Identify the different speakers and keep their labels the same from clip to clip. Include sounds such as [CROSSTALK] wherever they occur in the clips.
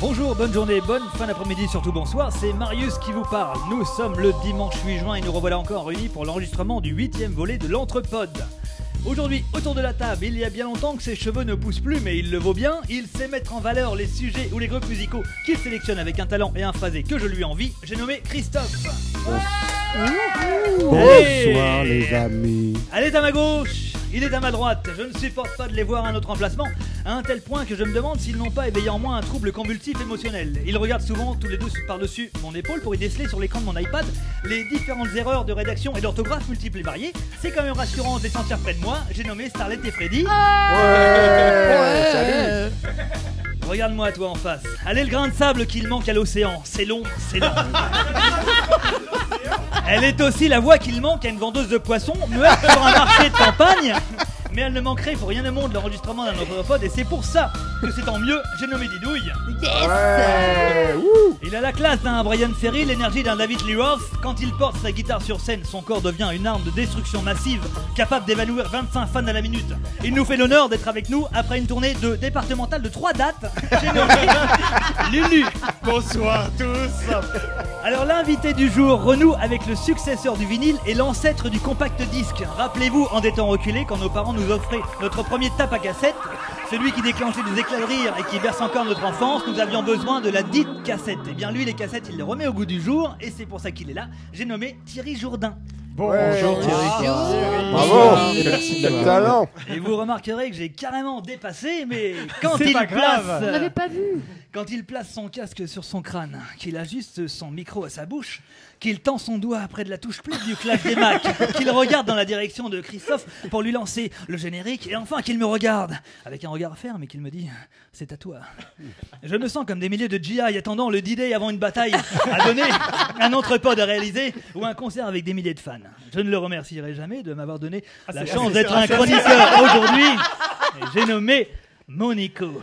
Speaker 1: Bonjour, bonne journée, bonne fin d'après-midi, surtout bonsoir. C'est Marius qui vous parle. Nous sommes le dimanche 8 juin et nous revoilà encore réunis pour l'enregistrement du huitième volet de l'Entrepode. Aujourd'hui, autour de la table, il y a bien longtemps que ses cheveux ne poussent plus, mais il le vaut bien. Il sait mettre en valeur les sujets ou les groupes musicaux qu'il sélectionne avec un talent et un phrasé que je lui envie. J'ai nommé Christophe.
Speaker 2: Bonsoir les amis.
Speaker 1: Elle est à ma gauche, il est à ma droite. Je ne supporte pas de les voir à notre emplacement, à un tel point que je me demande s'ils n'ont pas éveillé en moi un trouble convulsif émotionnel. Ils regardent souvent tous les deux par-dessus mon épaule pour y déceler sur l'écran de mon iPad les différentes erreurs de rédaction et d'orthographe multiples et variées. C'est quand même rassurant de les sentir près de moi. J'ai nommé Starlet et Freddy. Regarde-moi toi en face. Allez le grain de sable qu'il manque à l'océan. C'est long, c'est long. Elle est aussi la voix qu'il manque à une vendeuse de poissons, muette sur un marché de campagne. Mais elle ne manquerait pour rien au monde l'enregistrement d'un anthropode et c'est pour ça que c'est tant mieux, j'ai nommé Didouille. Il a la classe d'un Brian Ferry, l'énergie d'un David Lee Roth. Quand il porte sa guitare sur scène, son corps devient une arme de destruction massive, capable d'évanouir 25 fans à la minute. Il nous fait l'honneur d'être avec nous après une tournée de départementale de 3 dates. J'ai nommé Lulu.
Speaker 3: Bonsoir à tous.
Speaker 1: Alors l'invité du jour renoue avec le successeur du vinyle et l'ancêtre du compact disque. Rappelez-vous, en des temps reculés, quand nos parents nous offraient notre premier tape à cassette, celui qui déclenchait des éclats de rire et qui berce encore notre enfance, nous avions besoin de la dite cassette. Et bien lui, les cassettes, il les remet au goût du jour et c'est pour ça qu'il est là. J'ai nommé Thierry Jourdain.
Speaker 3: Bonjour
Speaker 2: Bravo.
Speaker 4: Merci de
Speaker 2: Quel
Speaker 4: m'avoir-
Speaker 2: talent.
Speaker 1: Et vous remarquerez que j'ai carrément dépassé,
Speaker 3: [LAUGHS]
Speaker 1: mais quand
Speaker 3: C'est
Speaker 1: il
Speaker 3: pas
Speaker 1: place,
Speaker 3: grave.
Speaker 5: On n'avait pas vu.
Speaker 1: Quand il place son casque sur son crâne, qu'il ajuste son micro à sa bouche, qu'il tend son doigt près de la touche plus du clavier
Speaker 3: [LAUGHS]
Speaker 1: Mac, qu'il regarde dans la direction de Christophe pour lui lancer le générique, et enfin qu'il me regarde avec un regard ferme et qu'il me dit C'est à toi. Je me sens comme des milliers de GI attendant le D-Day avant une bataille à donner, un entrepôt à réaliser ou un concert avec des milliers de fans. Je ne le remercierai jamais de m'avoir donné
Speaker 3: Ah,
Speaker 1: la chance d'être un chroniqueur aujourd'hui. Et J'ai nommé Monico.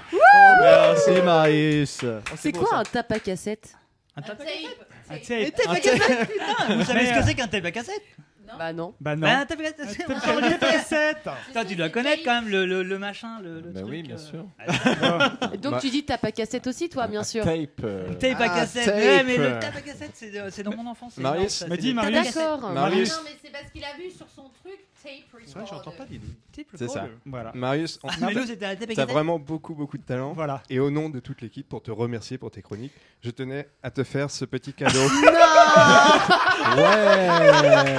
Speaker 4: Merci
Speaker 6: Oh,
Speaker 4: Marius.
Speaker 7: Oh,
Speaker 5: C'est quoi un tape à cassette
Speaker 3: Ah, tiens,
Speaker 1: Vous savez ce que c'est qu'un tape à cassette
Speaker 5: Bah non.
Speaker 3: euh, Bah non.
Speaker 1: Ben, tape à cassette. Toi, tu dois connaître quand même le, le, le machin, le, le
Speaker 4: Bah
Speaker 1: truc,
Speaker 4: oui, bien
Speaker 1: euh,
Speaker 4: sûr.
Speaker 5: [LAUGHS]
Speaker 3: Ah,
Speaker 4: Bah,
Speaker 3: bah-
Speaker 5: Donc tu dis tape à cassette aussi, toi, bien sûr.
Speaker 4: Tape. euh,
Speaker 1: Tape à
Speaker 4: Ah,
Speaker 1: cassette.
Speaker 4: tape.
Speaker 1: Ouais, mais le tape Ah. à cassette, c'est de- c'est dans mon enfance. c'est
Speaker 4: Marius,
Speaker 1: énorme, ça,
Speaker 3: mais
Speaker 1: c'est
Speaker 3: dis,
Speaker 1: des-
Speaker 5: Ah,
Speaker 3: Marius.
Speaker 5: D'accord.
Speaker 4: Marius.
Speaker 8: Non, mais c'est parce qu'il a vu
Speaker 3: [LAUGHS]
Speaker 8: sur son truc tape recorder.
Speaker 4: C'est vrai, j'entends pas Didou.
Speaker 1: tape recorder.
Speaker 4: C'est ça.
Speaker 3: Voilà.
Speaker 4: Marius,
Speaker 6: Ah,
Speaker 4: on-
Speaker 1: Mais nous, c'était la tape à
Speaker 4: t'as
Speaker 1: cassette.
Speaker 4: vraiment beaucoup, beaucoup de talent.
Speaker 3: Voilà.
Speaker 4: Et au nom de toute l'équipe, pour te remercier pour tes chroniques, je tenais à te faire ce petit cadeau. [LAUGHS] ouais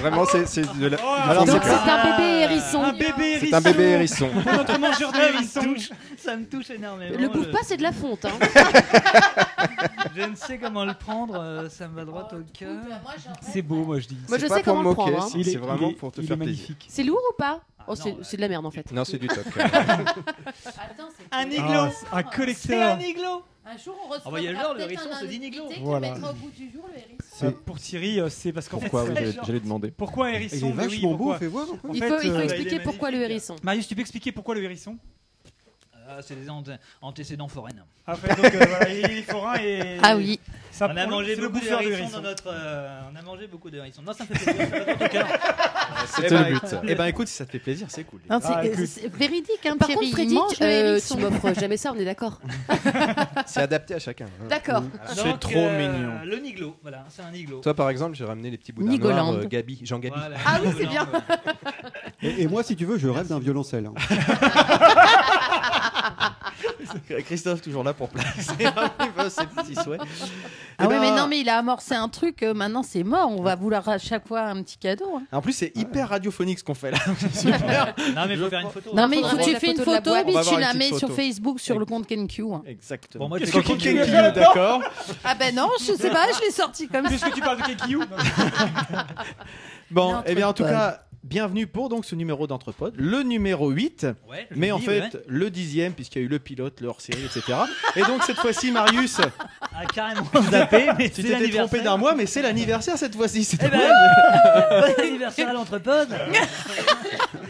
Speaker 4: Vraiment, c'est c'est de
Speaker 6: Oh.
Speaker 4: la. Alors,
Speaker 5: Donc
Speaker 4: c'est
Speaker 5: c'est
Speaker 4: pas-
Speaker 5: un bébé hérisson.
Speaker 3: Un bébé hérisson.
Speaker 4: c'est un bébé hérisson.
Speaker 3: Pour notre mangeur de
Speaker 1: Ah, il me
Speaker 3: hérisson.
Speaker 1: touche. Ça me touche énormément.
Speaker 5: Le bouffe pas, c'est de la fonte. Hein.
Speaker 1: [LAUGHS] Je ne sais comment le prendre, euh, ça me va droit au cœur.
Speaker 8: Moi, j'en rêve.
Speaker 3: C'est beau, moi je dis.
Speaker 5: Moi,
Speaker 4: C'est
Speaker 5: je
Speaker 4: pas
Speaker 5: sais
Speaker 4: pour
Speaker 5: comment le prendre.
Speaker 4: moquer,
Speaker 5: hein.
Speaker 4: c'est- C'est vraiment pour te
Speaker 3: il
Speaker 4: faire
Speaker 3: est
Speaker 4: plaisir.
Speaker 3: magnifique.
Speaker 5: C'est lourd ou pas
Speaker 1: Ah,
Speaker 5: Oh,
Speaker 1: non,
Speaker 5: c'est
Speaker 1: ouais.
Speaker 5: c'est de la merde en fait.
Speaker 4: Non, c'est du
Speaker 5: [LAUGHS]
Speaker 4: top.
Speaker 8: Attends, c'est
Speaker 1: Un
Speaker 8: cool.
Speaker 1: iglo.
Speaker 3: Ah, c'est un
Speaker 1: C'est
Speaker 3: collecteur.
Speaker 1: un iglo.
Speaker 8: Un jour, on
Speaker 1: On
Speaker 8: recevra
Speaker 1: va y aller voir, le
Speaker 8: peut-être
Speaker 1: hérisson,
Speaker 8: un
Speaker 1: c'est Dini
Speaker 8: invité
Speaker 1: Glo.
Speaker 8: qui
Speaker 2: Voilà.
Speaker 8: mettra au bout du jour le hérisson.
Speaker 3: Euh, Pour Thierry, euh, c'est parce qu'en fait.
Speaker 1: vous avez- j'allais
Speaker 4: demander.
Speaker 3: Pourquoi hérisson Mais oui, pourquoi
Speaker 4: fais voir.
Speaker 3: En
Speaker 5: Il
Speaker 3: fait,
Speaker 5: faut, il faut
Speaker 3: euh,
Speaker 5: expliquer pourquoi le
Speaker 1: magnifique.
Speaker 5: hérisson.
Speaker 3: Marius, tu peux expliquer pourquoi le hérisson
Speaker 1: Ah, c'est des ant- antécédents foraines.
Speaker 3: Après, donc, euh, voilà, il est forain [LAUGHS] et.
Speaker 5: [LAUGHS] Ah oui.
Speaker 3: Ça
Speaker 1: on a
Speaker 3: prend-
Speaker 1: mangé
Speaker 3: c'est le
Speaker 1: beaucoup de
Speaker 3: bouffeur de
Speaker 1: hérissons
Speaker 3: hérisson.
Speaker 1: dans notre. euh, on a mangé beaucoup de hérissons. Non, ça me fait
Speaker 3: [LAUGHS]
Speaker 1: plaisir. ça me va droit au cœur.
Speaker 4: C'était le but.
Speaker 6: Eh ben écoute, si ça te fait plaisir, c'est cool.
Speaker 9: Non, c'est- euh,
Speaker 3: Ah, écoute.
Speaker 9: c'est véridique, hein,
Speaker 5: Par
Speaker 9: Thierry,
Speaker 5: contre,
Speaker 9: il
Speaker 5: Freddy,
Speaker 9: mange le
Speaker 5: euh,
Speaker 9: hérisson.
Speaker 5: tu m'offres [LAUGHS] jamais ça, on
Speaker 9: [LAUGHS]
Speaker 5: est d'accord.
Speaker 4: C'est adapté à chacun. hein.
Speaker 5: D'accord.
Speaker 1: Donc,
Speaker 6: C'est trop
Speaker 1: euh,
Speaker 6: mignon.
Speaker 1: Le niglo, voilà, c'est un niglo.
Speaker 4: Toi, par exemple, j'ai ramené les petits boudins noirs,
Speaker 9: Nigolande.
Speaker 4: euh, Gabi, Jean Gabi.
Speaker 1: Voilà,
Speaker 5: Ah oui,
Speaker 1: niglo
Speaker 5: c'est bien.
Speaker 1: blanc, ouais.
Speaker 2: Et, et moi, si tu veux, je rêve d'un violoncelle. hein.
Speaker 6: [LAUGHS] Christophe toujours là pour placer un petit peu ses petits
Speaker 9: [LAUGHS]
Speaker 6: souhaits.
Speaker 9: Ah
Speaker 6: Eh
Speaker 9: ouais,
Speaker 6: ben,
Speaker 9: mais non, mais il a amorcé un truc, euh, maintenant c'est mort, on va vouloir à chaque fois un petit cadeau. hein.
Speaker 6: En plus, c'est hyper radiophonique ce qu'on
Speaker 1: [LAUGHS]
Speaker 6: fait là.
Speaker 1: Ah. Non, mais
Speaker 6: Je
Speaker 1: faut faire une
Speaker 6: crois-
Speaker 1: photo.
Speaker 9: Non, mais écoute,
Speaker 5: faudra voir
Speaker 9: tu
Speaker 5: la
Speaker 9: fais une
Speaker 5: photo de la
Speaker 9: photo,
Speaker 5: boîte.
Speaker 9: et puis
Speaker 6: On va
Speaker 9: tu
Speaker 6: avoir
Speaker 9: la
Speaker 6: une
Speaker 9: mets
Speaker 6: petite
Speaker 9: sur
Speaker 6: photo.
Speaker 9: Facebook, sur le compte KenQ. hein.
Speaker 6: Exactement.
Speaker 1: Bon, moi, je
Speaker 6: Qu'est-ce
Speaker 1: vais
Speaker 6: que
Speaker 1: continuer.
Speaker 6: Kenkiu, d'accord
Speaker 9: Ah ben non, je sais pas, je l'ai sorti comme ça.
Speaker 3: Puisque tu parles de Kekiou,
Speaker 6: Bon,
Speaker 9: L'Entrepode.
Speaker 6: eh bien en tout cas, bienvenue pour donc ce numéro d'Entrepode, le numéro 8,
Speaker 1: Ouais, je
Speaker 6: mais
Speaker 1: vous
Speaker 6: en
Speaker 1: dis,
Speaker 6: fait
Speaker 1: ouais.
Speaker 6: le dixième puisqu'il y a eu le pilote, le hors-série, etc. Et donc cette fois-ci,
Speaker 1: [LAUGHS]
Speaker 6: Marius,
Speaker 1: Ah,
Speaker 3: [LAUGHS]
Speaker 1: carrément zappé, mais
Speaker 6: tu
Speaker 1: c'est
Speaker 6: t'étais
Speaker 1: l'anniversaire.
Speaker 6: trompé d'un mois, mais c'est l'anniversaire cette fois-ci. c'est
Speaker 1: Eh ben,
Speaker 6: drôle.
Speaker 1: [LAUGHS] bon anniversaire à l'entrepôt. Dis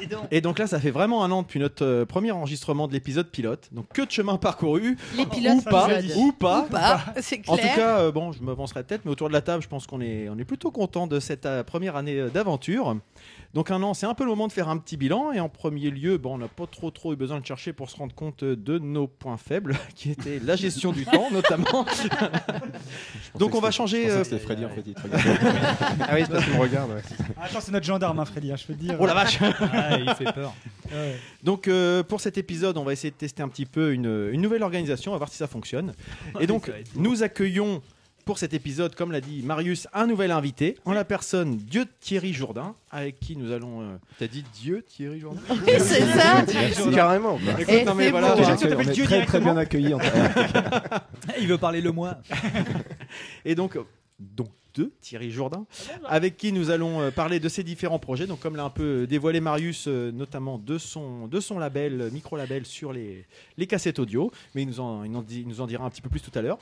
Speaker 1: donc.
Speaker 6: Et donc là, ça fait vraiment un an depuis notre euh, premier enregistrement de l'épisode pilote. Donc que de chemin parcouru,
Speaker 9: Les pilotes,
Speaker 6: ou pas,
Speaker 9: je dis.
Speaker 6: ou pas.
Speaker 9: Ou pas, [LAUGHS] [LAUGHS]
Speaker 1: Bah,
Speaker 9: c'est
Speaker 6: En tout
Speaker 9: clair.
Speaker 6: cas, euh, bon, je m'avancerai peut-être, mais autour de la table, je pense qu'on est, on est plutôt content de cette euh, première année euh, d'aventure. Donc un an, c'est un peu le moment de faire un petit bilan. Et en premier lieu, bon, on n'a pas trop trop eu besoin de chercher pour se rendre compte euh, de nos points faibles, [LAUGHS] qui étaient la gestion du temps
Speaker 7: [LAUGHS]
Speaker 6: notamment. Donc on va changer. euh,
Speaker 7: C'était Freddy en fait. il te regarde.
Speaker 4: Ah oui, c'est parce qu'il me regarde. ouais.
Speaker 7: [LAUGHS]
Speaker 3: Attends, c'est notre gendarme, hein, Freddy, hein, je peux te dire.
Speaker 6: Oh la
Speaker 3: [LAUGHS]
Speaker 6: vache
Speaker 10: Ah, il fait peur.
Speaker 3: Ouais.
Speaker 6: Donc euh, pour cet épisode, on va essayer de tester un petit peu une, une nouvelle organisation, on va voir si ça fonctionne. Et donc nous accueillons pour cet épisode, comme l'a dit Marius, un nouvel invité, en la personne Dieu Thierry Jourdain, avec qui nous allons... euh,
Speaker 4: T'as dit Dieu, Thierry Jourdain
Speaker 9: Oui, c'est ça.
Speaker 4: Carrément. bah.
Speaker 6: Écoute,
Speaker 9: Et
Speaker 6: non, mais
Speaker 9: c'est
Speaker 6: voilà,
Speaker 9: bon.
Speaker 6: déjà-
Speaker 3: que tu t'appelles
Speaker 7: On est
Speaker 3: Dieu
Speaker 7: très très
Speaker 3: directement.
Speaker 7: bien accueilli. en tout cas.
Speaker 1: [LAUGHS] Il veut parler le moi.
Speaker 6: [LAUGHS] Et donc, euh, donc deux, Thierry Jourdain, avec qui nous allons euh, parler de ses différents projets. Donc, comme l'a un peu dévoilé Marius, euh, notamment de son, de son label, euh, micro-label sur les, les cassettes audio. Mais il nous, en, il en dit- il nous en dira un petit peu plus tout à l'heure.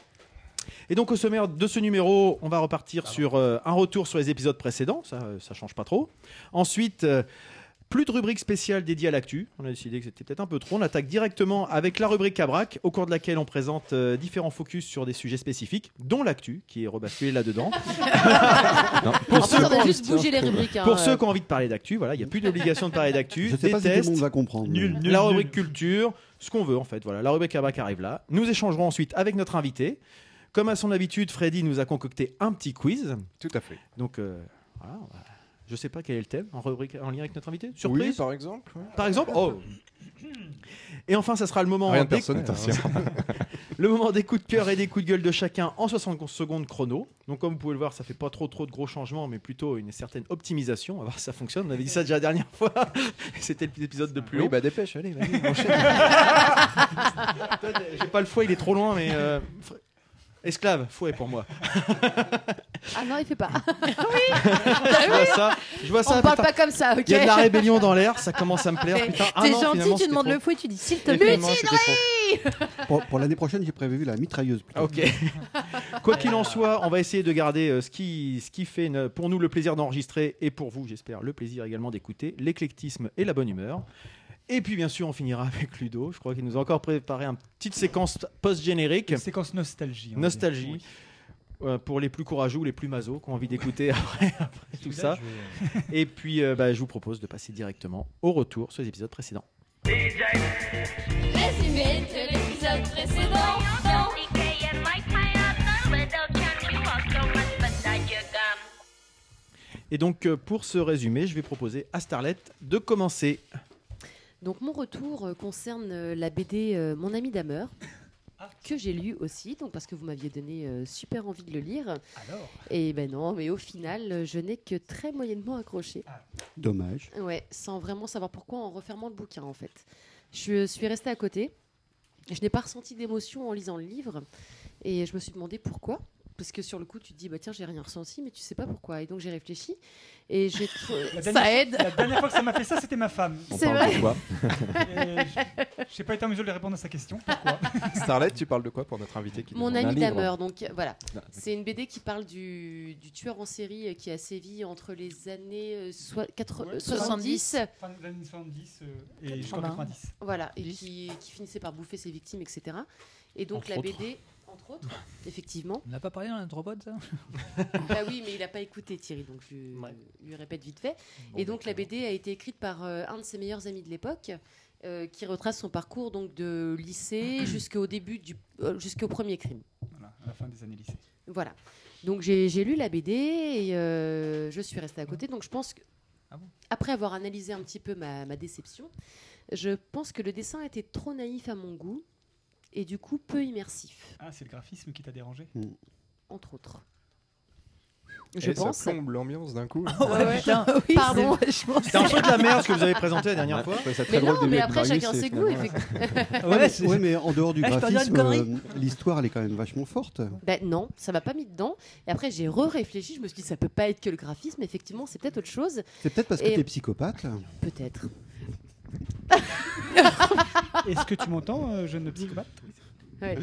Speaker 6: Et donc, au sommaire de ce numéro, on va repartir sur euh, un retour sur les épisodes précédents. Ça, euh, ça change pas trop. Ensuite. euh, plus de rubrique spéciale dédiée à l'actu. On a décidé que c'était peut-être un peu trop. On attaque directement avec la rubrique Cabrac, au cours de laquelle on présente euh, différents focus sur des sujets spécifiques, dont l'actu, qui est rebasculé là-dedans.
Speaker 7: Non,
Speaker 5: En fait,
Speaker 7: ceux
Speaker 5: on
Speaker 7: qui
Speaker 5: a
Speaker 7: ont envie
Speaker 5: juste
Speaker 7: de
Speaker 5: bougé les
Speaker 7: s'inscrire.
Speaker 5: rubriques. hein,
Speaker 6: Pour
Speaker 5: euh,
Speaker 6: ceux qui ont envie de parler d'actu, voilà, il n'y a plus d'obligation de parler d'actu.
Speaker 2: [LAUGHS] Je sais
Speaker 6: des
Speaker 2: pas si tout
Speaker 6: tests,
Speaker 2: le monde va comprendre. mais-
Speaker 3: Nul, nul.
Speaker 6: la rubrique culture, ce qu'on veut en fait. Voilà, la rubrique Abac arrive là. Nous échangerons ensuite avec notre invité. Comme à son habitude, Freddy nous a concocté un petit quiz.
Speaker 4: Tout à fait.
Speaker 6: Donc euh, voilà, on va- je sais pas quel est le thème en rubrique en lien avec notre invité.
Speaker 4: Oui,
Speaker 6: Surprise,
Speaker 4: par exemple. ouais.
Speaker 6: par... exemple. Oh. Et enfin, ça sera le moment
Speaker 4: Rien de
Speaker 6: d'éc-
Speaker 4: personnel. hein.
Speaker 6: [LAUGHS] le moment des coups de cœur et des coups de gueule de chacun en 60 secondes chrono. Donc comme vous pouvez le voir, ça fait pas trop trop de gros changements, mais plutôt une certaine optimisation. On va voir si ça fonctionne. On avait dit ça déjà la dernière fois. [LAUGHS] C'était l'épisode de plus long.
Speaker 7: Oui, bah dépêche, allez, vas-y.
Speaker 6: [LAUGHS] J'ai pas le fouet, il est trop loin, mais euh, fr- esclave, fouet pour moi.
Speaker 5: Ah non, il fait pas.
Speaker 6: Je vois ça. Je vois ça.
Speaker 5: On parle
Speaker 6: putain.
Speaker 5: pas comme ça, ok
Speaker 6: Il y a de la
Speaker 5: [LAUGHS]
Speaker 6: rébellion dans l'air, ça commence à me
Speaker 9: [LAUGHS]
Speaker 6: plaire.
Speaker 9: Mais
Speaker 6: Putain, ah
Speaker 9: T'es
Speaker 6: non,
Speaker 9: gentil,
Speaker 6: finalement,
Speaker 9: tu
Speaker 6: c'était
Speaker 9: demandes
Speaker 6: trop.
Speaker 9: le fouet, tu dis s'il te plaît.
Speaker 6: Finalement, c'était trop.
Speaker 2: Pour, pour l'année prochaine, j'ai prévu la mitrailleuse. plutôt.
Speaker 6: Ah, Ok. Quoi qu'il en soit, on va essayer de garder euh, ce, qui, ce qui fait ne- pour nous le plaisir d'enregistrer et pour vous, j'espère, le plaisir également d'écouter, l'éclectisme et la bonne humeur. Et puis, bien sûr, on finira avec Ludo. Je crois qu'il nous a encore préparé une petite séquence post-générique.
Speaker 3: Une séquence nostalgie. on va dire.
Speaker 6: Nostalgie. euh, pour les plus courageux ou les plus masos qui ont envie
Speaker 3: [LAUGHS]
Speaker 6: d'écouter après, après tout ça. Et puis, euh, bah, je vous propose de passer directement au retour sur les épisodes précédents.
Speaker 8: Résumé de l'épisode précédent.
Speaker 6: Et donc, euh, pour ce résumé, je vais proposer à Starlet de commencer.
Speaker 5: Donc mon retour euh, concerne euh, la BD euh, Mon ami Damer que j'ai lu aussi, donc parce que vous m'aviez donné euh, super envie de le lire.
Speaker 3: Alors
Speaker 5: Et ben non, mais au final, euh, je n'ai que très moyennement accroché.
Speaker 3: Ah.
Speaker 2: Dommage.
Speaker 5: Ouais, sans vraiment savoir pourquoi en refermant le bouquin en fait. Je suis restée à côté. Je n'ai pas ressenti d'émotion en lisant le livre et je me suis demandé pourquoi. Parce que sur le coup, tu te dis bah tiens, j'ai rien ressenti, mais tu sais pas pourquoi. Et donc j'ai réfléchi et
Speaker 3: [LAUGHS]
Speaker 5: j'ai trou-
Speaker 3: la dernière,
Speaker 9: Ça aide.
Speaker 3: la dernière fois que ça m'a fait ça, c'était ma femme.
Speaker 7: On
Speaker 5: C'est
Speaker 7: parle de quoi
Speaker 3: Et je- Je n'ai pas été en mesure de répondre à sa question. Pourquoi
Speaker 4: Starlet, tu parles de quoi pour notre invité qui
Speaker 5: Mon
Speaker 7: demande un
Speaker 5: ami
Speaker 7: livre.
Speaker 5: Damer, donc euh, voilà.
Speaker 4: Ah,
Speaker 7: Non.
Speaker 5: C'est une BD qui parle du, du tueur en série euh, qui a sévi entre les années euh, soi- quatre-
Speaker 3: Ouais,
Speaker 5: euh, 70.
Speaker 3: Fin des années 70 euh, et jusqu'en
Speaker 5: Quatre-vingts.
Speaker 3: 90.
Speaker 5: Voilà, et qui, qui finissait par bouffer ses victimes, etc. Et donc
Speaker 10: Entre
Speaker 5: la
Speaker 10: autres.
Speaker 5: BD, entre autres, effectivement.
Speaker 1: On n'a pas parlé dans l'anthropode, ça
Speaker 5: [LAUGHS] bah oui, mais il n'a pas écouté Thierry, donc je lui-
Speaker 6: Ouais.
Speaker 5: lui répète vite fait. et donc la BD a été écrite par euh, un de ses meilleurs amis de l'époque, euh, qui retrace son parcours donc de lycée jusqu'au début du euh, jusqu'au premier crime.
Speaker 3: Voilà, hein, à la fin des années lycée.
Speaker 5: Voilà. Donc j'ai j'ai lu la BD et euh, je suis restée à côté. Donc je pense que,
Speaker 3: Ah bon
Speaker 5: après avoir analysé un petit peu ma, ma déception, je pense que le dessin était trop naïf à mon goût et du coup peu immersif,
Speaker 3: Ah, c'est le graphisme qui t'a dérangé
Speaker 6: Mm.
Speaker 5: entre autres.
Speaker 4: Et
Speaker 5: Je pense.
Speaker 4: Ça plombe l'ambiance d'un
Speaker 5: [LAUGHS]
Speaker 4: coup.
Speaker 9: Oui,
Speaker 5: Pardon.
Speaker 9: c'est- je pense-
Speaker 6: C'était un peu de la merde ce que vous avez présenté la dernière
Speaker 7: Ah,
Speaker 2: Ah,
Speaker 7: Ouais,
Speaker 6: fois.
Speaker 7: je trouvais ça très
Speaker 5: Mais
Speaker 7: drôle
Speaker 5: non,
Speaker 7: de
Speaker 5: mais
Speaker 7: vivre
Speaker 5: après
Speaker 7: Marius,
Speaker 5: chacun
Speaker 7: et
Speaker 5: ses goûts.
Speaker 7: finalement,
Speaker 5: effectivement.
Speaker 2: Ouais, mais,
Speaker 1: c'est-
Speaker 2: euh, ouais, mais en dehors du
Speaker 6: Ah,
Speaker 1: Eh, je peux dire une
Speaker 2: graphisme,
Speaker 1: connerie
Speaker 2: euh, l'histoire elle est quand même vachement forte.
Speaker 5: [LAUGHS] Ben non, ça m'a pas mis dedans. Et après j'ai re-réfléchi, je me suis dit ça peut pas être que le graphisme. Effectivement, c'est peut-être autre chose.
Speaker 2: C'est peut-être parce que
Speaker 5: Et-
Speaker 2: t'es psychopathe.
Speaker 5: Peut-être.
Speaker 3: Est-ce que tu m'entends, euh, jeune psychopathe
Speaker 6: Mm.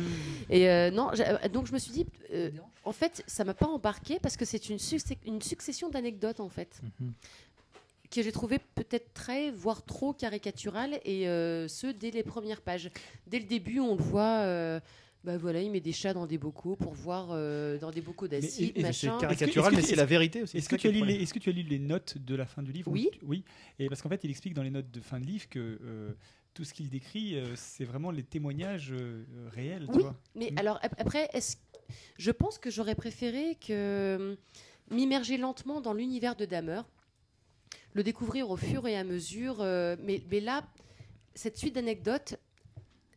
Speaker 5: Et euh, non, j'ai- euh, donc je me suis dit, euh, en fait, ça m'a pas embarqué parce que c'est une, succé- une succession d'anecdotes en fait,
Speaker 6: Mm-hmm.
Speaker 5: que j'ai trouvé peut-être très, voire trop caricaturales et euh, ce dès les premières pages. Dès le début, on le voit. euh, Bah voilà, il met des chats dans des bocaux pour voir euh, dans des bocaux d'acide,
Speaker 6: et- et c'est
Speaker 5: machin.
Speaker 6: carré- Caricatural, mais c'est la vérité aussi,
Speaker 3: Est-ce
Speaker 6: c'est ça
Speaker 3: que, tu as
Speaker 6: qui est
Speaker 3: lu
Speaker 6: le
Speaker 3: les,
Speaker 6: problème.
Speaker 3: est-ce que tu as lu les notes de la fin du livre
Speaker 5: Oui.
Speaker 3: tu- Oui. Et parce qu'en fait, il explique dans les notes de fin de livre que euh, tout ce qu'il décrit, euh, c'est vraiment les témoignages euh, euh, réels. Tu
Speaker 5: Oui,
Speaker 3: vois.
Speaker 5: Mais
Speaker 3: Mm.
Speaker 5: alors ap- après, est-ce- je pense que j'aurais préféré que hum, m'immerger lentement dans l'univers de Dahmer, le découvrir au fur et à mesure. euh, mais, mais là, cette suite d'anecdotes,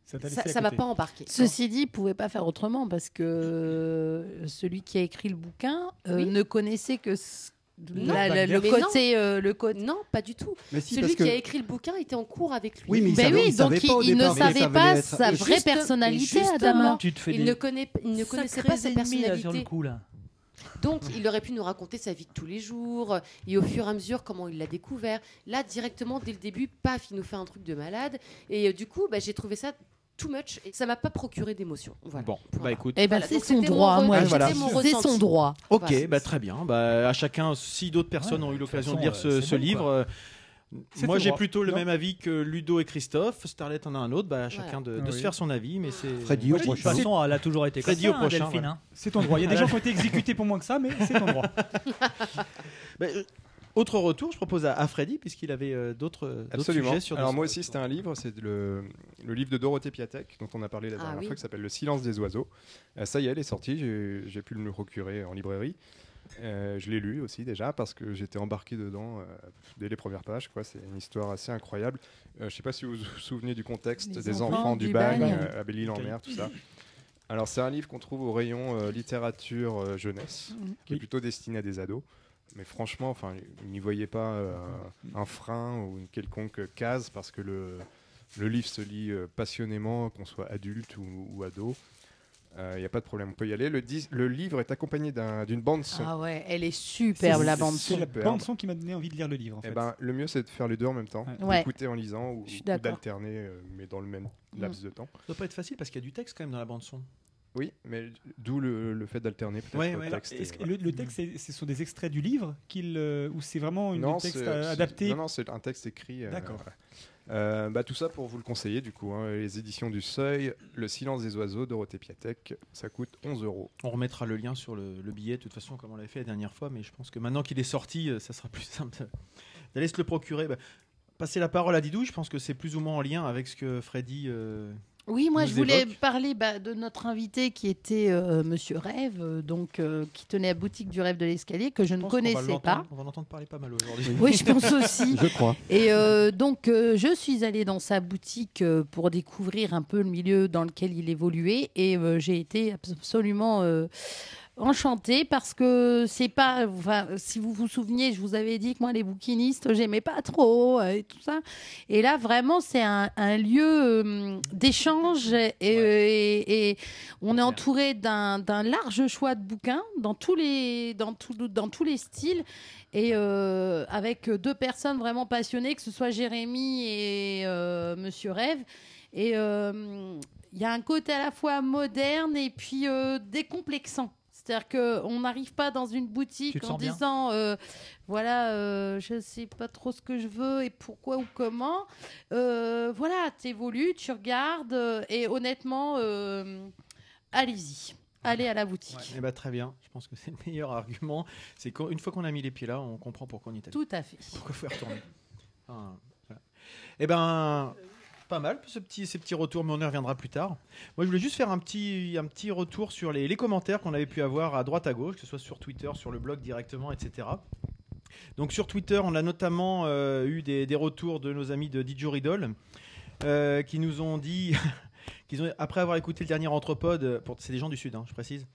Speaker 3: Ça t'a
Speaker 5: ça
Speaker 3: laissé à
Speaker 5: ça m'a
Speaker 3: côté.
Speaker 5: pas embarqué.
Speaker 9: Ceci dit, il pouvait pas faire autrement parce que euh, celui qui a écrit le bouquin euh,
Speaker 5: Oui.
Speaker 9: ne connaissait que ce-
Speaker 5: Non,
Speaker 9: la- la- le,
Speaker 5: mais
Speaker 9: côté, euh, le côté.
Speaker 5: Non, pas du tout.
Speaker 2: Mais si,
Speaker 5: Celui
Speaker 2: parce
Speaker 5: qui a
Speaker 2: que.
Speaker 5: écrit le bouquin était en cours avec lui.
Speaker 2: Oui, mais il
Speaker 9: Ben
Speaker 2: savait-
Speaker 9: oui,
Speaker 2: il savait
Speaker 9: donc il,
Speaker 2: pas au
Speaker 9: il ne
Speaker 2: départ, mais il
Speaker 9: savait
Speaker 2: savait
Speaker 9: pas
Speaker 2: l'être.
Speaker 9: sa
Speaker 2: Et
Speaker 9: vraie
Speaker 5: juste-
Speaker 9: personnalité,
Speaker 5: et
Speaker 9: Adama.
Speaker 1: Tu te fais
Speaker 5: Il
Speaker 1: des
Speaker 5: ne, connaît, il ne connaissait
Speaker 1: sacrés
Speaker 5: pas sa
Speaker 1: ennemis, là,
Speaker 5: personnalité.
Speaker 1: sur le coup là.
Speaker 5: Donc, il aurait pu nous raconter sa vie de tous les jours euh, et au fur et à mesure comment il l'a découvert. Là, directement, dès le début, paf, il nous fait un truc de malade. Et euh, du coup, bah, j'ai trouvé ça too much. Et ça m'a pas procuré d'émotion. Voilà.
Speaker 6: Bon,
Speaker 5: Point
Speaker 6: bah
Speaker 5: barre.
Speaker 6: écoute.
Speaker 9: Eh ben,
Speaker 5: Voilà,
Speaker 9: c'est
Speaker 5: donc
Speaker 9: son
Speaker 5: c'était mon
Speaker 9: droit,
Speaker 5: re-
Speaker 9: moi.
Speaker 6: Ah, voilà.
Speaker 5: c'était mon
Speaker 9: C'est
Speaker 5: ressenti.
Speaker 9: son droit.
Speaker 6: Ok,
Speaker 5: Voilà.
Speaker 6: bah, très bien. Bah, à chacun, si d'autres personnes
Speaker 1: Ouais,
Speaker 6: ont eu
Speaker 1: de toute
Speaker 6: l'occasion de
Speaker 1: façon,
Speaker 6: lire
Speaker 1: euh,
Speaker 6: ce,
Speaker 1: c'est
Speaker 6: ce
Speaker 1: bon,
Speaker 6: livre,
Speaker 1: quoi.
Speaker 6: euh,
Speaker 3: C'est
Speaker 6: moi
Speaker 3: tout
Speaker 6: j'ai
Speaker 3: droit.
Speaker 6: plutôt le
Speaker 3: Non.
Speaker 6: même avis que Ludo et Christophe. Starlet en a un autre. Bah, à
Speaker 5: Voilà.
Speaker 6: chacun de, de
Speaker 3: Ah
Speaker 6: se
Speaker 3: oui.
Speaker 6: faire son avis, mais c'est.
Speaker 2: Freddy,
Speaker 6: Moi,
Speaker 2: au
Speaker 6: j'ai-
Speaker 1: De toute
Speaker 2: prochain.
Speaker 1: façon, elle a toujours été comme
Speaker 6: Freddy
Speaker 1: ça,
Speaker 6: au
Speaker 1: hein,
Speaker 6: prochain,
Speaker 1: Delphine.
Speaker 6: voilà.
Speaker 1: hein.
Speaker 3: C'est ton droit. Il y a
Speaker 6: [LAUGHS]
Speaker 3: des gens qui ont été exécutés pour moins que ça, mais c'est ton droit.
Speaker 6: Bah, euh, autre retour, je propose à, à Freddy puisqu'il avait euh, d'autres euh, d'autres
Speaker 4: Absolument.
Speaker 6: sujets sur.
Speaker 4: Alors
Speaker 6: des-
Speaker 4: moi aussi, c'était un livre, c'est le, le livre de Dorothée Piatek, dont on a parlé la
Speaker 5: Ah
Speaker 4: dernière
Speaker 5: oui.
Speaker 4: fois, qui s'appelle Le silence des oiseaux. Euh, ça y est, elle est sortie, j'ai j'ai pu me le procurer en librairie. Euh, je l'ai lu aussi déjà parce que j'étais embarqué dedans euh, dès les premières pages. quoi. C'est une histoire assez incroyable. Euh, je ne sais pas si vous vous souvenez du contexte
Speaker 9: Les
Speaker 4: des
Speaker 9: enfants
Speaker 4: enfants,
Speaker 9: du
Speaker 4: du, bagne,
Speaker 9: bagne.
Speaker 4: euh, à Belle-Île-en-Mer, tout ça. Alors c'est un livre qu'on trouve au rayon euh, littérature euh, jeunesse, qui
Speaker 3: Oui.
Speaker 4: est plutôt destiné à des ados. Mais franchement, enfin, vous n'y voyez pas euh, un frein ou une quelconque case parce que le, le livre se lit euh, passionnément, qu'on soit adulte ou, ou ado. Il n'y a pas de problème, on peut y aller. Le, dis- le livre est accompagné d'un- d'une bande son.
Speaker 9: [LAUGHS] Ah ouais, elle est superbe, la
Speaker 4: c'est-
Speaker 9: bande
Speaker 3: C'est
Speaker 9: son.
Speaker 3: la
Speaker 4: Superbe.
Speaker 3: bande son qui m'a donné envie de lire le livre. En
Speaker 4: Eh
Speaker 3: fait.
Speaker 4: ben, le mieux, c'est de faire les deux en même temps,
Speaker 3: Ouais.
Speaker 9: Ouais.
Speaker 4: d'écouter en lisant ou,
Speaker 9: Je suis
Speaker 4: ou
Speaker 9: d'accord. Mm.
Speaker 4: d'alterner, euh, mais dans le même laps de temps.
Speaker 6: Hmm. Ça doit pas être facile parce qu'il y a du texte quand même dans la bande son.
Speaker 4: Oui, mais d'où le, le fait d'alterner peut-être
Speaker 6: Ouais,
Speaker 4: le
Speaker 6: ouais.
Speaker 4: texte.
Speaker 3: Est-ce
Speaker 4: et
Speaker 3: que
Speaker 4: voilà.
Speaker 3: le, le texte, c'est- ce sont des extraits du livre qu'il euh, ou c'est vraiment une- un texte
Speaker 4: c'est-
Speaker 3: euh,
Speaker 4: c'est-
Speaker 3: adapté
Speaker 4: Non, non, c'est un texte écrit. euh,
Speaker 3: D'accord.
Speaker 4: voilà. Euh, bah, tout ça pour vous le conseiller, du coup. hein. les éditions du Seuil, Le silence des oiseaux, Dorothée Piatek, ça coûte 11 euros.
Speaker 6: On remettra le lien sur le, le billet, de toute façon, comme on l'avait fait la dernière fois, mais je pense que maintenant qu'il est sorti, euh, ça sera plus [LAUGHS] simple de- d'aller se le procurer. Bah, passer la parole à Didou, je pense que c'est plus ou moins en lien avec ce que Freddy. euh,
Speaker 9: Oui, moi
Speaker 6: nous
Speaker 9: je voulais
Speaker 6: évoque.
Speaker 9: parler bah, de notre invité qui était euh, Monsieur Rêve, euh, donc euh, qui tenait la boutique du Rêve de l'Escalier que je
Speaker 6: je
Speaker 9: ne
Speaker 6: pense qu'on va
Speaker 9: connaissais pas.
Speaker 6: l'entendre- On va en entendre parler pas mal aujourd'hui.
Speaker 9: Oui, je
Speaker 6: [LAUGHS]
Speaker 9: pense aussi.
Speaker 2: Je crois.
Speaker 9: Et euh, donc, euh, je suis allée dans sa boutique euh, pour découvrir un peu le milieu dans lequel il évoluait et euh, j'ai été absolument euh, enchantée parce que c'est pas. Enfin, si vous vous souvenez, je vous avais dit que moi, les bouquinistes, j'aimais pas trop euh, et tout ça. Et là, vraiment, c'est un, un lieu euh, d'échange et, euh, et- et on est entouré d'un d'un large choix de bouquins dans tous les, dans tout- dans tous les styles et euh, avec deux personnes vraiment passionnées, que ce soit Jérémy et euh, Monsieur Rêve. Et euh, il y a un côté à la fois moderne et puis euh, décomplexant. C'est-à-dire qu'on n'arrive pas dans une
Speaker 1: Tu
Speaker 9: boutique
Speaker 1: te
Speaker 9: en
Speaker 1: sens bien
Speaker 9: disant euh, voilà, euh, je ne sais pas trop ce que je veux et pourquoi ou comment. Euh, voilà, tu évolues, tu regardes euh, et honnêtement, euh, allez-y, allez à la boutique.
Speaker 6: Eh bah, très bien, je pense que c'est le meilleur argument. C'est qu'une fois qu'on a mis les pieds là, on comprend pourquoi on y est allé.
Speaker 9: Tout à fait.
Speaker 6: Pourquoi faut y retourner Enfin, voilà. Eh ben, pas mal ce petit, ces petits retours, mais on y reviendra plus tard. Moi, je voulais juste faire un petit, un petit retour sur les, les commentaires qu'on avait pu avoir à droite à gauche, que ce soit sur Twitter, sur le blog directement, etc. Donc sur Twitter, on a notamment euh, eu des, des retours de nos amis de DJ Riddle euh, qui nous ont dit [LAUGHS] qu'ils ont après avoir écouté le dernier Anthropode, euh, pour- c'est des gens du sud, hein, je précise.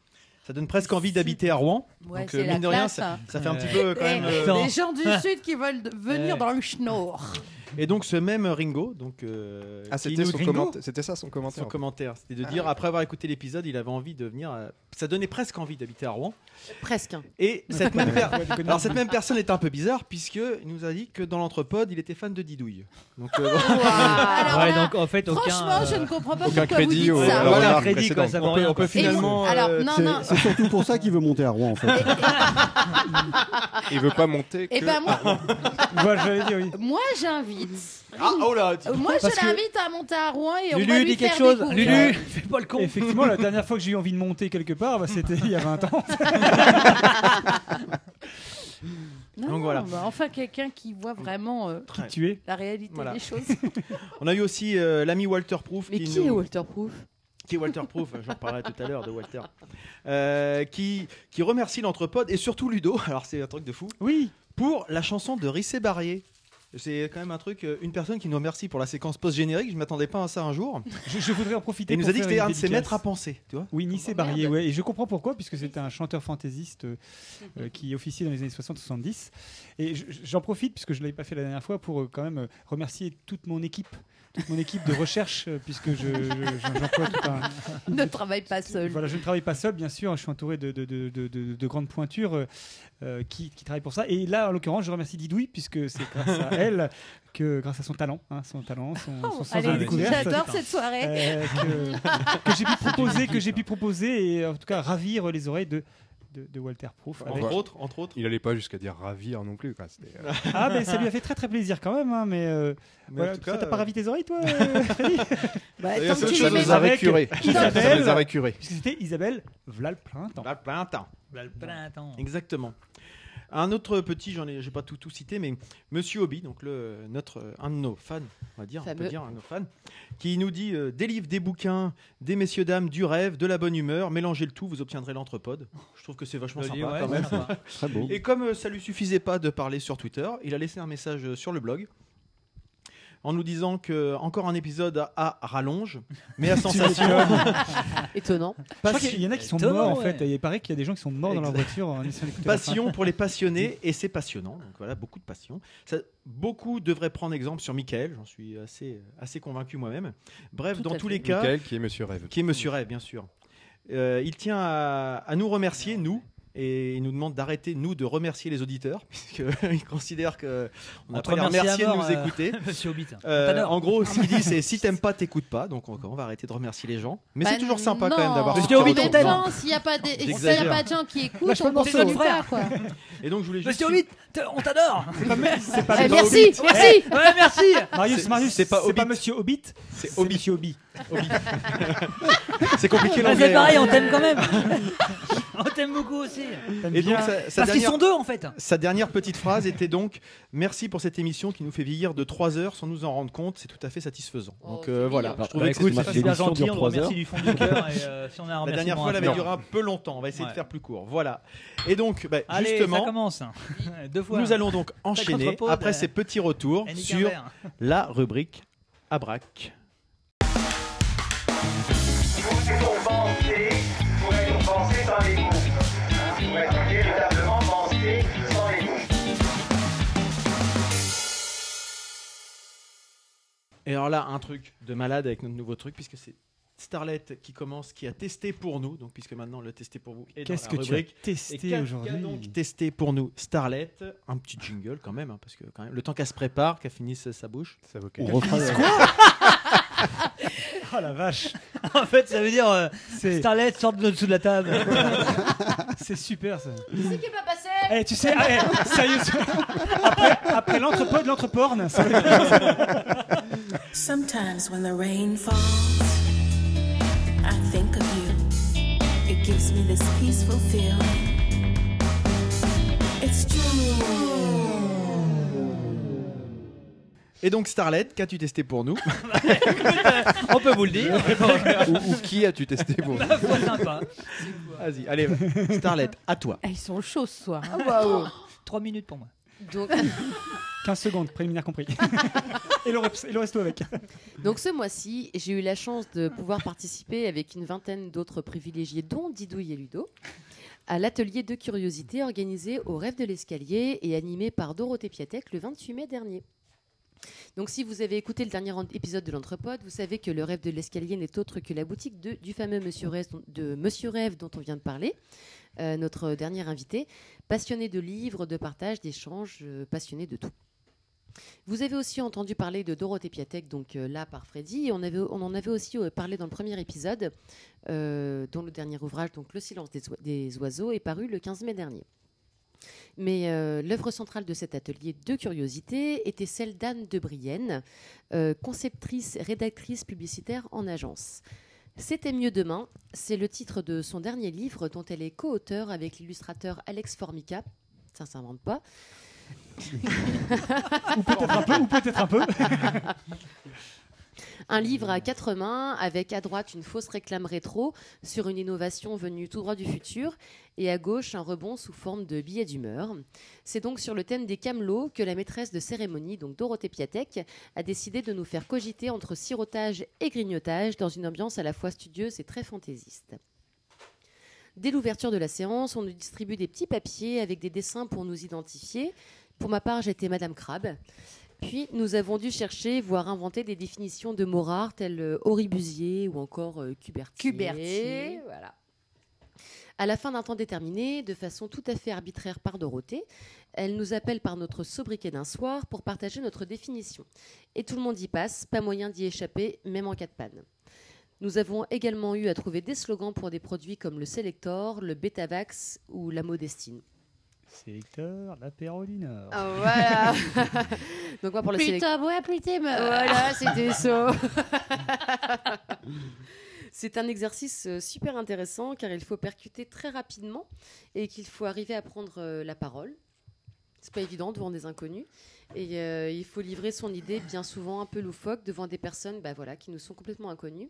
Speaker 6: Ça donne presque envie d'habiter à Rouen.
Speaker 9: Ouais,
Speaker 6: Donc, euh,
Speaker 9: c'est la
Speaker 6: mine de rien,
Speaker 9: classe, hein.
Speaker 6: Ça fait un
Speaker 1: Ouais.
Speaker 6: petit peu quand même.
Speaker 9: Eh,
Speaker 6: euh,
Speaker 1: Non.
Speaker 9: Les
Speaker 6: [LAUGHS]
Speaker 9: gens du sud qui veulent de- venir
Speaker 6: Eh.
Speaker 9: dans le schnorr.
Speaker 6: Et donc ce même Ringo, donc euh,
Speaker 4: Ah,
Speaker 6: qui
Speaker 4: c'était
Speaker 6: nous-
Speaker 4: son
Speaker 6: Ringo,
Speaker 4: commenta- c'était ça son
Speaker 6: son
Speaker 4: commentaire. Ah.
Speaker 6: commentaire, c'était de dire après avoir écouté l'épisode, il avait envie de venir. à- Ça donnait presque envie d'habiter à Rouen.
Speaker 5: Presque. hein.
Speaker 6: Et
Speaker 5: [LAUGHS]
Speaker 6: cette même per-
Speaker 3: Ouais, déconne-
Speaker 6: alors cette même personne est un peu bizarre puisque il nous a dit que dans l'entrepode, il était fan de Didouille. Donc
Speaker 9: [LAUGHS]
Speaker 6: euh, bon,
Speaker 9: Alors
Speaker 1: Ouais,
Speaker 9: là,
Speaker 1: donc en fait, aucun.
Speaker 9: franchement, je
Speaker 1: euh,
Speaker 9: ne comprends pas pourquoi
Speaker 4: Aucun
Speaker 9: vous
Speaker 4: crédit
Speaker 9: dites
Speaker 4: au
Speaker 9: ça.
Speaker 4: à la
Speaker 6: Voilà,
Speaker 4: remarque
Speaker 1: crédit, quoi,
Speaker 4: précédente.
Speaker 1: ça
Speaker 6: on,
Speaker 1: vaut
Speaker 6: peut,
Speaker 1: rien.
Speaker 6: on peut
Speaker 9: Et vous-
Speaker 6: finalement.
Speaker 9: alors
Speaker 6: euh,
Speaker 9: non,
Speaker 2: C'est
Speaker 9: non,
Speaker 2: c'est surtout pour ça qu'il veut monter à Rouen en fait.
Speaker 4: Il veut pas monter.
Speaker 9: Eh
Speaker 4: que
Speaker 9: ben, moi-
Speaker 4: à Rouen.
Speaker 3: Moi, j'allais dire oui.
Speaker 9: Moi, j'invite.
Speaker 6: Ah, oh là
Speaker 9: Euh, Moi,
Speaker 3: Parce
Speaker 9: je
Speaker 3: que-
Speaker 9: l'invite à monter à Rouen et on
Speaker 1: Lulu,
Speaker 9: va
Speaker 1: dis
Speaker 9: lui faire
Speaker 1: quelque chose.
Speaker 9: découvrir.
Speaker 1: Lulu, [LAUGHS] fais pas le con.
Speaker 3: Effectivement, la dernière fois que j'ai eu envie de monter quelque part, bah, c'était il y a 20
Speaker 1: [LAUGHS]
Speaker 3: ans.
Speaker 9: Non,
Speaker 6: Donc
Speaker 9: non,
Speaker 6: voilà.
Speaker 9: bah, enfin, quelqu'un qui voit vraiment euh,
Speaker 6: Qui
Speaker 3: tu es
Speaker 9: la réalité
Speaker 6: Voilà.
Speaker 9: des choses.
Speaker 6: [LAUGHS]
Speaker 9: [LAUGHS]
Speaker 6: On a eu aussi euh, l'ami Walter Proof.
Speaker 5: Mais qui
Speaker 6: nous-
Speaker 5: est Walterproof
Speaker 6: qui est Walter Proof, j'en parlerai tout à l'heure de Walter, Euh, qui, qui remercie l'entrepode et surtout Ludo, [LAUGHS] alors c'est un truc de fou,
Speaker 3: Oui.
Speaker 6: pour la chanson de Rissé Barrier. C'est quand même un truc, euh, une personne qui nous remercie pour la séquence post-générique, je ne m'attendais pas à ça un jour.
Speaker 3: Je, je voudrais en profiter.
Speaker 6: Et il nous
Speaker 3: pour
Speaker 6: a dit que c'était
Speaker 3: faire une
Speaker 6: un de ses
Speaker 3: dédicace.
Speaker 6: maîtres à penser, tu vois.
Speaker 3: Oui, Nice
Speaker 5: Oh,
Speaker 3: est Barrier,
Speaker 5: merde.
Speaker 3: ouais. Et je comprends pourquoi, puisque c'était un chanteur fantaisiste euh,
Speaker 9: Mhm.
Speaker 3: euh, qui officiait dans les années 60-70. Et je- j'en profite, puisque je ne l'avais pas fait la dernière fois, pour euh, quand même euh, remercier toute mon équipe. Toute mon équipe de recherche, euh, puisque je, je- j'en- j'emploie tout
Speaker 9: [LAUGHS]
Speaker 3: un-
Speaker 9: ne travaille pas seul.
Speaker 3: Voilà, je ne travaille pas seul, bien sûr. Je suis entouré de, de, de, de- de- de grandes pointures euh, euh, qui, qui travaillent pour ça. Et là, en l'occurrence, je remercie Didouille, puisque c'est grâce
Speaker 9: [LAUGHS]
Speaker 3: à elle, que, grâce à son talent, hein, son talent, son, son
Speaker 9: Oh,
Speaker 3: sens de la
Speaker 9: allez,
Speaker 3: découverte,
Speaker 9: j'adore cette soirée.
Speaker 3: euh, que, que j'ai pu proposer, que j'ai pu proposer et en tout cas ravir les oreilles de, de, de Walter Proof. avec-
Speaker 6: Entre autres, entre autres.
Speaker 4: Il allait pas jusqu'à dire ravir non plus. quoi, c'était, euh,
Speaker 3: [LAUGHS] Ah ben ça lui a fait très très plaisir quand même, hein, mais, euh,
Speaker 6: Mais
Speaker 3: voilà,
Speaker 6: en tout
Speaker 3: ça
Speaker 6: cas,
Speaker 3: t'as pas
Speaker 6: euh,
Speaker 3: ravi tes
Speaker 6: [LAUGHS]
Speaker 3: oreilles toi euh, Freddy
Speaker 9: [LAUGHS] Bah,
Speaker 6: Et
Speaker 9: tant
Speaker 6: ça,
Speaker 9: que tu les
Speaker 6: ça nous
Speaker 9: mets
Speaker 6: a
Speaker 9: pas-
Speaker 3: avec
Speaker 4: curé. Ça
Speaker 3: Isabelle,
Speaker 4: les avait curés.
Speaker 3: puisque c'était Isabelle V'là le printemps.
Speaker 6: Voilà, plein de temps.
Speaker 1: Printemps.
Speaker 6: Exactement. Un autre petit, j'en ai, j'ai pas tout, tout cité, mais Monsieur Hobby, donc le, notre, euh, un de nos fans, on va dire, on peut
Speaker 5: Fameux.
Speaker 6: dire un de nos fans, qui nous dit euh, des livres, des bouquins, des messieurs dames, du rêve, de la bonne humeur, mélangez le tout, vous obtiendrez l'entrepode. Je trouve que c'est vachement
Speaker 1: Joli,
Speaker 6: sympa
Speaker 1: ouais,
Speaker 6: quand même.
Speaker 1: sympa.
Speaker 6: [LAUGHS]
Speaker 2: Très beau.
Speaker 6: Et comme euh, ça lui suffisait pas de parler sur Twitter, il a laissé un message euh, sur le blog en nous disant que encore un épisode à- à
Speaker 3: [LAUGHS]
Speaker 6: rallonge, mais à sensation.
Speaker 9: [LAUGHS]
Speaker 5: Étonnant.
Speaker 3: Je crois qu'il y en a qui sont morts
Speaker 1: Étonnant,
Speaker 3: en
Speaker 1: ouais.
Speaker 3: fait. Il paraît qu'il y a des gens qui sont morts dans leur voiture en essayant d'écouter la fin.
Speaker 6: Passion pour les passionnés et c'est passionnant. Donc voilà, beaucoup de passion. Ça- beaucoup devraient prendre exemple sur Michael, j'en suis assez, assez convaincu moi-même. Bref,
Speaker 9: Tout
Speaker 6: dans
Speaker 9: à
Speaker 6: tous
Speaker 9: fait.
Speaker 6: les cas,
Speaker 4: Michael, qui est Monsieur Rêve.
Speaker 6: qui est Monsieur Rêve, bien sûr. Euh, il tient à, à nous remercier, nous, et il nous demande d'arrêter, nous, de remercier les auditeurs, [LAUGHS] puisqu'il considère qu'on
Speaker 1: On
Speaker 6: n'a
Speaker 1: te
Speaker 6: pas à les
Speaker 1: remercie
Speaker 6: remercier
Speaker 1: à
Speaker 6: de
Speaker 1: mort,
Speaker 6: nous
Speaker 1: euh,
Speaker 6: écouter.
Speaker 1: Monsieur Hobbit.
Speaker 6: Euh,
Speaker 1: Tanner.
Speaker 6: en gros, ce qu'il dit, c'est si t'aimes pas, t'écoutes pas. Donc on, on va arrêter de remercier les gens. Mais [LAUGHS] c'est
Speaker 9: Bah,
Speaker 6: toujours sympa quand
Speaker 9: non.
Speaker 6: même d'avoir.
Speaker 1: Parce
Speaker 6: ce
Speaker 1: qu'il y a
Speaker 6: petit
Speaker 1: Hobbit,
Speaker 9: Mais
Speaker 1: on
Speaker 6: retour.
Speaker 1: t'aime.
Speaker 9: non, s'il n'y a, pas des- s'il y a
Speaker 6: J'exagère.
Speaker 9: pas de gens qui écoutent,
Speaker 3: Lâche pas
Speaker 9: on
Speaker 3: le
Speaker 9: ne
Speaker 3: morceau.
Speaker 9: continue pas. Quoi.
Speaker 6: Et donc je voulais juste.
Speaker 1: Monsieur Hobbit, te- on t'adore.
Speaker 3: pas
Speaker 9: Eh,
Speaker 3: Hobbit.
Speaker 9: merci, merci.
Speaker 1: Ouais, merci.
Speaker 3: Marius,
Speaker 6: C'est-
Speaker 3: Marius,
Speaker 6: c'est pas Hobbit.
Speaker 3: Monsieur Hobbit,
Speaker 6: C'est
Speaker 3: c'est
Speaker 6: Hobbit. [LAUGHS]
Speaker 3: Monsieur Hobby.
Speaker 6: C'est compliqué
Speaker 1: Bah,
Speaker 6: l'anglais. hein.
Speaker 1: c'est pareil, on t'aime
Speaker 6: [LAUGHS]
Speaker 1: quand même. on t'aime beaucoup aussi.
Speaker 6: Et donc sa, sa
Speaker 1: Parce qu'ils
Speaker 6: dernière,
Speaker 1: sont deux en fait.
Speaker 6: sa dernière petite phrase était donc merci pour cette émission qui nous fait vieillir de 3 heures sans nous en rendre compte. C'est tout à fait satisfaisant.
Speaker 5: Oh,
Speaker 6: donc
Speaker 5: c'est
Speaker 6: euh, voilà.
Speaker 1: Bah,
Speaker 5: mignon.
Speaker 6: Je trouvais que
Speaker 7: Bah, écoute,
Speaker 6: c'était-
Speaker 7: c'est super gentil, on le remercie
Speaker 1: du fond du cœur. Et euh, si on
Speaker 6: [LAUGHS]
Speaker 1: a
Speaker 6: la dernière fois, elle avait duré un peu longtemps. On va essayer
Speaker 1: Ouais.
Speaker 6: de faire plus court. Voilà. Et donc, bah,
Speaker 1: Allez, ça
Speaker 6: justement,
Speaker 1: commence. deux fois.
Speaker 6: nous allons donc enchaîner
Speaker 1: contre-pause,
Speaker 6: après
Speaker 1: euh,
Speaker 6: ces petits retours
Speaker 1: Elle nique un
Speaker 6: sur
Speaker 1: verre.
Speaker 6: la rubrique Abrac. Et alors là, un truc de malade avec notre nouveau truc, puisque c'est Starlet qui commence, qui a testé pour nous, donc puisque maintenant le testé pour vous est dans
Speaker 3: Qu'est-ce
Speaker 6: la
Speaker 3: que tu as
Speaker 6: rubrique. Et
Speaker 3: testé
Speaker 6: qu'a- qu'a
Speaker 3: aujourd'hui
Speaker 6: donc testé pour nous Starlet Un petit jingle quand même, hein, parce que quand même, le temps qu'elle se prépare, qu'elle finisse sa bouche.
Speaker 4: Ça vaut
Speaker 2: On
Speaker 4: qu'elle-
Speaker 2: refera la-
Speaker 3: [LAUGHS] Oh la vache
Speaker 1: [LAUGHS] En fait, ça veut dire euh,
Speaker 3: C'est
Speaker 1: Starlet sort de dessous de
Speaker 6: [LAUGHS]
Speaker 1: la table.
Speaker 3: c'est super ça.
Speaker 8: C'est qui est pas passé
Speaker 3: Eh tu sais, ah,
Speaker 9: [LAUGHS]
Speaker 3: eh, sérieusement, [LAUGHS] après, après l'entrepôt de l'entreporn, ça-
Speaker 10: Sometimes when the rain falls, I think of you. It gives me this peaceful feeling. It's true.
Speaker 6: Et donc Starlet, qu'as-tu testé pour
Speaker 3: [LAUGHS]
Speaker 6: nous
Speaker 3: Bah, euh,
Speaker 1: on peut vous le dire.
Speaker 6: [LAUGHS]
Speaker 4: ou, ou qui as-tu testé pour
Speaker 3: Bah,
Speaker 1: Ma foi, sympa.
Speaker 6: Vas-y, allez, Starlet, à toi.
Speaker 9: Ah, ils sont chauds ce soir. hein.
Speaker 1: Trois minutes pour moi.
Speaker 5: Donc,
Speaker 3: 15 secondes, préliminaire compris. Et le, reps- et le resto avec.
Speaker 5: donc ce mois-ci, j'ai eu la chance de pouvoir participer avec une vingtaine d'autres privilégiés, dont Didouille et Ludo, à l'atelier de curiosité organisé au Rêve de l'Escalier et animé par Dorothée Piatek le 28 mai dernier. Donc si vous avez écouté le dernier en- épisode de l'Entrepode, vous savez que le Rêve de l'Escalier n'est autre que la boutique de- du fameux Monsieur Rêve, dont- de Monsieur Rêve dont on vient de parler, euh, notre dernier invité, passionné de livres, de partage, d'échanges, euh, passionné de tout. Vous avez aussi entendu parler de Dorothée Piatek, donc euh, là par Freddy, et on, avait, on en avait aussi euh, parlé dans le premier épisode, euh, dont le dernier ouvrage, donc Le silence des, oi- des oiseaux, est paru le 15 mai dernier. Mais euh, l'œuvre centrale de cet atelier de curiosité était celle d'Anne de Brienne, euh, conceptrice, rédactrice publicitaire en agence. C'était mieux demain, c'est le titre de son dernier livre dont elle est co-auteur avec l'illustrateur Alex Formica. Ça ne s'invente pas.
Speaker 3: Ou peut-être un peu, ou peut-être un peu.
Speaker 5: Un livre à quatre mains, avec à droite une fausse réclame rétro sur une innovation venue tout droit du futur, et à gauche un rebond sous forme de billet d'humeur. C'est donc sur le thème des camelots que la maîtresse de cérémonie, donc Dorothée Piatek, a décidé de nous faire cogiter entre sirotage et grignotage dans une ambiance à la fois studieuse et très fantaisiste. Dès l'ouverture de la séance, on nous distribue des petits papiers avec des dessins pour nous identifier. Pour ma part, j'étais Madame Crabe. Puis nous avons dû chercher, voire inventer des définitions de mots rares tels euh, oribusier ou encore euh, cubertier.
Speaker 9: Cubertier,
Speaker 5: voilà. À la fin d'un temps déterminé, de façon tout à fait arbitraire par Dorothée, elle nous appelle par notre sobriquet d'un soir pour partager notre définition. Et tout le monde y passe, pas moyen d'y échapper, même en cas de panne. Nous avons également eu à trouver des slogans pour des produits comme le Selector, le Betavax ou la Modestine.
Speaker 3: C'est Victor, l'apéro du Nord.
Speaker 9: Oh.
Speaker 5: Ah, voilà. [LAUGHS] Donc moi pour le
Speaker 9: Plus
Speaker 5: Select-
Speaker 9: t'as bois, plus t'es meurt.
Speaker 5: Voilà, c'était ça. [LAUGHS] C'est un exercice euh, super intéressant car il faut percuter très rapidement et qu'il faut arriver à prendre euh, la parole. C'est pas évident devant des inconnus et euh, il faut livrer son idée bien souvent un peu loufoque devant des personnes bah voilà qui nous sont complètement inconnues.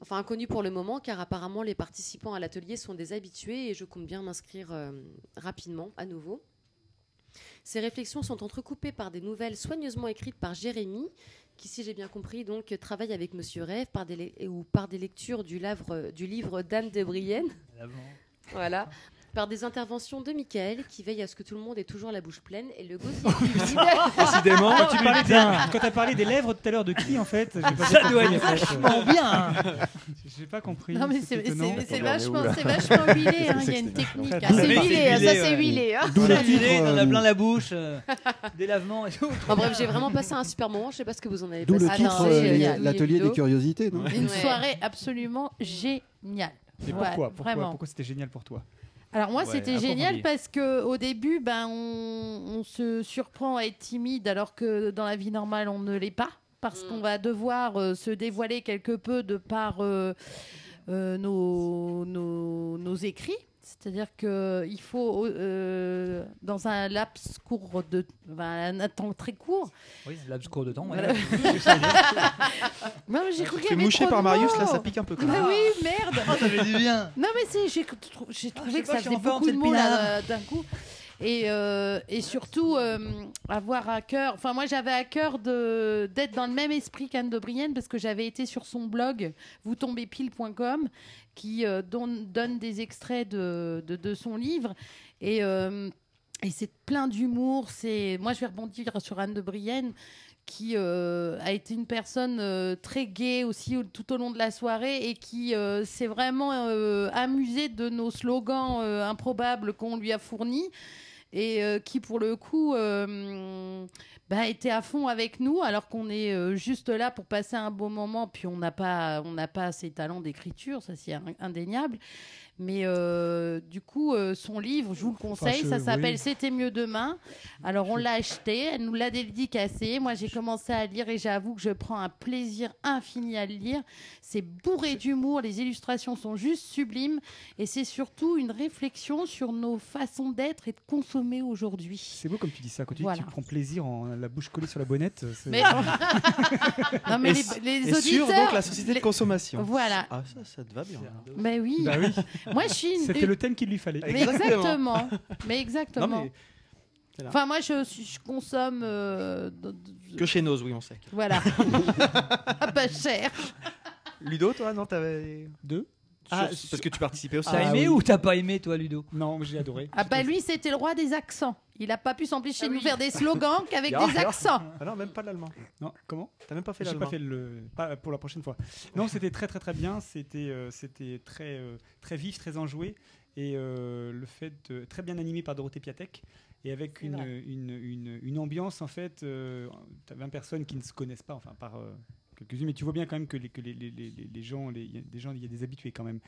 Speaker 5: Enfin inconnues pour le moment car apparemment les participants à l'atelier sont des habitués et je compte bien m'inscrire euh, rapidement à nouveau. Ces réflexions sont entrecoupées par des nouvelles soigneusement écrites par Jérémy, qui, si j'ai bien compris, donc travaille avec Monsieur Rêve par des lec- ou par des lectures du, lavre- du livre d'Anne de Brienne. Voilà. Par des interventions de Michael, qui veille à ce que tout le monde ait toujours la bouche pleine et le [LAUGHS] gossier fluide.
Speaker 3: [LAUGHS] Décidément, quand tu parlais
Speaker 5: Euh,
Speaker 1: Putain.
Speaker 3: des, quand t'as parlé des lèvres tout à l'heure de qui en fait j'ai pas
Speaker 1: Ça
Speaker 3: compris,
Speaker 1: doit
Speaker 3: en
Speaker 1: être
Speaker 3: fait. [LAUGHS]
Speaker 1: vachement bien.
Speaker 3: J'ai pas compris.
Speaker 9: Non, mais c'est-
Speaker 3: étonnant.
Speaker 9: c'est- c'est
Speaker 7: Attendez, on est où,
Speaker 9: vachement,
Speaker 7: là
Speaker 9: c'est vachement huilé, hein, il y a une technique. hein. C'est huilé, hein, ça c'est huilé. hein.
Speaker 2: D'où le
Speaker 1: Voilà,
Speaker 2: titre,
Speaker 1: il en a
Speaker 2: euh,
Speaker 1: plein la bouche,
Speaker 9: [LAUGHS]
Speaker 1: euh, des lavements et tout.
Speaker 5: En bref, j'ai vraiment passé un super moment. Je sais pas ce que vous en avez
Speaker 2: D'où
Speaker 5: passé.
Speaker 2: le
Speaker 9: Ah
Speaker 2: titre,
Speaker 9: non,
Speaker 2: euh,
Speaker 9: c'est
Speaker 2: les-
Speaker 9: génial.
Speaker 2: l'atelier des
Speaker 5: Ludo.
Speaker 2: curiosités. non
Speaker 9: Une
Speaker 5: Ouais.
Speaker 9: soirée absolument géniale.
Speaker 3: Et
Speaker 9: Ouais,
Speaker 3: pourquoi pourquoi,
Speaker 9: Vraiment.
Speaker 3: pourquoi c'était génial pour toi
Speaker 9: Alors moi,
Speaker 7: Ouais,
Speaker 9: c'était
Speaker 7: approfondi.
Speaker 9: génial parce que au début, ben, on, on se surprend à être timide alors que dans la vie normale, on ne l'est pas parce
Speaker 5: Mm.
Speaker 9: qu'on va devoir euh, se dévoiler quelque peu de par euh, euh, nos, nos, nos écrits. C'est-à-dire qu'il faut, euh, dans un laps court, de, ben, un temps très court.
Speaker 1: Oui, l'abscour de temps. ouais. [LAUGHS]
Speaker 9: Voilà. Non, mais j'ai cru qu'il y
Speaker 6: Fait
Speaker 9: avait
Speaker 6: moucher
Speaker 9: trop
Speaker 6: par
Speaker 9: de
Speaker 6: Marius,
Speaker 9: mots.
Speaker 6: là, ça pique un peu quand
Speaker 9: Bah
Speaker 6: même.
Speaker 9: oui, merde
Speaker 1: Oh, t'avais dit bien.
Speaker 9: Non, mais c'est, j'ai, trou- j'ai
Speaker 1: je sais
Speaker 9: trouvé que
Speaker 1: pas,
Speaker 9: ça
Speaker 1: je suis
Speaker 9: faisait
Speaker 1: en forme,
Speaker 9: beaucoup
Speaker 1: c'est
Speaker 9: de
Speaker 1: le
Speaker 9: mots là,
Speaker 1: pinard.
Speaker 9: euh, d'un coup. Et, euh, et surtout, euh, avoir à cœur. Enfin, moi, j'avais à cœur de, d'être dans le même esprit qu'Anne de Brienne parce que j'avais été sur son blog voustombezpile.com qui euh, don- donne des extraits de, de, de son livre. Et. euh, et c'est plein d'humour. C'est moi, je vais rebondir sur Anne de Brienne qui euh, a été une personne euh, très gaie aussi au- tout au long de la soirée et qui euh, s'est vraiment euh, amusée de nos slogans euh, improbables qu'on lui a fournis et euh, qui pour le coup euh, bah, était à fond avec nous alors qu'on est euh, juste là pour passer un bon moment puis on n'a pas on n'a pas ses talents d'écriture ça c'est in- indéniable mais euh, du coup euh, son livre je vous le conseille
Speaker 3: je-
Speaker 9: ça s'appelle
Speaker 3: oui.
Speaker 9: c'était mieux demain alors on l'a acheté elle nous l'a dédicacé moi j'ai commencé à lire et j'avoue que je prends un plaisir infini à le lire c'est bourré d'humour les illustrations sont juste sublimes et c'est surtout une réflexion sur nos façons d'être et de consommer aujourd'hui.
Speaker 3: C'est beau comme tu dis ça, quand tu dis que
Speaker 9: Voilà.
Speaker 3: tu prends plaisir en la bouche collée sur la bonnette. c'est-
Speaker 9: Mais, [LAUGHS] [LAUGHS] non, mais
Speaker 6: Et
Speaker 9: les,
Speaker 6: s-
Speaker 9: les
Speaker 6: Et
Speaker 9: auditeurs.
Speaker 6: sur donc la société de
Speaker 9: les-
Speaker 6: consommation.
Speaker 9: Voilà.
Speaker 6: Ah ça, ça te va bien.
Speaker 9: Mais oui.
Speaker 3: Bah oui,
Speaker 9: Moi, je suis une.
Speaker 3: c'était le thème qu'il lui fallait.
Speaker 9: Mais exactement.
Speaker 6: Exactement.
Speaker 9: Mais exactement.
Speaker 6: Non, mais- Voilà.
Speaker 9: Enfin, moi, je, je consomme. euh, de- de-
Speaker 6: Que chez Nose, oui, on sait. [LAUGHS]
Speaker 9: Voilà. ah, pas cher.
Speaker 6: Ludo, toi, non, t'avais.
Speaker 3: Deux
Speaker 6: Ah, parce que tu participais aussi.
Speaker 1: T'as aimé ou t'as pas aimé, toi, Ludo
Speaker 3: Non, j'ai adoré.
Speaker 9: Ah, bah lui, c'était le roi des accents. Il n'a pas pu s'empêcher
Speaker 5: Ah
Speaker 9: de nous
Speaker 5: oui.
Speaker 9: faire des
Speaker 5: [LAUGHS]
Speaker 9: slogans qu'avec
Speaker 6: Ah,
Speaker 9: des
Speaker 6: alors.
Speaker 9: accents.
Speaker 6: Ah non, même pas l'allemand.
Speaker 3: Non, comment
Speaker 6: T'as même pas fait
Speaker 3: J'ai
Speaker 6: l'allemand.
Speaker 3: pas fait le pas pour la prochaine fois. Non, c'était très très très bien. C'était euh, c'était très euh, très vif, très enjoué et euh, le fait de- très bien animé par Dorothée Piatek et avec
Speaker 9: C'est
Speaker 3: une,
Speaker 9: vrai.
Speaker 3: euh, une, une- une ambiance en fait. Euh, T'as 20 personnes qui ne se connaissent pas, enfin par euh, quelques-unes, mais tu vois bien quand même que les que les, les, les, les- les gens les- il y a des gens il y a des habitués quand même.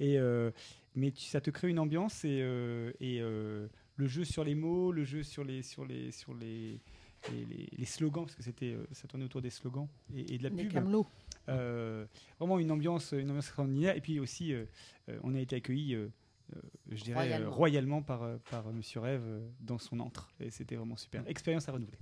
Speaker 3: Et euh, mais tu- ça te crée une ambiance et euh, et euh, le jeu sur les mots, le jeu sur les, sur les, sur les, les, les- les slogans, parce que c'était, euh, ça tournait autour des slogans et, et de la
Speaker 9: Des
Speaker 3: pub.
Speaker 9: camelots.
Speaker 3: Euh, vraiment une ambiance, une ambiance extraordinaire. Et puis aussi, euh, euh, on a été accueillis, euh, euh, je dirais, euh, royalement,
Speaker 9: Royalement.
Speaker 3: par, euh, par Monsieur Rêve euh, dans son antre. Et c'était vraiment super. Expérience à renouveler.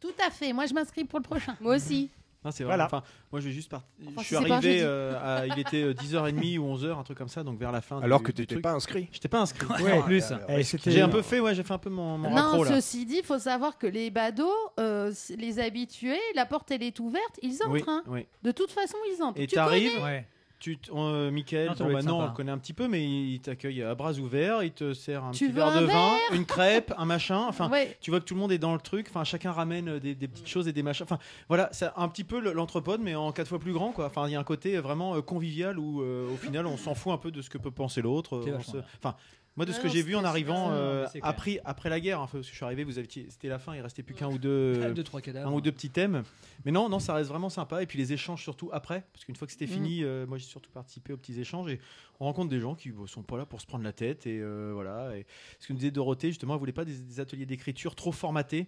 Speaker 9: Tout à fait. Moi, je m'inscris pour le prochain.
Speaker 5: Mm. Moi aussi.
Speaker 6: Non, c'est
Speaker 3: Voilà.
Speaker 6: voilà. Enfin, moi, je vais juste partir.
Speaker 9: Enfin,
Speaker 6: je
Speaker 9: si
Speaker 6: suis
Speaker 9: c'est pas un
Speaker 6: arrivé,
Speaker 9: jeudi.
Speaker 6: euh, à- il était euh, 10h30 ou 11h, un truc comme ça, donc vers la fin.
Speaker 4: Alors
Speaker 6: du-
Speaker 4: que
Speaker 6: du
Speaker 4: t'étais
Speaker 6: truc.
Speaker 4: pas inscrit.
Speaker 6: J'étais pas inscrit.
Speaker 3: Ouais, en plus. Eh, c'était-
Speaker 6: J'ai un peu fait, ouais, j'ai fait un peu mon, mon
Speaker 9: non,
Speaker 6: raccro, là.
Speaker 9: ceci dit, il faut savoir que les badauds, euh, c- les habitués, la porte elle est ouverte, ils entrent.
Speaker 6: Oui,
Speaker 9: hein.
Speaker 6: oui.
Speaker 9: De toute façon, ils entrent.
Speaker 6: Et
Speaker 9: tu
Speaker 6: t'arrives,
Speaker 9: connais
Speaker 6: tu t- euh, Michael,
Speaker 1: Non,
Speaker 6: non,
Speaker 1: ça doit être
Speaker 6: non,
Speaker 1: sympa,
Speaker 6: on le
Speaker 1: hein.
Speaker 6: connaît un petit peu, mais il t'accueille à bras ouverts, il te sert un
Speaker 9: Tu
Speaker 6: petit
Speaker 9: veux
Speaker 6: verre
Speaker 9: un
Speaker 6: de vin,
Speaker 9: verre
Speaker 6: une crêpe, un machin. Enfin,
Speaker 9: Ouais.
Speaker 6: tu vois que tout le monde est dans le truc. Enfin, chacun ramène euh, des, des petites choses et des machins. Enfin, voilà, c'est un petit peu le- l'anthropode, mais en quatre fois plus grand, quoi. Enfin, il y a un côté vraiment euh, convivial où, euh, au final, on s'en fout un peu de ce que peut penser l'autre.
Speaker 1: C'est
Speaker 6: euh, on
Speaker 1: vachement
Speaker 6: se-
Speaker 1: bien.
Speaker 6: Enfin. Moi, de ce
Speaker 9: Ouais,
Speaker 6: que
Speaker 9: non,
Speaker 6: j'ai vu en
Speaker 9: c'était
Speaker 6: arrivant,
Speaker 9: super.
Speaker 6: euh,
Speaker 1: Non, c'est clair.
Speaker 6: après, après la guerre, hein, parce que je suis arrivé, vous étiez, c'était la fin, il restait plus qu'un ou deux, euh,
Speaker 1: [LAUGHS] Deux, trois cadavres.
Speaker 6: un ou deux petits thèmes. Mais non, non, ça reste vraiment sympa. Et puis les échanges surtout après, parce qu'une fois que
Speaker 1: Mm.
Speaker 6: c'était fini, euh, moi j'ai surtout participé aux petits échanges et on rencontre des gens qui ne sont pas là pour se prendre la tête. Et euh, voilà. Et ce que nous disait Dorothée, justement, elle voulait pas des, des ateliers d'écriture trop formatés.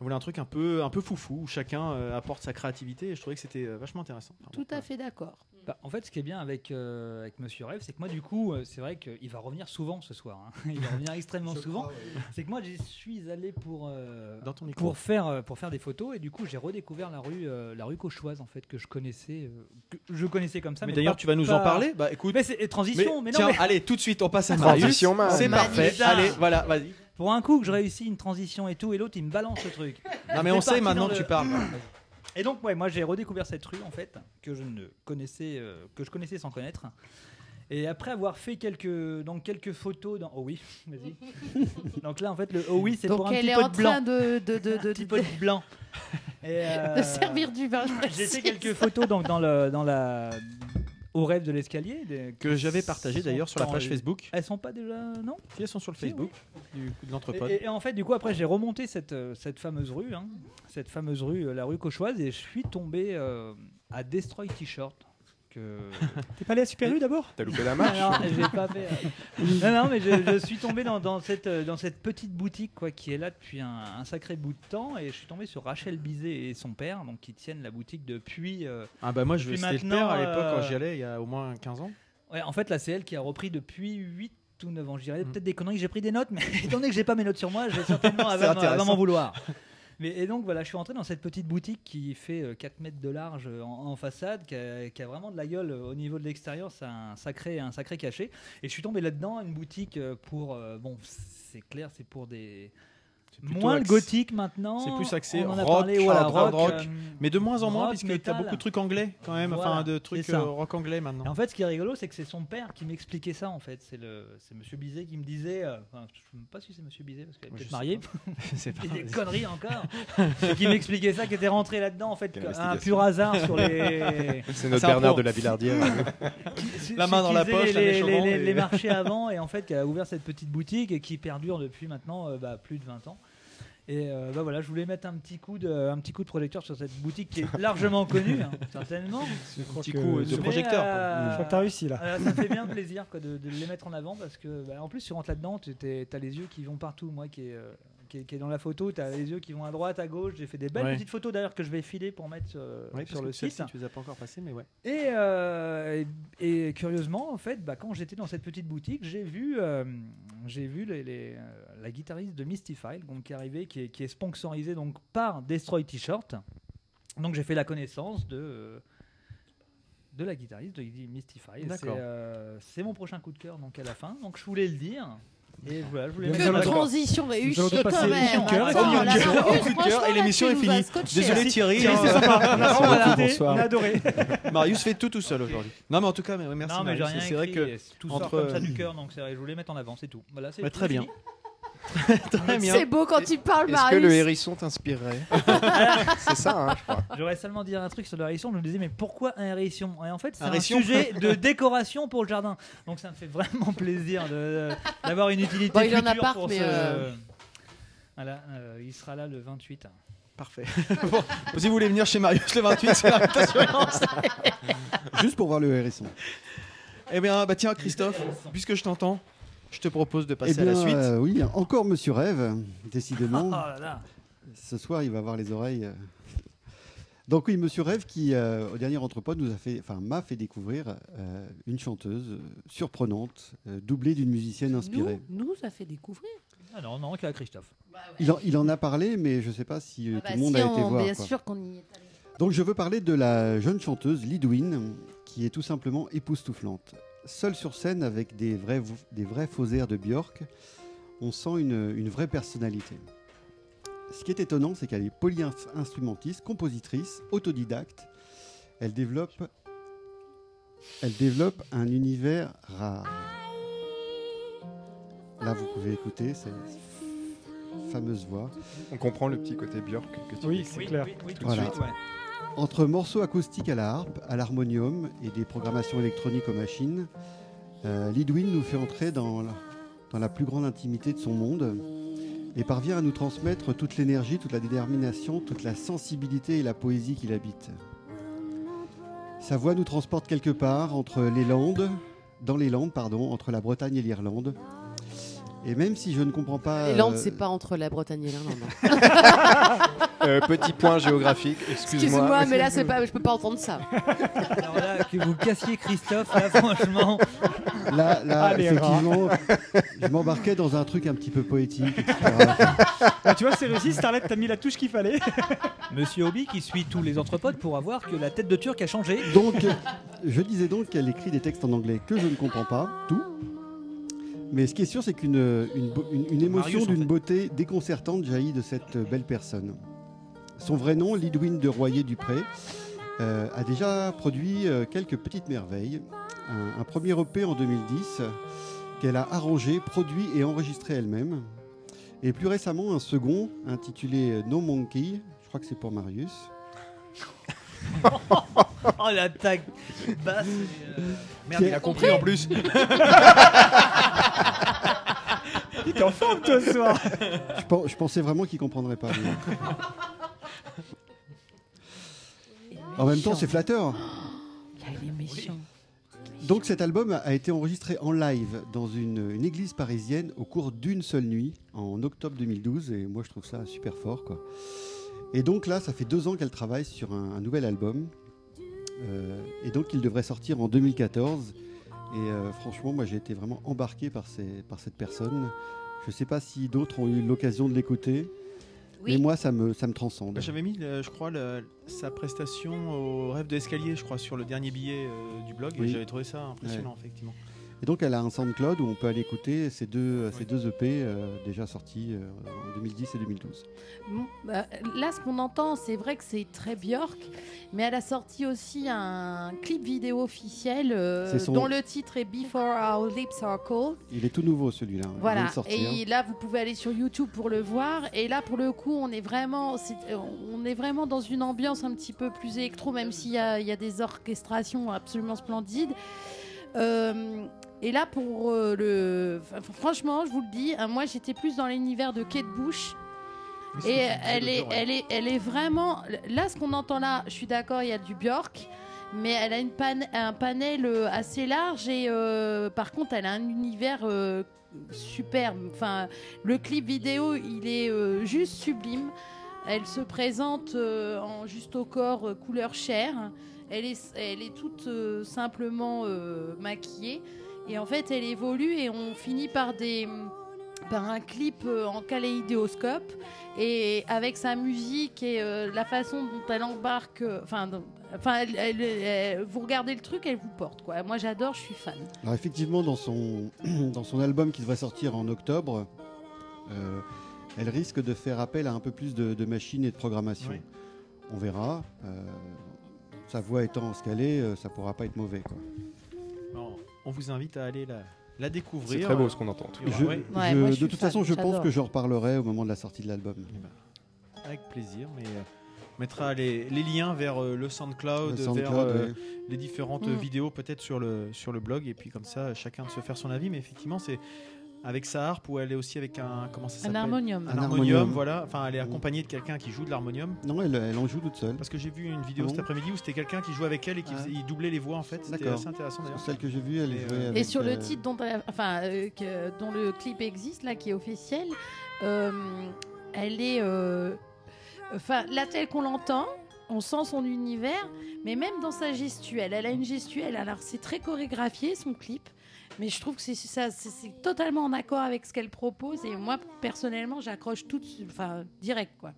Speaker 6: Elle voulait un truc un peu, un peu foufou où chacun euh, apporte sa créativité. Et je trouvais que c'était euh, vachement intéressant. Enfin,
Speaker 9: Tout
Speaker 6: bon,
Speaker 9: à fait d'accord.
Speaker 1: Bah, en fait, ce qui est bien avec, euh, avec Monsieur Rêve, c'est que moi, du coup, euh, c'est vrai qu'il va revenir souvent ce soir. hein. [LAUGHS] Il va revenir extrêmement souvent. C'est que moi, j'y suis allé pour, euh,
Speaker 6: voilà. Dans ton micro.
Speaker 1: pour, faire, euh, pour faire des photos et du coup, j'ai redécouvert la rue, euh, la rue Cauchoise, en fait, que je connaissais, euh, que je connaissais comme ça.
Speaker 6: mais d'ailleurs,
Speaker 1: pas-
Speaker 6: tu vas nous en
Speaker 1: pas-
Speaker 6: parler. Bah écoute.
Speaker 1: Mais c'est et transition, mais, non,
Speaker 6: tiens,
Speaker 1: mais
Speaker 6: allez, tout de suite, on passe à Marius.
Speaker 4: Transition, man.
Speaker 6: C'est parfait.
Speaker 1: Magnifique.
Speaker 6: Allez, voilà, vas-y.
Speaker 1: pour un coup que je réussis une transition et tout, et l'autre, il me balance le truc.
Speaker 6: Non, Ah, mais
Speaker 1: C'est
Speaker 6: on
Speaker 1: parti
Speaker 6: sait maintenant
Speaker 1: dans
Speaker 6: que tu
Speaker 1: le-
Speaker 6: parles.
Speaker 1: [CLEARS THROAT] Et donc, ouais, moi, j'ai redécouvert cette rue, en fait, que je ne connaissais, euh, que je connaissais sans connaître. Et après avoir fait quelques, donc quelques photos dans. Oh oui, [LAUGHS] vas-y. donc là, en fait, le oh oui, c'est
Speaker 9: Donc
Speaker 1: pour un
Speaker 9: elle
Speaker 1: petit
Speaker 9: est
Speaker 1: peu
Speaker 9: en
Speaker 1: de blanc.
Speaker 9: train de, de, de, de,
Speaker 1: Un petit peu
Speaker 9: [LAUGHS]
Speaker 1: de blanc. Et, euh,
Speaker 9: de servir du vin. je
Speaker 1: [LAUGHS] J'ai fait
Speaker 9: précise.
Speaker 1: quelques photos donc, dans, le, dans la. Au rêve de l'escalier. des-
Speaker 6: Que j'avais partagé d'ailleurs sur la
Speaker 1: sont
Speaker 6: page
Speaker 1: en-
Speaker 6: Facebook.
Speaker 1: Elles sont pas déjà. Non
Speaker 6: Si, elles sont sur le
Speaker 1: Si, oui.
Speaker 6: Facebook du- de
Speaker 1: Et-
Speaker 6: l'anthropode.
Speaker 1: Et, et en fait, du coup, après, j'ai remonté cette, euh, cette fameuse rue, hein, cette fameuse rue, euh, la rue Cauchoise, et je suis tombé euh, à Destroy T-shirt. Que...
Speaker 3: [LAUGHS] T'es pas allé à Super U d'abord
Speaker 4: T'as loupé la
Speaker 1: non,
Speaker 4: marche
Speaker 1: non, j'ai pas fait,
Speaker 3: [LAUGHS]
Speaker 1: euh, non, non, mais je, je suis tombé dans, dans cette, euh, dans cette petite boutique quoi, qui est là depuis un, un sacré bout de temps, et je suis tombé sur Rachel Bizet et son père, donc qui tiennent la boutique depuis. euh,
Speaker 6: Ah bah moi je
Speaker 1: Depuis
Speaker 6: c'était le
Speaker 1: maintenant,
Speaker 6: père à l'époque quand
Speaker 1: euh,
Speaker 6: j'y allais il y a au moins 15 ans.
Speaker 1: ouais, en fait, là, c'est elle qui a repris depuis 8 ou 9 ans. Je dirais
Speaker 6: Mm.
Speaker 1: peut-être des conneries, j'ai pris des notes, mais [LAUGHS] étant donné que j'ai pas mes notes sur moi, j'ai certainement à
Speaker 6: [LAUGHS] C'est
Speaker 1: va m'en- à va
Speaker 6: intéressant.
Speaker 1: m'en vouloir. Mais, et donc voilà, je suis rentré dans cette petite boutique qui fait euh, 4 mètres de large euh, en, en façade, qui a, qui a vraiment de la gueule euh, au niveau de l'extérieur, c'est un sacré, un sacré cachet. Et je suis tombé là-dedans, une boutique euh, pour... euh, bon, c'est clair, c'est pour des...
Speaker 6: C'est plutôt
Speaker 1: Moins le
Speaker 6: axé-
Speaker 1: gothique maintenant.
Speaker 6: c'est plus axé
Speaker 1: on en a
Speaker 6: rock,
Speaker 1: parlé, voilà,
Speaker 6: hard
Speaker 1: rock,
Speaker 6: rock,
Speaker 1: euh,
Speaker 6: Mais de moins en moins
Speaker 1: Rock,
Speaker 6: puisque t'as
Speaker 1: métal.
Speaker 6: beaucoup de trucs anglais quand même, enfin
Speaker 1: Voilà,
Speaker 6: de trucs
Speaker 1: c'est ça.
Speaker 6: euh, rock anglais
Speaker 1: Et
Speaker 6: maintenant.
Speaker 1: en fait, ce qui est rigolo, c'est que c'est son père qui m'expliquait ça. En fait, c'est le, c'est Monsieur Bizet qui me disait. euh, enfin, je ne sais même pas si c'est Monsieur Bizet parce qu'il est
Speaker 6: Moi, je
Speaker 1: peut-être
Speaker 6: sais
Speaker 1: marié. [LAUGHS]
Speaker 6: c'est pas [LAUGHS]
Speaker 1: Il fait des conneries encore. Et qui m'expliquait ça, qui était rentré là-dedans en fait,
Speaker 7: Quelle
Speaker 1: comme un
Speaker 7: investigation.
Speaker 1: pur hasard sur les.
Speaker 4: [LAUGHS] C'est notre
Speaker 6: C'est un
Speaker 4: Bernard
Speaker 6: pro.
Speaker 4: de la Villardière. hein.
Speaker 1: [LAUGHS]
Speaker 6: [LAUGHS] La main dans la
Speaker 1: Qui faisait
Speaker 6: poche, la
Speaker 1: les,
Speaker 6: mèche au
Speaker 1: les-
Speaker 6: vent,
Speaker 1: les-
Speaker 6: et- [LAUGHS]
Speaker 1: les marchés avant et en fait qui a ouvert cette petite boutique et qui perdure depuis maintenant euh, bah, plus de 20 ans. Et euh, bah voilà, je voulais mettre un petit coup de, un petit coup de projecteur sur cette boutique
Speaker 6: [LAUGHS]
Speaker 1: qui est largement connue, hein, certainement.
Speaker 3: Je crois
Speaker 6: petit
Speaker 3: que-
Speaker 6: coup, euh,
Speaker 3: je
Speaker 6: de
Speaker 1: Mais,
Speaker 3: crois-
Speaker 6: projecteur, quoi.
Speaker 3: je
Speaker 1: euh,
Speaker 3: crois que t'as réussi là.
Speaker 1: Euh, ça me fait
Speaker 3: [LAUGHS]
Speaker 1: bien plaisir quoi, de, de les mettre en avant parce que bah, en plus tu rentres là-dedans, tu t'es- t'as les yeux qui vont partout. Moi qui est, euh, qui est, qui est dans la photo, t'as les yeux qui vont à droite, à gauche. J'ai fait des belles
Speaker 6: Ouais.
Speaker 1: petites photos d'ailleurs que je vais filer pour mettre euh,
Speaker 6: Oui,
Speaker 1: sur le site.
Speaker 6: tu les as pas encore passés mais ouais.
Speaker 1: Et, euh, et, et curieusement, en fait, bah, quand j'étais dans cette petite boutique, j'ai vu, euh, j'ai vu les, les, euh, la guitariste de Mystify, donc qui est arrivée, qui est, qui est sponsorisée donc par Destroy T-shirt. Donc j'ai fait la connaissance de euh, de la guitariste de Mystify. Et C'est
Speaker 6: D'accord.
Speaker 1: euh, c'est mon prochain coup de cœur donc à la fin. Donc je voulais le dire. Et voilà, je voulais
Speaker 3: Que de
Speaker 1: mettre en
Speaker 9: Que
Speaker 1: avant.
Speaker 3: trans-
Speaker 9: transition réussie
Speaker 3: allons
Speaker 9: quand
Speaker 3: passer au
Speaker 9: même.
Speaker 3: coup de cœur.
Speaker 9: Attends,
Speaker 6: Au coup de
Speaker 9: là,
Speaker 6: cœur,
Speaker 9: Marcus,
Speaker 6: au coup de cœur, et
Speaker 9: franchement, là,
Speaker 6: l'émission
Speaker 9: tu
Speaker 6: est
Speaker 9: nous
Speaker 6: finie.
Speaker 9: as scotché,
Speaker 6: Désolé
Speaker 9: hein.
Speaker 6: Thierry,
Speaker 3: Thierry,
Speaker 6: hein,
Speaker 3: c'est sympa. Merci
Speaker 6: on a
Speaker 3: beaucoup,
Speaker 6: raté,
Speaker 3: bonsoir.
Speaker 1: On a adoré.
Speaker 6: Marius fait tout tout seul aujourd'hui. Non mais en tout cas mais ouais, merci
Speaker 1: non mais j'ai
Speaker 6: Marius,
Speaker 1: rien
Speaker 6: c'est vrai
Speaker 1: écrit,
Speaker 6: que
Speaker 1: et tout
Speaker 6: entre- euh,
Speaker 1: sort comme ça du cœur donc c'est vrai, je voulais mettre en avant, c'est tout. Voilà, c'est
Speaker 6: Bah,
Speaker 1: tout,
Speaker 6: très
Speaker 1: c'est
Speaker 6: bien. [LAUGHS]
Speaker 1: fini.
Speaker 6: [LAUGHS] très bien.
Speaker 5: C'est beau quand tu parles,
Speaker 4: Est-ce que le
Speaker 5: Marius.
Speaker 4: hérisson
Speaker 3: [LAUGHS]
Speaker 4: t'inspirait [LAUGHS] C'est ça, hein, je crois.
Speaker 1: J'aurais seulement dit un truc sur le hérisson, je me disais mais pourquoi un hérisson Et en fait c'est
Speaker 6: Un
Speaker 1: un,
Speaker 6: hérisson [LAUGHS]
Speaker 1: sujet de décoration pour le jardin. Donc ça me fait vraiment plaisir de- euh, d'avoir une utilité
Speaker 5: Bon, il en a
Speaker 1: future
Speaker 5: part,
Speaker 1: pour
Speaker 5: mais,
Speaker 1: ce-
Speaker 5: euh,
Speaker 1: Voilà, euh, il sera là le 28. [LAUGHS]
Speaker 6: Parfait. Bon, si vous voulez venir chez Marius [LAUGHS] le 28, c'est l'invitation est lancée.
Speaker 2: [LAUGHS] Juste pour voir le hérisson.
Speaker 6: Eh bien bah tiens Christophe, puisque je t'entends, Je te propose de
Speaker 2: Eh
Speaker 6: passer
Speaker 2: bien,
Speaker 6: à la suite.
Speaker 2: euh, oui, encore Monsieur Rêve, décidément.
Speaker 1: Oh
Speaker 6: Ah.
Speaker 1: là là.
Speaker 2: Ce soir, il va avoir les oreilles. euh. Donc oui, Monsieur Rêve qui, euh, au dernier entrepôt, nous a fait, enfin, m'a fait découvrir euh, une chanteuse euh, surprenante, euh, doublée d'une musicienne inspirée.
Speaker 9: Nous, nous, ça fait découvrir.
Speaker 1: Ah non, non, qu'à Christophe.
Speaker 2: Il, en, il en a parlé, mais je ne sais pas si euh,
Speaker 9: Ah
Speaker 2: tout
Speaker 9: bah
Speaker 2: le monde
Speaker 9: si,
Speaker 2: a été
Speaker 9: on-
Speaker 2: voir.
Speaker 9: Bien
Speaker 2: quoi.
Speaker 9: sûr qu'on y est.
Speaker 2: Donc je veux parler de la jeune chanteuse Lidwin, qui est tout simplement époustouflante. Seule sur scène avec des vrais, vo- des vrais faux airs de Björk, on sent une, une vraie personnalité. Ce qui est étonnant, c'est qu'elle est polyinstrumentiste, compositrice, autodidacte. Elle développe, elle développe un univers rare. Là, vous pouvez écouter cette fameuse voix.
Speaker 4: On comprend le petit côté Björk que tu
Speaker 3: Oui,
Speaker 4: décris.
Speaker 3: c'est clair.
Speaker 2: Voilà.
Speaker 3: [LAUGHS]
Speaker 2: Entre morceaux acoustiques à la harpe, à l'harmonium et des programmations électroniques aux machines, euh, Lidwin nous fait entrer dans la, dans la plus grande intimité de son monde et parvient à nous transmettre toute l'énergie, toute la détermination, toute la sensibilité et la poésie qu'il habite. Sa voix nous transporte quelque part entre les Landes, dans les Landes, pardon, entre la Bretagne et l'Irlande. Et même si je ne comprends pas.
Speaker 5: Les Landes,
Speaker 2: euh,
Speaker 5: c'est pas entre la Bretagne et l'Irlande. hein.
Speaker 6: [LAUGHS]
Speaker 4: Euh, petit point géographique, excuse-moi.
Speaker 5: Excuse-moi, mais là, c'est pas, je peux pas entendre ça.
Speaker 1: Alors là, que vous cassiez Christophe,
Speaker 6: [LAUGHS]
Speaker 1: là, franchement.
Speaker 2: Là, là,
Speaker 1: Ah, les rats. [LAUGHS]
Speaker 2: effectivement, je m'embarquais dans un truc un petit peu poétique, etc.
Speaker 3: Ah, tu vois, c'est réussi, Starlet, t'as mis la touche qu'il fallait.
Speaker 1: [LAUGHS] Monsieur Hobby qui suit tous les entrepotes pour avoir que la tête de Turc a changé.
Speaker 2: Donc, je disais donc qu'elle écrit des textes en anglais que je ne comprends pas, tout. Mais ce qui est sûr, c'est qu'une une beau- une- une émotion
Speaker 1: Marius, en
Speaker 2: d'une
Speaker 1: fait.
Speaker 2: beauté déconcertante jaillit de cette belle personne. Son vrai nom, Lidwin de Royer-Dupré, euh, a déjà produit euh, quelques petites merveilles. Un, un premier EP en 2010 euh, qu'elle a arrangé, produit et enregistré elle-même. Et plus récemment, un second intitulé No Monkey, je crois que c'est pour Marius.
Speaker 1: [LAUGHS] Oh l'attaque basse. et, euh,
Speaker 6: Merde, il a compris en [LAUGHS] plus.
Speaker 3: [LAUGHS] Il était en forme, toi, ce soir.
Speaker 2: Je, pen- je pensais vraiment qu'il comprendrait pas.
Speaker 3: [LAUGHS]
Speaker 2: mais- en même temps, c'est flatteur.
Speaker 9: Là, il est méchant.
Speaker 2: Donc cet album a- a été enregistré en live dans une, une église parisienne au cours d'une seule nuit en octobre 2012 et moi je trouve ça super fort quoi. Et donc là ça fait deux ans qu'elle travaille sur un, un nouvel album Euh, et donc il devrait sortir en 2014 et euh, franchement moi j'ai été vraiment embarqué par, ces- par cette personne. Je sais pas si d'autres ont eu l'occasion de l'écouter
Speaker 9: Oui.
Speaker 2: mais moi ça me, ça me transcende.
Speaker 6: J'avais mis, euh, je crois, le- sa prestation au rêve de l'escalier, je crois, sur le dernier billet euh, du blog.
Speaker 2: Oui.
Speaker 6: Et j'avais trouvé ça impressionnant, effectivement.
Speaker 2: Et donc elle a un SoundCloud où on peut aller écouter ces deux, ces deux EP euh, déjà sortis euh, en 2010 et 2012.
Speaker 9: Bon, bah, Là, ce qu'on entend, c'est vrai que c'est très Björk, mais elle a sorti aussi un clip vidéo officiel euh,
Speaker 2: C'est son-
Speaker 9: dont le titre est Before Our Lips Are Cold.
Speaker 2: Il est tout nouveau celui-là. hein. Il vient
Speaker 9: Voilà.
Speaker 2: de sortir.
Speaker 9: Et là, vous pouvez aller sur YouTube pour le voir. Et là, pour le coup, on est vraiment, c'est- euh, on est vraiment dans une ambiance un petit peu plus électro, même s'il y, a- il y a des orchestrations absolument splendides. Euh, et là, pour euh, le, enfin, franchement, je vous le dis, hein, moi, j'étais plus dans l'univers de Kate Bush. Et elle est, elle, est, elle est vraiment. Là, ce qu'on entend là, je suis d'accord, il y a du Björk, mais elle a une pan- un panel euh, assez large et euh, par contre, elle a un univers euh, superbe. Enfin, le clip vidéo, il est euh, juste sublime. Elle se présente euh, en juste au corps euh, couleur chair. Elle est, elle est toute euh, simplement euh, maquillée. Et en fait, elle évolue et on finit par des par un clip euh, en kaléidoscope et avec sa musique et euh, la façon dont elle embarque euh, enfin dont- enfin elle- elle- elle- vous regardez le truc elle vous porte quoi moi j'adore je suis fan
Speaker 2: Alors effectivement, dans son, [CLEARS THROAT] dans son album qui devrait sortir en octobre, euh, elle risque de faire appel à un peu plus de, de machines et de programmation.
Speaker 6: Oui.
Speaker 2: On verra. euh, sa voix étant ce qu'elle est, euh, ça pourra pas être mauvais. quoi.
Speaker 6: Alors, on vous invite à aller la, la découvrir. euh,
Speaker 4: C'est très beau ce qu'on entend.
Speaker 6: Il y aura-
Speaker 2: Je-
Speaker 6: ouais,
Speaker 9: Ouais,
Speaker 2: je-
Speaker 9: moi, je
Speaker 2: de
Speaker 9: suis
Speaker 2: toute
Speaker 9: fan,
Speaker 2: façon, je pense
Speaker 9: j'adore.
Speaker 2: que je reparlerai au moment de la sortie de l'album.
Speaker 6: Eh ben. avec plaisir, mais euh, on mettra les, les liens vers euh, le SoundCloud,
Speaker 2: Le
Speaker 6: vers
Speaker 2: SoundCloud,
Speaker 6: euh,
Speaker 2: ouais.
Speaker 6: les différentes
Speaker 9: Mm.
Speaker 6: vidéos peut-être sur le, sur le blog, et puis comme ça, chacun de se faire son avis. Mais effectivement, c'est avec sa harpe ou elle est aussi avec un comment ça
Speaker 9: Un
Speaker 6: s'appelle
Speaker 9: harmonium.
Speaker 6: Un,
Speaker 9: Un
Speaker 6: harmonium,
Speaker 2: harmonium. Mm.
Speaker 6: voilà. Enfin, elle est accompagnée de quelqu'un qui joue de l'harmonium.
Speaker 2: Non, elle, elle en joue toute seule.
Speaker 6: Parce que j'ai vu une vidéo
Speaker 2: Ah bon Ah.
Speaker 6: cet après-midi où c'était quelqu'un qui jouait avec elle et qui faisait- il doublait les voix en fait. C'était
Speaker 2: D'accord.
Speaker 6: assez intéressant d'ailleurs.
Speaker 2: Celle que j'ai vue, elle
Speaker 6: Et,
Speaker 2: jouait.
Speaker 6: euh,
Speaker 9: Et
Speaker 2: avec,
Speaker 9: sur
Speaker 2: euh,
Speaker 9: le titre dont, elle a- enfin, euh, que- dont le clip existe, là, qui est officiel, euh, elle est. euh, Enfin, là, telle qu'on l'entend, on sent son univers, mais même dans sa gestuelle. Elle a une gestuelle, alors c'est très chorégraphié son clip, mais je trouve que c'est ça, c'est- c'est totalement en accord avec ce qu'elle propose, et moi, personnellement, j'accroche tout de suite, enfin, direct, quoi.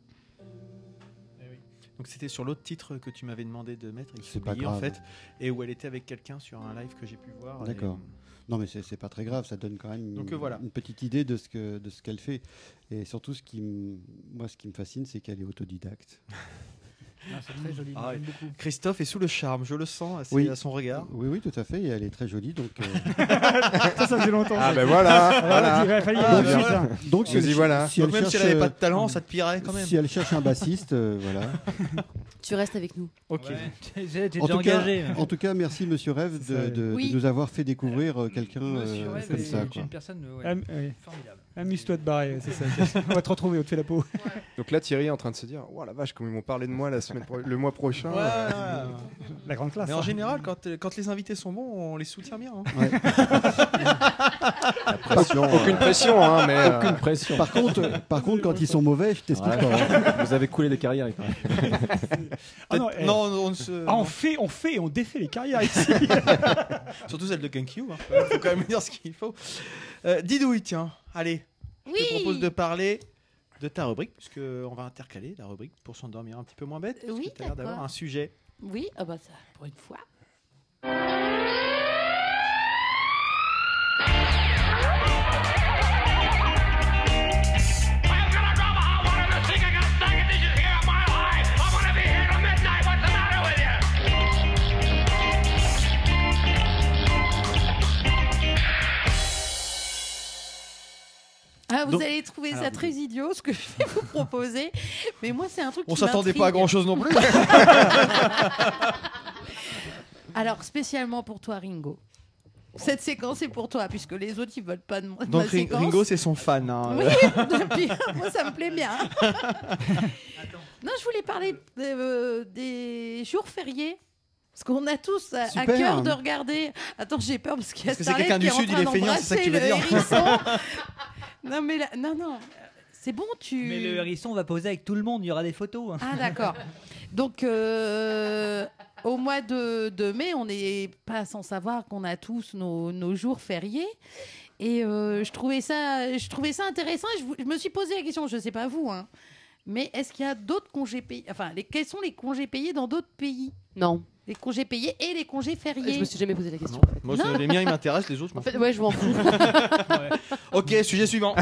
Speaker 6: Donc c'était sur l'autre titre que tu m'avais demandé de mettre et que j'ai
Speaker 2: pas
Speaker 6: oublié, en
Speaker 2: grave.
Speaker 6: fait, et où elle était avec quelqu'un sur un live que j'ai pu voir. et-
Speaker 2: D'accord. Non, mais c'est c'est pas très grave, ça donne quand même
Speaker 6: Donc,
Speaker 2: une,
Speaker 6: euh, voilà.
Speaker 2: une petite idée de ce que- de ce qu'elle fait. Et surtout, ce qui me- moi, ce qui me fascine, c'est qu'elle est autodidacte.
Speaker 3: c'est très joli.
Speaker 6: Ah ouais. Christophe est sous le charme, je le sens, c'est à son regard.
Speaker 2: Oui, oui, tout à fait. Et elle est très jolie, donc. euh,
Speaker 6: [LAUGHS]
Speaker 3: ça, ça faisait longtemps.
Speaker 4: Ah, ben voilà,
Speaker 6: bah,
Speaker 3: Alors,
Speaker 4: voilà.
Speaker 3: il dirait, fallait y
Speaker 4: Ah,
Speaker 3: aller
Speaker 4: bien.
Speaker 3: tout de suite, hein.
Speaker 2: Donc, si
Speaker 4: Vas-y,
Speaker 2: elle,
Speaker 4: voilà.
Speaker 2: si
Speaker 6: Donc
Speaker 2: elle
Speaker 6: même
Speaker 2: cherche,
Speaker 6: si elle avait
Speaker 2: euh,
Speaker 6: pas de talent, ça te plierait quand même.
Speaker 2: si elle cherche un bassiste, euh, voilà.
Speaker 5: Tu restes avec nous.
Speaker 6: Ok.
Speaker 1: J'ai été
Speaker 2: En tout, cas,
Speaker 1: engagé.
Speaker 2: en tout cas, merci Monsieur Rêve
Speaker 3: ça.
Speaker 2: de, de- de
Speaker 9: Oui.
Speaker 2: nous avoir fait découvrir euh, quelqu'un
Speaker 1: Monsieur
Speaker 2: euh,
Speaker 1: Webb
Speaker 2: comme
Speaker 1: est-
Speaker 2: ça.
Speaker 1: est
Speaker 2: quoi.
Speaker 1: une personne euh, ouais,
Speaker 3: Am- ouais.
Speaker 1: formidable.
Speaker 3: Amuse-toi de barrer, c'est ça.
Speaker 1: [LAUGHS]
Speaker 3: On va te retrouver, on te fait la peau.
Speaker 4: Donc là, Thierry est en train de se dire Ouah la vache, comme ils m'ont parlé de moi la semaine pro- le mois prochain.
Speaker 6: Ouais, ouais, ouais.
Speaker 3: La grande classe.
Speaker 6: Mais en
Speaker 3: hein.
Speaker 6: général, quand, euh, quand les invités sont bons, on les soutient bien. hein.
Speaker 4: [LAUGHS]
Speaker 7: Pression, euh,
Speaker 4: Aucune pression, hein, mais. euh,
Speaker 7: aucune pression.
Speaker 2: Par contre, euh, par contre, quand ils sont mauvais, je t'explique
Speaker 7: Ouais.
Speaker 2: pas. hein.
Speaker 7: Vous avez coulé des carrières, il paraît.
Speaker 4: euh.
Speaker 3: Ah non,
Speaker 6: Peut-être-
Speaker 3: eh.
Speaker 6: non, on ne se.
Speaker 3: Ah, on fait, on fait, et on défait les carrières ici.
Speaker 6: Ah, [LAUGHS] Surtout celle de Kenkyu. Il faut quand même dire ce qu'il faut. Euh, Didouille, tiens, allez. Je te propose de parler de ta rubrique, puisque on va intercaler la rubrique pour s'endormir un petit peu moins bête.
Speaker 9: Euh,
Speaker 6: parce
Speaker 9: oui,
Speaker 6: que t'as l'air
Speaker 9: d'accord.
Speaker 6: d'avoir un sujet.
Speaker 9: Oui, ah bah ça, pour une fois. Ah, vous
Speaker 6: Donc-
Speaker 9: allez trouver ça très idiot ce que je vais vous proposer, mais moi c'est un truc
Speaker 6: On
Speaker 9: qui
Speaker 6: s'attendait pas à
Speaker 9: m'intrigue.
Speaker 6: grand chose non plus.
Speaker 9: [LAUGHS] Alors, spécialement pour toi, Ringo. Cette séquence est pour toi, puisque les autres, ils veulent pas de moi. de
Speaker 6: Donc
Speaker 9: ma
Speaker 6: Ring-
Speaker 9: séquence.
Speaker 6: Ringo, c'est son fan. hein.
Speaker 9: Bah, Oui, depuis, moi, ça me plaît
Speaker 6: [LAUGHS]
Speaker 9: bien. non, je voulais parler euh, des jours fériés. Parce qu'on a tous à, à
Speaker 2: Super.
Speaker 9: cœur de regarder. Attends, j'ai peur parce qu'il y a
Speaker 6: Parce que c'est
Speaker 9: Starlet
Speaker 6: quelqu'un
Speaker 9: qui
Speaker 6: du
Speaker 9: est en
Speaker 6: Sud, il
Speaker 9: train
Speaker 6: est feignant, c'est ça que tu veux
Speaker 9: d'embrasser
Speaker 6: dire.
Speaker 9: le hérisson. non, mais là, non, non. C'est bon, tu.
Speaker 1: [LAUGHS] Mais le hérisson va poser avec tout le monde, il y aura des photos. hein.
Speaker 9: Ah
Speaker 1: [LAUGHS]
Speaker 9: d'accord. Donc euh, au mois de, de mai, on n'est pas sans savoir qu'on a tous nos, nos jours fériés. Et euh, je trouvais ça, je trouvais ça intéressant. Je, vous- je me suis posé la question. Je ne sais pas vous, hein, mais est-ce qu'il y a d'autres congés payés Enfin, les, quels sont les congés payés dans d'autres pays
Speaker 5: Non,
Speaker 9: Les congés payés et les congés fériés.
Speaker 5: je me suis jamais posé la question.
Speaker 6: Non. Moi, c'est- les miens, ils m'intéressent, les autres, je m'en
Speaker 5: En fait, ouais, je m'en fous.
Speaker 6: fous. [LAUGHS] Ok, sujet suivant.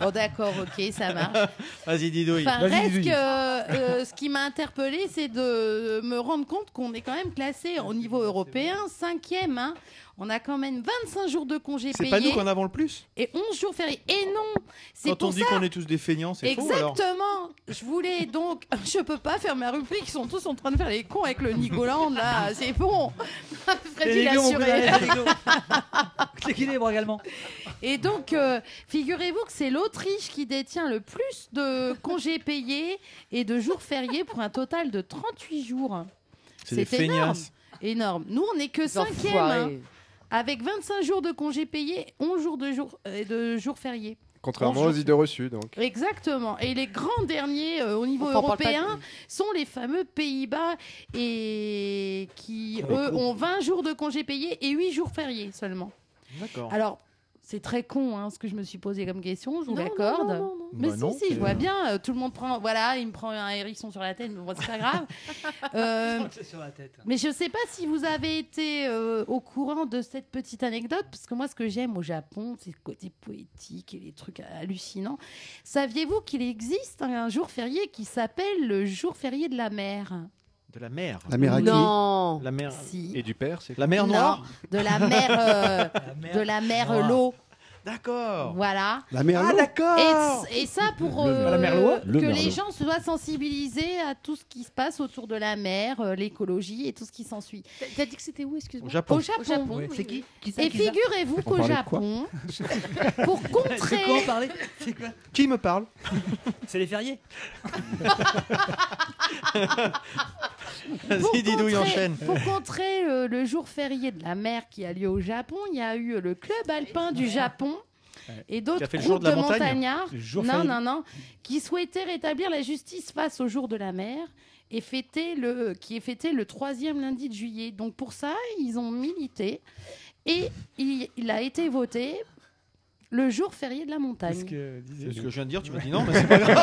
Speaker 9: Bon d'accord, ok, ça marche.
Speaker 6: Vas-y, Didouille.
Speaker 9: Enfin,
Speaker 3: Vas-y,
Speaker 9: reste
Speaker 3: Lily.
Speaker 9: que euh, ce qui m'a interpellée, c'est de euh, me rendre compte qu'on est quand même classé au niveau européen, cinquième. hein. On a quand même 25 jours de congés
Speaker 6: C'est pas nous
Speaker 9: payés
Speaker 6: qu'en avons le plus.
Speaker 9: et 11 jours fériés. Et non, c'est
Speaker 6: Quand on
Speaker 9: pour
Speaker 6: dit
Speaker 9: ça.
Speaker 6: qu'on est tous des feignants, c'est faux alors.
Speaker 9: Exactement. Je voulais donc, [LAUGHS] je peux pas faire ma rubrique. Ils sont tous en train de faire les cons avec le Nicoland là.
Speaker 6: [LAUGHS]
Speaker 9: C'est bon. [LAUGHS] Freddy l'a assuré. [LAUGHS]
Speaker 1: L'équilibre également.
Speaker 9: Et donc, euh, figurez-vous que c'est l'Autriche qui détient le plus de congés payés et de jours fériés pour un total de 38 jours.
Speaker 6: C'est des
Speaker 9: C'est énorme.
Speaker 6: feignasses.
Speaker 9: Énorme. Nous, on n'est que
Speaker 5: Les enfoirés.
Speaker 9: cinquième, hein, avec 25 jours de congés payés, 11 jours de jours, euh, de jours fériés.
Speaker 4: Contrairement
Speaker 9: Bonjour.
Speaker 4: aux idées reçues, donc.
Speaker 9: Exactement. Et les grands derniers euh, au niveau
Speaker 5: Enfin, on parle pas de-
Speaker 9: européen sont les fameux Pays-Bas et qui,
Speaker 6: Oh,
Speaker 9: eux,
Speaker 6: cool.
Speaker 9: ont 20 jours de congés payés et 8 jours fériés seulement.
Speaker 6: D'accord.
Speaker 9: Alors, c'est très con hein, ce que je me suis posé comme question, je vous
Speaker 5: Non,
Speaker 9: l'accorde.
Speaker 5: non, non, non, non.
Speaker 9: Mais
Speaker 6: Bah
Speaker 9: si,
Speaker 6: non,
Speaker 9: si,
Speaker 6: c'est-
Speaker 9: je vois bien, euh, tout le monde prend, voilà, il me prend un hérisson sur la tête, mais bon, c'est pas
Speaker 5: [LAUGHS]
Speaker 9: grave. Euh,
Speaker 1: sur la tête.
Speaker 9: mais je sais pas si vous avez été euh, au courant de cette petite anecdote, parce que moi, ce que j'aime au Japon, c'est le côté poétique et les trucs hallucinants. Saviez-vous qu'il existe un jour férié qui s'appelle le jour férié de la mer
Speaker 6: De la mer.
Speaker 2: La mère à qui
Speaker 5: Non.
Speaker 6: La mer.
Speaker 9: Si.
Speaker 4: Et du père, c'est
Speaker 6: [LAUGHS] La mer
Speaker 9: Non,
Speaker 6: noire.
Speaker 9: de la mer, euh, de la mer, euh, l'eau.
Speaker 6: D'accord.
Speaker 9: Voilà.
Speaker 6: La Merlot.
Speaker 9: Ah,
Speaker 6: d'accord.
Speaker 9: Et, et ça pour
Speaker 6: Le-
Speaker 9: euh,
Speaker 6: la Merlot.
Speaker 9: que
Speaker 6: Le
Speaker 9: les
Speaker 6: Merlot.
Speaker 9: gens soient sensibilisés à tout ce qui se passe autour de la mer, euh, l'écologie et tout ce qui s'ensuit. T'as dit que c'était où, excuse-moi
Speaker 6: Au Japon.
Speaker 9: Au Japon.
Speaker 6: Au Japon, Oui.
Speaker 1: C'est qui Qui ça,
Speaker 9: Et
Speaker 1: qui ça
Speaker 9: figurez-vous
Speaker 6: On
Speaker 9: qu'au
Speaker 6: parlait de quoi
Speaker 9: Japon, pour contrer.
Speaker 1: De quoi on parlait C'est quoi
Speaker 6: Qui
Speaker 9: [LAUGHS]
Speaker 6: me parle
Speaker 1: C'est les fériés [LAUGHS]
Speaker 6: Vas-y, Didouille, enchaîne.
Speaker 9: Pour contrer euh, le jour férié de la mer qui a lieu au Japon, il y a eu euh, le club alpin du Japon et
Speaker 6: Qui
Speaker 9: d'autres
Speaker 6: a fait
Speaker 9: groupes
Speaker 6: le jour
Speaker 9: de,
Speaker 6: de la montagne
Speaker 9: montagnards,
Speaker 6: Le jour
Speaker 9: non,
Speaker 6: férié.
Speaker 9: non, non, qui souhaitaient rétablir la justice face au jour de la mer et fêter le, euh, qui est fêté le troisième lundi de juillet. Donc pour ça, ils ont milité et il, il a été voté le jour férié de la montagne. [LAUGHS]
Speaker 6: C'est ce que je viens de dire, tu m'as dit [LAUGHS] non, mais c'est pas grave.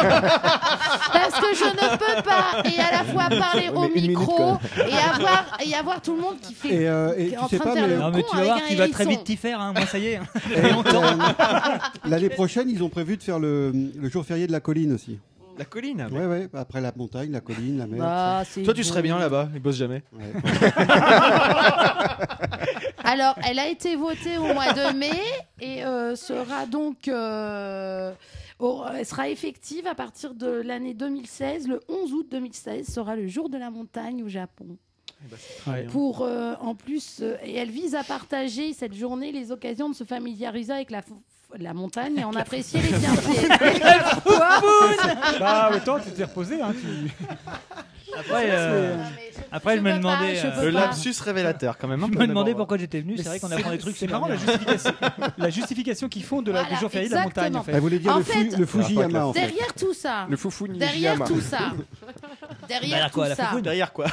Speaker 9: Parce que je ne peux pas et à la fois parler
Speaker 6: Ouais,
Speaker 9: au
Speaker 6: mais une minute,
Speaker 9: micro
Speaker 6: quand
Speaker 9: et avoir, et avoir tout le monde qui fait.
Speaker 2: Et, euh, et
Speaker 9: qui est
Speaker 2: tu
Speaker 9: en
Speaker 2: sais
Speaker 9: train
Speaker 2: pas,
Speaker 9: de faire
Speaker 2: mais-
Speaker 9: le
Speaker 2: Non,
Speaker 9: con
Speaker 2: mais tu vas
Speaker 9: avec
Speaker 2: voir
Speaker 9: un
Speaker 2: qu'il va très
Speaker 9: hérisson.
Speaker 1: Vite t'y faire, hein, moi ça y est. hein.
Speaker 2: Et, euh, L'année prochaine, ils ont prévu de faire le, le jour férié de la colline aussi.
Speaker 6: La colline
Speaker 2: Ouais, ouais, après la montagne, la colline, la mer.
Speaker 9: Bah,
Speaker 2: tout ça.
Speaker 9: c'est
Speaker 6: Toi, tu serais bien là-bas, il bosse jamais.
Speaker 9: Alors, elle a été votée au mois de mai et euh, sera donc. euh, au- elle sera effective à partir de l'année 2016. Le 11 août 2016 sera le jour de la montagne au Japon. Pour euh, en plus, euh, et elle vise à partager cette journée les occasions de se familiariser avec la, fo- la montagne et en apprécier [LAUGHS] les
Speaker 2: [LAUGHS]
Speaker 9: bienfaits. Ah,
Speaker 2: Ah
Speaker 3: Bah, autant tu t'es reposé. Hein, [LAUGHS] tu-
Speaker 1: Après, euh, après, je me demandais. euh,
Speaker 6: Le lapsus révélateur, quand même. hein,
Speaker 1: Je me demandais pourquoi j'étais venu.
Speaker 3: Mais
Speaker 1: C'est vrai qu'on apprend des trucs.
Speaker 3: C'est
Speaker 1: super
Speaker 3: marrant la
Speaker 1: bien.
Speaker 3: justification, la justification qu'ils font de la, du jour férié de la montagne. En fait.
Speaker 6: Bah,
Speaker 2: Elle voulait dire
Speaker 9: En
Speaker 2: le, fou-
Speaker 9: fait,
Speaker 2: le Fujiyama. en fait.
Speaker 9: Derrière tout ça.
Speaker 2: Le foufou
Speaker 9: Derrière
Speaker 2: Nijiyama.
Speaker 9: tout
Speaker 2: [LAUGHS]
Speaker 9: ça. Derrière
Speaker 2: Derrière quoi,
Speaker 9: tout
Speaker 2: la
Speaker 9: ça.
Speaker 2: foufoune
Speaker 9: [LAUGHS]
Speaker 6: Derrière quoi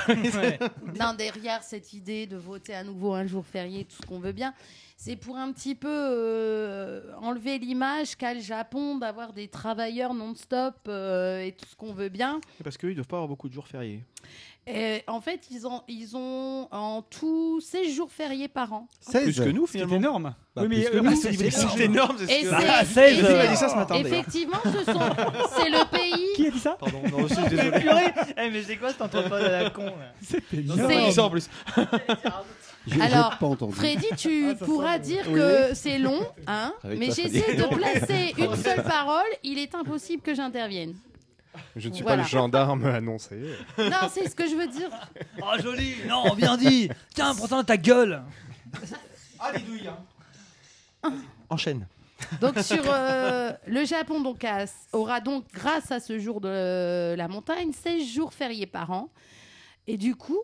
Speaker 9: Non, derrière cette idée de voter à nouveau un jour férié, tout ce qu'on veut bien, c'est pour un petit peu euh, enlever l'image qu'a le Japon d'avoir des travailleurs non-stop euh, et tout ce qu'on veut bien.
Speaker 6: Parce qu'ils doivent pas avoir beaucoup de jours fériés.
Speaker 9: Et, en fait, ils ont, ils ont en tout 16 jours fériés par an.
Speaker 6: Plus que nous,
Speaker 3: Ce qui est
Speaker 6: finalement.
Speaker 3: énorme.
Speaker 6: Bah,
Speaker 3: oui, mais
Speaker 6: plus que
Speaker 3: euh,
Speaker 6: nous.
Speaker 3: bah,
Speaker 6: C'est
Speaker 3: c'est-
Speaker 6: énorme. C'est énorme, c'est ce
Speaker 9: Et
Speaker 6: que-
Speaker 9: c'est-
Speaker 6: Ah,
Speaker 9: et
Speaker 6: 16,
Speaker 9: c'est-
Speaker 6: euh, il a dit ça ce matin,
Speaker 2: [LAUGHS]
Speaker 6: d'ailleurs.
Speaker 9: Effectivement, ce sont, c'est le pays.
Speaker 3: Qui a dit ça
Speaker 6: Pardon, non,
Speaker 1: [LAUGHS]
Speaker 6: aussi,
Speaker 1: Eh,
Speaker 6: désolé.
Speaker 1: purée. Eh, mais c'est quoi cet entrepôt de la con là
Speaker 6: Non,
Speaker 9: C'est-
Speaker 6: c'est pas dit ça en plus.
Speaker 9: Alors,
Speaker 2: pas entendu.
Speaker 9: Freddy, tu
Speaker 1: Ah,
Speaker 9: pourras dire
Speaker 2: Oui,
Speaker 9: que c'est long, hein
Speaker 2: Avec
Speaker 9: mais
Speaker 2: toi,
Speaker 9: j'essaie
Speaker 2: Freddy.
Speaker 9: de
Speaker 2: [LAUGHS]
Speaker 9: placer une seule parole. Il est impossible que j'intervienne.
Speaker 4: Je ne suis
Speaker 9: Voilà.
Speaker 4: pas le gendarme annoncé.
Speaker 9: Non, c'est ce que je veux dire.
Speaker 1: [LAUGHS] Oh joli Non, bien dit Tiens, prends ça dans ta gueule
Speaker 6: Enchaîne.
Speaker 9: Donc sur euh, le Japon donc a- aura donc grâce à ce jour de euh, la montagne 16 jours fériés par an et du coup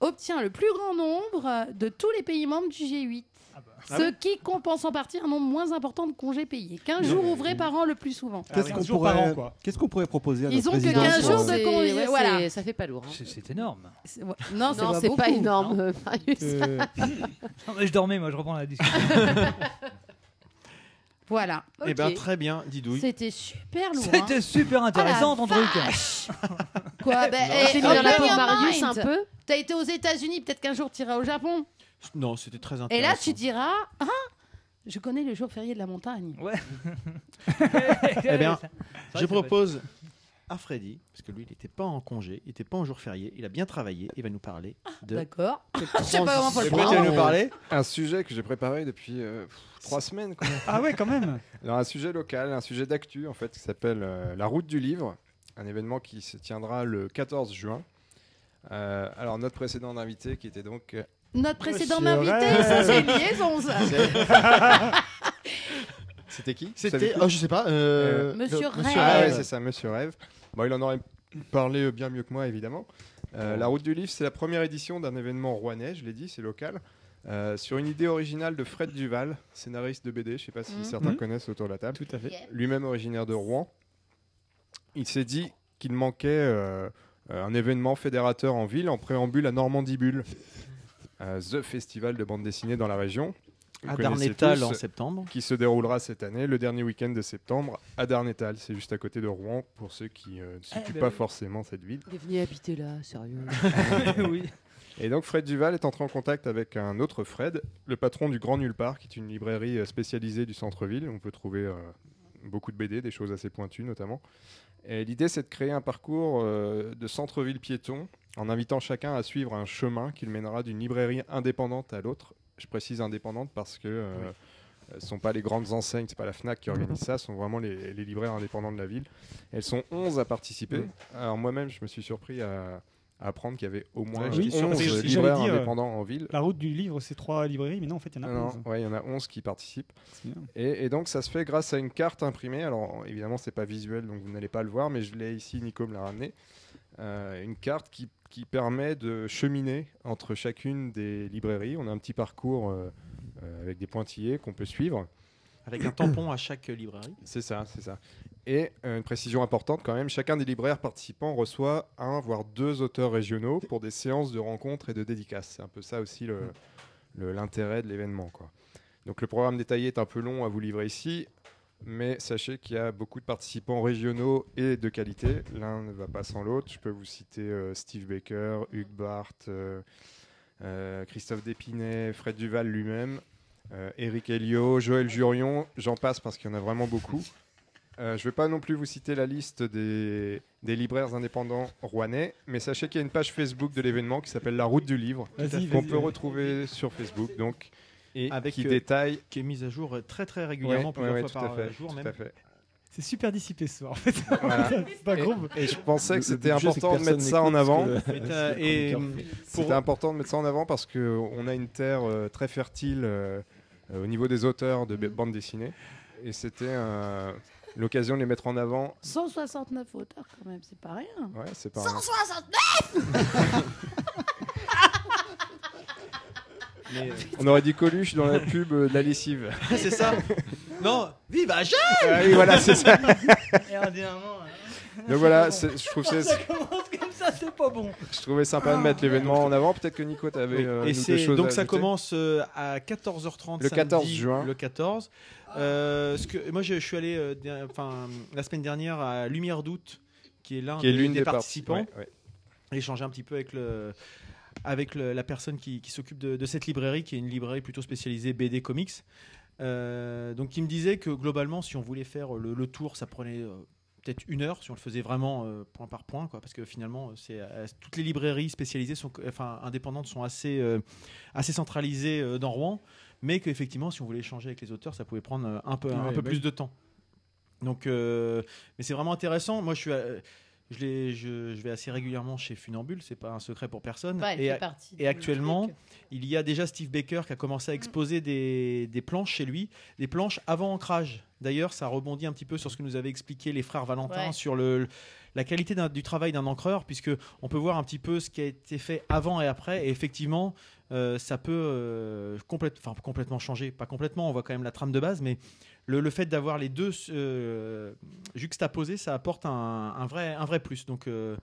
Speaker 9: obtient le plus grand nombre de tous les pays membres du G8.
Speaker 6: Ah
Speaker 9: Ce
Speaker 6: bon
Speaker 9: qui compense en partie un nombre moins important de congés payés. 15
Speaker 2: Non,
Speaker 9: jours
Speaker 2: mais-
Speaker 9: ouvrés par an le plus souvent. Ah
Speaker 2: Qu'est-ce qu'on
Speaker 3: jours par
Speaker 2: pourrait,
Speaker 3: an, quoi.
Speaker 2: qu'est-ce qu'on pourrait proposer à
Speaker 9: Ils
Speaker 2: notre
Speaker 9: ont que
Speaker 2: président
Speaker 9: 15
Speaker 2: pour,
Speaker 9: jours de
Speaker 2: euh,
Speaker 9: con-
Speaker 5: C'est- ouais,
Speaker 9: Voilà.
Speaker 5: c'est- Ça fait pas lourd. hein.
Speaker 1: C'est- C'est énorme
Speaker 9: C'est- ouais. Non,
Speaker 5: Non, c'est pas
Speaker 9: beaucoup.
Speaker 5: énorme, euh, Marius.
Speaker 1: Non, mais Je dormais, moi, je reprends la discussion.
Speaker 9: [LAUGHS] Voilà.
Speaker 6: Eh ben,
Speaker 9: Ok.
Speaker 11: [LAUGHS]
Speaker 6: très bien, Didouille.
Speaker 9: C'était super lourd. hein.
Speaker 1: C'était super intéressant ton
Speaker 9: Ah, la
Speaker 1: truc [LAUGHS]
Speaker 9: Quoi ben,
Speaker 6: Non,
Speaker 9: eh,
Speaker 5: c'est dans la
Speaker 9: open
Speaker 5: peau de
Speaker 9: your
Speaker 5: Marius,
Speaker 9: mind.
Speaker 5: un peu.
Speaker 9: T'as été aux États-Unis, peut-être qu'un jour t'iras au Japon.
Speaker 6: Non, c'était très intéressant.
Speaker 9: Et là, tu diras Ah, je connais le jour férié de la montagne.
Speaker 5: [LAUGHS]
Speaker 1: Ouais.
Speaker 6: Eh bien,
Speaker 1: vrai
Speaker 6: je
Speaker 1: que ça
Speaker 6: propose à Freddy, parce que lui, il n'était pas en congé, il n'était pas en jour férié, il a bien travaillé, il va nous parler de.
Speaker 9: Ah, D'accord. Je sais pas comment faut le
Speaker 6: De quoi tu vas
Speaker 9: prendre.
Speaker 6: nous parler
Speaker 4: Un sujet que j'ai préparé depuis euh, pff, trois semaines. quoi.
Speaker 3: [LAUGHS] Ah ouais, quand même.
Speaker 4: Alors, un sujet local, un sujet d'actu, en fait, qui s'appelle euh, La Route du Livre, un événement qui se tiendra le 14 juin. Euh, alors, notre précédent invité, qui était donc euh,
Speaker 9: Notre précédent
Speaker 3: Monsieur
Speaker 9: invité,
Speaker 3: Ray.
Speaker 9: ça c'est une liaison, ça. [LAUGHS]
Speaker 4: [LAUGHS] C'était qui
Speaker 6: C'était.
Speaker 4: Vous savez-
Speaker 6: Oh, je sais pas. euh,
Speaker 9: Monsieur
Speaker 6: le-
Speaker 9: Rêve.
Speaker 4: Ah ouais,
Speaker 9: Rêve.
Speaker 4: c'est ça, Monsieur Rêve. Bon, il en aurait parlé euh, bien mieux que moi, évidemment. Euh, la Route du Livre, c'est la première édition d'un événement rouennais, je l'ai dit, c'est local. Euh, sur une idée originale de Fred Duval, scénariste de BD, je ne sais pas si
Speaker 9: Mhm.
Speaker 4: certains
Speaker 6: Mmh.
Speaker 3: Mhm.
Speaker 4: connaissent autour de la table.
Speaker 3: Tout à fait.
Speaker 4: Lui-même originaire de Rouen, il s'est dit qu'il manquait euh, euh, un événement fédérateur en ville en préambule à Normandibule, euh, The Festival de bande dessinée dans la région. Vous
Speaker 6: À
Speaker 4: connaissez
Speaker 6: Darnétal
Speaker 4: tous
Speaker 6: en septembre.
Speaker 4: qui se déroulera cette année, le dernier week-end de septembre, à Darnétal. C'est juste à côté de Rouen, pour ceux qui euh, ne
Speaker 5: Ah,
Speaker 4: situent
Speaker 5: bah
Speaker 1: ben
Speaker 4: pas
Speaker 1: oui.
Speaker 4: forcément cette ville.
Speaker 5: Il est venu habiter là,
Speaker 6: [LAUGHS]
Speaker 5: sérieux. Euh,
Speaker 1: oui.
Speaker 4: Et donc, Fred Duval est entré en contact avec un autre Fred, le patron du Grand Nulle Part, qui est une librairie euh, spécialisée du centre-ville. On peut trouver euh, beaucoup de BD, des choses assez pointues notamment. Et l'idée, c'est de créer un parcours euh, de centre-ville piéton, en invitant chacun à suivre un chemin qu'il mènera d'une librairie indépendante à l'autre. Je précise indépendante parce que euh, Euh, Ce sont pas les grandes enseignes, c'est pas la Fnac qui organise ça, ce sont vraiment les, les libraires indépendants de la ville. Elles sont 11 à participer.
Speaker 7: Mm.
Speaker 4: Alors moi-même, je me suis surpris à, à apprendre qu'il y avait au moins
Speaker 3: Ouais,
Speaker 4: 11
Speaker 3: j'étais surpris. Ah J'allais
Speaker 4: libraires
Speaker 3: dire, euh,
Speaker 4: indépendants en ville.
Speaker 3: La route du livre, c'est trois librairies, mais non, en fait, il y en a
Speaker 4: Non,
Speaker 3: 11.
Speaker 4: ouais, il y en a 11 qui participent.
Speaker 3: C'est bien.
Speaker 4: Et, et donc ça se fait grâce à une carte imprimée. Alors évidemment c'est pas visuel donc vous n'allez pas le voir, mais je l'ai ici, Nico me l'a ramené. Euh, une carte qui, qui permet de cheminer entre chacune des librairies. On a un petit parcours euh, euh, avec des pointillés qu'on peut suivre.
Speaker 6: Avec un tampon à chaque librairie.
Speaker 4: C'est ça, c'est ça. Et euh, une précision importante quand même, chacun des libraires participants reçoit un voire deux auteurs régionaux pour des séances de rencontres et de dédicaces. C'est un peu ça aussi le- le- l'intérêt de l'événement. quoi. Donc le programme détaillé est un peu long à vous livrer ici, mais sachez qu'il y a beaucoup de participants régionaux et de qualité. L'un ne va pas sans l'autre. Je peux vous citer euh, Steve Baker, Hugues Barthes, euh, euh, Christophe Dépinet, Fred Duval lui-même, euh, Eric Elio, Joël Jurion, j'en passe parce qu'il y en a vraiment beaucoup. Euh, je ne vais pas non plus vous citer la liste des, des libraires indépendants rouennais, mais sachez qu'il y a une page Facebook de l'événement qui s'appelle La Route du Livre,
Speaker 6: Vas-y, vas-y,
Speaker 4: qu'on peut
Speaker 6: vas-y.
Speaker 4: retrouver sur Facebook, donc, et
Speaker 6: Avec,
Speaker 4: qui
Speaker 6: euh,
Speaker 4: détaille
Speaker 6: Qui est mise à jour euh, très très régulièrement,
Speaker 4: Ouais,
Speaker 6: plusieurs
Speaker 4: ouais,
Speaker 6: fois
Speaker 4: tout à
Speaker 6: par
Speaker 4: fait,
Speaker 6: euh, jour
Speaker 4: tout
Speaker 6: même.
Speaker 4: à fait.
Speaker 3: C'est super dissipé ce soir, en fait. [LAUGHS]
Speaker 4: Voilà.
Speaker 3: c'est pas
Speaker 4: Et-
Speaker 3: grave.
Speaker 4: Et je pensais
Speaker 7: Le-
Speaker 4: que c'était
Speaker 7: le sujet, c'est que
Speaker 4: important de mettre
Speaker 7: personne
Speaker 4: ça en
Speaker 7: n'écoute
Speaker 4: avant.
Speaker 7: parce que-
Speaker 6: Mais t'as-
Speaker 7: c'est le
Speaker 6: et,
Speaker 7: chroniqueur
Speaker 6: hum,
Speaker 4: C'était
Speaker 6: pour-
Speaker 4: important de mettre ça en avant parce qu'on a une terre euh, très fertile euh, euh, au niveau des auteurs de b- bande dessinée. Et c'était euh, l'occasion de les mettre en avant.
Speaker 9: 169 auteurs quand même, c'est pas rien.
Speaker 4: Ouais, c'est pas.
Speaker 9: 169
Speaker 6: mais, euh,
Speaker 4: On aurait dit Coluche dans la pub euh, de la
Speaker 3: [LAUGHS]
Speaker 4: lessive.
Speaker 6: c'est ça [LAUGHS] Non, vive hein. Agen
Speaker 4: Ah oui, voilà, c'est ça.
Speaker 1: Et on dit un moment, hein.
Speaker 4: Donc
Speaker 11: [LAUGHS]
Speaker 4: voilà, c'est- je, trouve
Speaker 1: Ça
Speaker 4: c'est-
Speaker 1: commence comme ça, c'est pas bon.
Speaker 4: je trouvais sympa de mettre l'événement en avant. Peut-être que Nico, t'avais
Speaker 6: Oui.
Speaker 4: euh, une
Speaker 6: Et
Speaker 4: ou deux
Speaker 6: c'est
Speaker 4: choses
Speaker 6: donc
Speaker 4: à
Speaker 6: ça
Speaker 4: ajouter.
Speaker 6: commence euh, à 14h30
Speaker 4: Le 14
Speaker 6: samedi,
Speaker 4: juin.
Speaker 6: Le 14. Euh, ce que moi je, je suis allé euh, der- enfin la semaine dernière à Lumière d'août qui est l'un
Speaker 4: Qui est
Speaker 6: des-
Speaker 4: l'une
Speaker 6: des,
Speaker 4: des
Speaker 6: participants.
Speaker 4: parties. Ouais, ouais.
Speaker 6: échanger un petit peu avec le avec le- la personne qui, qui s'occupe de, de cette librairie, qui est une librairie plutôt spécialisée BD comics. Euh, donc, il me disait que globalement, si on voulait faire le, le tour, ça prenait euh, peut-être une heure, si on le faisait vraiment euh, point par point, quoi, parce que finalement, c'est euh, toutes les librairies spécialisées, sont, enfin indépendantes, sont assez euh, assez centralisées euh, dans Rouen, mais qu'effectivement, si on voulait échanger avec les auteurs, ça pouvait prendre euh, un peu un
Speaker 3: Ouais,
Speaker 6: peu
Speaker 3: bah
Speaker 6: plus
Speaker 3: oui.
Speaker 6: de temps. Donc, euh, mais c'est vraiment intéressant. Moi, je suis. à- je, l'ai- je, je vais assez régulièrement chez Funambule, c'est pas un secret pour personne. et, a- et actuellement, il y a déjà Steve Baker qui a commencé à exposer des, des planches chez lui, des planches avant ancrage. D'ailleurs, ça rebondit un petit peu sur ce que nous avaient expliqué les frères Valentin
Speaker 9: Ouais.
Speaker 6: sur le, la qualité d'un- du travail d'un encreur, puisque on peut voir un petit peu ce qui a été fait avant et après. Et effectivement, euh, ça peut euh, complète- enfin, complètement changer. Pas complètement, on voit quand même la trame de base, mais le, le fait d'avoir les deux euh, juxtaposés, ça apporte un, un vrai, un vrai plus. Donc. euh,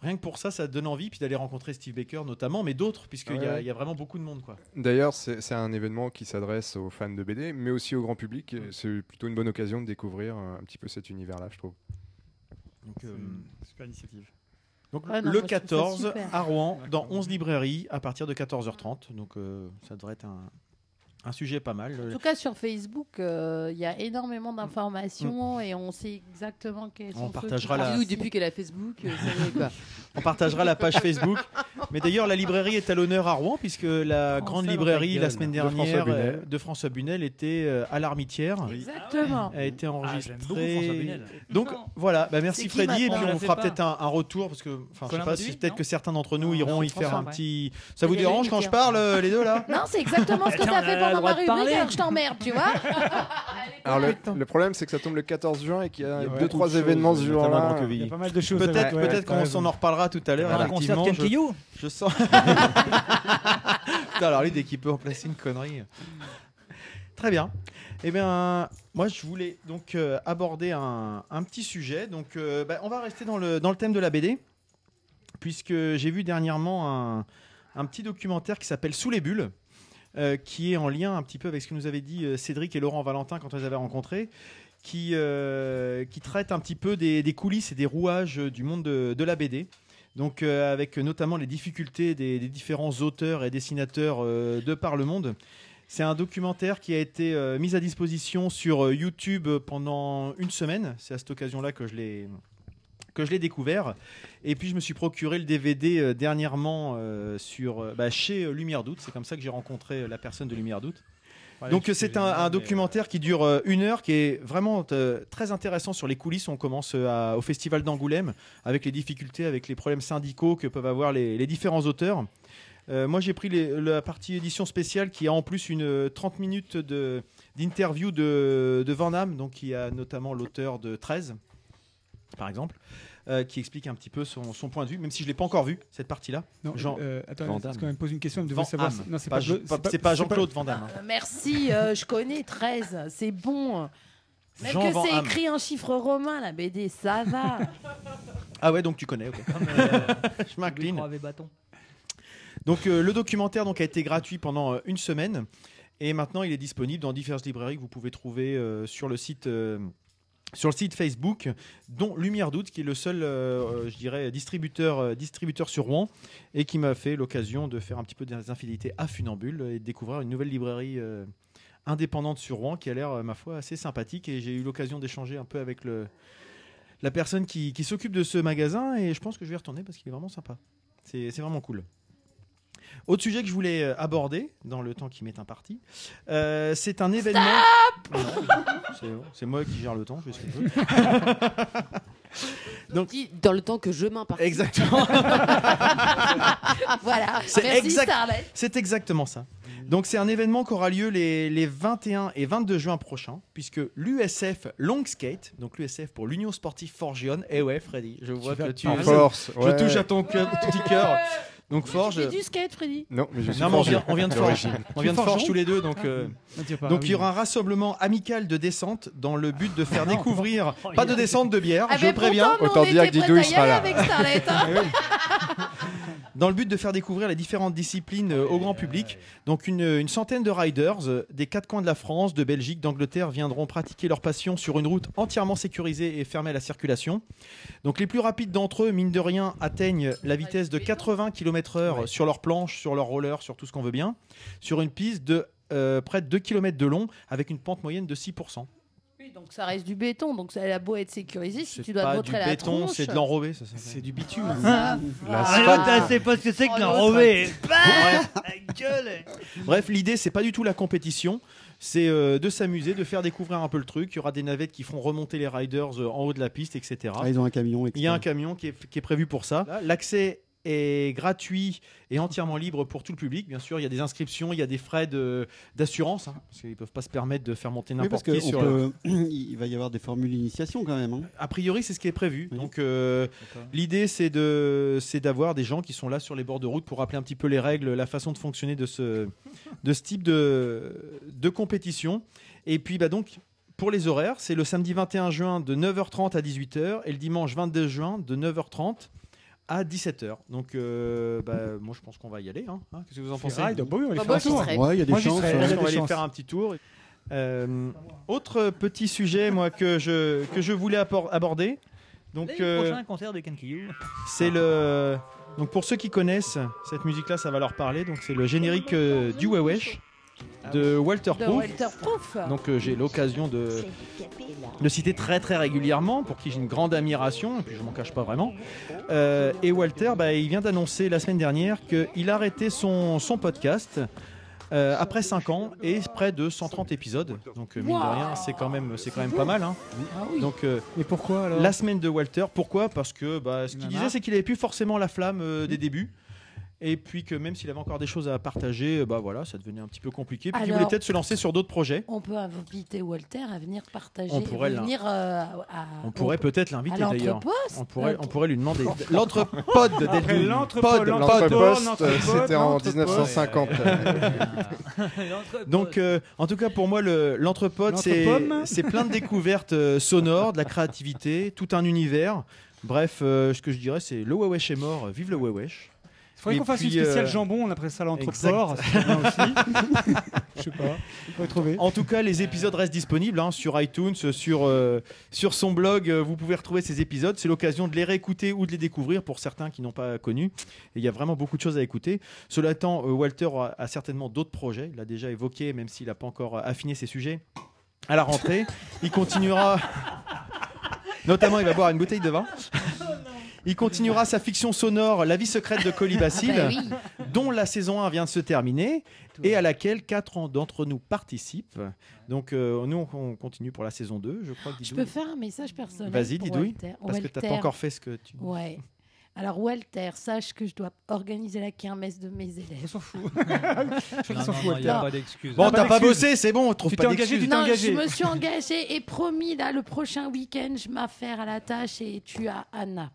Speaker 6: Rien que pour ça, ça donne envie, puis d'aller rencontrer Steve Baker notamment, mais d'autres, puisqu'il y, a-
Speaker 4: Ouais.
Speaker 6: il y a vraiment beaucoup de monde. quoi.
Speaker 4: D'ailleurs, c'est c'est un événement qui s'adresse aux fans de BD, mais aussi au grand public. Et C'est plutôt une bonne occasion de découvrir euh, un petit peu cet univers-là, je trouve.
Speaker 6: Donc, euh,
Speaker 3: Hmm. Super initiative.
Speaker 6: donc
Speaker 9: Ouais, Ah non, moi, je
Speaker 6: le
Speaker 9: trouve ça
Speaker 6: 14
Speaker 9: super.
Speaker 6: à Rouen,
Speaker 3: D'accord.
Speaker 6: dans 11 librairies, à partir de 14h30. Donc euh, ça devrait être un, un sujet pas mal. euh,
Speaker 9: En tout cas, sur Facebook, euh, il y a énormément d'informations et on sait exactement quels
Speaker 6: On
Speaker 9: sont ceux
Speaker 6: partagera
Speaker 9: qui
Speaker 6: la-
Speaker 5: Dis-nous,
Speaker 9: participent.
Speaker 5: depuis qu'elle a Facebook, euh, ça
Speaker 6: [LAUGHS]
Speaker 5: y est, quoi.
Speaker 6: Bah, On partagera la page Facebook. Mais d'ailleurs, la librairie est à l'honneur à Rouen, puisque la
Speaker 3: François
Speaker 6: grande librairie, la
Speaker 3: Lorraine,
Speaker 6: semaine
Speaker 7: de François
Speaker 6: dernière, euh,
Speaker 7: Bunel.
Speaker 6: de François Bunel, était euh, à l'Armitière.
Speaker 9: Exactement.
Speaker 6: A été
Speaker 1: Ah,
Speaker 6: enregistrée.
Speaker 1: j'aime beaucoup François Bunel.
Speaker 6: Donc
Speaker 1: Non.
Speaker 6: voilà, bah, merci
Speaker 1: C'est qui
Speaker 6: Freddy, et
Speaker 1: maintenant
Speaker 6: puis
Speaker 1: On
Speaker 6: on
Speaker 1: le
Speaker 6: fera
Speaker 1: fait
Speaker 6: peut-être un, un retour parce que enfin, je sais
Speaker 1: Colin
Speaker 6: pas si
Speaker 1: Bauduit,
Speaker 6: peut-être
Speaker 1: non
Speaker 6: que certains d'entre nous
Speaker 1: Non,
Speaker 6: iront
Speaker 1: non,
Speaker 6: y faire
Speaker 9: François,
Speaker 6: un
Speaker 9: ouais.
Speaker 6: petit. Ça
Speaker 9: Il
Speaker 6: vous
Speaker 9: y a
Speaker 6: dérange
Speaker 9: eu
Speaker 6: quand
Speaker 9: une
Speaker 6: je parle euh, les deux là
Speaker 9: Non, c'est exactement ce que
Speaker 1: Tiens,
Speaker 9: t'as
Speaker 1: on
Speaker 9: fait
Speaker 1: a
Speaker 9: pendant
Speaker 1: le
Speaker 9: ma
Speaker 1: droit de parler.
Speaker 9: rubrique, alors je t'emmerde, tu
Speaker 1: [LAUGHS]
Speaker 9: vois.
Speaker 4: Alors, le, le problème, c'est que ça tombe le 14 juin et qu'il y
Speaker 7: Il
Speaker 4: a
Speaker 7: y a
Speaker 4: deux,
Speaker 7: beaucoup
Speaker 4: trois
Speaker 7: de choses,
Speaker 4: événements ce
Speaker 7: notamment
Speaker 4: jour-là.
Speaker 7: Grand Queville.
Speaker 3: Il y a pas mal de choses. à
Speaker 6: Peut-être,
Speaker 3: voir. Ouais,
Speaker 6: peut-être
Speaker 3: t'as
Speaker 6: qu'on
Speaker 3: raison.
Speaker 6: s'en en reparlera tout à l'heure.
Speaker 1: Voilà, concert
Speaker 6: effectivement, je,
Speaker 1: Kenkiyo.
Speaker 6: je sens. [LAUGHS] Putain, alors lui, dès qu'il peut en placer une connerie. Très bien. Eh bien, moi, je voulais donc euh, aborder un, un petit sujet. Donc, euh, bah, on va rester dans le, dans le thème de la BD, puisque j'ai vu dernièrement un, un petit documentaire qui s'appelle Sous les bulles, euh, qui est en lien un petit peu avec ce que nous avaient dit euh, Cédric et Laurent Valentin quand on les avait rencontrés, qui, euh, qui traite un petit peu des, des coulisses et des rouages euh, du monde de, de la BD. Donc, euh, avec euh, notamment les difficultés des, des différents auteurs et dessinateurs euh, de par le monde. C'est un documentaire qui a été euh, mis à disposition sur euh, YouTube pendant une semaine. C'est à cette occasion-là que je l'ai que je l'ai découvert. Et puis je me suis procuré le DVD euh, dernièrement euh, sur euh, bah, chez euh, Lumière d'Août. C'est comme ça que j'ai rencontré euh, la personne de Lumière d'Août. Donc euh, c'est un, un documentaire qui dure euh, une heure, qui est vraiment euh, très intéressant sur les coulisses. On commence euh, à- au Festival d'Angoulême avec les difficultés, avec les problèmes syndicaux que peuvent avoir les, les différents auteurs. Euh, moi j'ai pris les- la partie édition spéciale qui a en plus une euh, 30 minutes de- d'interview de, de Van Damme, donc qui a notamment l'auteur de 13 par exemple, euh, qui explique un petit peu son, son point de vue, même si je ne l'ai pas encore vu, cette partie-là.
Speaker 3: Non,
Speaker 6: Jean-
Speaker 3: euh, attends,
Speaker 6: Van Damme.
Speaker 3: parce qu'on me pose une question, elle me devait
Speaker 6: Van
Speaker 3: savoir
Speaker 6: Hamme.
Speaker 3: si- non, c'est
Speaker 6: pas,
Speaker 3: pas
Speaker 6: Je-
Speaker 3: Bleu-
Speaker 6: pas-
Speaker 3: c'est
Speaker 6: c'est pas
Speaker 3: pas- c'est pas- Ah.
Speaker 6: Jean-Claude Van Damme. hein.
Speaker 9: Merci, euh, je connais 13, c'est bon. Même
Speaker 6: Jean
Speaker 9: que
Speaker 6: Van
Speaker 9: c'est
Speaker 6: Hamme.
Speaker 9: écrit en chiffre romain, la BD, ça
Speaker 1: [LAUGHS]
Speaker 9: va.
Speaker 6: Ah ouais, donc tu connais, ok.
Speaker 11: Ah,
Speaker 6: je m'incline. Donc euh, le documentaire donc, a été gratuit pendant euh, une semaine et maintenant il est disponible dans diverses librairies que vous pouvez trouver euh, sur le site. euh, sur le site Facebook, dont Lumière Doute, qui est le seul, euh, euh, je dirais, distributeur, euh, distributeur sur Rouen, et qui m'a fait l'occasion de faire un petit peu des infidélités à Funambule et de découvrir une nouvelle librairie euh, indépendante sur Rouen, qui a l'air, euh, ma foi, assez sympathique. Et j'ai eu l'occasion d'échanger un peu avec le, la personne qui, qui s'occupe de ce magasin, et je pense que je vais y retourner parce qu'il est vraiment sympa. C'est c'est vraiment cool. Autre sujet que je voulais euh, aborder dans le temps qui m'est imparti, euh, c'est un événement. Ah Non, c'est- C'est moi qui gère le temps, je fais ce que je
Speaker 5: [LAUGHS]
Speaker 6: veux. Donc,
Speaker 5: dans le temps que je m'impartis. [LAUGHS]
Speaker 6: Exactement.
Speaker 9: voilà.
Speaker 6: C'est
Speaker 9: Ah, Merci,
Speaker 6: exact-
Speaker 9: Starlet.
Speaker 6: c'est exactement ça. Donc c'est un événement qui aura lieu les, les 21 et 22 juin prochains, puisque l'USF Long Skate, donc l'USF pour l'Union Sportive Forgione, et ouais Freddy, je vois
Speaker 4: vas
Speaker 6: que tu...
Speaker 4: en force,
Speaker 6: je
Speaker 4: ouais.
Speaker 6: touche à ton cœur- ton petit cœur. Donc Forge...
Speaker 9: Fais du skate, Freddy.
Speaker 4: Non, mais je suis
Speaker 6: Non, mais on,
Speaker 4: forgeron.
Speaker 6: vient, on vient de Forge.
Speaker 4: D'origine.
Speaker 6: On vient de
Speaker 3: Tu es
Speaker 6: Forge
Speaker 3: forgeron
Speaker 6: tous les deux. Donc, euh,
Speaker 3: Ah, tu vas pas,
Speaker 6: donc
Speaker 3: ah
Speaker 6: il
Speaker 3: oui.
Speaker 6: y aura un rassemblement amical de descente dans le but de faire découvrir.
Speaker 1: Oh,
Speaker 6: Pas
Speaker 1: il
Speaker 6: de
Speaker 1: est-
Speaker 6: descente de bière,
Speaker 9: Ah
Speaker 6: je
Speaker 9: ben,
Speaker 6: préviens. Eh
Speaker 9: pourtant, nous,
Speaker 4: Autant
Speaker 9: on
Speaker 4: dire
Speaker 9: était
Speaker 4: que
Speaker 9: prêts
Speaker 4: Didou,
Speaker 9: à
Speaker 4: il
Speaker 9: y
Speaker 4: sera
Speaker 9: aller
Speaker 4: là.
Speaker 9: avec Starlet.
Speaker 6: [LAUGHS]
Speaker 9: hein.
Speaker 6: Dans le but de faire découvrir les différentes disciplines euh, au grand public. Donc une, une centaine de riders euh, des quatre coins de la France, de Belgique, d'Angleterre viendront pratiquer leur passion sur une route entièrement sécurisée et fermée à la circulation. Donc les plus rapides d'entre eux, mine de rien, atteignent la vitesse de 80 km/h sur leur planche, sur leur roller, sur tout ce qu'on veut bien, sur une piste de euh, près de 2 km de long avec une pente moyenne de 6%.
Speaker 9: Oui, donc ça reste du béton, donc ça elle a beau être sécurisé, si
Speaker 6: C'est
Speaker 9: tu dois te
Speaker 6: pas du
Speaker 9: montrer la
Speaker 6: béton,
Speaker 9: tronche.
Speaker 6: c'est de l'enrobé. ça, ça fait.
Speaker 3: C'est du bitume.
Speaker 9: Ça
Speaker 1: Ah,
Speaker 9: va.
Speaker 1: l'autre, elle sait pas ce que c'est
Speaker 9: Oh,
Speaker 1: que
Speaker 9: l'autre.
Speaker 1: l'enrobé. Bah, la gueule.
Speaker 6: Bref, l'idée, c'est pas du tout la compétition, c'est euh, de s'amuser, de faire découvrir un peu le truc. Il y aura des navettes qui feront remonter les riders euh, en haut de la piste, etc.
Speaker 2: Ah, ils ont un camion.
Speaker 6: Il y a un
Speaker 2: exprès.
Speaker 6: camion qui est, qui est prévu pour ça. L'accès est gratuit et entièrement libre pour tout le public. Bien sûr, il y a des inscriptions, il y a des frais de- d'assurance, hein, parce qu'ils ne peuvent pas se permettre de faire monter
Speaker 2: Oui, parce
Speaker 6: n'importe
Speaker 2: que
Speaker 6: qui
Speaker 2: on
Speaker 6: sur.
Speaker 2: peut- [CLEARS THROAT] il va y avoir des formules d'initiation quand même. hein.
Speaker 6: A priori, c'est ce qui est prévu.
Speaker 2: Oui.
Speaker 6: Donc, euh, l'idée, c'est de, c'est d'avoir des gens qui sont là sur les bords de route pour rappeler un petit peu les règles, la façon de fonctionner de ce, de ce type de, de compétition. Et puis, bah donc, pour les horaires, c'est le samedi 21 juin de 9h30 à 18h et le dimanche 22 juin de 9h30 à 17h. Donc, euh, bah, moi, je pense qu'on va y aller. hein. Hein, Qu'est-ce que vous en pensez
Speaker 3: Ride, bah oui, on va les
Speaker 5: Bah, moi,
Speaker 3: faire un
Speaker 5: j'y
Speaker 3: tour.
Speaker 5: serais.
Speaker 2: Ouais, il y a des
Speaker 3: Moi, j'y
Speaker 2: chances.
Speaker 3: serais.
Speaker 2: ouais.
Speaker 3: Il y
Speaker 6: on va
Speaker 3: a des
Speaker 6: aller
Speaker 3: chances.
Speaker 6: faire un petit tour. Euh, autre petit sujet, moi, que je, que je voulais appor- aborder. Donc,
Speaker 1: Donc,
Speaker 6: euh,
Speaker 1: prochain concert de Kenkyu.
Speaker 6: c'est le. Donc pour ceux qui connaissent cette musique-là, ça va leur parler. Donc c'est le générique euh, du
Speaker 9: Ah
Speaker 6: Wewesh de Walter
Speaker 9: De
Speaker 6: Proof.
Speaker 9: Walter Proof.
Speaker 6: Donc euh, j'ai l'occasion de le citer très très régulièrement, pour qui j'ai une grande admiration, et puis je m'en cache pas vraiment. Euh, et Walter, bah, il vient d'annoncer la semaine dernière qu'il arrêtait son, son podcast euh, après 5 ans et près de 130 épisodes. Donc euh, mine de rien, c'est quand même, c'est quand même pas mal. hein. Donc euh,
Speaker 3: Et Ah pourquoi alors
Speaker 6: la semaine de Walter. Pourquoi Parce que bah, ce
Speaker 3: Il en
Speaker 6: qu'il
Speaker 3: a
Speaker 6: disait,
Speaker 3: marre.
Speaker 6: c'est qu'il n'avait plus forcément la flamme euh, des débuts. Et puis que même s'il avait encore des choses à partager, euh, bah voilà, ça devenait un petit peu compliqué. Puis qu'il
Speaker 9: Alors-
Speaker 6: voulait peut-être se lancer sur d'autres projets.
Speaker 9: On peut inviter Walter à venir partager,
Speaker 6: On pourrait l'in-
Speaker 9: venir euh, à,
Speaker 6: On pourrait peut-être
Speaker 9: à
Speaker 6: l'inviter d'ailleurs.
Speaker 9: l'entreposte.
Speaker 6: On pourrait, on pourrait lui demander. L'entrepode
Speaker 1: [LAUGHS]
Speaker 3: Après
Speaker 6: d'Eldoul.
Speaker 3: l'entrepôt,
Speaker 4: L'entreposte,
Speaker 3: l'entrepôt,
Speaker 4: c'était en
Speaker 3: l'entrepôt.
Speaker 4: 1950.
Speaker 6: [LAUGHS] Donc, euh, en tout cas, pour moi, le- l'entrepode, c'est
Speaker 3: L'entrepomme.
Speaker 6: c'est plein de découvertes euh, sonores, de la créativité, tout un univers. Bref, euh, ce que je dirais, c'est le Wewesh est mort, vive le Wewesh.
Speaker 3: Il faudrait
Speaker 6: Et
Speaker 3: qu'on fasse
Speaker 6: puis,
Speaker 3: une spéciale
Speaker 6: euh,
Speaker 3: jambon, on appelle ça
Speaker 6: exact.
Speaker 3: l'entreport. c'est bien aussi.
Speaker 6: [LAUGHS]
Speaker 3: Je sais pas. Faut trouver.
Speaker 6: En tout cas, les épisodes restent disponibles hein, sur iTunes, sur, euh, sur son blog. euh, Vous pouvez retrouver ces épisodes. C'est l'occasion de les réécouter ou de les découvrir pour certains qui n'ont pas connu. Et il y a vraiment beaucoup de choses à écouter. Cela étant, euh, Walter a, a certainement d'autres projets. Il l'a déjà évoqué, même s'il n'a pas encore euh, affiné ses sujets. À la rentrée, il continuera. [LAUGHS] Notamment, il va boire une bouteille
Speaker 9: Oh
Speaker 6: de vin. Il continuera sa fiction sonore La vie secrète
Speaker 9: Ah
Speaker 6: de
Speaker 9: bah
Speaker 6: Colibacille.
Speaker 9: oui.
Speaker 6: dont la saison 1 vient de se terminer et à laquelle quatre en- d'entre nous participent. Donc euh, nous, on continue pour la saison 2, je crois.
Speaker 9: Je
Speaker 6: Didouille.
Speaker 9: peux faire un message personnel
Speaker 6: Vas-y,
Speaker 9: pour
Speaker 6: Didouille,
Speaker 9: Walter.
Speaker 6: parce que t'as pas
Speaker 9: Walter.
Speaker 6: encore fait ce que tu-
Speaker 9: Ouais. Alors, Walter, sache que je dois organiser la kermesse de mes élèves. On s'en [LAUGHS] fout.
Speaker 6: qu'il
Speaker 11: Non,
Speaker 6: s'en
Speaker 11: non,
Speaker 6: fout,
Speaker 11: non, il y a
Speaker 6: Walter.
Speaker 11: pas d'excuse.
Speaker 6: Bon,
Speaker 11: Il y a
Speaker 6: t'as
Speaker 11: pas
Speaker 6: pas
Speaker 11: d'excuse.
Speaker 6: bossé, c'est bon, on trouve
Speaker 11: Tu
Speaker 6: pas
Speaker 11: t'es engagé,
Speaker 6: d'excuse.
Speaker 11: tu t'es
Speaker 9: Non, je me suis engagée et promis, là, le prochain week-end, je m'affaire à la tâche et tu as Anna.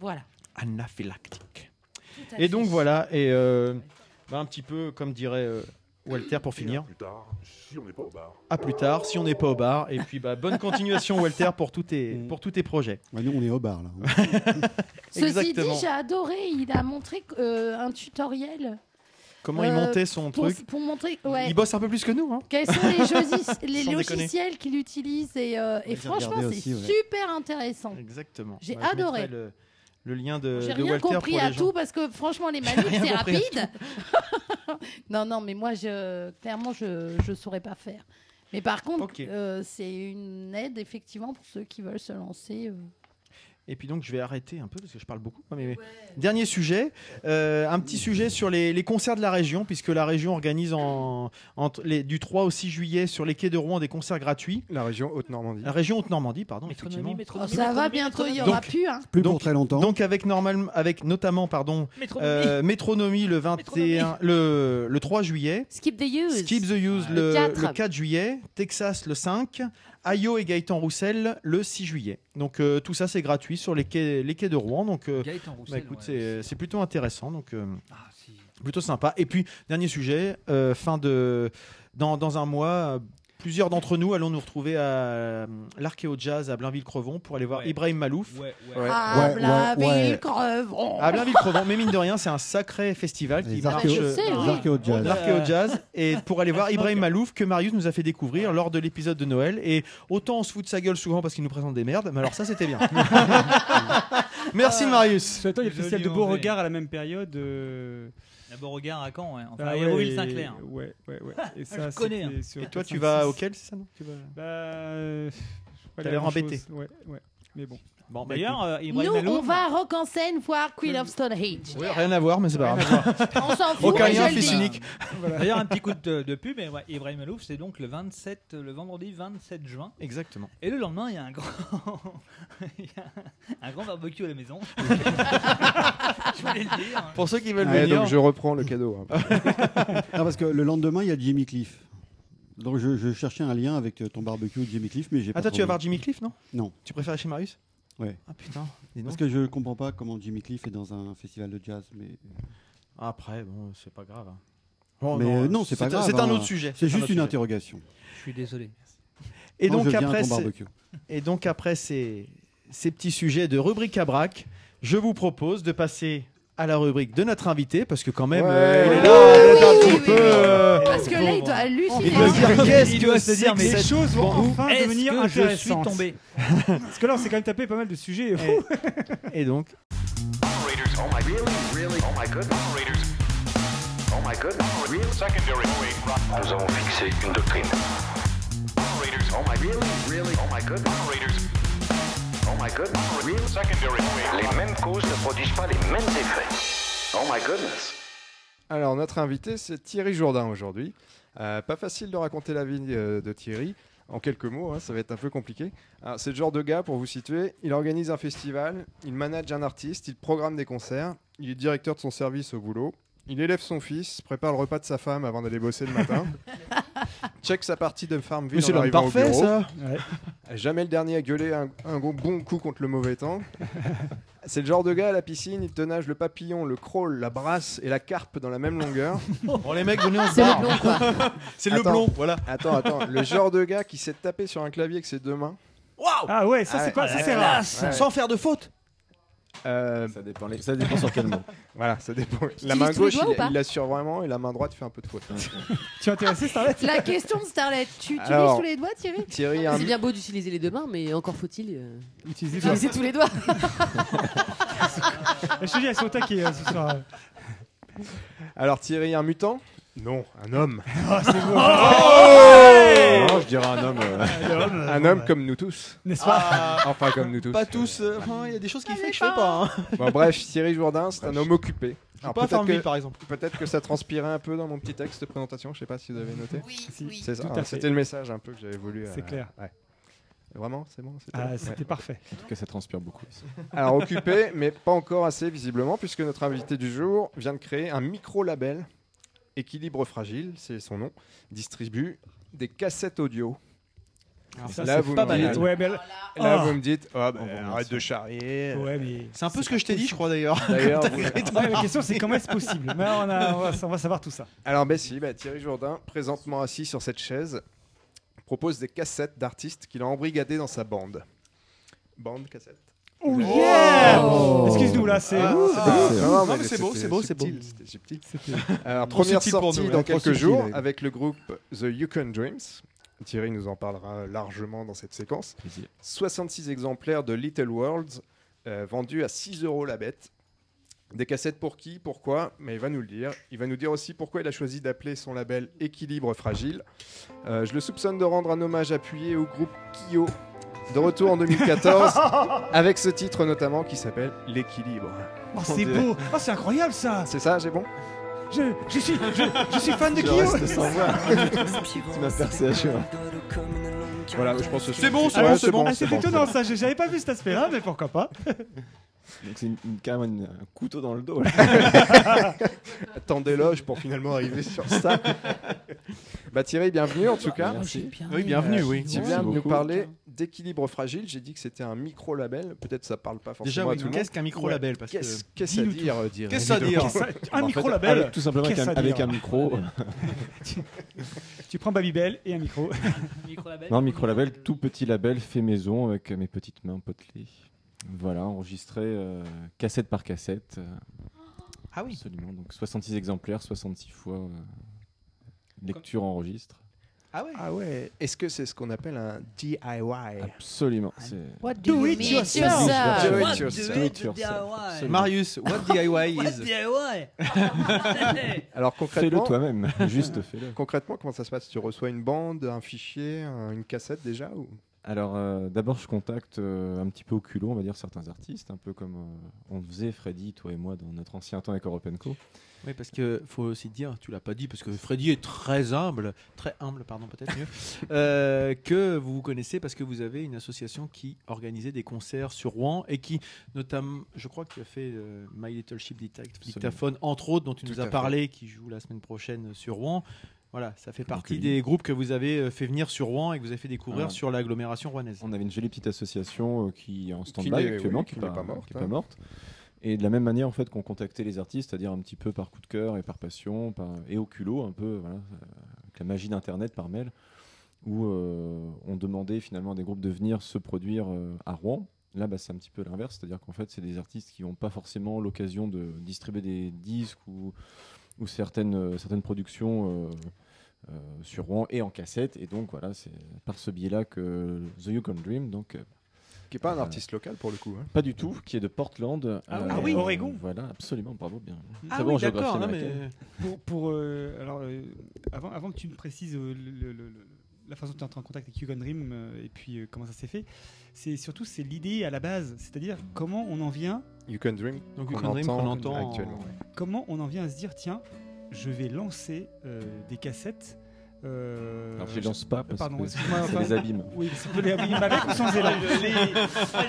Speaker 9: Voilà.
Speaker 6: Anaphylactique.
Speaker 9: Tout à
Speaker 6: Et donc
Speaker 9: fait.
Speaker 6: voilà, et euh, bah, un petit peu comme dirait euh, Walter pour finir.
Speaker 12: Plus tard, si on n'est pas au bar.
Speaker 6: À plus tard, si on n'est pas au bar. Et puis bah,
Speaker 11: [LAUGHS]
Speaker 6: bonne continuation Walter pour tous tes,
Speaker 11: Mm.
Speaker 6: pour tous tes projets.
Speaker 2: Bah, nous on est au bar là.
Speaker 9: Ceci dit,
Speaker 6: Exactement.
Speaker 9: j'ai adoré. Il a montré euh, un tutoriel. euh,
Speaker 6: Comment il montait son
Speaker 9: pour-
Speaker 6: truc.
Speaker 9: Pour montrer. ouais.
Speaker 6: [LAUGHS] Il bosse un peu plus que nous. Hein.
Speaker 9: Quels sont
Speaker 6: [LAUGHS]
Speaker 9: les, jeux- les
Speaker 6: Sans déconner.
Speaker 9: logiciels qu'il utilise et, euh, et
Speaker 6: les a
Speaker 9: franchement
Speaker 6: regardés
Speaker 9: c'est
Speaker 6: aussi, ouais.
Speaker 9: super intéressant.
Speaker 6: Exactement.
Speaker 9: J'ai
Speaker 6: je
Speaker 9: adoré.
Speaker 6: mettrai Le, le lien Euh, de,
Speaker 9: J'ai
Speaker 6: de
Speaker 9: rien
Speaker 6: Walter
Speaker 9: compris
Speaker 6: pour les
Speaker 9: à
Speaker 6: gens.
Speaker 9: tout parce que franchement les manifs
Speaker 6: [LAUGHS] rien
Speaker 9: c'est
Speaker 6: compris à
Speaker 9: rapide. [LAUGHS] non non mais moi je clairement je je saurais pas faire. Mais par contre euh, c'est une aide effectivement pour ceux qui veulent se lancer. euh.
Speaker 6: Et puis donc je vais arrêter un peu parce que je parle beaucoup. Mais- mais- Dernier sujet, euh, un petit sujet sur les, les concerts de la région, puisque la région organise en, entre les- du 3 au 6 juillet sur les quais de Rouen des concerts gratuits.
Speaker 4: La région Haute-Normandie.
Speaker 6: La région Haute-Normandie, pardon. effectivement.
Speaker 9: Oh, ça va bientôt il y aura
Speaker 6: Donc-
Speaker 9: plus hein.
Speaker 2: Plus pour très longtemps.
Speaker 6: Donc avec normalement, avec notamment pardon,
Speaker 9: Métronomie.
Speaker 6: euh, Métronomie le 21, le, le 3 juillet.
Speaker 5: Skip the use.
Speaker 6: Skip the Use
Speaker 5: Ouais.
Speaker 6: le,
Speaker 5: Le
Speaker 9: Euh,
Speaker 6: le 4.
Speaker 5: quatre.
Speaker 6: juillet, Texas le 5, Ayo et Gaëtan Roussel le 6 juillet. Donc euh, tout ça c'est gratuit sur les quais, les quais de Rouen. Donc euh,
Speaker 11: Gaëtan
Speaker 6: bah,
Speaker 11: Roussel,
Speaker 6: écoute,
Speaker 11: ouais, Ah,
Speaker 6: c'est- c'est plutôt intéressant. Donc euh, plutôt sympa. Et puis dernier sujet, euh, fin de dans, dans un mois. euh, Plusieurs d'entre nous allons nous retrouver à euh, l'Archéo Jazz à Blainville-Crevon pour aller voir Ibrahim Malouf.
Speaker 9: Ah, Blainville-Crevon.
Speaker 6: À Blainville-Crevon, mais mine de rien, c'est un sacré festival qui
Speaker 2: Les
Speaker 6: marche.
Speaker 2: archéo- Je sais, les oui. archéo-jazz.
Speaker 6: L'archéo-jazz. Et pour aller voir Ibrahim Malouf, que Marius nous a fait découvrir lors de l'épisode de Noël. Et autant on se fout de sa gueule souvent parce qu'il nous présente des merdes, mais alors ça, c'était
Speaker 3: [LAUGHS]
Speaker 6: bien. Merci
Speaker 3: Ah,
Speaker 6: Marius.
Speaker 3: [LAUGHS] Souhaitons, il y a le festival de
Speaker 11: Joli
Speaker 3: Beauregard à la même période. euh,
Speaker 11: D'abord, regarde à Caen, ouais. Enfin,
Speaker 3: Ah
Speaker 11: à
Speaker 3: ouais,
Speaker 11: Hérouville-Saint-Clair.
Speaker 3: Ouais, ouais,
Speaker 6: [LAUGHS]
Speaker 3: ouais. Et
Speaker 11: je
Speaker 3: ça,
Speaker 11: connais,
Speaker 3: c'était
Speaker 11: hein.
Speaker 3: sur
Speaker 6: Et toi, tu
Speaker 3: 456.
Speaker 6: vas auquel, c'est ça, non Tu vas-
Speaker 3: Bah, euh,
Speaker 6: T'as
Speaker 3: pas
Speaker 6: l'air
Speaker 3: grand-chose.
Speaker 6: embêté.
Speaker 3: Ouais, ouais. Mais bon.
Speaker 6: Bon, bah,
Speaker 11: D'ailleurs,
Speaker 6: écoute.
Speaker 11: euh,
Speaker 9: Nous
Speaker 11: Ibrahim
Speaker 9: on
Speaker 11: Malouf,
Speaker 9: va à Rock en scène voir Queen of Stonehenge.
Speaker 6: Ouais, rien à voir, mais c'est pas grave.
Speaker 9: On s'en fout.
Speaker 6: Aucun
Speaker 9: mais je
Speaker 6: lien,
Speaker 9: le
Speaker 6: fils
Speaker 9: dis.
Speaker 11: [LAUGHS]
Speaker 6: unique.
Speaker 11: D'ailleurs, un petit coup de, de pub, mais ouais, Ibrahim Malouf, c'est donc le 27, le vendredi 27 juin.
Speaker 6: Exactement.
Speaker 11: Et le lendemain, il y a un grand, [LAUGHS] il y a un grand barbecue à la
Speaker 6: [LAUGHS]
Speaker 11: maison. [LAUGHS] Je voulais le dire.
Speaker 6: Pour ceux qui veulent
Speaker 4: Ouais,
Speaker 6: venir.
Speaker 4: Ah, donc je reprends le cadeau. hein.
Speaker 2: [LAUGHS] Non, parce que le lendemain, il y a Jimmy Cliff. Donc je, je cherchais un lien avec euh, ton barbecue de Jimmy Cliff, mais j'ai pas.
Speaker 6: [LAUGHS] Ah, toi, tu vas
Speaker 2: trouvé.
Speaker 6: voir Jimmy Cliff, non
Speaker 2: Non.
Speaker 6: Tu préfères chez Marius
Speaker 2: Ouais.
Speaker 6: Ah putain. dis donc.
Speaker 2: Parce que je comprends pas comment Jimmy Cliff est dans un festival de jazz, mais. euh.
Speaker 6: Après, bon, c'est pas grave. hein. Bon,
Speaker 2: mais
Speaker 6: non,
Speaker 2: euh, non, c'est pas
Speaker 6: c'est-
Speaker 2: grave.
Speaker 6: c'est un
Speaker 2: hein.
Speaker 6: autre sujet, c'est
Speaker 2: C'est
Speaker 6: un
Speaker 2: juste
Speaker 6: autre
Speaker 2: une
Speaker 6: sujet.
Speaker 2: interrogation.
Speaker 11: Je suis désolé.
Speaker 6: Et
Speaker 2: Quand
Speaker 6: donc,
Speaker 2: je viens à
Speaker 6: après,
Speaker 2: ton
Speaker 6: c'est-
Speaker 2: barbecue.
Speaker 6: et donc après ces, ces petits sujets de rubrique à braque, je vous propose de passer à la rubrique de notre invité, parce que quand même,
Speaker 4: Ouais.
Speaker 6: euh, il est
Speaker 4: Ah,
Speaker 6: là, il est
Speaker 4: oui,
Speaker 6: un
Speaker 4: oui,
Speaker 6: petit
Speaker 4: oui,
Speaker 6: peu...
Speaker 4: oui.
Speaker 6: euh,
Speaker 9: Parce que là il doit halluciner.
Speaker 6: il doit se dire qu'est-ce
Speaker 11: Il
Speaker 6: que
Speaker 11: doit se
Speaker 6: c'est
Speaker 11: dire,
Speaker 6: que
Speaker 11: mais
Speaker 6: cette-
Speaker 3: Les choses vont
Speaker 6: Bon,
Speaker 3: enfin
Speaker 11: est-ce
Speaker 3: devenir
Speaker 11: que je suis
Speaker 3: intéressantes.
Speaker 11: tombé
Speaker 3: [LAUGHS] Parce que là, on s'est quand même tapé pas mal de sujets.
Speaker 6: Et
Speaker 3: [LAUGHS]
Speaker 6: donc,
Speaker 12: Operators, oh my really, really, oh my goodness. Operators, oh my goodness. Real secondary. Nous avons fixé une doctrine. Operators, oh my really, really, oh my goodness. Operators, oh my goodness. Real secondary. Les mêmes causes ne produisent pas les mêmes effets. Oh my goodness.
Speaker 4: Alors, notre invité, c'est Thierry Jourdain aujourd'hui. Euh, pas facile de raconter la vie euh, de Thierry. En quelques mots, hein, ça va être un peu compliqué. Alors, C'est le genre de gars, pour vous situer, il organise un festival, il manage un artiste, il programme des concerts, il est directeur de son service au boulot, il élève son fils, prépare le repas de sa femme avant d'aller bosser le matin, check sa partie de Farmville
Speaker 6: Mais c'est
Speaker 4: en
Speaker 6: l'homme
Speaker 4: arrivant au
Speaker 6: parfait,
Speaker 4: bureau.
Speaker 6: ça.
Speaker 4: [LAUGHS] Jamais le dernier à gueuler un, un gros bon coup contre le mauvais
Speaker 6: [LAUGHS]
Speaker 4: temps. C'est le genre de gars à la piscine, il te nage le papillon, le crawl, la brasse et la carpe dans la même
Speaker 6: [LAUGHS]
Speaker 4: longueur.
Speaker 6: bon, les mecs, venez, on se
Speaker 5: C'est le
Speaker 6: barre.
Speaker 5: blond quoi.
Speaker 4: Attends.
Speaker 6: C'est le blond, voilà.
Speaker 4: Attends, attends, le genre de gars qui sait taper sur un clavier avec ses deux mains.
Speaker 6: Waouh
Speaker 3: Ah ouais, ça
Speaker 4: Ah
Speaker 3: c'est
Speaker 4: ouais,
Speaker 3: pas,
Speaker 4: ah
Speaker 3: ça
Speaker 4: ouais,
Speaker 3: c'est
Speaker 4: ouais.
Speaker 3: rare.
Speaker 4: Ouais.
Speaker 6: Sans faire de faute.
Speaker 4: Euh,
Speaker 7: Ça dépend, les- ça dépend sur quel mot.
Speaker 4: [LAUGHS] voilà, ça dépend. La
Speaker 5: utilises
Speaker 4: main
Speaker 5: tous les
Speaker 4: gauche,
Speaker 5: doigts ou
Speaker 4: il,
Speaker 5: pas
Speaker 4: il l'assure vraiment, et la main droite fait un peu de faute.
Speaker 3: [LAUGHS] Tu es intéressé, Starlet
Speaker 9: La question de Starlet, tu, tu
Speaker 4: Alors-
Speaker 9: mets sous les doigts Thierry
Speaker 4: Thierry, a un-
Speaker 5: C'est bien beau d'utiliser les deux mains, mais encore faut-il euh,
Speaker 3: Utilisez ça.
Speaker 5: utiliser tous les doigts.
Speaker 6: [LAUGHS]
Speaker 3: Je te dis, elles sont au taquet, euh, ce soir.
Speaker 4: alors Thierry, est un mutant, Non, un homme.
Speaker 3: [LAUGHS] Oh, c'est beau.
Speaker 4: Oh
Speaker 3: Oh
Speaker 4: non, je dirais un homme. euh,
Speaker 3: Un homme, euh,
Speaker 4: un
Speaker 3: bon,
Speaker 4: homme
Speaker 3: bah.
Speaker 4: comme nous tous.
Speaker 3: N'est-ce pas
Speaker 6: Ah.
Speaker 4: Enfin, comme nous tous.
Speaker 6: Pas tous. euh, enfin, Il y a des choses qui fait que je fais pas. hein.
Speaker 4: Bon, bref, Thierry Jourdain, c'est un homme occupé.
Speaker 6: joue pas à
Speaker 4: peut-être
Speaker 6: Farmville,
Speaker 4: que-
Speaker 6: par exemple.
Speaker 4: Peut-être que ça transpirait un peu dans mon petit texte de présentation, je sais pas si vous avez noté.
Speaker 6: Oui, oui.
Speaker 4: C'est ça,
Speaker 6: Tout à
Speaker 4: hein,
Speaker 6: fait.
Speaker 4: C'était le message un peu que j'avais voulu. euh,
Speaker 3: C'est clair.
Speaker 4: ouais. Vraiment, c'est bon
Speaker 3: Ah,
Speaker 4: Ouais,
Speaker 3: c'était
Speaker 4: ouais.
Speaker 3: parfait.
Speaker 7: En tout cas, ça transpire beaucoup. ici.
Speaker 4: Alors
Speaker 9: [LAUGHS]
Speaker 4: occupé, mais pas encore assez visiblement, puisque notre invité du jour vient de créer un micro-label, Équilibre Fragile, c'est son nom, distribue des cassettes audio.
Speaker 3: Alors ça,
Speaker 4: là,
Speaker 3: c'est
Speaker 4: vous
Speaker 3: pas
Speaker 4: me
Speaker 3: banal.
Speaker 4: dites,
Speaker 3: Ouais, mais là-
Speaker 4: là,
Speaker 3: Ah.
Speaker 4: vous me dites, Ah, bah,
Speaker 3: On vous remercie.
Speaker 4: arrête de charrier.
Speaker 3: Ouais, mais-
Speaker 6: C'est un peu ce que je t'ai dit, je crois d'ailleurs.
Speaker 4: D'ailleurs,
Speaker 6: Quand
Speaker 4: vous-
Speaker 6: [LAUGHS] t'as créé ton
Speaker 3: Ouais, la question, c'est comment est-ce possible Mais on, a- ah, on va, on va savoir tout ça.
Speaker 4: Alors, ben si, ben, Thierry Jourdain, présentement assis sur cette chaise, propose des cassettes d'artistes qu'il a embrigadés dans sa bande. Bande, cassette.
Speaker 3: Oh yeah
Speaker 4: Oh.
Speaker 3: Excuse-nous, là, c'est.
Speaker 4: Ah,
Speaker 3: Ouh,
Speaker 4: c'est
Speaker 3: c'est
Speaker 4: beau.
Speaker 3: beau.
Speaker 4: Non, non, mais
Speaker 3: mais c'est
Speaker 4: c'était
Speaker 3: beau, c'est beau, c'est beau.
Speaker 4: subtil, C'était subtil.
Speaker 3: C'était
Speaker 4: [LAUGHS] Alors,
Speaker 3: trop
Speaker 4: première
Speaker 3: subtil pour
Speaker 4: sortie
Speaker 3: nous,
Speaker 4: dans
Speaker 3: ouais. Trop
Speaker 4: quelques
Speaker 3: subtil,
Speaker 4: jours
Speaker 3: ouais.
Speaker 4: avec le groupe The Yukon Dreams. Thierry nous en parlera largement dans cette séquence.
Speaker 7: Plaisir.
Speaker 4: 66 exemplaires de Little Worlds euh, vendus à 6 euros la bête. Des cassettes pour qui, pourquoi, mais il va nous le dire. Il va nous dire aussi pourquoi il a choisi d'appeler son label Équilibre Fragile. Euh, je le soupçonne de rendre un hommage appuyé au groupe Kyo, de retour en
Speaker 3: [LAUGHS]
Speaker 4: 2014, avec ce titre notamment qui s'appelle L'équilibre.
Speaker 3: Oh, c'est beau. Oh, c'est incroyable ça.
Speaker 4: C'est ça, j'ai bon
Speaker 3: Je, je suis, je, je suis fan de
Speaker 4: Je
Speaker 3: Kyo.
Speaker 4: reste sans voix.
Speaker 7: Tu m'as percé à chaud.
Speaker 4: Voilà, je pense que
Speaker 3: [LAUGHS] C'est bon, Ah, c'est bon, c'est bon. c'est étonnant ça, j'ai- j'avais pas vu cet aspect-là, mais pourquoi pas [LAUGHS]
Speaker 7: Donc c'est une- une- carrément une- un couteau dans le dos.
Speaker 6: [LAUGHS]
Speaker 4: Tant d'éloges pour finalement arriver sur ça. [LAUGHS] bah Thierry, bienvenue en tout cas.
Speaker 7: Merci. Oui, bien Oui, bienvenue, oui.
Speaker 4: Tu
Speaker 7: Merci
Speaker 4: viens de nous
Speaker 7: beaucoup.
Speaker 4: parler d'équilibre fragile. J'ai dit que c'était un micro-label. Peut-être ça parle pas forcément
Speaker 6: Déjà,
Speaker 4: à
Speaker 6: oui,
Speaker 4: tout le monde.
Speaker 6: qu'est-ce qu'un micro-label
Speaker 4: Ouais,
Speaker 6: Parce que-
Speaker 4: Qu'est-ce qu'est-ce à
Speaker 6: Dis-nous
Speaker 4: dire Bah,
Speaker 6: tout.
Speaker 4: euh, dire
Speaker 6: Qu'est-ce à dire [LAUGHS]
Speaker 4: évidemment.
Speaker 3: Un
Speaker 4: En fait,
Speaker 3: micro-label.
Speaker 7: avec- tout simplement avec
Speaker 3: Qu'est-ce
Speaker 7: un-
Speaker 3: à dire
Speaker 7: avec un micro.
Speaker 3: [LAUGHS] Tu- Tu prends Babybel et un micro.
Speaker 11: Micro-label
Speaker 7: Non, micro-label, tout petit label fait maison avec mes petites mains potelées. Voilà, enregistré euh, cassette par cassette. euh,
Speaker 6: Ah oui.
Speaker 7: Absolument. Donc 66 exemplaires, 66 fois euh, lecture enregistre.
Speaker 6: Ah ouais.
Speaker 4: Ah ouais. Est-ce que c'est ce qu'on appelle un DIY
Speaker 7: Absolument. c'est-
Speaker 9: What
Speaker 4: Do it yourself. Do it
Speaker 7: Do it
Speaker 4: yourself. Do it
Speaker 7: yourself.
Speaker 4: yourself.
Speaker 7: Absolument.
Speaker 6: Marius, what DIY
Speaker 1: What
Speaker 6: is
Speaker 1: DIY
Speaker 7: [LAUGHS]
Speaker 4: Alors concrètement,
Speaker 7: Fais-le
Speaker 4: [LAUGHS]
Speaker 7: toi-même, juste fais-le.
Speaker 4: Concrètement, comment ça se passe Tu reçois une bande, un fichier, un- une cassette déjà ou
Speaker 7: Alors, euh, d'abord, je contacte euh, un petit peu au culot, on va dire, certains artistes, un peu comme euh, on faisait, Freddy, toi et moi, dans notre ancien temps avec European Co.
Speaker 6: Oui, parce que faut aussi dire, tu l'as pas dit, parce que Freddy est très humble, très humble, pardon, peut-être
Speaker 7: [LAUGHS]
Speaker 6: mieux, euh, que vous vous connaissez parce que vous avez une association qui organisait des concerts sur Rouen et qui, notamment, je crois qu'il a fait euh, My Little Ship Dictaphone, entre autres, dont tu
Speaker 7: Tout
Speaker 6: nous as
Speaker 7: à fait.
Speaker 6: parlé, qui joue la semaine prochaine sur Rouen. Voilà, ça fait partie
Speaker 7: oui.
Speaker 6: des groupes que vous avez euh, fait venir sur Rouen et que vous avez fait découvrir
Speaker 7: Ah.
Speaker 6: sur l'agglomération rouennaise.
Speaker 7: On avait une jolie petite association euh, qui est en stand-by
Speaker 4: n'est-
Speaker 7: actuellement,
Speaker 4: oui,
Speaker 7: qui
Speaker 4: qui
Speaker 7: n'est
Speaker 4: n'est
Speaker 7: pas,
Speaker 4: pas morte,
Speaker 7: Ah, qui est
Speaker 4: hein.
Speaker 7: pas morte. Et de la même manière, en fait, qu'on contactait les artistes, c'est-à-dire un petit peu par coup de cœur et par passion, par- et au culot, un peu, voilà, euh, avec la magie d'Internet par mail, où euh, on demandait finalement à des groupes de venir se produire euh, à Rouen. Là, bah, c'est un petit peu l'inverse, c'est-à-dire qu'en fait, c'est des artistes qui n'ont pas forcément l'occasion de distribuer des disques ou, ou certaines, euh, certaines productions euh, euh, sur Rouen et en cassette. Et donc, voilà, c'est par ce biais-là que The Yukon Dream, donc euh,
Speaker 4: Qui n'est pas un
Speaker 7: Euh,
Speaker 4: artiste local pour le coup. hein.
Speaker 7: pas du tout, qui est de Portland.
Speaker 3: Ah
Speaker 7: euh,
Speaker 3: oui. Ah oui. Oregon.
Speaker 7: Voilà, absolument, bravo, bien.
Speaker 6: Ah
Speaker 7: Très
Speaker 6: oui,
Speaker 7: bon en géographie
Speaker 6: d'accord, non,
Speaker 7: américaine.
Speaker 6: mais-
Speaker 3: Pour, pour, euh, alors, euh, avant, avant que tu me précises euh, le- le- le- le- la façon dont tu entré en contact avec Hugon Dream euh, et puis euh, comment ça s'est fait, c'est surtout c'est l'idée à la base, c'est-à-dire comment on en vient,
Speaker 4: You Can Dream.
Speaker 6: Donc,
Speaker 4: qu'on
Speaker 6: Ukraine Dream, qu'on entend,
Speaker 4: actuellement. ouais.
Speaker 3: comment on en vient à se dire tiens, je vais lancer euh, des cassettes. euh,
Speaker 7: Alors, je les lance pas parce
Speaker 3: Pardon,
Speaker 7: que
Speaker 3: excuse-moi,
Speaker 7: c'est
Speaker 3: enfin,
Speaker 7: des abîmes.
Speaker 3: Oui, si vous les abîmes avec ou sans
Speaker 1: [LAUGHS]
Speaker 3: élèves.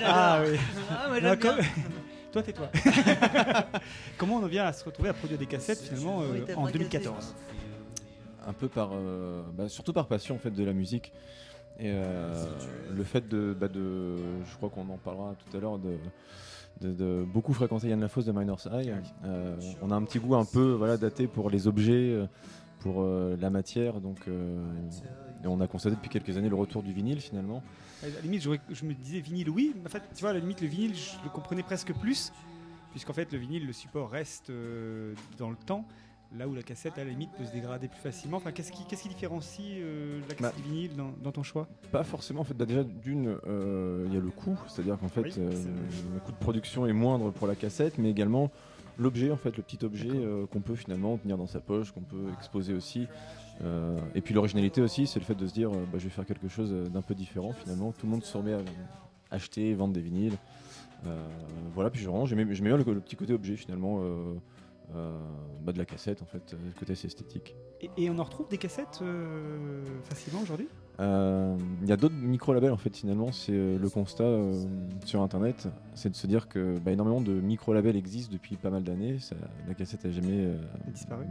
Speaker 3: Ah oui.
Speaker 1: Ah, moi,
Speaker 3: Non,
Speaker 1: j'aime
Speaker 3: comme-
Speaker 1: bien.
Speaker 3: [LAUGHS] Toi, tais-toi.
Speaker 1: [LAUGHS]
Speaker 3: [LAUGHS] Comment on en vient à se retrouver à produire des cassettes finalement euh,
Speaker 1: Oui, t'as
Speaker 3: en
Speaker 1: pas
Speaker 3: 2014
Speaker 7: un peu par, euh, bah, surtout par passion en fait de la musique et euh, le fait de, bah, de, je crois qu'on en parlera tout à l'heure de, de, de beaucoup fréquenter Yann Lafosse de Minor Eye. Euh, on a un petit goût un peu voilà daté pour les objets, euh, pour euh, la matière donc. euh, et on a constaté depuis quelques années le retour du vinyle finalement.
Speaker 3: À la limite, j'aurais- je me disais vinyle, oui. Mais en fait, tu vois, à la limite, le vinyle, je le comprenais presque plus, puisqu'en fait, le vinyle, le support reste euh, dans le temps, là où la cassette, à la limite, peut se dégrader plus facilement. Enfin, qu'est-ce qui, qu'est-ce qui différencie euh, la cassette
Speaker 7: Bah.
Speaker 3: vinyle dans, dans ton choix
Speaker 7: Pas forcément en fait bah, déjà d'une euh, il y a le coût, c'est-à-dire qu'en fait
Speaker 3: Oui,
Speaker 7: euh,
Speaker 3: c'est vrai.
Speaker 7: le coût de production est moindre pour la cassette mais également l'objet en fait, le petit objet euh, qu'on peut finalement tenir dans sa poche, qu'on peut exposer aussi. Euh, et puis l'originalité aussi, c'est le fait de se dire, euh, bah, je vais faire quelque chose d'un peu différent finalement. Tout le monde se remet à acheter, vendre des vinyles. Euh, voilà, puis je range. J'aimais j'aimais bien le, le petit côté objet finalement euh, euh, bah, de la cassette en fait, le côté assez esthétique.
Speaker 3: Et, et on en retrouve des cassettes euh, facilement aujourd'hui
Speaker 7: Euh, Il y a d'autres micro-labels en fait finalement, c'est euh, le constat euh, sur internet, c'est de se dire que bah, énormément de micro-labels existent depuis pas mal d'années, Ça- la cassette n'a jamais euh,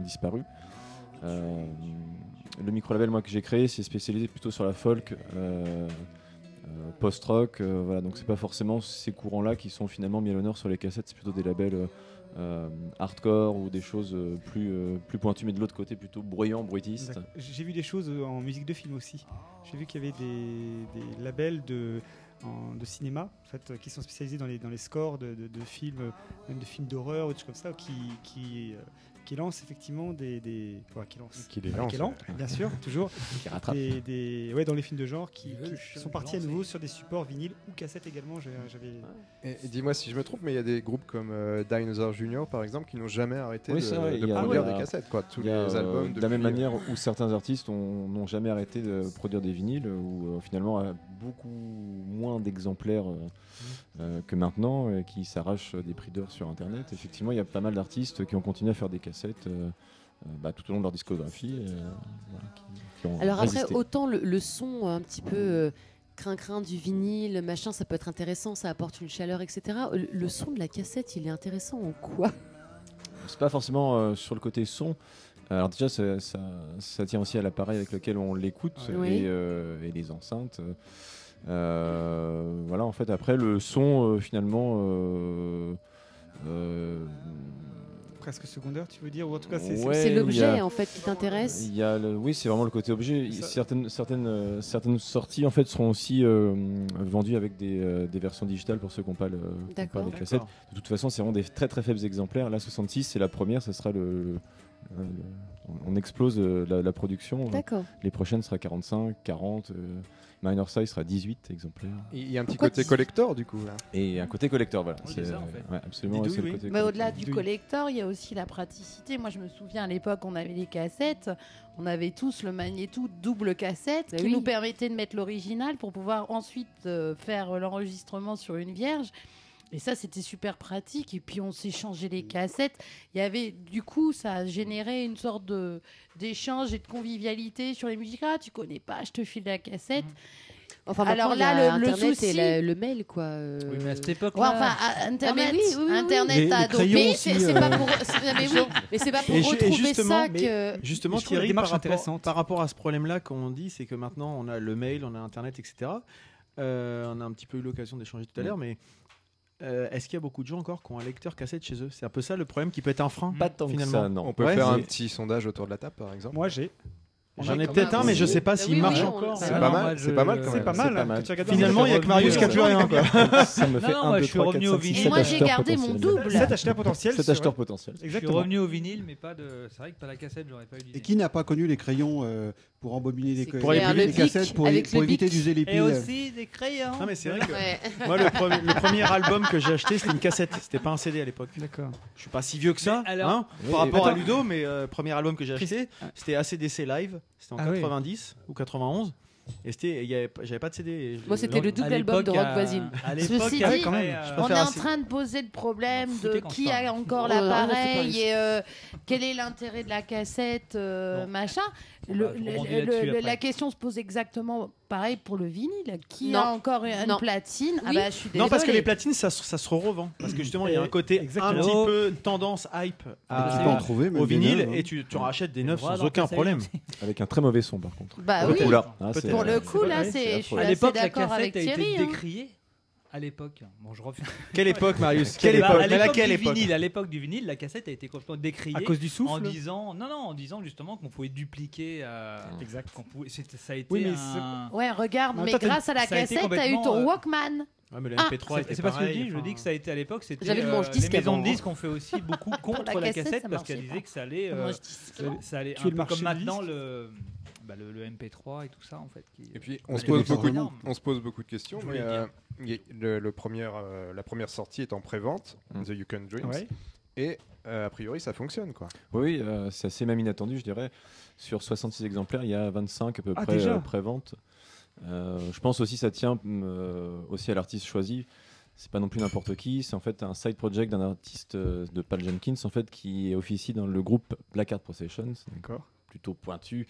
Speaker 3: disparu.
Speaker 7: Euh, le micro-label moi que j'ai créé c'est spécialisé plutôt sur la folk, euh, euh, post-rock, euh, voilà donc c'est pas forcément ces courants-là qui sont finalement mis à l'honneur sur les cassettes, c'est plutôt des labels euh, euh, hardcore ou des choses euh, plus, euh, plus pointues mais de l'autre côté plutôt bruyant, bruitiste.
Speaker 3: D'accord. J'ai vu des choses euh, en musique de film aussi. J'ai vu qu'il y avait des, des labels de, en- de cinéma en fait, euh, qui sont spécialisés dans les, dans les scores de, de- de films, euh, même de films d'horreur ou des choses comme ça, qui, qui, euh, qui lancent effectivement des. des quoi, qui lancent
Speaker 4: Qui les
Speaker 3: Avec
Speaker 4: lancent,
Speaker 3: élan,
Speaker 4: ouais.
Speaker 7: [LAUGHS]
Speaker 3: bien sûr, toujours.
Speaker 7: Qui rattrapent.
Speaker 3: Des, des- ouais, dans les films de genre qui,
Speaker 11: Ils veulent
Speaker 3: qui
Speaker 11: se
Speaker 3: sont partis à
Speaker 11: lancer.
Speaker 3: nouveau sur des supports vinyle ou cassettes également. j'ai- euh, J'avais.
Speaker 4: Et, et dis-moi si je me trompe, mais il y a des groupes comme euh, Dinosaur Junior par exemple qui n'ont jamais arrêté
Speaker 7: Oui,
Speaker 4: de,
Speaker 7: c'est vrai,
Speaker 4: de
Speaker 7: il y a-
Speaker 4: produire
Speaker 7: il y a-
Speaker 4: des cassettes, quoi. Tous
Speaker 7: il y a,
Speaker 4: les
Speaker 7: euh,
Speaker 4: albums.
Speaker 7: de la même
Speaker 4: depuis,
Speaker 7: manière où certains artistes ont- n'ont jamais arrêté de produire des vinyles, ou euh, finalement à beaucoup moins d'exemplaires euh, euh, que maintenant, et qui s'arrachent euh, des prix d'or sur Internet. Effectivement, il y a pas mal d'artistes qui ont continué à faire des cassettes euh, euh, bah, tout au long de leur discographie. euh, voilà, qui- qui ont
Speaker 5: Alors après,
Speaker 7: résisté.
Speaker 5: autant le, le son euh, un petit peu euh, crin-crin du vinyle, machin, ça peut être intéressant, ça apporte une chaleur, etc. Le, le son de la cassette, il est intéressant en quoi
Speaker 7: C'est pas forcément euh, sur le côté son. Alors déjà, ça, ça, ça tient aussi à l'appareil avec lequel on l'écoute
Speaker 5: Oui.
Speaker 7: et, euh, et les enceintes. Euh, voilà, en fait, après, le son, euh, finalement... euh, euh,
Speaker 3: Presque secondaire, tu veux dire Ou en tout cas, c'est
Speaker 7: Ouais,
Speaker 5: C'est
Speaker 7: il y
Speaker 5: l'objet
Speaker 7: a-
Speaker 5: en fait qui t'intéresse.
Speaker 7: il y a le- oui, c'est vraiment le côté objet. Il-
Speaker 5: Ça-
Speaker 7: Certaines, certaines, euh, certaines sorties en fait seront aussi euh, vendues avec des, euh, des versions digitales pour ceux qui n'ont pas, le, qui ont pas
Speaker 5: D'accord.
Speaker 7: les cassettes.
Speaker 5: D'accord.
Speaker 7: De toute façon, c'est vraiment des très très faibles exemplaires. La 66, c'est la première, ça sera le. le- le- on explose euh, la, la production.
Speaker 5: D'accord.
Speaker 7: Les prochaines sera 45, 40. euh, Minor Size sera 18 exemplaires.
Speaker 4: euh, Il y a un petit
Speaker 5: Pourquoi
Speaker 4: côté collector du coup. Là.
Speaker 7: Et un côté collector, voilà.
Speaker 4: On
Speaker 7: C'est-
Speaker 4: les a, en fait.
Speaker 7: ouais, absolument.
Speaker 4: Didouille,
Speaker 7: c'est le
Speaker 4: oui.
Speaker 7: côté
Speaker 9: Mais Bah, au-delà
Speaker 7: collector.
Speaker 9: du collector, il y a aussi la praticité. Moi, je me souviens à l'époque, on avait les cassettes, on avait tous le magnéto double cassette qui
Speaker 5: oui.
Speaker 9: nous permettait de mettre l'original pour pouvoir ensuite euh, faire l'enregistrement sur une vierge. Et ça, c'était super pratique. Et puis, on s'échangeait les cassettes. Il y avait, du coup, ça a généré une sorte de d'échange et de convivialité sur les musiques. Ah, tu connais pas, je te file la cassette.
Speaker 5: Enfin,
Speaker 9: Alors
Speaker 5: maintenant, il y a
Speaker 9: là, le, le
Speaker 5: Internet
Speaker 9: souci,
Speaker 5: et la- le mail, quoi. euh,
Speaker 11: Oui, mais à cette époque,
Speaker 9: Ouais, enfin, à- Internet,
Speaker 5: Ah, mais oui, oui, oui, oui.
Speaker 9: Internet
Speaker 6: Les-
Speaker 9: a
Speaker 6: les crayons
Speaker 9: dopé,
Speaker 6: aussi,
Speaker 9: c'est c'est
Speaker 6: euh.
Speaker 9: pas pour, c'est- mais oui, mais c'est pas pour
Speaker 6: Et ju- et
Speaker 9: retrouver ça
Speaker 6: mais-
Speaker 9: que.
Speaker 6: justement
Speaker 3: je trouve la
Speaker 6: Thierry, par
Speaker 3: démarche
Speaker 6: rapport,
Speaker 3: intéressante.
Speaker 6: par rapport à ce problème-là qu'on dit, c'est que maintenant on a le mail, on a Internet, etc. Euh, on a un petit peu eu l'occasion d'échanger tout à l'heure, mais euh, est-ce qu'il y a beaucoup de gens encore qui ont un lecteur cassette chez eux C'est un peu ça le problème qui peut être un frein.
Speaker 7: Pas tant que
Speaker 6: finalement.
Speaker 7: ça, non.
Speaker 4: On peut
Speaker 6: Ouais,
Speaker 4: faire un
Speaker 6: mais-
Speaker 4: petit sondage autour de la table par exemple.
Speaker 3: Moi, j'ai.
Speaker 6: J'en ai peut-être un, mais je sais pas s'il marche encore.
Speaker 4: C'est pas mal, c'est pas mal quand
Speaker 3: C'est
Speaker 4: même.
Speaker 3: pas mal.
Speaker 6: hein,
Speaker 7: pas mal.
Speaker 3: quand tu regardes
Speaker 6: Finalement, il y a que Marius qui a plus rien. quoi.
Speaker 7: Ça
Speaker 11: Non,
Speaker 7: me fait
Speaker 11: non,
Speaker 7: un,
Speaker 11: moi, je
Speaker 7: deux,
Speaker 11: suis
Speaker 7: trois,
Speaker 11: revenu
Speaker 7: quatre,
Speaker 11: au
Speaker 7: cinq,
Speaker 11: vinyle.
Speaker 7: six,
Speaker 9: Et moi,
Speaker 7: sept
Speaker 9: j'ai
Speaker 7: acheteurs
Speaker 9: gardé mon
Speaker 7: potentiels.
Speaker 9: double.
Speaker 3: Cet acheteur potentiel.
Speaker 7: Cet
Speaker 3: c'est
Speaker 7: acheteur
Speaker 3: vrai.
Speaker 7: potentiel.
Speaker 11: Je suis
Speaker 3: Exactement.
Speaker 11: revenu au vinyle, mais pas de. C'est vrai que pas la cassette, j'aurais pas eu l'idée.
Speaker 2: Et qui n'a pas connu les crayons euh, pour embobiner les,
Speaker 5: C'est
Speaker 2: co-
Speaker 5: Pour aller
Speaker 2: les
Speaker 5: plus vite. Le bic,
Speaker 2: cassettes, pour,
Speaker 5: avec
Speaker 2: pour
Speaker 5: le
Speaker 2: éviter
Speaker 5: bic.
Speaker 2: d'user les piles
Speaker 11: Et aussi des crayons.
Speaker 6: Non, mais c'est vrai que
Speaker 5: Ouais.
Speaker 6: [LAUGHS] moi, le, premier- le premier album que j'ai acheté, c'était une cassette. C'était pas un CD à l'époque.
Speaker 3: D'accord.
Speaker 6: Je suis pas si vieux que ça,
Speaker 11: Mais alors-
Speaker 6: hein,
Speaker 7: Oui,
Speaker 6: par rapport
Speaker 7: attends.
Speaker 6: à Ludo, mais euh, premier album que j'ai acheté,
Speaker 2: Ah.
Speaker 6: c'était ACDC Live, c'était en
Speaker 3: Ah oui.
Speaker 6: 90 ou 91, et c'était, il y avait- j'avais pas de CD. et je-
Speaker 5: Moi, c'était le
Speaker 11: À
Speaker 5: double album de
Speaker 11: l'époque,
Speaker 5: Rock
Speaker 11: à-
Speaker 5: Voisine.
Speaker 11: À l'époque,
Speaker 9: Ceci
Speaker 11: il y avait
Speaker 9: dit, euh,
Speaker 11: quand même.
Speaker 6: je
Speaker 9: On
Speaker 6: préfère
Speaker 9: est en
Speaker 6: assez-
Speaker 9: train de poser le problème
Speaker 11: Vous
Speaker 9: de
Speaker 11: foutez qu'on
Speaker 9: qui
Speaker 11: se
Speaker 9: a encore
Speaker 5: Ouais, ouais, ouais, c'est
Speaker 9: l'appareil
Speaker 5: pas
Speaker 9: et euh, quel est l'intérêt de la cassette, euh,
Speaker 11: Non.
Speaker 9: machin.
Speaker 11: Bon,
Speaker 9: Le-
Speaker 11: bah, je
Speaker 9: le-
Speaker 11: rebondis
Speaker 9: le-
Speaker 11: là-dessus
Speaker 9: le-
Speaker 11: après.
Speaker 9: la question se pose exactement pareil pour le vinyle. Qui
Speaker 5: Non.
Speaker 9: a encore une
Speaker 5: Non.
Speaker 9: platine Ah
Speaker 5: Oui.
Speaker 9: bah, je suis
Speaker 6: Non, parce que les
Speaker 9: désolée.
Speaker 6: platines, ça, se- ça se revend, parce que justement, il y a un côté un
Speaker 3: Exactement.
Speaker 6: petit peu tendance hype
Speaker 2: Tu
Speaker 6: à-
Speaker 2: peux en trouver, même
Speaker 6: au
Speaker 2: des
Speaker 6: vinyle,
Speaker 2: neufs, hein.
Speaker 6: et tu, tu en rachètes des neufs
Speaker 11: droit
Speaker 6: sans
Speaker 11: dans
Speaker 6: aucun
Speaker 11: ta
Speaker 6: problème.
Speaker 11: salette.
Speaker 7: Avec un très mauvais son, par contre.
Speaker 9: Bah
Speaker 6: Peut-être.
Speaker 9: oui.
Speaker 7: Oula. Ah,
Speaker 6: Peut-être.
Speaker 7: c'est-
Speaker 9: Pour le
Speaker 7: c'est
Speaker 9: coup,
Speaker 7: vrai,
Speaker 9: là, c'est-
Speaker 7: ouais,
Speaker 9: je suis
Speaker 7: affreux.
Speaker 11: À
Speaker 9: assez
Speaker 11: l'époque, la
Speaker 9: d'accord avec
Speaker 11: cassette a été
Speaker 9: Thierry, hein.
Speaker 11: décriée.
Speaker 3: Ah,
Speaker 11: À l'époque, bon, je refuse.
Speaker 6: Quelle
Speaker 11: [LAUGHS]
Speaker 6: époque, Marius Quelle
Speaker 11: Bah,
Speaker 6: époque
Speaker 11: à
Speaker 6: Mais laquelle
Speaker 11: du
Speaker 6: époque
Speaker 11: vinyle, À l'époque du vinyle, la cassette a été complètement décriée.
Speaker 3: À cause du
Speaker 11: En
Speaker 3: souffle.
Speaker 11: disant, non, non, en disant justement qu'on pouvait dupliquer. euh,
Speaker 3: Exact.
Speaker 11: qu'on pouvait, c'était- ça a été.
Speaker 3: Oui, mais
Speaker 11: un-
Speaker 9: Ouais, regarde,
Speaker 3: Non,
Speaker 9: mais
Speaker 3: toi, t'as-
Speaker 9: grâce à la
Speaker 11: ça a été
Speaker 9: cassette, t'as eu
Speaker 11: complètement,
Speaker 9: ton
Speaker 11: euh,
Speaker 9: Walkman.
Speaker 6: Ouais, mais le
Speaker 9: Ah,
Speaker 6: MP3
Speaker 11: C'est-
Speaker 6: était
Speaker 11: C'est pas ce que je
Speaker 6: pareil,
Speaker 11: dis, je
Speaker 6: enfin.
Speaker 11: dis que ça a été à l'époque, c'était
Speaker 5: J'avais le
Speaker 11: euh,
Speaker 5: manche-disque
Speaker 11: les maisons
Speaker 5: avant,
Speaker 11: de
Speaker 5: hein.
Speaker 11: disques ont fait
Speaker 9: [LAUGHS]
Speaker 11: aussi beaucoup contre
Speaker 9: la
Speaker 11: la
Speaker 9: cassette,
Speaker 11: cassette
Speaker 9: ça
Speaker 11: parce qu'elle
Speaker 9: marchait
Speaker 11: disait
Speaker 9: pas.
Speaker 11: que ça allait,
Speaker 9: Comment
Speaker 11: euh,
Speaker 9: je dis ça
Speaker 11: ça allait
Speaker 3: Tuer
Speaker 11: un
Speaker 3: le
Speaker 11: peu
Speaker 3: marché
Speaker 11: comme
Speaker 3: du
Speaker 11: maintenant
Speaker 3: disque.
Speaker 11: le, bah, le, le MP3 et tout ça en fait. qui-
Speaker 4: Et puis
Speaker 7: Ah,
Speaker 4: on
Speaker 11: Ouais,
Speaker 4: se
Speaker 11: les
Speaker 4: pose
Speaker 11: deux
Speaker 4: beaucoup,
Speaker 11: sont énormes.
Speaker 4: on se pose beaucoup de questions.
Speaker 11: Je
Speaker 4: Mais,
Speaker 11: voulais
Speaker 4: euh, y- le, le premier, euh, la première sortie est en pré-vente,
Speaker 7: Mm.
Speaker 4: The You Can Dreams.
Speaker 3: Ouais.
Speaker 4: Et euh, a priori, ça fonctionne, quoi.
Speaker 7: Oui, oui, euh, c'est assez même inattendu, je dirais. Sur 66 exemplaires, il y a 25 à peu
Speaker 4: Ah,
Speaker 7: près
Speaker 4: déjà
Speaker 7: euh, pré-vente. Euh, je pense aussi ça tient mm, euh, aussi à l'artiste choisi. C'est pas non plus n'importe qui. C'est en fait un side project d'un artiste euh, de Paul Jenkins en fait qui officie dans le groupe Black Art Processions.
Speaker 4: D'accord.
Speaker 7: Plutôt pointu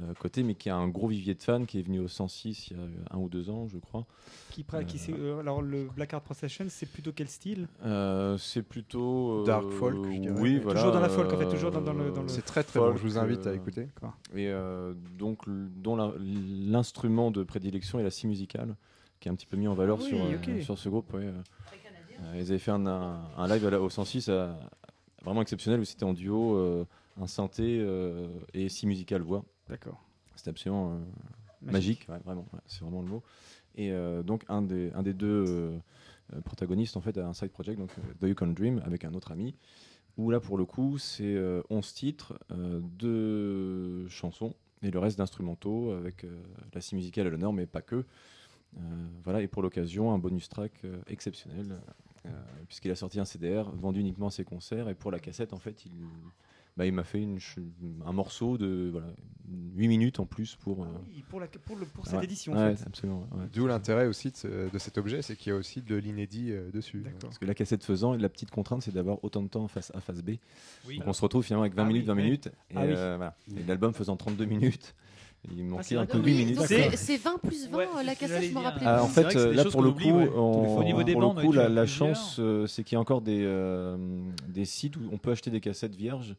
Speaker 7: euh, côté, mais qui a un gros vivier de fans qui est venu au 106 il y a un ou deux ans, je crois.
Speaker 3: Qui, pra- qui
Speaker 7: Euh,
Speaker 3: c'est- euh, alors le Black Art Procession, c'est plutôt quel style
Speaker 7: euh, c'est plutôt euh,
Speaker 4: Dark folk, je dirais.
Speaker 7: Oui, voilà.
Speaker 3: Toujours dans la folk, en fait,
Speaker 7: euh,
Speaker 3: toujours dans- dans le- euh, dans le-
Speaker 4: C'est très, très bon,
Speaker 7: folk,
Speaker 4: je vous invite à écouter.
Speaker 7: Et euh, donc, l- dont la- l'instrument de prédilection est la scie musicale, qui est un petit peu mis en valeur
Speaker 4: Ah
Speaker 7: sur,
Speaker 4: oui,
Speaker 7: euh,
Speaker 4: ok.
Speaker 7: sur ce groupe. ouais, euh. Euh, ils avaient fait un, un- un live à la- au 106 euh, vraiment exceptionnel où c'était en duo, euh, un synthé euh, et scie musicale voix.
Speaker 3: D'accord.
Speaker 7: C'était absolument euh,
Speaker 3: Magique.
Speaker 7: magique, ouais, vraiment, ouais, c'est vraiment le mot. Et euh, donc un des, un des deux euh, euh, protagonistes en fait a un side project, donc euh, The You Can Dream, avec un autre ami, où là pour le coup c'est euh, 11 titres, euh, deux chansons et le reste d'instrumentaux avec euh, la scie musicale à l'honneur, mais pas que. Euh, voilà, et pour l'occasion, un bonus track euh, exceptionnel, euh, puisqu'il a sorti un CDR vendu uniquement à ses concerts, et pour la cassette, en fait, il, bah, il m'a fait une ch- un morceau de voilà, 8 minutes en plus pour. euh,
Speaker 3: Ah pour, la- pour le- pour
Speaker 7: Ah
Speaker 3: cette
Speaker 7: ouais.
Speaker 3: édition, en
Speaker 7: Ouais,
Speaker 3: fait.
Speaker 7: absolument. ouais.
Speaker 4: D'où l'intérêt aussi de, ce- de cet objet, c'est qu'il y a aussi de l'inédit euh, dessus.
Speaker 7: Parce que la cassette faisant, la petite contrainte, c'est d'avoir autant de temps face A, face B.
Speaker 4: Oui.
Speaker 7: Donc on se retrouve finalement avec 20
Speaker 4: Ah oui,
Speaker 7: minutes, 20
Speaker 4: oui.
Speaker 7: minutes. Et,
Speaker 4: Ah oui.
Speaker 7: euh, voilà. Et l'album faisant 32 minutes, il
Speaker 3: Ah,
Speaker 7: manquait
Speaker 5: c'est
Speaker 7: un
Speaker 5: vrai
Speaker 7: peu
Speaker 5: que-
Speaker 7: 8
Speaker 5: Oui,
Speaker 7: minutes.
Speaker 5: donc c'est- c'est 20 plus 20,
Speaker 11: Ouais,
Speaker 5: euh,
Speaker 11: c'est
Speaker 5: la
Speaker 11: ce que
Speaker 5: cassette, je
Speaker 11: j'allais
Speaker 5: me
Speaker 11: dire.
Speaker 5: rappelais.
Speaker 7: Ah, en
Speaker 5: plus.
Speaker 7: fait,
Speaker 11: vrai que c'est
Speaker 7: euh,
Speaker 11: des
Speaker 7: là
Speaker 11: choses
Speaker 7: pour
Speaker 11: qu'on
Speaker 7: le
Speaker 11: oublie,
Speaker 7: coup,
Speaker 11: ouais.
Speaker 7: on-
Speaker 11: Au niveau des
Speaker 7: pour
Speaker 11: bandes, on a
Speaker 7: le coup,
Speaker 11: dû en
Speaker 7: la,
Speaker 11: faire
Speaker 7: la
Speaker 11: plusieurs.
Speaker 7: chance, euh, c'est qu'il y a encore des, euh, des sites où on peut acheter des cassettes vierges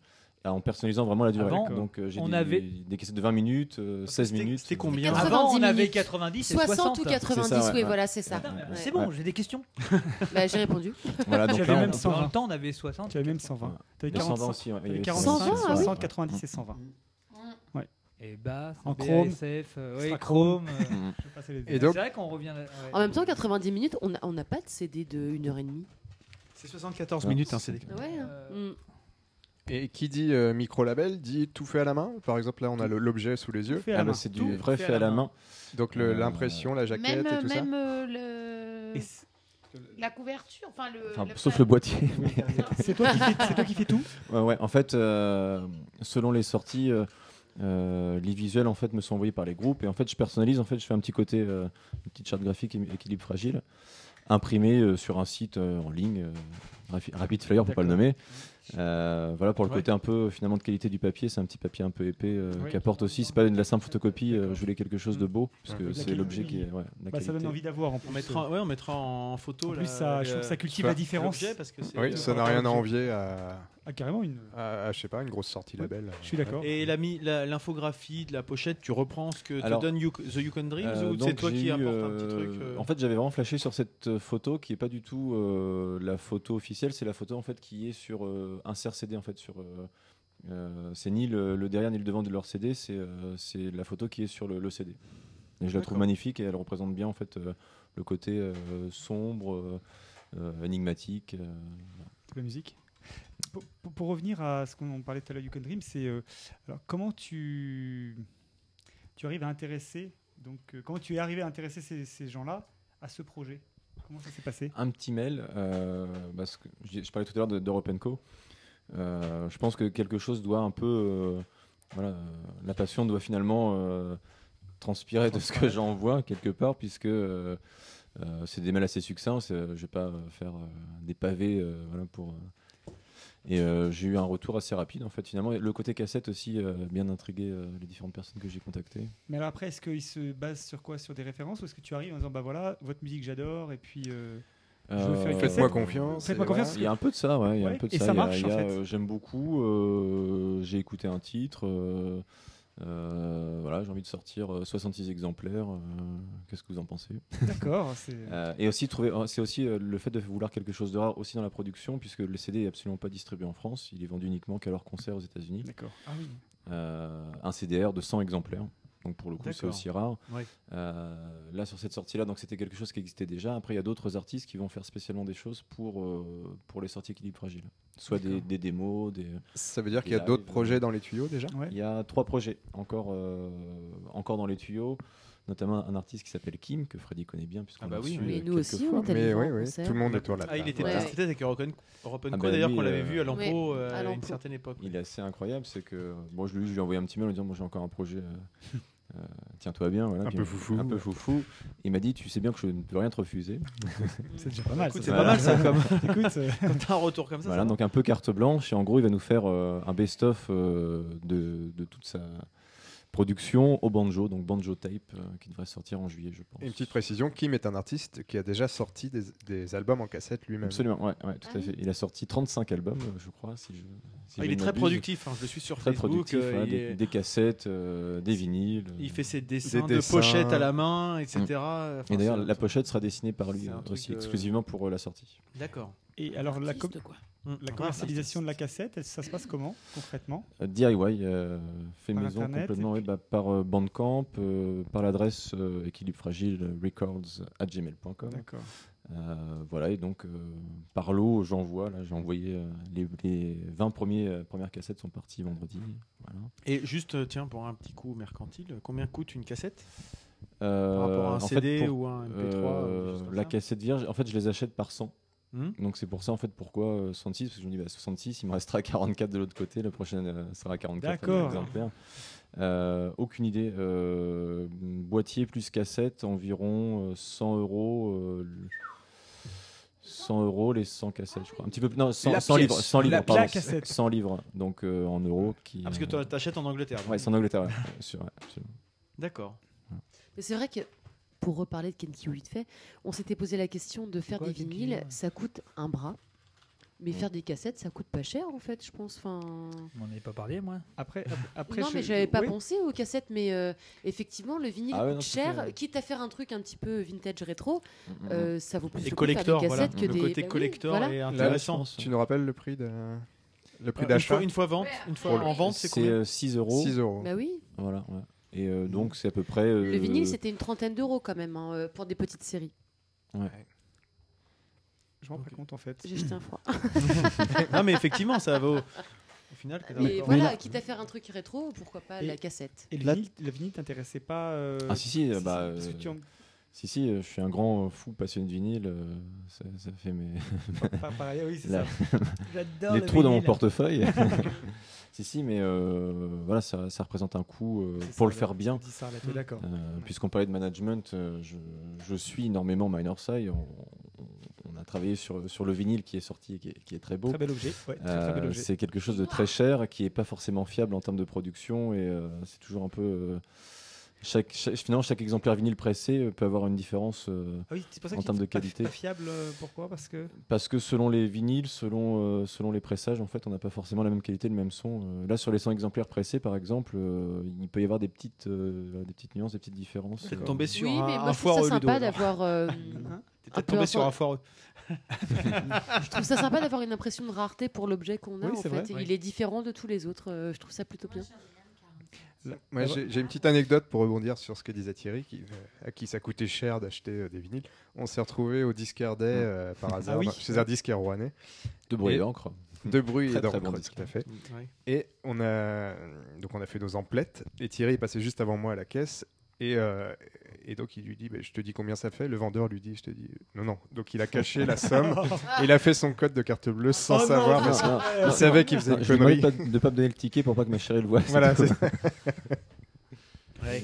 Speaker 7: euh, en personnalisant vraiment la durée.
Speaker 11: Avant,
Speaker 7: Donc euh, j'ai
Speaker 11: on
Speaker 7: des,
Speaker 11: avait-
Speaker 7: des cassettes de 20 minutes, euh, 16 minutes. C'était
Speaker 11: combien Avant, on avait 90 et 60.
Speaker 5: 60 ou 90,
Speaker 7: C'est ça, ouais,
Speaker 5: oui,
Speaker 7: ouais.
Speaker 5: voilà, c'est ça.
Speaker 7: Putain, mais
Speaker 5: Ouais.
Speaker 7: c'est bon,
Speaker 11: j'ai des questions.
Speaker 5: Bah, j'ai répondu.
Speaker 7: Voilà, donc
Speaker 3: J'avais
Speaker 7: là,
Speaker 3: même
Speaker 7: on-
Speaker 3: 120.
Speaker 11: Dans le temps, on avait 60.
Speaker 3: Tu avais même 120. Tu avais
Speaker 7: Et 120
Speaker 3: 45,
Speaker 7: aussi, ouais.
Speaker 3: t'avais
Speaker 7: Il y avait
Speaker 3: 45,
Speaker 7: 120,
Speaker 3: 60,
Speaker 7: ah oui.
Speaker 3: 90 et 120. Ouais.
Speaker 11: Et bah, basse,
Speaker 3: En
Speaker 11: BASF,
Speaker 3: chrome.
Speaker 11: euh,
Speaker 3: Ce
Speaker 11: oui,
Speaker 3: sera
Speaker 11: chrome.
Speaker 3: chrome.
Speaker 11: euh,
Speaker 3: Je sais pas, c'est les-
Speaker 11: C'est vrai qu'on revient. là- ouais.
Speaker 5: En même temps, 90 minutes, on n'a on n'a pas de CD de 1h30.
Speaker 6: C'est 74
Speaker 4: minutes, un CD.
Speaker 5: Ouais. hein.
Speaker 11: Euh,
Speaker 5: Mm.
Speaker 4: Et qui dit euh, micro-label dit tout fait à la main. Par exemple, là, on a le- l'objet sous les yeux.
Speaker 7: fait à la Ah bah, main. c'est du Tout vrai fait à la main.
Speaker 4: Donc le-
Speaker 7: Euh,
Speaker 4: l'impression, la jaquette
Speaker 9: Même,
Speaker 4: et tout ça.
Speaker 9: même euh, le- la couverture, enfin le.
Speaker 7: Enfin, sauf
Speaker 9: [LAUGHS]
Speaker 7: le
Speaker 3: [LAUGHS]
Speaker 7: boîtier. mais-
Speaker 3: C'est toi qui fais- c'est toi qui fais tout
Speaker 7: Ouais, ouais. En fait, euh, selon les sorties, euh, euh, les visuels en fait me sont envoyés par les groupes et en fait je personnalise. En fait, je fais un petit côté, euh, une petite charte graphique émi- équilibre fragile, imprimée euh, sur un site euh, en ligne, euh, Rafi- Rapid Flyer pour pas le nommer. Euh, voilà pour le
Speaker 6: Ouais.
Speaker 7: côté un peu finalement de qualité du papier. C'est un petit papier un peu épais euh,
Speaker 6: Oui.
Speaker 7: qui apporte aussi. C'est pas de la simple photocopie. euh, je voulais quelque chose de beau parce
Speaker 6: Ouais.
Speaker 7: que
Speaker 6: La
Speaker 7: c'est
Speaker 6: qualité.
Speaker 7: l'objet qui est. ouais, la
Speaker 3: Bah, ça
Speaker 7: qualité.
Speaker 3: donne envie d'avoir en plus. euh,
Speaker 6: On mettra, ouais, on mettra en photo.
Speaker 3: En
Speaker 6: la-
Speaker 3: plus, ça,
Speaker 6: le-
Speaker 3: je trouve que ça cultive la différence.
Speaker 6: l'objet, parce que c'est-
Speaker 4: Oui,
Speaker 6: euh,
Speaker 4: ça n'a rien à envier à.
Speaker 3: Ah, carrément une.
Speaker 4: À, à, je sais pas, une grosse sortie label.
Speaker 3: je suis d'accord.
Speaker 6: Et la mi- la- l'infographie de la pochette, tu reprends ce que
Speaker 7: Alors,
Speaker 6: te donne You- The You Can Dreams
Speaker 7: Euh,
Speaker 6: ou c'est
Speaker 7: donc
Speaker 6: toi
Speaker 7: j'ai
Speaker 6: qui
Speaker 7: eu,
Speaker 6: apportes un
Speaker 7: euh,
Speaker 6: petit truc euh,
Speaker 7: En fait, j'avais vraiment flashé sur cette euh, photo qui est pas du tout euh, la photo officielle, c'est la photo en fait qui est sur euh, insert CD en fait sur. euh, euh, c'est ni le, le derrière ni le devant de leur CD, c'est euh, c'est la photo qui est sur le, le CD. Et je la trouve
Speaker 6: D'accord.
Speaker 7: magnifique et elle représente bien en fait euh, le côté euh, sombre, euh, euh, énigmatique. euh, voilà.
Speaker 3: la musique. Pour, pour- pour revenir à ce qu'on parlait tout à l'heure, You Can Dream, c'est euh, alors comment tu tu arrives à intéresser donc euh, comment tu es arrivé à intéresser ces, ces gens-là à ce projet Comment ça s'est passé
Speaker 7: un petit mail, euh, parce que je, je parlais tout à l'heure de- d'Europe Co. Euh, je pense que quelque chose doit un peu. euh, voilà, euh, la passion doit finalement euh, transpirer de ce que
Speaker 6: Transparaître.
Speaker 7: j'envoie quelque part, puisque euh, euh, c'est des mails assez succincts. c'est- Je vais pas euh, faire euh, des pavés euh, voilà, pour. euh, et euh, j'ai eu un retour assez rapide en fait finalement. Et le côté cassette aussi euh, bien intrigué euh, les différentes personnes que j'ai contactées.
Speaker 3: Mais alors après, est-ce qu'ils se basent sur quoi Sur des références ou est-ce que tu arrives en disant bah voilà, votre musique j'adore et puis euh, je veux faire une
Speaker 7: Euh,
Speaker 3: cassette. Faites-moi
Speaker 7: et
Speaker 3: confiance.
Speaker 7: voilà.
Speaker 3: parce
Speaker 7: Il y a
Speaker 3: que-
Speaker 7: un peu de ça, ouais. Il y a
Speaker 3: Ouais,
Speaker 7: un peu de
Speaker 3: et
Speaker 7: ça.
Speaker 3: ça
Speaker 7: Il y a-
Speaker 3: marche,
Speaker 7: il y a,
Speaker 3: en fait.
Speaker 7: euh, J'aime beaucoup. euh, J'ai écouté un titre. euh, euh, voilà, j'ai envie de sortir euh, 66 exemplaires. euh, Qu'est-ce que vous en pensez
Speaker 3: D'accord, c'est-
Speaker 7: Euh, et aussi trouver, euh, c'est aussi euh, le fait de vouloir quelque chose de rare aussi dans la production, puisque le CD est absolument pas distribué en France. Il est vendu uniquement qu'à leurs concerts aux États-Unis.
Speaker 3: D'accord. Ah oui.
Speaker 7: Euh, un CDR de 100 exemplaires. Donc pour le coup, c'est
Speaker 6: D'accord.
Speaker 7: aussi rare.
Speaker 6: Ouais.
Speaker 7: Euh, là, sur cette sortie-là, donc c'était quelque chose qui existait déjà. Après, il y a d'autres artistes qui vont faire spécialement des choses pour, euh, pour les sorties équilibre fragile. Soit des, des démos, des.
Speaker 4: Ça veut dire
Speaker 7: des
Speaker 4: qu'il y a
Speaker 7: lives,
Speaker 4: d'autres
Speaker 7: euh.
Speaker 4: projets dans les tuyaux déjà
Speaker 7: Il y a trois projets encore, euh, encore dans les tuyaux. notamment un artiste qui s'appelle Kim, que Freddy connaît bien, puisqu'on
Speaker 6: Ah bah
Speaker 7: l'a
Speaker 6: oui,
Speaker 7: reçu,
Speaker 6: mais
Speaker 7: euh,
Speaker 6: nous aussi,
Speaker 7: quelques
Speaker 6: on
Speaker 7: fois.
Speaker 6: est allé Mais le voir oui, en oui, concert. tout le monde est autour de la
Speaker 7: Ah, il
Speaker 6: table.
Speaker 7: était
Speaker 6: Ouais.
Speaker 7: c'était
Speaker 6: avec Europe
Speaker 7: Ah,
Speaker 6: Open
Speaker 7: bah,
Speaker 6: Co, d'ailleurs, qu'on l'avait vu à l'Empro, Oui, euh, à à une l'Empro. certaine époque.
Speaker 7: euh, Il est assez incroyable, c'est que bon, je, lui, je lui ai envoyé un petit mail en disant bon, j'ai encore un projet. euh, euh, Tiens-toi bien, voilà.
Speaker 4: Un
Speaker 7: Puis
Speaker 4: peu
Speaker 7: il-
Speaker 4: foufou.
Speaker 7: Un peu foufou. Il m'a dit, tu sais bien que je ne peux rien te refuser.
Speaker 3: C'est déjà pas mal,
Speaker 6: Écoute,
Speaker 3: ça.
Speaker 6: c'est
Speaker 7: Voilà.
Speaker 6: pas mal ça. Comme... [LAUGHS] Quand t'as un retour comme ça.
Speaker 7: Voilà,
Speaker 6: ça va.
Speaker 7: donc un peu carte blanche. Et en gros, il va nous faire euh, un best-of euh, de, de toute sa production au banjo, donc banjo tape, euh, qui devrait sortir en juillet, je pense.
Speaker 4: Et Une petite précision, Kim est un artiste qui a déjà sorti des, des albums en cassette lui-même.
Speaker 7: Absolument, ouais, ouais, tout à fait. Il a sorti 35 albums, euh, je crois. Si je, si
Speaker 6: Ah,
Speaker 7: je
Speaker 6: il est
Speaker 7: ne
Speaker 6: très
Speaker 7: m'abuse.
Speaker 6: productif, hein, je le suis sur
Speaker 7: très
Speaker 6: Facebook,
Speaker 7: Productif,
Speaker 6: euh,
Speaker 7: ouais,
Speaker 6: il
Speaker 7: des,
Speaker 6: est-
Speaker 7: des cassettes, euh, des vinyles.
Speaker 6: Il
Speaker 7: euh,
Speaker 6: fait ses dessins de pochettes à la main, etc.
Speaker 7: Mm.
Speaker 6: Enfin,
Speaker 7: et d'ailleurs,
Speaker 6: c'est-
Speaker 7: la pochette sera dessinée par lui
Speaker 6: c'est un
Speaker 7: euh,
Speaker 6: truc,
Speaker 7: aussi,
Speaker 6: euh,
Speaker 7: exclusivement pour euh, la sortie.
Speaker 6: D'accord.
Speaker 3: Et alors, la, com-
Speaker 6: Mm.
Speaker 7: Ah,
Speaker 3: la commercialisation de la cassette, elle- ça se passe comment, concrètement
Speaker 7: Euh, DIY, euh, fait
Speaker 3: Par
Speaker 7: maison
Speaker 3: Internet,
Speaker 7: complètement, ouais, bah, par euh, Bandcamp, euh, par l'adresse euh, équilibre fragile records at gmail.com.
Speaker 3: D'accord.
Speaker 7: Euh, voilà, et donc euh, par lot, j'envoie, là, j'ai envoyé euh, les, les 20 premiers, euh, premières cassettes sont parties vendredi. Voilà.
Speaker 6: Et juste, euh, tiens, pour un petit coup mercantile, combien coûte une cassette
Speaker 7: Euh,
Speaker 6: Par rapport à un
Speaker 7: en fait,
Speaker 6: CD
Speaker 7: pour-
Speaker 6: ou un MP3
Speaker 7: euh,
Speaker 6: ou quelque chose comme
Speaker 7: La
Speaker 6: ça
Speaker 7: cassette vierge, en fait, je les achète par 100.
Speaker 6: Hmm.
Speaker 7: Donc c'est pour ça en fait pourquoi euh, 66 parce que je me dis bah, 66 il me restera [LAUGHS] 44 de l'autre côté la prochaine euh, sera 44
Speaker 3: D'accord.
Speaker 7: exemplaires. Euh, aucune idée Euh, boîtier plus cassette environ euh, 100 euros euh, le- 100 euros les 100 cassettes je crois un petit peu plus- non 100,
Speaker 6: La
Speaker 7: 100 livres
Speaker 6: pièce.
Speaker 7: 100 livres
Speaker 6: La-
Speaker 7: pardon,
Speaker 6: la cassette.
Speaker 7: 100 livres donc euh, en euros qui
Speaker 6: Ah, parce que toi, t'achètes en Angleterre,
Speaker 7: ouais
Speaker 6: donc.
Speaker 7: c'est en Angleterre ouais, [LAUGHS] bien sûr, ouais, absolument.
Speaker 6: D'accord.
Speaker 5: Mais c'est vrai que, pour reparler de Kenki vite fait, on s'était posé la question de faire des vinyles, ça coûte un bras. Mais faire des cassettes, ça coûte pas cher en fait, je pense. Enfin...
Speaker 1: On n'en avait pas parlé, moi.
Speaker 3: Après, après
Speaker 5: non, mais j'avais pas pensé aux cassettes, mais euh, effectivement, le vinyle
Speaker 1: Ah
Speaker 5: coûte
Speaker 1: ouais, non, tout à
Speaker 5: cher.
Speaker 1: fait.
Speaker 5: Quitte à faire un truc un petit peu vintage rétro,
Speaker 4: mm,
Speaker 5: euh, ça vaut plus
Speaker 6: Et
Speaker 5: le coup de faire des
Speaker 6: collector, voilà.
Speaker 5: cassettes que
Speaker 6: Le
Speaker 5: des.
Speaker 6: côté
Speaker 5: bah oui,
Speaker 6: collector
Speaker 5: voilà.
Speaker 6: est
Speaker 4: Là,
Speaker 6: intéressant.
Speaker 4: je pense. Tu nous rappelles le prix de le prix
Speaker 6: Euh,
Speaker 4: d'achat
Speaker 6: une fois- une fois vente, une fois
Speaker 4: Pour le-
Speaker 6: en vente, c'est combien Mmh.
Speaker 7: euh, 6 euros
Speaker 4: 6 euros.
Speaker 5: Bah oui.
Speaker 7: voilà ouais. et euh, donc c'est à peu près
Speaker 5: Le vinyle,
Speaker 7: euh,
Speaker 5: c'était une trentaine d'euros quand même hein, euh, pour des petites séries.
Speaker 7: ouais.
Speaker 3: Je m'en rends pas compte en fait.
Speaker 5: J'ai jeté un
Speaker 7: [LAUGHS]
Speaker 5: froid.
Speaker 6: non,
Speaker 5: [LAUGHS]
Speaker 6: mais effectivement, ça vaut. Au final, que t'as
Speaker 5: Mais
Speaker 6: d'accord.
Speaker 5: voilà, quitte à faire un truc rétro, pourquoi pas
Speaker 3: Et-
Speaker 5: la cassette
Speaker 3: Et le vinyle, le vinyle t'intéressait pas euh,
Speaker 7: Ah si si, euh, bah,
Speaker 3: parce que tu en-
Speaker 7: euh, si si, euh, je suis un grand euh, fou passionné de vinyle, euh, ça, ça fait mes
Speaker 3: Pas pareil, oui, c'est
Speaker 7: La-
Speaker 3: ça.
Speaker 7: [LAUGHS]
Speaker 3: J'adore
Speaker 7: les
Speaker 3: le
Speaker 7: trous dans mon
Speaker 3: vinyle. [LAUGHS]
Speaker 7: portefeuille. [LAUGHS] si si, mais euh, voilà, ça, ça représente un coût euh, pour le faire bien.
Speaker 3: dit Sarlat, t'es d'accord.
Speaker 7: Euh, Puisqu'on parlait de management, euh, je, je suis énormément Minor Side. On, on a travaillé sur, sur le vinyle qui est sorti et qui est, qui est très beau. Euh,
Speaker 3: Très bel objet, ouais, très, très bel objet.
Speaker 7: C'est quelque chose de très cher qui n'est pas forcément fiable en termes de production et euh, c'est toujours un peu. euh, chaque, chaque- finalement, chaque exemplaire vinyle pressé euh, peut avoir une différence euh,
Speaker 3: Ah oui, c'est pour ça
Speaker 7: en
Speaker 3: qu'il
Speaker 7: termes de
Speaker 3: était pas-
Speaker 7: qualité.
Speaker 3: Pas fiable, euh, pourquoi Parce que.
Speaker 7: Parce que selon les vinyles, selon, euh, selon les pressages, en fait, on n'a pas forcément la même qualité, le même son. Euh, là, sur les 100 exemplaires pressés, par exemple, euh, il peut y avoir des petites, euh, des petites nuances, des petites différences.
Speaker 6: T'es
Speaker 7: euh.
Speaker 6: tombé sur
Speaker 5: Oui,
Speaker 6: un,
Speaker 5: mais moi,
Speaker 6: un
Speaker 5: je trouve
Speaker 6: foireux,
Speaker 5: ça
Speaker 6: Ludo.
Speaker 5: sympa
Speaker 6: alors.
Speaker 5: d'avoir.
Speaker 6: [LAUGHS]
Speaker 5: euh,
Speaker 6: T'es
Speaker 5: un
Speaker 6: peut-être
Speaker 5: peu
Speaker 6: tombé sur
Speaker 5: foireux.
Speaker 6: un [LAUGHS] foireux.
Speaker 5: Je trouve ça sympa d'avoir une impression de rareté pour l'objet qu'on a
Speaker 6: Oui,
Speaker 5: en fait.
Speaker 6: c'est vrai.
Speaker 5: Et
Speaker 6: Oui.
Speaker 5: Il est différent de tous les autres. euh, je trouve ça plutôt bien.
Speaker 4: Moi, j'ai j'ai une petite anecdote pour rebondir sur ce que disait Thierry, qui- euh, à qui ça coûtait cher d'acheter euh, des vinyles. On s'est retrouvé au Discardet euh, par
Speaker 7: Ah
Speaker 4: hasard,
Speaker 7: oui.
Speaker 4: dans- chez un disquaire rouennais.
Speaker 7: De bruit et
Speaker 4: Et-
Speaker 7: d'encre.
Speaker 4: De bruit
Speaker 7: Très,
Speaker 4: et
Speaker 7: très
Speaker 4: d'encre,
Speaker 7: bon
Speaker 4: tout à
Speaker 7: disquaire.
Speaker 4: fait.
Speaker 6: Ouais.
Speaker 4: Et on a, donc on a fait nos emplettes, et Thierry est passé juste avant moi à la caisse. Et, euh, et donc il lui dit, Ben, je te dis combien ça fait. Le vendeur lui dit, je te dis, non, non. Donc il a caché la
Speaker 7: [LAUGHS]
Speaker 4: somme. et il a fait son code de carte bleue sans
Speaker 7: Oh non,
Speaker 4: savoir,
Speaker 7: non,
Speaker 4: parce
Speaker 7: non, non,
Speaker 4: qu'il savait qu'il faisait
Speaker 7: non,
Speaker 4: une
Speaker 7: je lui demandais
Speaker 4: connerie.
Speaker 7: pas de ne pas me donner le ticket pour pas que ma chérie le voie. [LAUGHS]
Speaker 4: Voilà,
Speaker 7: c'est
Speaker 4: c'est
Speaker 7: tout.
Speaker 6: Ouais.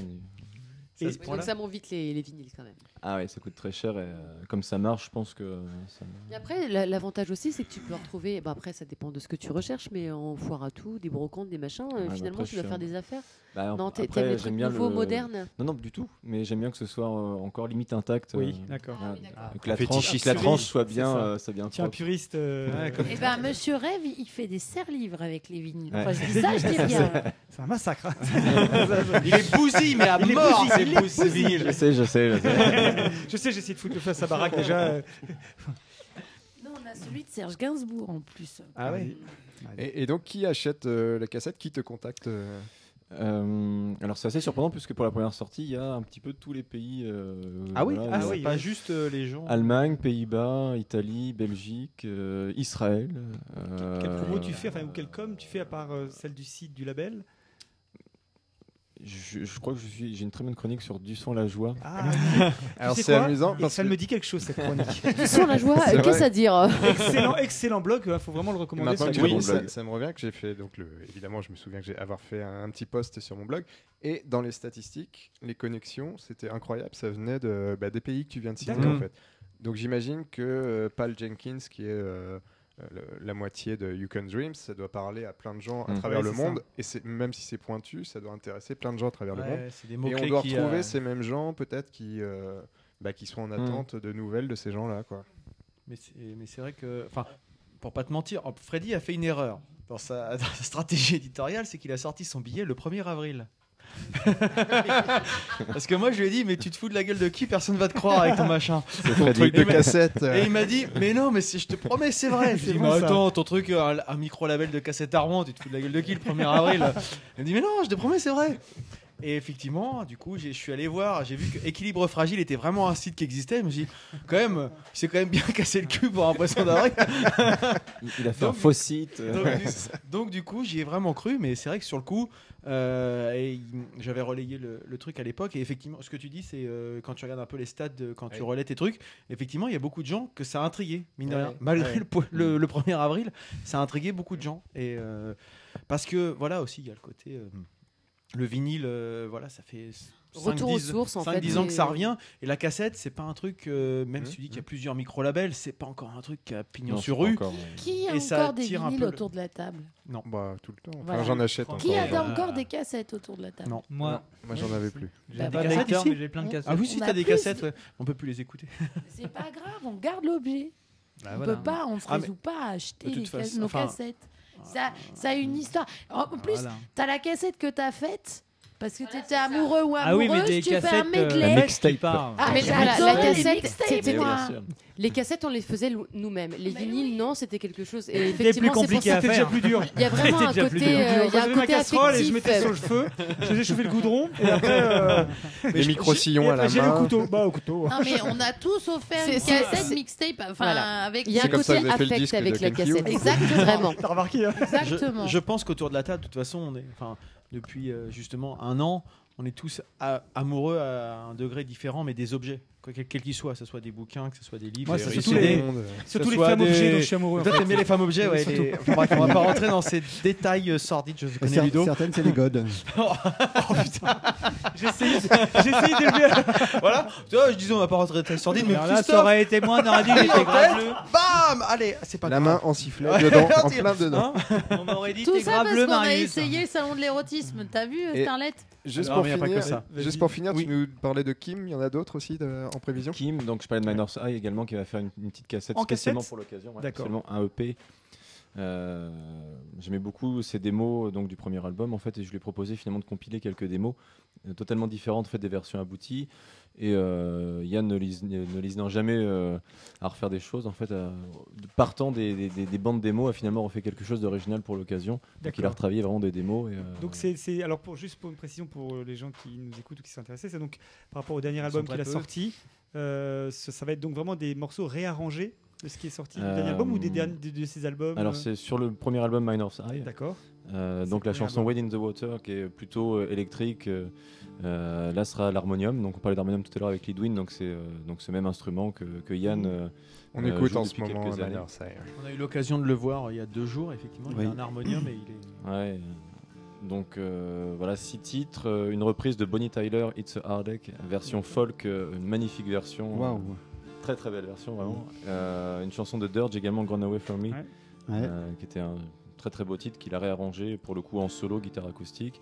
Speaker 5: Oui, donc ça monte vite les, les vinyles quand même.
Speaker 7: Ah ouais, ça coûte très cher. Et, euh, comme ça marche, je pense que euh, ça...
Speaker 5: Et après, la- l'avantage aussi, c'est que tu peux retrouver. bah, après, ça dépend de ce que tu recherches, mais en foire à tout, des brocantes, des machins. euh,
Speaker 7: Ouais, bah
Speaker 5: finalement,
Speaker 7: après,
Speaker 5: tu
Speaker 7: je
Speaker 5: dois
Speaker 7: suis
Speaker 5: faire
Speaker 7: un-
Speaker 5: des affaires.
Speaker 7: Bah,
Speaker 5: non, t'es-
Speaker 7: après,
Speaker 5: t'aimes les
Speaker 7: j'aime
Speaker 5: trucs
Speaker 7: bien
Speaker 5: nouveaux,
Speaker 7: le-
Speaker 5: modernes.
Speaker 7: Non, non, du tout. Mais j'aime bien que ce soit euh, encore limite intact.
Speaker 3: Oui,
Speaker 7: euh,
Speaker 3: d'accord.
Speaker 7: voilà.
Speaker 3: Ah,
Speaker 7: que la
Speaker 3: oui.
Speaker 7: tranche,
Speaker 3: Fétichiste.
Speaker 7: que la tranche soit
Speaker 3: C'est
Speaker 7: bien,
Speaker 3: ça.
Speaker 7: euh, soit bien
Speaker 3: Tiens,
Speaker 7: propre.
Speaker 3: puriste. euh,
Speaker 6: Ouais, comme-
Speaker 9: Eh ben, Monsieur Rêve, il fait des serres-livres avec les vinyles. Enfin,
Speaker 7: Ouais.
Speaker 9: je dis ça, je dis rien.
Speaker 3: C'est un
Speaker 9: [LAUGHS]
Speaker 3: massacre. hein.
Speaker 6: Il est bousillé, mais à
Speaker 3: Il est
Speaker 6: mort,
Speaker 3: bousillé,
Speaker 6: c'est
Speaker 3: il est
Speaker 6: bousillé.
Speaker 3: bousillé.
Speaker 7: Je sais, je sais, je sais.
Speaker 3: [LAUGHS] je sais, j'ai essayé de foutre le feu à sa baraque déjà. euh.
Speaker 9: Non, on a celui de Serge Gainsbourg en plus.
Speaker 4: Ah ouais. Et, et donc, qui achète euh, la cassette Qui te contacte euh
Speaker 7: Euh, alors c'est assez surprenant puisque pour la première sortie il y a un petit peu tous les pays. euh,
Speaker 6: Ah oui,
Speaker 7: voilà,
Speaker 6: ah
Speaker 7: il y a
Speaker 6: oui, pas juste euh, les gens.
Speaker 7: Allemagne, Pays-Bas, Italie, Belgique, euh, Israël. euh,
Speaker 3: Quel promo tu fais, enfin, ou quel com tu fais à part euh, celle du site du label
Speaker 7: je, je crois que je suis- j'ai une très bonne chronique sur Du son la joie.
Speaker 3: Ah. [LAUGHS] Tu
Speaker 7: Alors
Speaker 3: sais
Speaker 7: c'est
Speaker 3: quoi
Speaker 7: amusant
Speaker 3: Et
Speaker 7: parce
Speaker 3: ça
Speaker 7: que
Speaker 3: me dit quelque chose
Speaker 5: [LAUGHS]
Speaker 3: cette chronique.
Speaker 7: [LAUGHS] Du son la joie,
Speaker 3: C'est
Speaker 7: euh, qu'est-ce
Speaker 3: vrai.
Speaker 7: à dire
Speaker 3: Excellent, excellent blog, il faut vraiment le
Speaker 4: Et
Speaker 3: recommander.
Speaker 4: maintenant
Speaker 3: ça-
Speaker 4: que tu
Speaker 3: oui,
Speaker 4: le dis,
Speaker 3: ça-
Speaker 4: ça, ça me revient que j'ai fait donc le, évidemment je me souviens que j'ai avoir fait un, un petit post sur mon blog et dans les statistiques les connexions c'était incroyable ça venait de bah, des pays que tu viens de citer
Speaker 3: D'accord.
Speaker 4: en fait donc j'imagine que euh, Paul Jenkins qui est euh, euh, le- la moitié de You Can Dreams, ça doit parler à plein de gens à
Speaker 7: Mm.
Speaker 4: travers
Speaker 7: Ouais,
Speaker 4: le
Speaker 7: c'est ça.
Speaker 4: monde, et c'est- même si c'est pointu, ça doit intéresser plein de gens à travers
Speaker 6: Ouais,
Speaker 4: le monde.
Speaker 6: ouais, c'est des
Speaker 4: et
Speaker 6: mots-clés
Speaker 4: on doit
Speaker 6: qui,
Speaker 4: retrouver
Speaker 6: euh,
Speaker 4: ces mêmes gens peut-être qui, euh, bah, qui sont en attente de nouvelles de ces gens-là. quoi.
Speaker 6: Mais c'est- mais c'est vrai que, enfin, pour pas te mentir, oh, Freddy a fait une erreur dans sa, [LAUGHS] dans sa stratégie éditoriale, c'est qu'il a sorti son billet le 1er [LAUGHS] avril. Parce que moi je lui ai dit mais tu te fous de la gueule de qui personne va te croire avec ton machin
Speaker 4: C'est Ton Freddy. truc de
Speaker 6: Et il m'a-
Speaker 4: cassette.
Speaker 6: et il m'a dit mais non mais c'est- je te promets c'est vrai je lui ai
Speaker 3: C'est
Speaker 6: dit
Speaker 3: bon,
Speaker 6: mais
Speaker 3: ça.
Speaker 6: attends ton truc euh, un, micro label de cassette Armand tu te fous de la gueule de qui le 1er avril il me dit mais non je te promets c'est vrai et effectivement, du coup, j'ai- je suis allé voir, j'ai vu que Équilibre Fragile était vraiment un site qui existait. Je me suis dit, quand même, c'est quand même bien [LAUGHS] cassé le cul pour un poisson d'avril.
Speaker 7: Il- [LAUGHS] il a fait un faux site. euh,
Speaker 6: Donc,
Speaker 7: Ouais,
Speaker 6: du-
Speaker 7: c'est [LAUGHS] ça.
Speaker 6: donc, du coup, j'y ai vraiment cru, mais c'est vrai que sur le coup, euh, et il- j'avais relayé le, le truc à l'époque. Et effectivement, ce que tu dis, c'est euh, quand tu regardes un peu les stats, de- quand tu
Speaker 7: Ouais.
Speaker 6: relais tes trucs, effectivement, il y a beaucoup de gens que ça a intrigué, mine de
Speaker 7: Ouais.
Speaker 6: rien. Malgré
Speaker 7: Ouais.
Speaker 6: le, po- le- le 1er avril, ça a intrigué beaucoup de gens. Et, euh, parce que, voilà, aussi, il y a le côté. euh, le vinyle, euh, voilà, ça fait
Speaker 5: Retour aux sources, en fait,
Speaker 6: 10 ans
Speaker 5: et-
Speaker 6: que ça revient. Et la cassette, c'est pas un truc, euh, même si tu dis qu'il y a plusieurs micro-labels, c'est pas encore un truc qui a pignon
Speaker 7: Non,
Speaker 6: sur
Speaker 7: c'est pas
Speaker 6: rue.
Speaker 7: encore, ouais.
Speaker 9: Qui a
Speaker 6: Et ça
Speaker 9: encore des
Speaker 6: attire un
Speaker 9: vinyles
Speaker 6: peu le-
Speaker 9: autour de la table
Speaker 6: Non.
Speaker 4: Bah, tout le temps. Enfin,
Speaker 9: Voilà.
Speaker 4: j'en achète
Speaker 9: Qui
Speaker 4: encore.
Speaker 9: a
Speaker 4: euh,
Speaker 9: encore des cassettes autour de la table
Speaker 6: Non.
Speaker 1: Moi.
Speaker 4: Moi,
Speaker 9: Bah
Speaker 4: j'en avais plus.
Speaker 1: J'ai des cassettes ici. J'ai plein de cassettes.
Speaker 6: Ah oui, si
Speaker 9: On
Speaker 6: t'as
Speaker 9: a
Speaker 6: des
Speaker 9: plus.
Speaker 6: cassettes, ouais. on peut plus
Speaker 9: [LAUGHS]
Speaker 6: les écouter.
Speaker 9: C'est pas grave, on garde l'objet.
Speaker 6: Bah
Speaker 9: on
Speaker 6: voilà.
Speaker 9: peut pas, on ne se
Speaker 6: Ah, mais-
Speaker 9: résout pas à acheter
Speaker 6: de toute
Speaker 9: les cas-
Speaker 6: façon,
Speaker 9: nos
Speaker 6: enfin-
Speaker 9: cassettes. Ça, ça a une histoire. En plus,
Speaker 11: Voilà.
Speaker 9: tu as la cassette que tu as faite parce que tu étais amoureux ou amoureuse,
Speaker 11: Ah oui, mais des
Speaker 9: tu fais un
Speaker 11: cassettes, euh,
Speaker 9: medley.
Speaker 11: la mixtape. Part.
Speaker 5: Ah, mais
Speaker 9: Attends,
Speaker 5: voilà, la
Speaker 9: les
Speaker 5: cassette,
Speaker 9: mixtapes,
Speaker 5: c'était
Speaker 9: moi.
Speaker 5: un- Les cassettes, on les faisait lou- nous-mêmes.
Speaker 9: Ah,
Speaker 5: Les
Speaker 9: bah
Speaker 5: vinyles, non, c'était quelque chose. Et
Speaker 3: C'était plus
Speaker 5: effectivement, c'est pour
Speaker 3: compliqué
Speaker 5: ça
Speaker 3: à faire. [LAUGHS]
Speaker 5: Il y a vraiment
Speaker 3: C'était
Speaker 5: un
Speaker 3: déjà plus
Speaker 5: côté, euh,
Speaker 3: dur.
Speaker 5: il y a un
Speaker 3: J'enlevais ma
Speaker 5: côté
Speaker 3: casserole et je
Speaker 5: affectif.
Speaker 3: mettais sur le feu. Je faisais chauffer le goudron et après. euh,
Speaker 4: Les
Speaker 3: mais je-
Speaker 4: micro-sillons
Speaker 3: et
Speaker 4: à la
Speaker 3: après, j'ai
Speaker 4: main.
Speaker 3: le couteau. Bah, au couteau.
Speaker 9: Non, mais on a tous offert une
Speaker 5: C'est-
Speaker 9: cassette
Speaker 5: c'est-
Speaker 9: mixtape. Enfin,
Speaker 5: Voilà.
Speaker 9: avec
Speaker 5: Il y a un
Speaker 4: C'est comme ça
Speaker 5: côté
Speaker 4: que vous avez fait le
Speaker 5: affect
Speaker 4: disque
Speaker 5: avec
Speaker 4: de
Speaker 5: la
Speaker 4: Ken
Speaker 5: cassette.
Speaker 4: Keown.
Speaker 5: Exactement. Vraiment.
Speaker 3: [LAUGHS] T'as remarqué hein
Speaker 6: Je,
Speaker 9: Exactement.
Speaker 6: je pense qu'autour de la table, de toute façon, on est, enfin, depuis euh, justement un an, on est tous a- amoureux à un degré différent, mais des objets, quoi, quel quel qu'ils soient, que ce soit des bouquins, que ce soit des livres,
Speaker 3: Moi,
Speaker 6: des
Speaker 3: c'est
Speaker 6: des
Speaker 3: surtout
Speaker 6: CD,
Speaker 3: les-
Speaker 6: que ce
Speaker 3: surtout les
Speaker 6: soit
Speaker 3: femmes
Speaker 6: des-
Speaker 3: objets dont je suis amoureux, en
Speaker 6: Toi,
Speaker 3: fait.
Speaker 6: t'aimais les femmes objets, ouais.
Speaker 3: Surtout.
Speaker 6: les- Enfin, bref, on va pas rentrer dans
Speaker 3: [LAUGHS]
Speaker 6: ces détails euh, sordides, je
Speaker 2: Et
Speaker 6: connais
Speaker 2: cer-
Speaker 6: Ludo.
Speaker 2: certaines, c'est les godes.
Speaker 6: [LAUGHS]
Speaker 3: J'ai essayé j'ai essayé d'élever.
Speaker 6: [LAUGHS] voilà, tu vois, je disais, on va pas rentrer dans les détails sordides, mais
Speaker 3: Alors là,
Speaker 6: Christophe,
Speaker 3: ça aurait été moi, on aurait dit
Speaker 6: [LAUGHS]
Speaker 3: qu'il
Speaker 6: il
Speaker 3: était
Speaker 6: en tête,
Speaker 3: graveleux.
Speaker 6: Bam Allez, c'est pas
Speaker 4: La
Speaker 6: grave.
Speaker 4: main en sifflet,
Speaker 6: Ouais. [LAUGHS]
Speaker 4: dedans, en
Speaker 6: Tiens.
Speaker 4: plein dedans.
Speaker 1: On m'aurait dit
Speaker 9: Tout
Speaker 1: t'es
Speaker 9: ça
Speaker 1: grave
Speaker 9: parce
Speaker 1: le
Speaker 9: qu'on a
Speaker 1: Marius.
Speaker 9: essayé le salon de l'érotisme. T'as vu,
Speaker 4: Et-
Speaker 9: Starlet
Speaker 4: Juste,
Speaker 6: Non,
Speaker 4: pour
Speaker 6: mais y a pas
Speaker 4: finir,
Speaker 6: que ça.
Speaker 4: juste pour finir, tu nous parlais de Kim, il y en a d'autres aussi de- en prévision
Speaker 7: Kim, donc je parlais de Minor Eye également qui va faire une, une petite cassette
Speaker 3: En
Speaker 7: spécialement
Speaker 3: cassette
Speaker 7: pour l'occasion, ouais,
Speaker 3: D'accord.
Speaker 7: spécialement un EP. Euh, J'aimais beaucoup ces démos donc du premier album en fait et je lui ai proposé finalement de compiler quelques démos euh, totalement différentes en fait des versions abouties et euh, Yann ne lise ne ne lisinant jamais euh, à refaire des choses en fait à- partant des, des- des- des bandes démos a finalement refait quelque chose d'original pour l'occasion donc il a
Speaker 3: D'accord.
Speaker 7: retravaillé vraiment des démos et, euh,
Speaker 3: Donc c'est c'est- alors pour juste pour une précision pour euh, les gens qui nous écoutent ou qui s'intéressent, c'est donc par rapport au dernier album
Speaker 11: sont
Speaker 3: qu'il
Speaker 11: très
Speaker 3: a
Speaker 11: peu.
Speaker 3: sorti, euh, ce- ça va être donc vraiment des morceaux réarrangés de ce qui est sorti du dernier
Speaker 7: Euh,
Speaker 3: album ou des derniers de, de ses albums.
Speaker 7: alors
Speaker 3: euh,
Speaker 7: c'est sur le premier album Minor's Eye
Speaker 3: D'accord.
Speaker 7: Euh, donc la chanson Wade in the Water qui est plutôt euh, électrique, euh, euh, là sera l'harmonium. Donc on parlait d'harmonium tout à l'heure avec Lidwin, donc c'est euh, donc ce même instrument que, que Yann. euh,
Speaker 4: Mmh. On
Speaker 7: euh,
Speaker 4: écoute
Speaker 7: joue
Speaker 4: en ce
Speaker 7: depuis
Speaker 4: moment
Speaker 7: quelques
Speaker 4: la
Speaker 7: années.
Speaker 4: dernière série.
Speaker 6: On a eu l'occasion de le voir euh, il y a deux jours, effectivement. Il y a
Speaker 2: Oui.
Speaker 6: un harmonium et il est.
Speaker 7: Ouais. Donc euh, voilà six titres, euh, une reprise de Bonnie Tyler, It's a Heartache, version folk, euh, une magnifique version, euh,
Speaker 2: Waouh.
Speaker 7: très très belle version vraiment. Euh, une chanson de Dirge également, Gone Away from Me,
Speaker 3: Ouais.
Speaker 7: euh, qui était un très très beau titre qu'il a réarrangé pour le coup en solo guitare acoustique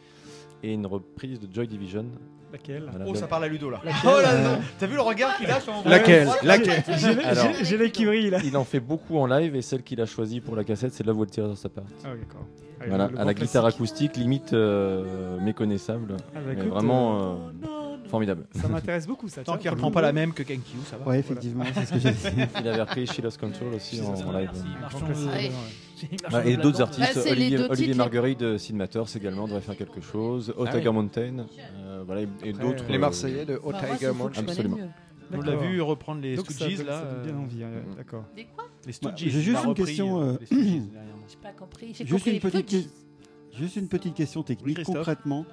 Speaker 7: et une reprise de Joy Division.
Speaker 3: Laquelle
Speaker 7: Voilà,
Speaker 6: Oh, ça
Speaker 7: belle-
Speaker 6: parle à Ludo là. Oh là là, T'as vu le regard qu'il a quand on-
Speaker 7: Laquelle
Speaker 6: Ouais,
Speaker 7: Laquelle
Speaker 3: J'ai- j'ai-
Speaker 7: Alors-
Speaker 3: j'ai- J'ai les kibris là.
Speaker 7: Il en fait beaucoup en live et celle qu'il a choisie pour la cassette, c'est Love Will Tear Us Apart.
Speaker 3: Ah oui, d'accord. Ah,
Speaker 7: Voilà,
Speaker 3: le- le
Speaker 7: à la
Speaker 3: grand
Speaker 7: guitare
Speaker 3: classique.
Speaker 7: acoustique, limite euh, méconnaissable.
Speaker 3: Ah bah
Speaker 7: mais
Speaker 3: écoute,
Speaker 7: vraiment euh, [CLEARS THROAT] formidable.
Speaker 3: Ça m'intéresse beaucoup ça.
Speaker 6: Tant
Speaker 3: tiens.
Speaker 6: qu'il reprend pas la même que Kenkyu, ça va.
Speaker 2: Ouais, effectivement, c'est ce que j'ai dit.
Speaker 7: [LAUGHS] Il avait repris She Lost Control aussi en, en live.
Speaker 11: Merci, marchons
Speaker 6: euh,
Speaker 3: Grand classique.
Speaker 11: le-
Speaker 6: [LAUGHS]
Speaker 9: Ouais.
Speaker 7: Voilà, et d'autres
Speaker 9: Bah,
Speaker 7: artistes,
Speaker 9: c'est les
Speaker 7: Olivier,
Speaker 9: deux
Speaker 7: Olivier
Speaker 9: titres, les-
Speaker 7: Marguerite de Sid Matters également devrait faire quelque chose. Hot
Speaker 4: Ah
Speaker 7: Tiger
Speaker 4: oui.
Speaker 7: Mountain, euh, voilà, et, et
Speaker 3: Après,
Speaker 7: d'autres.
Speaker 4: Les
Speaker 7: euh,
Speaker 4: Marseillais de Haut
Speaker 9: Enfin, moi, c'est
Speaker 4: Tiger
Speaker 9: fou que je connais
Speaker 7: Absolument.
Speaker 9: mieux.
Speaker 6: On l'a
Speaker 3: D'accord.
Speaker 6: vu reprendre les
Speaker 3: Donc ça
Speaker 6: Stooges
Speaker 3: donne-
Speaker 6: là.
Speaker 3: ça donne bien
Speaker 6: euh,
Speaker 3: envie. hein,
Speaker 7: Mm.
Speaker 3: D'accord.
Speaker 6: Les
Speaker 2: Bah,
Speaker 6: Stooges.
Speaker 2: j'ai
Speaker 6: il
Speaker 2: juste
Speaker 6: a
Speaker 2: une
Speaker 6: repris,
Speaker 2: question,
Speaker 6: euh,
Speaker 2: euh, [CLEARS THROAT]
Speaker 6: les Stooges derrière moi.
Speaker 9: J'ai pas compris. J'ai
Speaker 2: Juste
Speaker 9: compris
Speaker 2: une
Speaker 9: les
Speaker 2: petite,
Speaker 9: Fudgies.
Speaker 2: que- Juste une petite question technique.
Speaker 6: Christophe.
Speaker 2: Concrètement,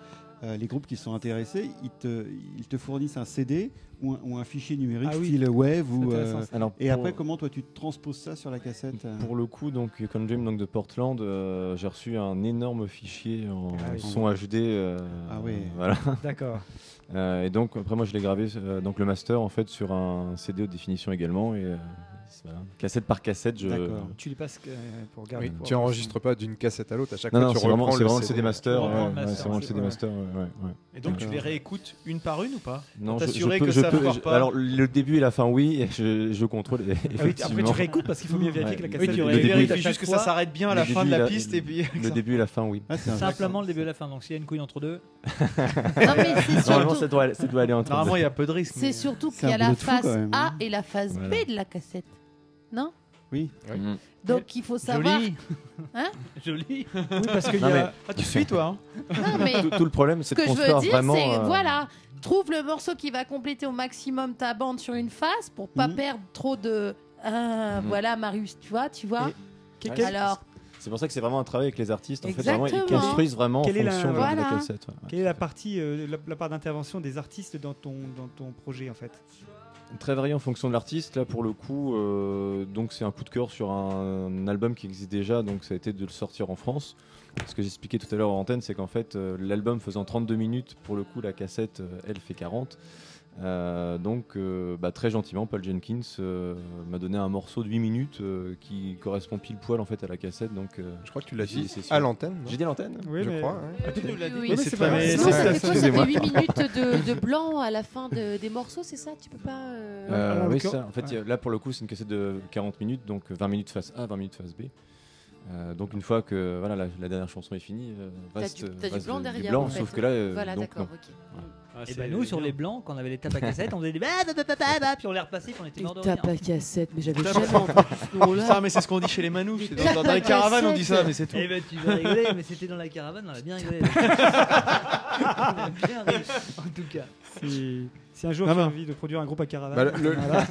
Speaker 2: euh, les groupes qui sont intéressés, ils te, ils te fournissent un CD ou un, ou un fichier numérique
Speaker 7: Ah oui.
Speaker 2: style Wave ou,
Speaker 7: C'est intéressant,
Speaker 2: euh,
Speaker 7: ça. Alors,
Speaker 2: Et
Speaker 7: pour-
Speaker 2: après, comment toi tu transposes ça sur la cassette euh
Speaker 7: Pour le coup, donc, comme James donc, de Portland, euh, j'ai reçu un énorme fichier en
Speaker 2: Ah oui.
Speaker 7: son HD. euh,
Speaker 2: Ah oui.
Speaker 7: Voilà.
Speaker 3: D'accord.
Speaker 7: Euh, et donc, après, moi, je l'ai gravé, euh, donc le master, en fait, sur un CD haute définition également. Et, euh, voilà. Cassette par cassette, je.
Speaker 3: Tu lui passes euh, pour garder.
Speaker 4: Oui,
Speaker 3: pour
Speaker 4: tu
Speaker 3: avoir
Speaker 4: enregistres pas d'une cassette à l'autre à chaque
Speaker 7: Non,
Speaker 4: fois.
Speaker 7: non,
Speaker 4: tu
Speaker 7: c'est vraiment,
Speaker 4: reprends
Speaker 7: c'est vraiment le CD
Speaker 4: Tu
Speaker 7: master. ouais,
Speaker 4: reprends le
Speaker 7: ouais,
Speaker 4: master,
Speaker 7: c'est vraiment le CD
Speaker 4: ouais.
Speaker 7: master. ouais, ouais, ouais.
Speaker 6: Et donc, tu
Speaker 7: D'accord.
Speaker 6: les réécoutes une par une ou pas
Speaker 7: Non,
Speaker 6: Pour
Speaker 7: je, je
Speaker 6: t'assurer
Speaker 7: peux,
Speaker 6: que
Speaker 7: je
Speaker 6: ça
Speaker 7: peux-
Speaker 6: foire
Speaker 7: je-
Speaker 6: pas. Ah
Speaker 7: alors le début et la fin, oui, je, je contrôle.
Speaker 6: après,
Speaker 7: effectivement.
Speaker 6: tu réécoutes parce qu'il faut bien vérifier que la cassette-
Speaker 7: Le
Speaker 6: Oui, tu
Speaker 7: début-
Speaker 6: vérifies juste que ça s'arrête bien à la
Speaker 7: le
Speaker 6: fin de
Speaker 7: début
Speaker 6: la
Speaker 7: et
Speaker 6: piste et puis- Ah,
Speaker 7: le début et la fin, oui.
Speaker 11: Simplement le début et la fin. Donc s'il y a une couille entre deux.
Speaker 9: mais c'est surtout-
Speaker 7: Normalement, ça doit, ça doit aller entre.
Speaker 6: Normalement, il y a peu de risques.
Speaker 3: euh,
Speaker 6: euh,
Speaker 9: C'est surtout qu'il y a la phase A
Speaker 3: hein.
Speaker 9: et la phase
Speaker 7: Voilà.
Speaker 9: B de la cassette. Non
Speaker 2: hein.
Speaker 3: Euh,
Speaker 2: Oui.
Speaker 9: Donc il faut
Speaker 3: [LAUGHS]
Speaker 9: savoir.
Speaker 11: Joli.
Speaker 9: Hein
Speaker 11: Joli.
Speaker 6: Oui,
Speaker 11: [LAUGHS]
Speaker 6: parce que
Speaker 7: Non,
Speaker 6: y a-
Speaker 7: mais-
Speaker 6: Ah, tu suis, toi hein
Speaker 9: Non, mais
Speaker 7: Tout- tout le problème, c'est
Speaker 9: ce que
Speaker 7: de
Speaker 9: je veux
Speaker 7: construire
Speaker 9: dire,
Speaker 7: vraiment,
Speaker 9: c'est
Speaker 7: euh,
Speaker 9: voilà, trouve le morceau qui va compléter au maximum ta bande sur une face pour pas
Speaker 3: Mhm.
Speaker 9: perdre trop de. Ah,
Speaker 7: Mhm.
Speaker 9: Voilà, Marius, tu vois, tu vois.
Speaker 7: Ouais, c'est-
Speaker 9: Alors,
Speaker 7: C'est pour ça que c'est vraiment un travail avec les artistes. En fait, vraiment, ils
Speaker 9: Exactement.
Speaker 7: construisent vraiment en
Speaker 3: Quelle est la-
Speaker 7: fonction de- de la cassette. ouais.
Speaker 3: Quelle est la partie, euh, la, la part d'intervention des artistes dans ton, dans ton projet en fait
Speaker 7: Très varié en fonction de l'artiste. Là, pour le coup, euh, donc c'est un coup de cœur sur un album qui existe déjà, donc ça a été de le sortir en France. Ce que j'expliquais tout à l'heure en antenne, c'est qu'en fait, euh, l'album faisant 32 minutes, pour le coup, la cassette, euh, elle fait 40. Euh, donc, euh, bah, très gentiment, Paul Jenkins euh, m'a donné un morceau de 8 minutes euh, qui correspond pile poil en fait à la cassette. Donc, euh, je crois que tu
Speaker 4: l'as dit à l'antenne, non
Speaker 7: J'ai dit à l'antenne,
Speaker 4: Oui,
Speaker 7: je
Speaker 4: mais-
Speaker 7: crois. hein.
Speaker 4: Ah, tu nous l'as dit.
Speaker 5: Oui,
Speaker 7: Mais
Speaker 5: oui,
Speaker 7: c'est
Speaker 5: c'est
Speaker 7: pas-
Speaker 5: pas-
Speaker 7: mais
Speaker 5: Sinon,
Speaker 7: c'est
Speaker 5: ça
Speaker 7: ça,
Speaker 5: fait quoi Ça fait
Speaker 7: excusez-moi.
Speaker 5: 8 minutes de,
Speaker 7: [LAUGHS]
Speaker 5: de blanc à la fin de- des morceaux, c'est ça Tu peux pas. euh,
Speaker 7: Euh,
Speaker 6: Ah,
Speaker 3: Alors,
Speaker 7: oui,
Speaker 3: le cœur-
Speaker 7: ça. En fait,
Speaker 3: ouais.
Speaker 7: il y a- là, pour le coup, c'est une cassette de 40 minutes, donc euh, 20 minutes face A, 20 minutes face B. Euh, donc une fois que voilà, la, la dernière chanson est finie, euh,
Speaker 5: T'as
Speaker 7: reste,
Speaker 5: du-
Speaker 7: euh,
Speaker 5: t'as du
Speaker 7: reste
Speaker 5: blanc
Speaker 7: du
Speaker 5: derrière,
Speaker 7: blanc,
Speaker 5: en fait.
Speaker 7: sauf que là, euh,
Speaker 5: Voilà,
Speaker 7: donc,
Speaker 5: d'accord,
Speaker 7: non.
Speaker 5: ok.
Speaker 7: Voilà.
Speaker 11: et bah nous, sur les blancs, quand on avait les tapes à cassette, on faisait des. Ah bah, Puis on les repassait, puis on était hein.
Speaker 5: Des
Speaker 11: mort de
Speaker 5: tapes
Speaker 11: rire.
Speaker 5: à cassette, mais j'avais
Speaker 11: Des
Speaker 5: jamais
Speaker 11: tapes à-
Speaker 5: entendu ce mot-là.
Speaker 6: Putain, mais c'est ce qu'on dit chez les manouches,
Speaker 5: Des
Speaker 6: c'est dans- dans les
Speaker 5: tapes à
Speaker 6: caravanes, on
Speaker 5: cassette.
Speaker 6: dit ça, mais c'est tout.
Speaker 11: Eh ben tu vas rigoler, mais c'était dans la caravane, on a bien [LAUGHS] rigolé. on a bien ri, en tout cas.
Speaker 3: Si, si un
Speaker 7: Ah,
Speaker 3: jour
Speaker 4: Non,
Speaker 6: Ah ben.
Speaker 3: tu as
Speaker 4: non.
Speaker 3: envie de produire un groupe à caravane,
Speaker 4: Bah, le,
Speaker 3: voilà.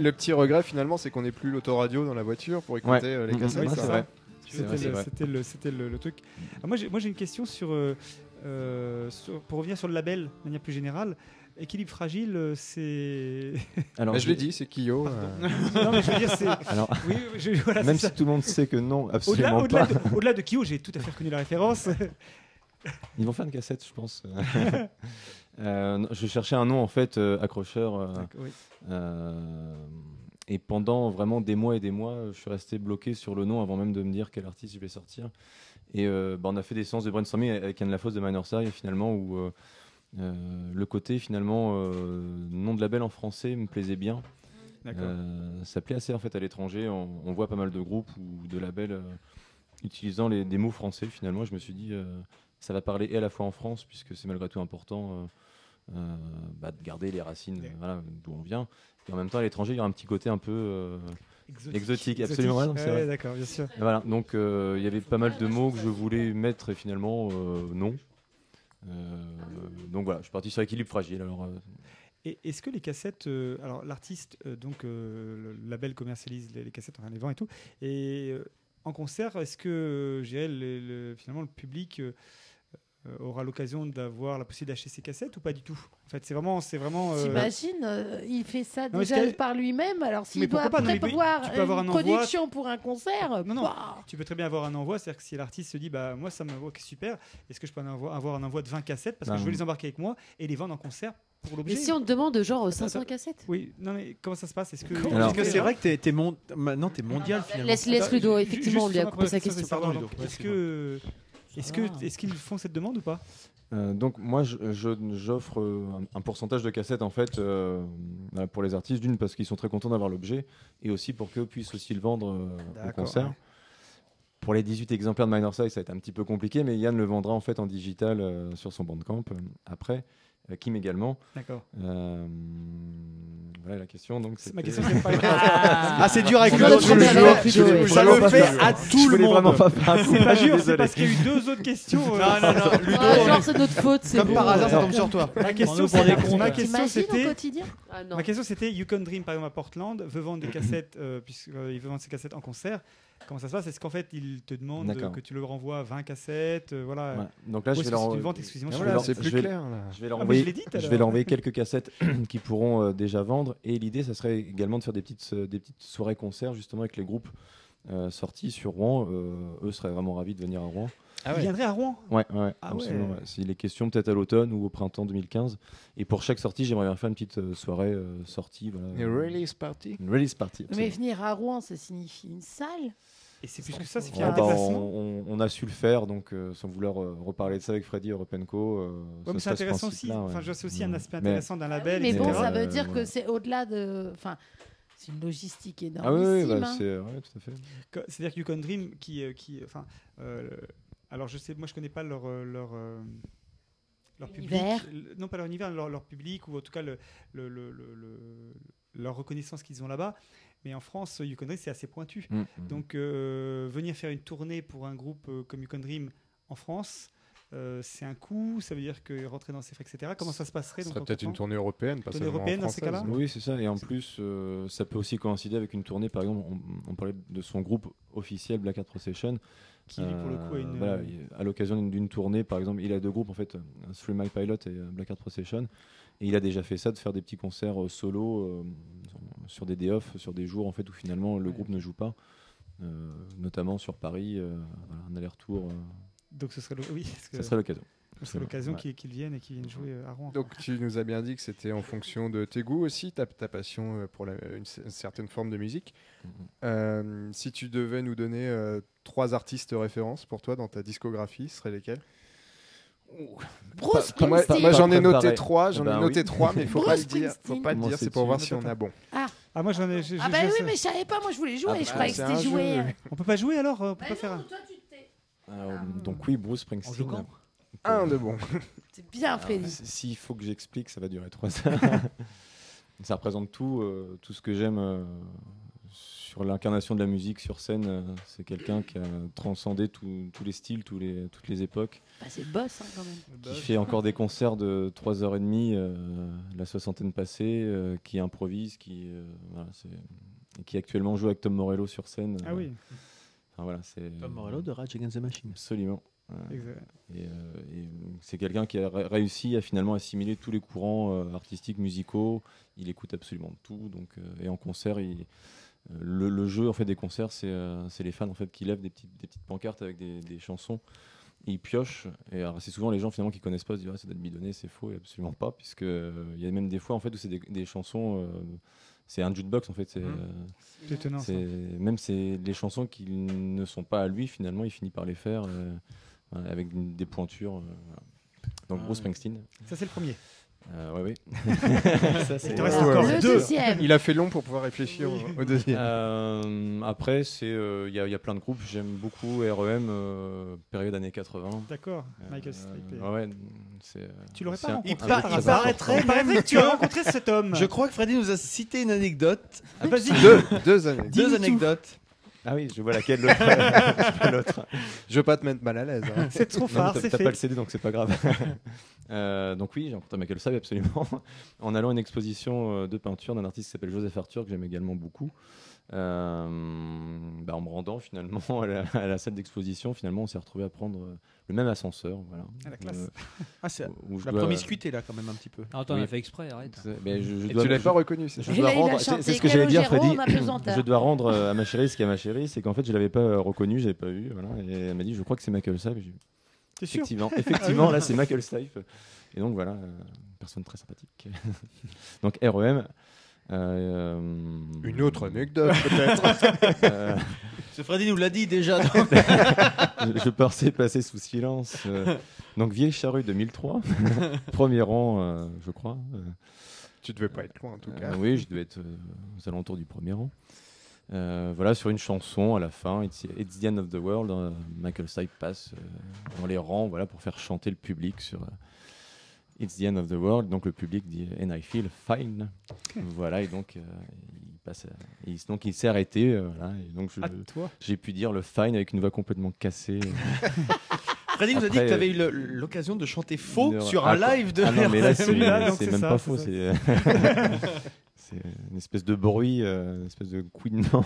Speaker 4: [LAUGHS] le petit regret finalement, c'est qu'on n'ait plus l'autoradio dans la voiture pour écouter
Speaker 7: Ouais.
Speaker 4: euh, les
Speaker 7: Mhm.
Speaker 4: cassettes.
Speaker 7: Ouais, c'est
Speaker 4: ça.
Speaker 7: vrai. C'est
Speaker 3: C'était
Speaker 7: vrai, c'est
Speaker 3: le-
Speaker 7: vrai. Mm.
Speaker 3: c'était le, c'était le- le truc. Ah, moi, j'ai moi, j'ai une question sur, euh, euh, sur- pour revenir sur le label de manière plus générale. Équilibre fragile, euh, c'est.
Speaker 7: [LAUGHS] Alors,
Speaker 4: Bah, je l'ai dit, c'est Kyo. euh,
Speaker 3: non, mais je veux dire, c'est.
Speaker 7: [LAUGHS] Alors,
Speaker 3: Oui, oui, je- [LAUGHS] voilà,
Speaker 7: même
Speaker 3: c'est
Speaker 7: si
Speaker 3: ça.
Speaker 7: tout le monde sait que non,
Speaker 3: Au-delà
Speaker 7: absolument
Speaker 3: au-delà
Speaker 7: pas.
Speaker 3: de, au-delà de Kyo, j'ai tout à fait reconnu
Speaker 7: [LAUGHS]
Speaker 3: la référence.
Speaker 7: Ils vont faire une cassette, je pense. Euh, non, je cherchais un nom en fait euh, accrocheur. euh,
Speaker 3: D'accord, oui.
Speaker 7: euh, et pendant vraiment des mois et des mois, je suis resté bloqué sur le nom avant même de me dire quel artiste je vais sortir. Et euh, bah, on a fait des séances de brainstorming avec Anne Lafosse de Minor Side finalement où euh, euh, le côté finalement euh, nom de label en français me plaisait bien.
Speaker 3: D'accord.
Speaker 7: Euh, ça plaît assez en fait à l'étranger. On, on voit pas mal de groupes ou de labels euh, utilisant les, des mots français. Finalement, je me suis dit, euh, ça va parler et à la fois en France, puisque c'est malgré tout important euh, euh, bah, de garder les racines euh, voilà, d'où on vient. Et en même temps, à l'étranger, il y a un petit côté un peu euh,
Speaker 3: Exotique.
Speaker 7: exotique. absolument.
Speaker 3: Exotique.
Speaker 7: ouais, non, c'est
Speaker 3: Ouais,
Speaker 7: vrai.
Speaker 3: d'accord, bien sûr.
Speaker 7: Et Voilà, donc euh, il y avait pas mal de mots que je voulais mettre et finalement, euh, non. Euh, donc voilà, je suis parti sur équilibre fragile. Alors, euh,
Speaker 3: Et est-ce que les cassettes, euh, alors l'artiste, euh, donc euh, le label commercialise les, les cassettes, enfin les vend et tout, et euh, en concert, est-ce que euh, je dirais, le- le- finalement le public euh, euh, aura l'occasion d'avoir la possibilité d'acheter ses cassettes ou pas du tout En fait, c'est vraiment, c'est vraiment. euh,
Speaker 9: T'imagines, euh, il fait ça
Speaker 3: Non, mais
Speaker 9: déjà
Speaker 3: parce que-
Speaker 9: par lui-même. Alors
Speaker 3: Mais
Speaker 9: s'il doit
Speaker 3: pourquoi pas, non,
Speaker 9: après
Speaker 3: mais
Speaker 9: pouvoir
Speaker 3: tu peux avoir
Speaker 9: une
Speaker 3: un envoi-
Speaker 9: production pour un concert,
Speaker 3: non, non,
Speaker 9: bah,
Speaker 3: tu peux très bien avoir un envoi, c'est-à-dire que si l'artiste se dit, bah moi ça m'envoie qui est super, est-ce que je peux en avoir, avoir un envoi de 20 cassettes parce que
Speaker 7: Non.
Speaker 3: je veux les embarquer avec moi et les vendre en concert pour l'objet
Speaker 5: Mais si on te demande genre 500
Speaker 3: attends.
Speaker 5: cassettes
Speaker 3: Oui, non mais comment ça se passe Est-ce que
Speaker 7: Alors-
Speaker 6: Parce que c'est vrai que t'es- t'es mon- maintenant t'es mondial finalement.
Speaker 5: Laisse- laisse Ludo,
Speaker 3: Bah, Ju-
Speaker 5: effectivement,
Speaker 3: juste
Speaker 5: on lui a
Speaker 3: sur ma
Speaker 5: coupé sa
Speaker 3: première
Speaker 5: question.
Speaker 3: c'est savoir,
Speaker 6: Pardon,
Speaker 3: donc,
Speaker 6: Ludo.
Speaker 3: Est-ce que est-ce
Speaker 6: Ah.
Speaker 3: que est-ce qu'ils font cette demande ou pas
Speaker 7: Euh, donc moi, je- je- j'offre euh, un, un pourcentage de cassettes en fait euh, voilà, pour les artistes, d'une parce qu'ils sont très contents d'avoir l'objet, et aussi pour qu'eux puissent aussi le vendre euh, au
Speaker 3: D'accord,
Speaker 7: concert.
Speaker 3: ouais.
Speaker 7: Pour les 18 exemplaires de Minor Size, ça va être un petit peu compliqué, mais Yann le vendra en fait en digital euh, sur son Bandcamp euh, après. Euh, Kim également.
Speaker 3: D'accord.
Speaker 7: Euh, voilà la question. Donc
Speaker 3: Ma
Speaker 7: c'était-
Speaker 3: question
Speaker 7: [LAUGHS]
Speaker 3: c'est pas
Speaker 6: Ah, c'est dur avec
Speaker 7: Je
Speaker 6: le
Speaker 7: voulais
Speaker 6: autre
Speaker 7: vraiment
Speaker 6: jour.
Speaker 7: pas-
Speaker 6: Je voulais
Speaker 7: je voulais
Speaker 6: vraiment
Speaker 7: pas-
Speaker 6: pas-
Speaker 7: je voulais vraiment pas faire un coup.
Speaker 3: C'est pas dur, c'est
Speaker 7: Désolé.
Speaker 3: parce qu'il y a eu deux
Speaker 2: [LAUGHS]
Speaker 3: autres questions. euh,
Speaker 6: Non, non, non, Ludo,
Speaker 5: Ah,
Speaker 6: on
Speaker 5: genre
Speaker 6: est-
Speaker 5: c'est notre faute, c'est
Speaker 6: Comme
Speaker 5: bon.
Speaker 6: par hasard, ça tombe sur toi.
Speaker 3: Ma
Speaker 11: On nous
Speaker 3: question
Speaker 11: prend des
Speaker 3: c'était
Speaker 11: comptes.
Speaker 3: ma question
Speaker 9: t'imagines au
Speaker 3: c'était
Speaker 9: quotidien
Speaker 5: Ah, non.
Speaker 3: Ma question c'était You Can Dream, par exemple à Portland, veut vendre des cassettes, euh, puisqu'il veut vendre ses cassettes en concert. Comment ça se passe Est-ce qu'en fait il te demande
Speaker 7: D'accord.
Speaker 3: que tu le renvoies 20 cassettes euh, voilà.
Speaker 7: Ouais. Donc là,
Speaker 3: Ou
Speaker 7: je
Speaker 3: est-ce
Speaker 7: vais
Speaker 3: que
Speaker 7: leur.
Speaker 3: c'est une vente exclusivement
Speaker 7: je
Speaker 3: sur
Speaker 7: vais leur-
Speaker 3: le-
Speaker 7: je vais- Je
Speaker 3: Ah,
Speaker 7: vais leur envoyer, je vais leur envoyer quelques cassettes [CLEARS THROAT] qui pourront euh, déjà vendre. Et l'idée, ça serait également de faire des petites, euh, des petites soirées concerts justement avec les groupes euh, sortis sur Rouen. Euh, eux seraient vraiment ravis de venir à Rouen.
Speaker 3: Ah ouais. Ils viendraient à Rouen
Speaker 7: Ouais, ouais,
Speaker 3: Ah
Speaker 7: absolument.
Speaker 3: ouais.
Speaker 7: ouais. S'il est question, peut-être à l'automne ou au printemps 2015. Et pour chaque sortie, j'aimerais bien faire une petite euh, soirée euh, sortie. Voilà.
Speaker 4: Une release party
Speaker 7: Une release party.
Speaker 9: Mais
Speaker 7: absolument.
Speaker 9: venir à Rouen, ça signifie une salle.
Speaker 3: Et c'est plus que ça, c'est
Speaker 7: Ouais, bah, on, on- on a su le faire, donc euh, sans vouloir euh, reparler de ça avec Freddy Europenco. euh, ça-
Speaker 3: Ouais, mais
Speaker 7: ça,
Speaker 3: c'est
Speaker 7: ce
Speaker 3: intéressant aussi.
Speaker 7: principe-là, ouais.
Speaker 3: Enfin, je vois, c'est aussi un
Speaker 7: Ouais.
Speaker 3: aspect
Speaker 7: Mais-
Speaker 3: intéressant d'un label.
Speaker 9: Mais bon,
Speaker 7: etc.
Speaker 9: ça veut
Speaker 7: Euh,
Speaker 9: dire que
Speaker 7: voilà.
Speaker 9: c'est au-delà de. Enfin, c'est une logistique énorme.
Speaker 7: Ah oui, oui, bah,
Speaker 9: hein.
Speaker 7: c'est ouais, tout à fait.
Speaker 3: Que- C'est-à-dire que Yukon Dream, qui, euh, qui, euh, enfin, euh, alors je sais, moi je connais pas leur euh, leur euh, leur public,
Speaker 9: Univers.
Speaker 3: le- non pas leur univers, leur, leur public ou en tout cas le, le- le- le- le- leur reconnaissance qu'ils ont là-bas. Mais en France, euh, Yukon Dream c'est assez pointu.
Speaker 7: Mm,
Speaker 3: Donc euh, venir faire une tournée pour un groupe euh, comme Yukon Dream en France. euh, c'est un coup, ça veut dire que rentrer dans ces frais, etc. Comment ça se passerait
Speaker 4: Ce
Speaker 3: donc,
Speaker 4: serait peut-être une
Speaker 3: concrètement
Speaker 4: tournée européenne, pas
Speaker 3: Tournée
Speaker 4: seulement
Speaker 3: européenne dans ces
Speaker 4: française.
Speaker 3: cas-là
Speaker 7: Oui, c'est ça. Et en plus, euh, ça peut aussi coïncider avec une tournée. Par exemple, on, on parlait de son groupe officiel Black Art Procession. euh,
Speaker 3: Qui, lui, pour le coup, a une-
Speaker 7: voilà, il- à l'occasion d'une- d'une tournée, par exemple, il a deux groupes en fait, euh, Three Mile Pilot et euh, Black Art Procession. Et il a déjà fait ça, de faire des petits concerts euh, solo euh, sur des day off, sur des jours en fait où finalement le groupe ne joue pas, Euh, notamment sur Paris, euh, voilà, un aller-retour. euh,
Speaker 3: Donc ce serait le- oui, parce que-
Speaker 7: Ça serait l'occasion.
Speaker 3: Ce serait l'occasion
Speaker 7: Ouais.
Speaker 3: qu'ils qu'ils viennent et qu'ils viennent jouer euh, à Rouen.
Speaker 4: Donc tu nous as bien dit que c'était en fonction de tes goûts aussi, ta, ta passion euh, pour la- une, cer- une certaine forme de musique. Euh, si tu devais nous donner euh, trois artistes références pour toi dans ta discographie, ce seraient lesquels
Speaker 9: Bruce
Speaker 4: Pas- Eh moi-
Speaker 9: Springsteen.
Speaker 4: Moi j'en ai noté
Speaker 7: Préparé.
Speaker 4: trois, j'en
Speaker 7: Ben
Speaker 4: ai
Speaker 7: oui.
Speaker 4: noté trois, mais il faut pas le
Speaker 9: Bruce
Speaker 4: dire. Ah bah Faut pas le
Speaker 7: Springsteen.
Speaker 4: dire, c'est
Speaker 7: Moi,
Speaker 4: pour voir
Speaker 7: c'est
Speaker 4: si on a bon.
Speaker 9: Ah.
Speaker 3: Ah, moi j'en ai. j'ai-
Speaker 9: Ah,
Speaker 3: j'ai-
Speaker 9: bah
Speaker 3: j'ai
Speaker 9: oui,
Speaker 3: ça.
Speaker 9: mais je savais pas, moi je voulais jouer,
Speaker 7: Ah,
Speaker 9: je
Speaker 7: bah,
Speaker 9: croyais que
Speaker 7: c'est
Speaker 9: c'était
Speaker 7: un jeu.
Speaker 9: joué. Bah hein.
Speaker 3: On peut pas jouer alors On peut pas faire un.
Speaker 9: Ah.
Speaker 7: Alors, Euh, donc oui, Bruce Springsteen.
Speaker 3: jouant.
Speaker 4: Un
Speaker 7: [LAUGHS]
Speaker 4: de bon.
Speaker 9: C'est bien, Freddy.
Speaker 7: Alors, s- S'il faut que j'explique, ça va durer trois heures. [LAUGHS] ça représente tout, euh, tout ce que j'aime euh, sur l'incarnation de la musique sur scène. euh, c'est quelqu'un qui a transcendé tout- tous les styles, tous les, toutes les époques,
Speaker 9: Bah, c'est le boss, hein, quand même.
Speaker 7: qui fait encore des concerts de 3h30, euh, la soixantaine passée, euh, qui improvise, qui, euh, voilà, c'est- et qui actuellement joue avec Tom Morello sur scène.
Speaker 3: Ah oui.
Speaker 7: Enfin, voilà, c'est
Speaker 6: Tom Morello de Rage Against the Machine.
Speaker 7: Absolument. Euh,
Speaker 3: Exact.
Speaker 7: Et, euh, et, mm, c'est quelqu'un qui a ré- réussi à finalement assimiler tous les courants euh, artistiques, musicaux. Il écoute absolument tout. Donc, euh, et en concert, il- euh, le, le jeu en fait des concerts, c'est euh, c'est les fans en fait qui lèvent des petites, des petites pancartes avec des, des chansons. Et ils piochent. Et alors, c'est souvent les gens finalement qui connaissent pas se disent ah, ça doit être bidonné, c'est faux. Et absolument pas, puisque euh, il y a même des fois en fait où c'est des, des chansons. euh, c'est un jukebox en fait. C'est
Speaker 3: Mmh.
Speaker 7: euh,
Speaker 3: C'est étonnant,
Speaker 7: c'est- Euh, même c'est les chansons qui ne sont pas à lui finalement, il finit par les faire euh, voilà, avec une- des pointures. euh, voilà.
Speaker 4: Ah.
Speaker 7: Donc Bruce Springsteen.
Speaker 3: Ça, c'est le premier.
Speaker 7: Euh, ouais, ouais.
Speaker 3: [LAUGHS] Ça, c'est- Il te reste encore Le deux. deuxième.
Speaker 4: Il a fait long pour pouvoir réfléchir au- au deuxième.
Speaker 7: Euh, après, c'est euh, il y, a- il y a plein de groupes. J'aime beaucoup REM, euh, période années 80.
Speaker 3: D'accord,
Speaker 4: Euh,
Speaker 3: Michael Stipe.
Speaker 7: ouais, ouais, c'est. euh,
Speaker 3: Tu l'aurais
Speaker 7: c'est
Speaker 3: pas
Speaker 7: un-
Speaker 3: rencontré
Speaker 7: un
Speaker 3: par
Speaker 7: groupe
Speaker 6: Ah,
Speaker 3: hasard.
Speaker 7: très
Speaker 3: paraîtrait
Speaker 7: important.
Speaker 3: même que tu as rencontré cet homme.
Speaker 6: Je crois que Freddy nous a cité une anecdote.
Speaker 3: Ah, vas-y.
Speaker 4: Deux- deux anecdotes.
Speaker 6: Deux
Speaker 4: Dis-nous
Speaker 6: anecdotes.
Speaker 7: Ah oui, je vois laquelle l'autre. [LAUGHS] je vois l'autre.
Speaker 4: Je veux pas te mettre mal à l'aise. hein.
Speaker 3: C'est trop
Speaker 7: Non,
Speaker 3: fard,
Speaker 7: t'as-
Speaker 3: c'est
Speaker 7: T'as
Speaker 3: fait.
Speaker 7: pas le CD, donc c'est pas
Speaker 3: [LAUGHS]
Speaker 7: grave. Euh, donc oui, j'ai rencontré Michael Sabe absolument, en allant à une exposition euh, de peinture d'un artiste qui s'appelle Joseph Arthur, que j'aime également beaucoup. Euh, bah, en me rendant finalement à la, à la salle d'exposition, finalement, on s'est retrouvé à prendre euh, le même ascenseur. Voilà.
Speaker 3: Ah, la classe.
Speaker 6: Ah, c'est-
Speaker 7: Euh, où je
Speaker 6: la
Speaker 7: dois-
Speaker 6: promiscuité, là, quand même, un petit peu.
Speaker 11: Ah, attends, on
Speaker 7: Oui.
Speaker 11: a fait exprès, arrête.
Speaker 7: C'est- mais je-
Speaker 6: [LAUGHS]
Speaker 7: je
Speaker 4: Et
Speaker 7: dois-
Speaker 4: tu l'as
Speaker 7: je-
Speaker 4: pas reconnu, c'est
Speaker 7: je
Speaker 4: ça
Speaker 7: dois
Speaker 9: Et là, il a
Speaker 7: rendre-
Speaker 9: chanté
Speaker 7: C'est c'est ce que j'allais dire,
Speaker 9: Calogero,
Speaker 7: Freddy.
Speaker 9: on a pesanteur.
Speaker 7: Je dois rendre euh, à ma chérie ce qu'à ma chérie, c'est qu'en fait, je l'avais pas euh, reconnu, j'avais pas vu. Voilà, et elle m'a dit, je crois que c'est Michael Stipe. Et j'ai dit,
Speaker 3: T'es sûr
Speaker 4: [LAUGHS]
Speaker 7: Effectivement,
Speaker 4: Ah
Speaker 7: effectivement, là, c'est Michael Stipe. Et donc voilà, euh, personne très sympathique. [LAUGHS] donc REM. euh,
Speaker 4: Une autre anecdote,
Speaker 7: [LAUGHS]
Speaker 4: peut-être.
Speaker 7: Euh,
Speaker 6: Ce Freddy nous l'a dit déjà. donc.
Speaker 7: [LAUGHS] je, je pensais passer sous silence.
Speaker 6: [LAUGHS]
Speaker 7: euh, donc Vieille Charrue 2003, [LAUGHS] premier rang, euh, je crois. euh,
Speaker 4: Tu devais pas être loin, en tout
Speaker 7: euh,
Speaker 4: cas.
Speaker 7: oui, je devais être euh, aux alentours du premier rang. Euh, voilà, sur une chanson à la fin, It's, It's the End of the World, euh, Michael Stipe passe euh, dans les rangs voilà, pour faire chanter le public sur euh, It's the End of the World. Donc le public dit And I feel fine. Voilà, et donc euh, il, passe, à- il- donc, il s'est
Speaker 6: Ah,
Speaker 7: arrêté. euh, voilà, et donc je-
Speaker 3: À toi.
Speaker 6: [LAUGHS]
Speaker 7: j'ai pu dire le fine avec une voix complètement cassée. euh,
Speaker 6: Freddy nous a dit que
Speaker 7: Après,
Speaker 6: tu avais eu
Speaker 7: euh,
Speaker 6: le- l'occasion de chanter faux
Speaker 7: Une heure-
Speaker 6: sur un
Speaker 7: Ah,
Speaker 6: live de
Speaker 7: Ah non, mais là,
Speaker 6: RMC, [LAUGHS]
Speaker 7: c'est [LAUGHS]
Speaker 6: donc
Speaker 7: c'est
Speaker 6: c'est
Speaker 7: même
Speaker 6: ça,
Speaker 7: pas
Speaker 6: c'est
Speaker 7: faux.
Speaker 6: ça. [LAUGHS]
Speaker 7: C'est [LAUGHS] c'est une espèce de bruit, euh, une espèce de couinement.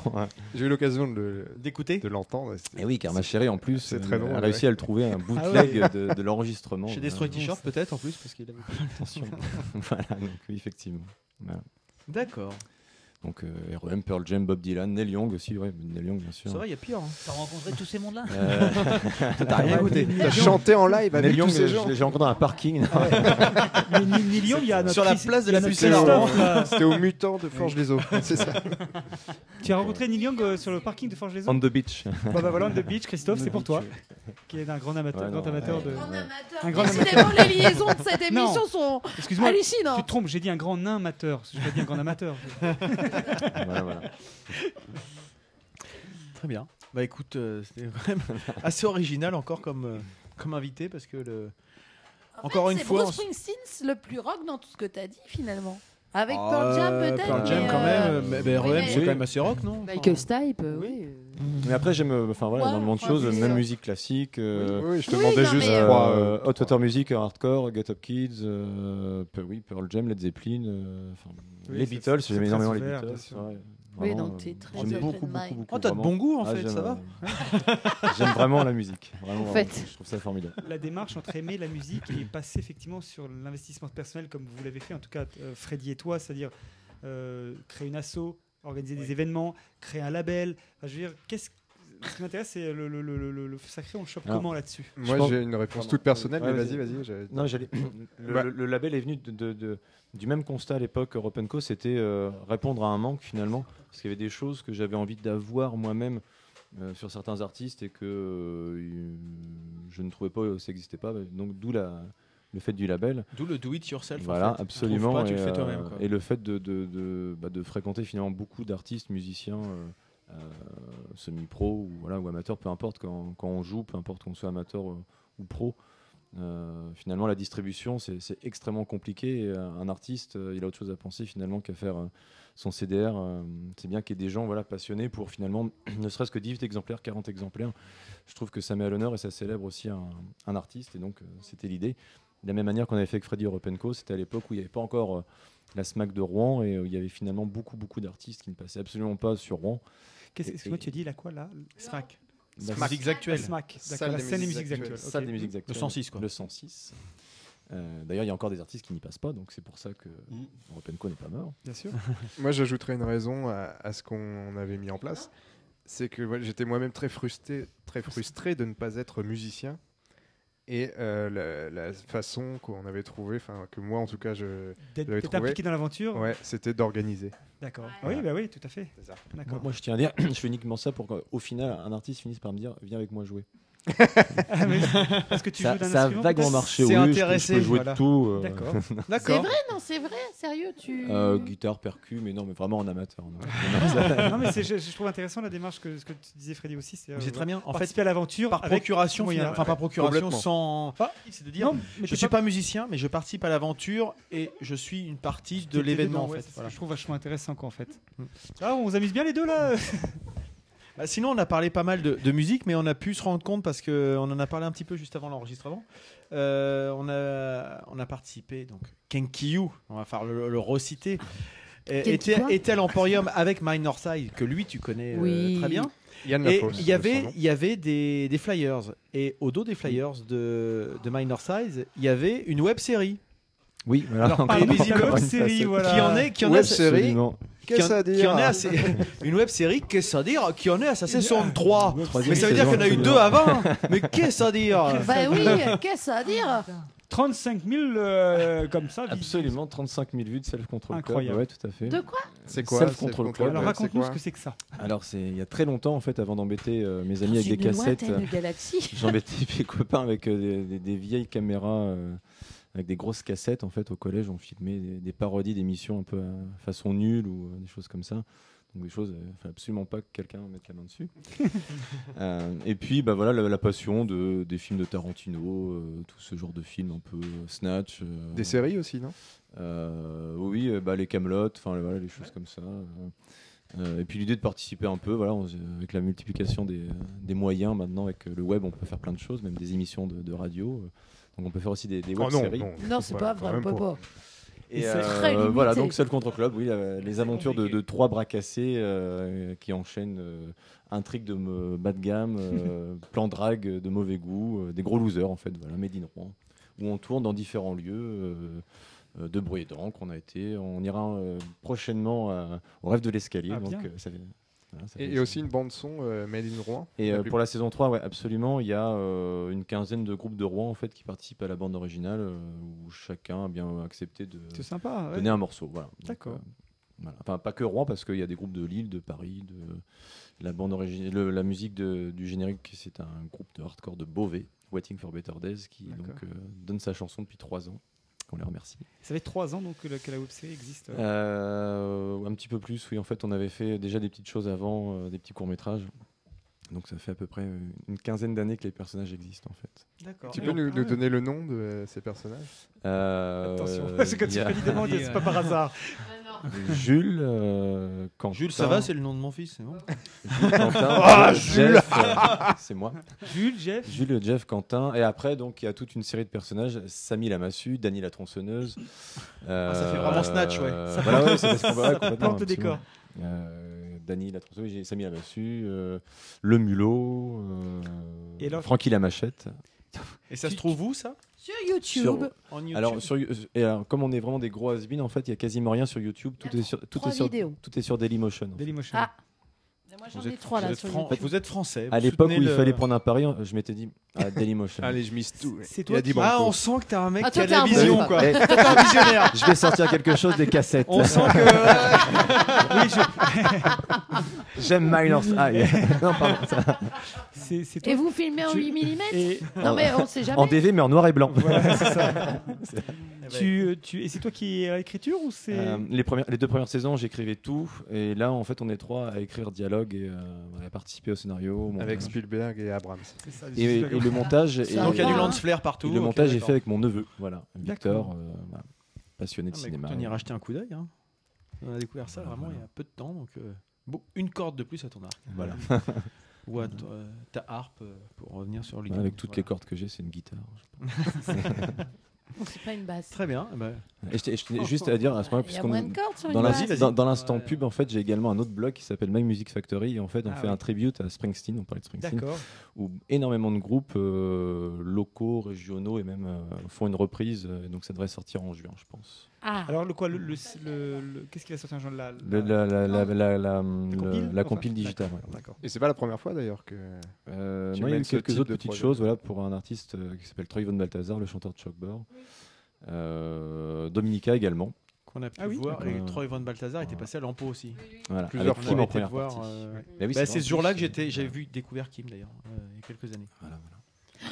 Speaker 4: J'ai eu l'occasion de le-
Speaker 6: de
Speaker 4: l'entendre.
Speaker 7: Et oui, car ma chérie, en plus,
Speaker 4: C'est très
Speaker 7: euh,
Speaker 4: drôle,
Speaker 7: a réussi
Speaker 4: ouais.
Speaker 7: à le trouver un
Speaker 6: Ah
Speaker 7: bootleg
Speaker 6: ouais.
Speaker 7: de, de l'enregistrement.
Speaker 6: Chez
Speaker 7: Voilà.
Speaker 6: Destroy T-shirt peut-être en plus parce qu'il avait.
Speaker 7: [LAUGHS] Attention. [LAUGHS] voilà, donc oui, effectivement. Voilà.
Speaker 6: D'accord.
Speaker 7: Donc euh, R.E.M., Pearl Jam, Bob Dylan, Neil Young aussi, ouais, Neil Young bien sûr.
Speaker 6: Ça va, il y a pire. hein.
Speaker 1: T'as rencontré tous ces mondes-là
Speaker 7: Euh, [LAUGHS]
Speaker 1: T'as rien goûté.
Speaker 7: Neil
Speaker 1: T'as
Speaker 7: Young.
Speaker 1: chanté en live
Speaker 7: Neil
Speaker 1: avec
Speaker 7: Young,
Speaker 1: tous ces
Speaker 7: je-
Speaker 1: gens.
Speaker 7: je l'ai rencontré dans un parking. [LAUGHS]
Speaker 3: Mais Neil- Neil Young, il y a notre Sur la Chris- place de la notre Pucelle à Christophe, Rouen. là. C'était au Mutant de Forge-les-Eaux, c'est ça. Tu as rencontré Neil Young euh, sur le parking de Forge les
Speaker 7: On the beach.
Speaker 3: Bah, bah voilà, on the beach, Christophe,
Speaker 7: On
Speaker 3: c'est
Speaker 7: the
Speaker 3: pour toi.
Speaker 7: beach,
Speaker 3: Qui est un grand amateur,
Speaker 7: Ouais,
Speaker 3: grand
Speaker 7: non,
Speaker 3: amateur
Speaker 7: ouais.
Speaker 3: de.
Speaker 7: Grand
Speaker 9: amateur.
Speaker 3: Un grand
Speaker 9: Décidément,
Speaker 3: amateur.
Speaker 9: les liaisons de cette
Speaker 3: Non.
Speaker 9: émission sont
Speaker 3: Excuse-moi,
Speaker 9: hallucinantes.
Speaker 3: Tu te trompes, j'ai dit un grand nain amateur. J'ai pas dit un grand amateur.
Speaker 7: [LAUGHS] [LAUGHS] Voilà, voilà.
Speaker 6: Très bien. Bah écoute, euh, c'était [LAUGHS] quand même assez original encore comme, euh, comme invité parce que le.
Speaker 9: En
Speaker 6: encore
Speaker 9: fait,
Speaker 6: une
Speaker 9: c'est
Speaker 6: fois.
Speaker 9: Bruce
Speaker 6: on s-
Speaker 9: Springsteen le plus rock dans tout ce que t'as dit finalement. Avec
Speaker 6: Ah,
Speaker 9: Pearl Jam
Speaker 6: euh,
Speaker 9: peut-être.
Speaker 6: Pearl Jam
Speaker 9: mais,
Speaker 6: quand
Speaker 9: euh,
Speaker 6: même. Mais,
Speaker 7: E
Speaker 9: oui,
Speaker 6: mais R.E.M.
Speaker 9: mais-
Speaker 6: c'est quand même assez rock, non
Speaker 5: Michael Stipe, euh, oui.
Speaker 7: Mais après, j'aime euh, enfin, voilà,
Speaker 5: Ouais,
Speaker 7: énormément de
Speaker 5: enfin,
Speaker 7: choses,
Speaker 5: c'est
Speaker 7: même
Speaker 5: ça.
Speaker 7: musique classique. euh,
Speaker 4: Oui, oui, je te Oui, demandais non, juste mais, euh, trois, euh,
Speaker 7: Hot Water Music, euh, Hardcore, Get Up Kids, euh, Pe- oui, Pearl Jam, Led Zeppelin, euh, enfin,
Speaker 6: Oui,
Speaker 7: les
Speaker 6: c'est-
Speaker 7: Beatles,
Speaker 6: c'est
Speaker 7: j'aime
Speaker 6: très
Speaker 7: énormément les
Speaker 6: ouvert,
Speaker 7: Beatles.
Speaker 6: bien sûr.
Speaker 7: ouais,
Speaker 6: Oui,
Speaker 7: vraiment,
Speaker 6: donc t'es
Speaker 7: euh,
Speaker 6: très
Speaker 7: j'aime
Speaker 6: open
Speaker 7: beaucoup,
Speaker 6: mind.
Speaker 7: beaucoup, beaucoup,
Speaker 6: Oh, t'as de
Speaker 7: vraiment. Ah,
Speaker 6: bons goûts, en fait,
Speaker 7: j'aime,
Speaker 6: ça va
Speaker 7: euh, [LAUGHS] J'aime vraiment la musique. Vraiment,
Speaker 6: En
Speaker 7: vraiment,
Speaker 6: fait.
Speaker 7: Je trouve ça formidable.
Speaker 3: La démarche entre aimer la musique et passer effectivement sur l'investissement personnel, comme vous l'avez fait, en tout cas, euh, Freddy et toi, c'est-à-dire euh, créer une asso, organiser des événements, créer un label. Enfin, je veux dire, qu'est-ce ce qui m'intéresse, c'est le, le- le- le- le sacré, on le chope
Speaker 7: Alors,
Speaker 3: comment là-dessus
Speaker 7: je
Speaker 4: Moi,
Speaker 7: pense-
Speaker 4: j'ai une réponse
Speaker 7: Pardon.
Speaker 4: toute personnelle,
Speaker 7: Ouais,
Speaker 4: mais vas-y, vas-y. j'ai-
Speaker 7: Non, j'allais.
Speaker 4: [COUGHS]
Speaker 7: Le,
Speaker 4: Bah,
Speaker 7: le- le label est venu de, de- de- du même constat à l'époque. Europe Co, c'était euh, répondre à un manque finalement, parce qu'il y avait des choses que j'avais envie d'avoir moi-même euh, sur certains artistes et que euh, je ne trouvais pas, euh, ça n'existait pas. Donc d'où la- le fait du label.
Speaker 6: D'où le do it yourself. en
Speaker 7: Voilà,
Speaker 6: fait. Tu
Speaker 7: absolument.
Speaker 6: trouves pas, tu le
Speaker 7: et,
Speaker 6: fais
Speaker 7: euh,
Speaker 6: toi-même, quoi.
Speaker 7: Et le fait de, de- de- bah, de fréquenter finalement beaucoup d'artistes, musiciens, euh, euh, semi-pro ou, voilà, ou amateurs, peu importe quand, quand on joue, peu importe qu'on soit amateur euh, ou pro. euh, finalement, la distribution, c'est c'est extrêmement compliqué. Et, euh, un artiste, euh, il a autre chose à penser finalement qu'à faire euh, son CDR. euh, c'est bien qu'il y ait des gens voilà, passionnés pour finalement [CLEARS THROAT] ne serait-ce que 10 exemplaires, 40 exemplaires. Je trouve que ça met à l'honneur et ça célèbre aussi un, un artiste. Et donc, euh, c'était l'idée. De la même manière qu'on avait fait avec Freddy Europenco, c'était à l'époque où il n'y avait pas encore euh, la SMAC de Rouen et euh, il y avait finalement beaucoup, beaucoup d'artistes qui ne passaient absolument pas sur Rouen.
Speaker 3: Qu'est-ce
Speaker 7: Et-
Speaker 3: que tu as dit là quoi là Smack.
Speaker 7: La
Speaker 3: Smack.
Speaker 7: musique
Speaker 3: La Smac, d'accord, la scène des musiques actuelles.
Speaker 7: Salle des musiques actuelles.
Speaker 6: Le 106, quoi.
Speaker 7: Le 106. Euh, D'ailleurs, il y a encore des artistes qui n'y passent pas, donc c'est pour ça que Europenco n'est pas mort.
Speaker 3: Mm. Bien sûr.
Speaker 4: [LAUGHS] Moi, j'ajouterais une raison à, à ce qu'on avait mis en place. C'est que ouais, j'étais moi-même très frustré, très frustré de ne pas être musicien. Et euh, la, la façon qu'on avait trouvée, enfin que moi en tout cas, je
Speaker 3: D'être-
Speaker 4: j'avais
Speaker 3: d'être
Speaker 4: trouvée,
Speaker 3: impliqué dans l'aventure.
Speaker 4: Ouais, c'était d'organiser.
Speaker 3: D'accord.
Speaker 4: Voilà.
Speaker 3: Oui, bah oui, tout à fait.
Speaker 7: [LAUGHS]
Speaker 3: D'accord.
Speaker 7: Moi, moi, je tiens à dire, [CLEARS THROAT] je fais uniquement ça pour qu'au final, un artiste finisse par me dire Viens avec moi jouer.
Speaker 3: Ah, mais parce que tu
Speaker 7: ça,
Speaker 3: joues d'un
Speaker 7: ça a
Speaker 3: instrument,
Speaker 7: vaguement
Speaker 3: peut-être
Speaker 7: marché. oui,
Speaker 3: C'est
Speaker 7: je peux-
Speaker 3: intéressé,
Speaker 7: Je peux jouer
Speaker 3: voilà.
Speaker 7: de tout. euh. [LAUGHS]
Speaker 3: D'accord.
Speaker 9: C'est vrai, non, c'est vrai, sérieux, tu.
Speaker 7: Euh, guitare, percu, mais non, mais vraiment en amateur. non.
Speaker 3: [LAUGHS] non mais c'est- je, je trouve intéressant la démarche que ce que tu disais Freddy aussi c'est euh,
Speaker 6: C'est très bien. En fait,
Speaker 3: participer à l'aventure
Speaker 6: par
Speaker 3: avec
Speaker 6: procuration,
Speaker 3: moyen.
Speaker 6: finalement. enfin par procuration,
Speaker 3: Complètement.
Speaker 6: sans. C'est de dire,
Speaker 3: Non, mais
Speaker 6: je
Speaker 3: t'es
Speaker 6: suis
Speaker 3: pas-
Speaker 6: pas musicien, mais je participe à l'aventure et je suis une partie de
Speaker 3: T'étais
Speaker 6: l'événement.
Speaker 3: dedans,
Speaker 6: En
Speaker 3: ouais,
Speaker 6: fait.
Speaker 3: c'est ce que
Speaker 6: Voilà. Hmm.
Speaker 3: Je trouve vachement intéressant quoi en fait. Ah, on s'amuse bien les deux là.
Speaker 6: [LAUGHS] Bah, sinon, on a parlé pas mal de, de musique, mais on a pu se rendre compte parce que on en a parlé un petit peu juste avant l'enregistrement. Euh, on a on a participé donc Kenkiyu, on va faire le, le reciter. euh,
Speaker 7: Ken-
Speaker 6: Était,
Speaker 7: quoi
Speaker 6: était à l'Emporium avec Side que lui tu connais euh,
Speaker 7: Oui.
Speaker 6: très bien.
Speaker 7: Yann
Speaker 6: et
Speaker 7: Lafosse,
Speaker 6: il y avait
Speaker 7: son nom.
Speaker 6: il y avait des, des flyers et au dos des flyers de de Side il y avait une web série.
Speaker 7: Oui, voilà.
Speaker 6: Alors,
Speaker 7: encore-
Speaker 6: parlez-y
Speaker 7: encore
Speaker 6: de
Speaker 7: une
Speaker 6: web-série,
Speaker 7: facette.
Speaker 6: voilà. Qui en est- qui en est-
Speaker 7: Web-série.
Speaker 6: Absolument.
Speaker 4: Qu'est-ce
Speaker 6: qui en-
Speaker 4: à dire
Speaker 6: qui en est
Speaker 7: [LAUGHS]
Speaker 6: à ses- une web série qu'est-ce à dire qui en est à sa saison 3
Speaker 7: Troisième
Speaker 6: mais ça veut dire
Speaker 7: saison,
Speaker 6: qu'il y en a eu
Speaker 7: absolument.
Speaker 6: deux avant mais qu'est-ce à dire
Speaker 4: [LAUGHS]
Speaker 9: Bah oui, qu'est-ce à dire
Speaker 3: 35 000 euh, comme ça.
Speaker 7: [LAUGHS] Absolument, 35 000 vues de self-control.
Speaker 3: Incroyable.
Speaker 7: Club. Ouais, tout à fait.
Speaker 9: De quoi
Speaker 4: C'est quoi,
Speaker 7: Self-control
Speaker 4: Self-Control
Speaker 7: club.
Speaker 4: Club, Alors, c'est raconte-nous quoi ce que
Speaker 3: c'est que ça.
Speaker 7: Alors c'est il y a très longtemps en fait, avant d'embêter euh, mes amis
Speaker 9: Dans
Speaker 7: avec des
Speaker 9: une
Speaker 7: cassettes. euh,
Speaker 9: lointaine galaxie.
Speaker 7: [LAUGHS] J'embêtais mes copains avec euh, des, des- des vieilles caméras, euh, avec des grosses cassettes en fait. Au collège, on filmait des, des parodies d'émissions un peu à façon nulle ou euh, des choses comme ça. Donc des choses, euh, fallait absolument pas que quelqu'un mette la
Speaker 9: [LAUGHS]
Speaker 7: main dessus. Euh, et puis bah voilà la, la passion de des films de Tarantino, euh, tout ce genre de films un peu euh, snatch. euh,
Speaker 4: Des séries aussi, non
Speaker 7: euh, oui, euh, bah, les Camelot, enfin le- voilà, les choses comme ça. euh, Euh, et puis l'idée de participer un peu, voilà, on s- avec la multiplication des, des moyens maintenant, avec euh, le web, on peut faire plein de choses, même des émissions de, de radio. euh, Donc on peut faire aussi des, des
Speaker 9: Oh non,
Speaker 7: web-séries.
Speaker 9: non, Non, c'est voilà, pas vrai, quand on même peut pour- pas.
Speaker 7: Et
Speaker 9: C'est
Speaker 7: euh,
Speaker 9: très limité.
Speaker 7: voilà, donc Seul contre Club, oui, la- les aventures de, de trois bras cassés euh, qui enchaînent euh, intrigue de me- bas de gamme,
Speaker 9: [LAUGHS]
Speaker 7: euh, plan drague de mauvais goût, euh, des gros losers en fait, voilà, Made in Rouen, où on tourne dans différents lieux. euh, euh, de Bruédan qu'on a été, on ira euh, prochainement à- au rêve de l'escalier.
Speaker 4: Ah,
Speaker 7: donc
Speaker 4: bien.
Speaker 7: euh, ça fait- voilà, ça fait
Speaker 4: Et, et aussi une bande son euh, Made in Rouen.
Speaker 7: et
Speaker 4: La
Speaker 7: euh,
Speaker 4: plus-
Speaker 7: pour la saison 3, ouais, absolument, il y a euh, une quinzaine de groupes de Rouen en fait qui participent à la bande originale euh, où chacun a bien accepté de
Speaker 3: C'est sympa, ouais.
Speaker 7: donner un morceau. Voilà. Donc,
Speaker 3: D'accord.
Speaker 7: euh, voilà. Enfin, pas que Rouen parce qu'il y a des groupes de Lille, de Paris, de la bande originale, le- la musique de- du générique, c'est un groupe de hardcore de Beauvais, Waiting for Better Days, qui
Speaker 3: D'accord.
Speaker 7: donc euh, donne sa chanson depuis trois ans. On les remercie.
Speaker 3: Ça fait trois ans donc que la, que la web série existe. euh.
Speaker 7: Euh, un petit peu plus, oui. En fait, on avait fait déjà des petites choses avant, euh, des petits courts-métrages. Donc ça fait à peu près euh, une quinzaine d'années que les personnages existent, en fait.
Speaker 3: D'accord.
Speaker 4: Tu
Speaker 3: Et
Speaker 4: peux
Speaker 3: on-
Speaker 4: nous,
Speaker 3: ah
Speaker 4: nous
Speaker 3: ouais.
Speaker 4: donner le nom de euh, ces personnages
Speaker 7: Euh,
Speaker 4: Attention,
Speaker 3: [LAUGHS] c'est quand
Speaker 7: il y a-
Speaker 3: Tiffany
Speaker 7: [LAUGHS]
Speaker 3: demande, c'est pas par hasard.
Speaker 7: Jules, euh, Quentin-
Speaker 6: Jules, ça va, c'est le nom de mon fils, c'est bon
Speaker 7: Jules,
Speaker 3: [LAUGHS]
Speaker 7: Quentin,
Speaker 6: Ah,
Speaker 7: Jeff,
Speaker 6: Jules
Speaker 7: euh, c'est moi.
Speaker 3: Jules, Jeff.
Speaker 7: Jules, Jeff, Quentin. Et après, donc, il y a toute une série de personnages. Samy la massue, Dany la tronçonneuse.
Speaker 6: Ah, ça fait vraiment Snatch, ouais.
Speaker 7: euh,
Speaker 6: Ça-
Speaker 7: voilà, ouais, c'est parce qu'on
Speaker 6: [LAUGHS]
Speaker 7: va- ouais,
Speaker 6: ça
Speaker 7: complètement,
Speaker 6: plante le
Speaker 7: absolument.
Speaker 6: décor.
Speaker 7: Euh, Dany la tronçonneuse, j'ai Samy la massue, euh, le mulot, euh,
Speaker 6: Et alors-
Speaker 7: Francky la machette.
Speaker 6: Et ça se trouve où, ça
Speaker 9: Sur YouTube.
Speaker 7: Sur-
Speaker 6: En YouTube.
Speaker 7: Alors, sur, et alors, comme on est vraiment des gros has en fait, il y a quasiment rien sur YouTube. Tout est sur, tout
Speaker 9: trois
Speaker 7: est sur,
Speaker 9: vidéos.
Speaker 7: tout est sur Dailymotion. en fait.
Speaker 3: Dailymotion.
Speaker 9: Ah. Moi j'en
Speaker 6: Vous
Speaker 9: ai
Speaker 6: êtes-
Speaker 9: trois
Speaker 6: vous
Speaker 9: là
Speaker 6: êtes
Speaker 9: sur
Speaker 6: fran-
Speaker 9: YouTube.
Speaker 6: vous êtes français.
Speaker 7: À
Speaker 6: vous
Speaker 7: l'époque où
Speaker 6: soutenez
Speaker 7: il
Speaker 6: le-
Speaker 7: fallait prendre un pari, je m'étais dit
Speaker 6: [LAUGHS]
Speaker 7: ah, Dailymotion.
Speaker 4: Allez, je mise tout.
Speaker 6: C'est
Speaker 4: Il
Speaker 6: toi
Speaker 4: a dit
Speaker 6: qui-
Speaker 4: bon,
Speaker 6: Ah,
Speaker 4: go.
Speaker 6: on sent que t'as un mec
Speaker 4: Ah,
Speaker 6: qui
Speaker 4: toi,
Speaker 6: a
Speaker 4: t'es
Speaker 6: la
Speaker 4: un
Speaker 6: vision,
Speaker 4: bon.
Speaker 6: quoi.
Speaker 7: Eh,
Speaker 6: Toi,
Speaker 7: [LAUGHS]
Speaker 6: t'es un visionnaire.
Speaker 7: Je vais sortir quelque chose des cassettes.
Speaker 6: On sent
Speaker 7: [LAUGHS]
Speaker 6: que.
Speaker 3: Oui, je-
Speaker 7: J'aime Minor High. non, pardon. ça-
Speaker 3: C'est- c'est toi
Speaker 9: Et vous filmez en
Speaker 3: Tu-
Speaker 9: 8 mm
Speaker 3: Et-
Speaker 9: Non mais on sait jamais.
Speaker 7: En DV, mais en noir et blanc.
Speaker 3: [LAUGHS] Voilà, c'est ça.
Speaker 7: [LAUGHS] C'est-
Speaker 3: tu, euh, tu, et c'est toi qui es à l'écriture ou c'est.
Speaker 7: Euh, les, premières, les deux premières saisons, j'écrivais tout. Et là, en fait, on est trois à écrire dialogue et euh, à participer au scénario. au montage.
Speaker 4: Avec Spielberg et Abrams.
Speaker 7: et, et le montage.
Speaker 6: [LAUGHS] Donc,
Speaker 7: est- euh,
Speaker 6: il y a du lance flare partout.
Speaker 7: et Le
Speaker 6: Ok,
Speaker 7: montage est
Speaker 6: d'accord.
Speaker 7: fait avec mon neveu, voilà, Victor,
Speaker 6: D'accord.
Speaker 7: euh, voilà, passionné de
Speaker 6: Ah, mais
Speaker 7: cinéma.
Speaker 6: écoute, on ira acheter un coup d'œil. hein. On a découvert ça vraiment il y a peu de temps. Donc, euh, bon, une corde de plus à ton arc.
Speaker 7: Voilà.
Speaker 6: [LAUGHS] Ou à t- euh, ta harpe euh, pour revenir sur lui.
Speaker 7: Ouais, avec toutes les cordes que j'ai, c'est une guitare. je
Speaker 6: [LAUGHS]
Speaker 7: pense.
Speaker 9: C'est pas une basse.
Speaker 6: Très bien. eh ben,
Speaker 7: Et je t'ai- je tenais juste à dire à ce moment-là,
Speaker 9: Il y a
Speaker 7: puisqu'on
Speaker 9: moins de cordes sur une
Speaker 7: dans, la-
Speaker 9: base. Vas-y, vas-y.
Speaker 7: dans- dans l'instant pub, en fait, j'ai également un autre blog qui s'appelle My Music Factory. Et en fait, on
Speaker 3: Ah
Speaker 7: fait
Speaker 3: oui.
Speaker 7: un tribute à Springsteen. On parlait de Springsteen,
Speaker 3: D'accord.
Speaker 7: où énormément de groupes euh, locaux, régionaux et même euh, font une reprise. euh, donc, ça devrait sortir en juin, je pense.
Speaker 3: Alors, le quoi le, le, le- le- Qu'est-ce qu'il va sortir, Jean la,
Speaker 7: Le- la,
Speaker 9: Ah.
Speaker 7: la, la, la, la-
Speaker 3: compile,
Speaker 7: la
Speaker 3: enfin,
Speaker 7: compile digitale.
Speaker 3: d'accord,
Speaker 7: ouais.
Speaker 4: Et c'est pas la première fois d'ailleurs que.
Speaker 7: Euh,
Speaker 4: tu
Speaker 7: non, il y a
Speaker 4: mènes
Speaker 7: eu
Speaker 4: ce
Speaker 7: quelques
Speaker 4: type
Speaker 7: autres
Speaker 4: de
Speaker 7: petites
Speaker 4: projet.
Speaker 7: choses voilà, pour un artiste euh, qui s'appelle Troy Von Balthazar, le chanteur de Chalkboard. Euh, Dominica également.
Speaker 6: qu'on a pu
Speaker 7: Ah oui.
Speaker 6: voir. Et
Speaker 7: Euh,
Speaker 6: Troy Van Balthazar était passé à l'Ampo aussi.
Speaker 7: Voilà,
Speaker 6: Plusieurs
Speaker 7: avec
Speaker 6: fois.
Speaker 7: Kim en
Speaker 6: On a été
Speaker 7: première
Speaker 6: le voir,
Speaker 7: partie.
Speaker 6: euh, ouais.
Speaker 7: Bah oui,
Speaker 6: Bah,
Speaker 7: c'est
Speaker 6: c'est ce
Speaker 7: vrai,
Speaker 6: jour-là
Speaker 7: c'est-
Speaker 6: que j'étais- j'avais vu découvert Kim d'ailleurs, euh, il y a quelques années.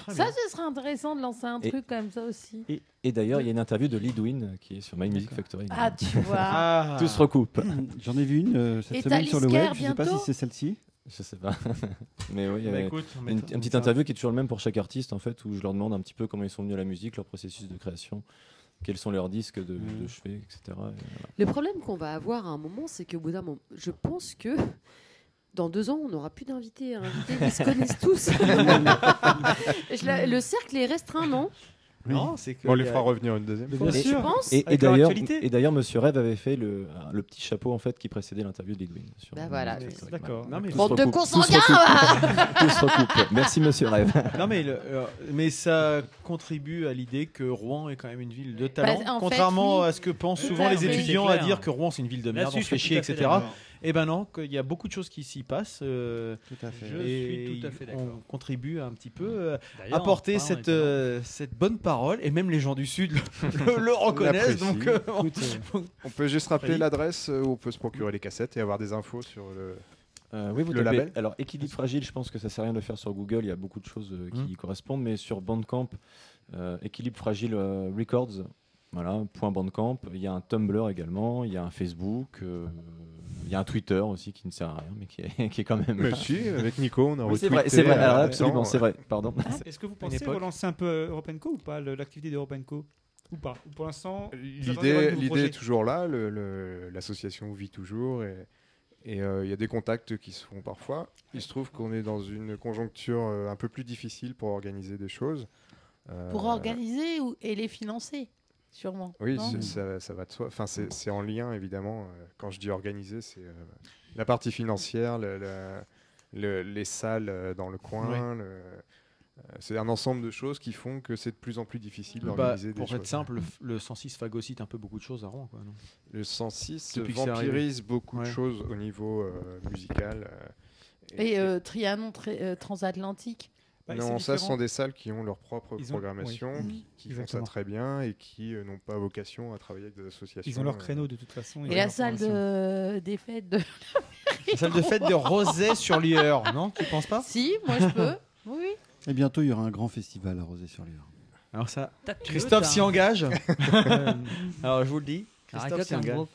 Speaker 6: Très
Speaker 9: Ça
Speaker 6: bien.
Speaker 9: ce serait intéressant de lancer un
Speaker 7: Et-
Speaker 9: truc comme ça aussi.
Speaker 7: Et, et d'ailleurs, il y a une interview de Lidwin euh, qui est sur My Music Factory.
Speaker 9: Ah, tu vois. Ah.
Speaker 7: Tout se recoupe.
Speaker 2: [CLEARS THROAT] J'en ai vu une euh, cette
Speaker 9: Et t'as
Speaker 2: semaine sur le web.
Speaker 9: Lisker
Speaker 2: Je sais pas si
Speaker 9: bientôt
Speaker 2: c'est celle-ci.
Speaker 7: Je sais pas. [LAUGHS] Mais oui, il y
Speaker 6: Bah,
Speaker 7: a
Speaker 6: écoute, on
Speaker 7: une,
Speaker 6: mettra-
Speaker 7: une petite interview qui est toujours le même pour chaque artiste, en fait, où je leur demande un petit peu comment ils sont venus à la musique, leur processus de création, quels sont leurs disques de,
Speaker 2: Mm.
Speaker 7: de chevet, etc. Et voilà.
Speaker 5: Le problème qu'on va avoir à un moment, c'est qu'au bout d'un moment, je pense que dans deux ans, on n'aura plus d'invités. hein. Invités, Ils se
Speaker 6: [LAUGHS]
Speaker 5: connaissent tous. Je la- le cercle est restreint, non
Speaker 6: Non, c'est que.
Speaker 4: Bon, on les
Speaker 6: il y a-
Speaker 4: fera revenir une deuxième
Speaker 6: Mais
Speaker 4: fois.
Speaker 6: bien
Speaker 7: Et-
Speaker 6: sûr.
Speaker 5: pense,
Speaker 7: Et, et
Speaker 6: avec leur
Speaker 7: d'ailleurs,
Speaker 6: actualité.
Speaker 7: et d'ailleurs, Monsieur Rêve avait fait le, le petit chapeau en fait qui précédait l'interview de Lidwin. sur-
Speaker 5: Bah voilà.
Speaker 7: sur- sur-
Speaker 6: D'accord.
Speaker 7: voilà.
Speaker 6: Non, mais-
Speaker 7: Tout se
Speaker 6: Bande de
Speaker 7: recoupe, tout se
Speaker 5: consanguins, [LAUGHS]
Speaker 7: recoupe.
Speaker 5: va
Speaker 7: Tout se recoupe. Merci Monsieur Rêve.
Speaker 6: Non mais, le- euh, mais ça contribue à l'idée que Rouen est quand même une ville de talent,
Speaker 11: Bah, en fait,
Speaker 6: contrairement
Speaker 11: oui.
Speaker 6: à ce que pensent
Speaker 11: Oui,
Speaker 6: souvent les
Speaker 11: oui,
Speaker 6: étudiants
Speaker 11: c'est
Speaker 6: à
Speaker 11: clair.
Speaker 6: dire que Rouen c'est une ville de merde,
Speaker 11: Là-dessus,
Speaker 6: on
Speaker 11: je
Speaker 6: se fait
Speaker 11: suis
Speaker 6: chier,
Speaker 11: tout à fait
Speaker 6: etc.
Speaker 11: d'accord.
Speaker 6: Et ben non, qu'il y a beaucoup de choses qui s'y passent. euh,
Speaker 11: fait.
Speaker 6: et
Speaker 11: Je suis tout à fait d'accord.
Speaker 6: On contribue à un petit peu euh,
Speaker 11: D'ailleurs,
Speaker 6: apporter
Speaker 11: Rouen est
Speaker 6: cette,
Speaker 11: énorme.
Speaker 6: euh, cette bonne parole et même les gens du sud
Speaker 4: [LAUGHS]
Speaker 6: le, le- le reconnaissent.
Speaker 4: L'apprécie.
Speaker 6: Donc euh,
Speaker 4: Écoute, euh, on peut juste rappeler l'adresse euh, où on peut se procurer les cassettes et avoir des infos sur le,
Speaker 7: Euh, oui, vous
Speaker 4: le
Speaker 7: tapez- [LAUGHS]
Speaker 4: label.
Speaker 7: Alors, équilibre fragile, je pense que ça sert à rien de le faire sur Google. Il y a beaucoup de choses euh, qui
Speaker 4: Mm.
Speaker 7: y correspondent, mais sur Bandcamp, euh, équilibre fragile euh, records. Voilà, point Bandcamp. Il y a un Tumblr également, il y a un Facebook, euh, il y a un Twitter aussi qui ne sert à rien, mais qui est, [LAUGHS] qui est quand même.
Speaker 4: Mais
Speaker 7: là.
Speaker 4: si, avec [LAUGHS] Nico, on a
Speaker 7: Oui, C'est
Speaker 4: retweeté,
Speaker 7: vrai, c'est vrai.
Speaker 4: euh,
Speaker 7: Alors,
Speaker 4: il y a
Speaker 7: absolument,
Speaker 4: longtemps.
Speaker 7: c'est vrai. Pardon.
Speaker 3: Est-ce que vous
Speaker 6: Une
Speaker 3: pensez
Speaker 6: époque.
Speaker 3: relancer un peu euh, European Co ou pas le- l'activité d'European Co ou pas Ou Pour l'instant, vous
Speaker 4: L'idée,
Speaker 3: attendez un nouveau
Speaker 4: l'idée
Speaker 3: projet
Speaker 4: est toujours là, le- le- l'association vit toujours et, Et euh, il y a des contacts qui se font parfois. Il se trouve qu'on est dans une conjoncture euh, un peu plus difficile pour organiser des choses. Euh,
Speaker 9: Pour organiser ou- et les financer, sûrement.
Speaker 4: Oui,
Speaker 9: non
Speaker 4: c'est- ça, ça va de soi. Enfin, c'est c'est en lien, évidemment. Euh, Quand je dis organiser, c'est euh, la partie financière, le- le- le- les salles euh, dans le coin. le- euh, c'est un ensemble de choses qui font que c'est de plus en plus difficile
Speaker 6: Bah,
Speaker 4: d'organiser des
Speaker 6: pour être
Speaker 4: choses.
Speaker 6: simple, le f- le 106 phagocyte un peu beaucoup de choses à Rouen. Quoi, non
Speaker 4: Le 106
Speaker 6: Depuis que c'est arrivé.
Speaker 4: vampirise beaucoup de
Speaker 6: Ouais.
Speaker 4: choses au niveau euh, musical. euh,
Speaker 9: Et euh, bah, Trianon tra- euh, transatlantique.
Speaker 4: non, ça, ce sont des salles qui ont leur propre
Speaker 3: Ils ont-
Speaker 4: programmation,
Speaker 3: oui. Mmh.
Speaker 4: qui- qui font ça
Speaker 3: Exactement.
Speaker 4: très bien et qui euh, n'ont pas vocation à travailler avec des associations.
Speaker 3: Ils ont leur
Speaker 4: euh,
Speaker 3: créneau de toute façon. ils
Speaker 9: Et
Speaker 3: ont
Speaker 9: la
Speaker 3: leur
Speaker 9: salle
Speaker 3: formation.
Speaker 9: de... des fêtes de.
Speaker 6: La salle de fête de Rosay sur Lieur, non Tu penses pas
Speaker 9: Si, moi je peux. Oui, oui.
Speaker 2: Et Eh, bientôt, il y aura un grand festival à Rosé-sur-Lyre.
Speaker 6: Alors ça,
Speaker 9: T'as- tu
Speaker 6: Christophe
Speaker 9: veux,
Speaker 6: s'y
Speaker 11: [LAUGHS]
Speaker 9: t'as-
Speaker 7: [LAUGHS]
Speaker 6: [LAUGHS] engage. Euh, Alors je vous le dis, Christophe
Speaker 11: Raconte
Speaker 6: s'y
Speaker 11: un
Speaker 6: engage.
Speaker 11: gros.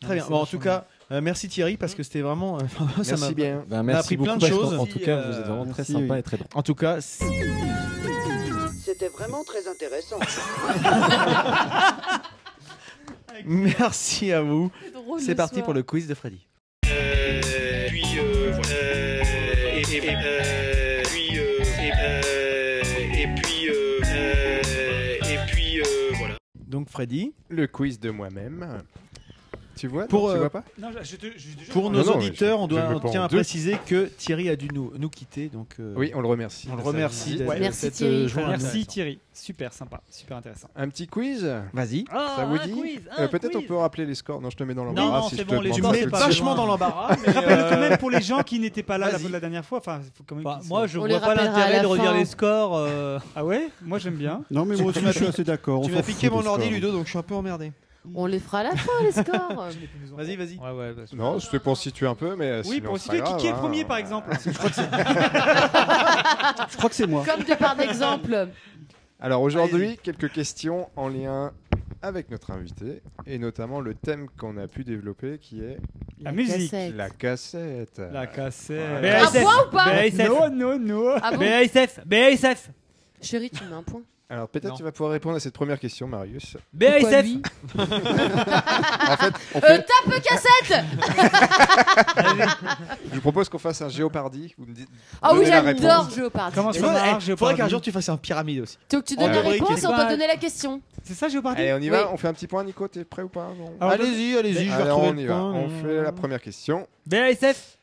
Speaker 6: Très bien.
Speaker 11: Non, mais
Speaker 6: Bon, en
Speaker 11: c'est
Speaker 6: tout
Speaker 11: vachement
Speaker 6: cas, euh, merci Thierry parce que c'était vraiment. euh, [LAUGHS] ça
Speaker 7: Merci
Speaker 6: m'a-
Speaker 7: bien. Ben,
Speaker 6: on a
Speaker 7: merci
Speaker 6: appris plein de
Speaker 7: beaucoup,
Speaker 6: choses.
Speaker 7: en tout cas, vous êtes vraiment très Merci, sympa oui. et très bon.
Speaker 6: En tout cas, [LAUGHS] c'est-
Speaker 13: C'était vraiment très intéressant.
Speaker 6: merci à vous.
Speaker 13: C'est drôle,
Speaker 6: C'est
Speaker 13: le
Speaker 6: parti
Speaker 13: soir.
Speaker 6: pour le quiz de Freddy.
Speaker 12: Euh, puis, euh, et, euh, puis, et puis, euh, et puis, voilà.
Speaker 6: Donc Freddy.
Speaker 4: Le quiz de moi-même. Tu vois
Speaker 6: Pour,
Speaker 4: non, tu
Speaker 6: euh,
Speaker 4: vois pas
Speaker 3: Non, je- je te- je- je-
Speaker 6: Pour
Speaker 4: Non,
Speaker 6: nos
Speaker 4: non, mais
Speaker 6: auditeurs,
Speaker 4: je-
Speaker 6: on,
Speaker 4: je
Speaker 6: doit,
Speaker 4: me
Speaker 6: on
Speaker 4: prends
Speaker 6: tient à
Speaker 4: deux.
Speaker 6: préciser que Thierry a dû nous, nous quitter. Donc, euh,
Speaker 4: Oui, on le remercie
Speaker 6: On le
Speaker 4: de sa
Speaker 6: remercie.
Speaker 4: visite.
Speaker 6: d'être-
Speaker 4: Ouais.
Speaker 6: d'être,
Speaker 4: Merci,
Speaker 6: euh,
Speaker 4: Thierry.
Speaker 6: joint à nous.
Speaker 3: Merci Thierry, super sympa, super intéressant.
Speaker 4: Un petit quiz
Speaker 6: Vas-y.
Speaker 3: Ah,
Speaker 4: ça vous
Speaker 3: un
Speaker 4: dit
Speaker 3: quiz,
Speaker 4: Euh,
Speaker 3: un
Speaker 4: Peut-être on
Speaker 3: quiz.
Speaker 4: peut rappeler les scores. Non, je te mets dans
Speaker 3: Non,
Speaker 4: l'embarras.
Speaker 3: non,
Speaker 4: si
Speaker 3: c'est
Speaker 4: je te
Speaker 3: bon, les
Speaker 4: demande
Speaker 3: scores,
Speaker 4: pas
Speaker 3: c'est
Speaker 4: tout de
Speaker 3: pas
Speaker 4: suite.
Speaker 3: vachement
Speaker 4: [LAUGHS]
Speaker 3: dans [LAUGHS] l'embarras, mais, Rappelle euh, quand même pour les gens qui n'étaient pas là la- la dernière fois. Enfin, faut quand même
Speaker 11: Bah,
Speaker 3: qu'ils
Speaker 11: moi,
Speaker 3: se-
Speaker 11: je On vois les pas rappellera l'intérêt à la de regarder fin. les
Speaker 3: scores. Ah ouais Moi, j'aime bien.
Speaker 2: Non, mais
Speaker 3: Tu-
Speaker 2: moi
Speaker 3: tu
Speaker 2: aussi,
Speaker 3: m'as
Speaker 2: je suis
Speaker 3: piqué-
Speaker 2: assez d'accord.
Speaker 6: Tu
Speaker 2: on
Speaker 6: m'as
Speaker 2: s'en
Speaker 6: piqué
Speaker 2: fout
Speaker 6: mon
Speaker 2: des
Speaker 6: ordi,
Speaker 2: scores.
Speaker 6: Ludo, donc je suis un peu emmerdé.
Speaker 5: On les fera à la fin, les scores.
Speaker 6: Vas-y, vas-y.
Speaker 4: Non, c'était pour situer un peu, mais euh,
Speaker 3: Oui,
Speaker 4: sinon,
Speaker 3: pour
Speaker 4: c'est
Speaker 3: situer
Speaker 4: pas
Speaker 3: qui, qui est le
Speaker 4: grave,
Speaker 3: premier,
Speaker 4: hein.
Speaker 3: par exemple.
Speaker 2: Je crois que c'est moi.
Speaker 9: Comme de par d'exemple.
Speaker 4: Alors aujourd'hui, quelques questions en lien avec notre invité et notamment le thème qu'on a pu développer qui est
Speaker 3: La musique. cassette.
Speaker 4: La cassette.
Speaker 3: La cassette.
Speaker 4: BASF.
Speaker 3: BASF. Non, non, non.
Speaker 5: Ah bon
Speaker 11: BASF, BASF.
Speaker 5: Chérie, tu me mets un point.
Speaker 4: Alors peut-être
Speaker 5: Non.
Speaker 4: tu vas pouvoir répondre à cette première question, Marius.
Speaker 11: BASF.
Speaker 4: [LAUGHS] En fait, on
Speaker 5: Euh,
Speaker 4: fait-
Speaker 5: tape cassette
Speaker 4: [LAUGHS] Je vous propose qu'on fasse un Géopardy. Vous me dites.
Speaker 5: Ah oui,
Speaker 4: donnez la
Speaker 5: j'adore
Speaker 4: réponse.
Speaker 5: Géopardy.
Speaker 6: Comment ça marche, Faudrait qu'un jour tu fasses un pyramide aussi.
Speaker 5: Donc tu donnes
Speaker 4: En
Speaker 5: la
Speaker 4: rubrique,
Speaker 5: réponse
Speaker 4: c'est
Speaker 5: et on doit
Speaker 4: pas-
Speaker 5: donner la question.
Speaker 3: C'est ça, Géopardy
Speaker 4: Allez, on y va.
Speaker 5: Oui.
Speaker 4: On fait un petit point, Nico. T'es prêt ou pas Non.
Speaker 6: Alors, Allez-y, je- allez-y, je vais
Speaker 4: Alors,
Speaker 6: retrouver
Speaker 4: on
Speaker 6: le
Speaker 4: y va.
Speaker 6: point. euh.
Speaker 4: On fait la première question.
Speaker 11: BASF.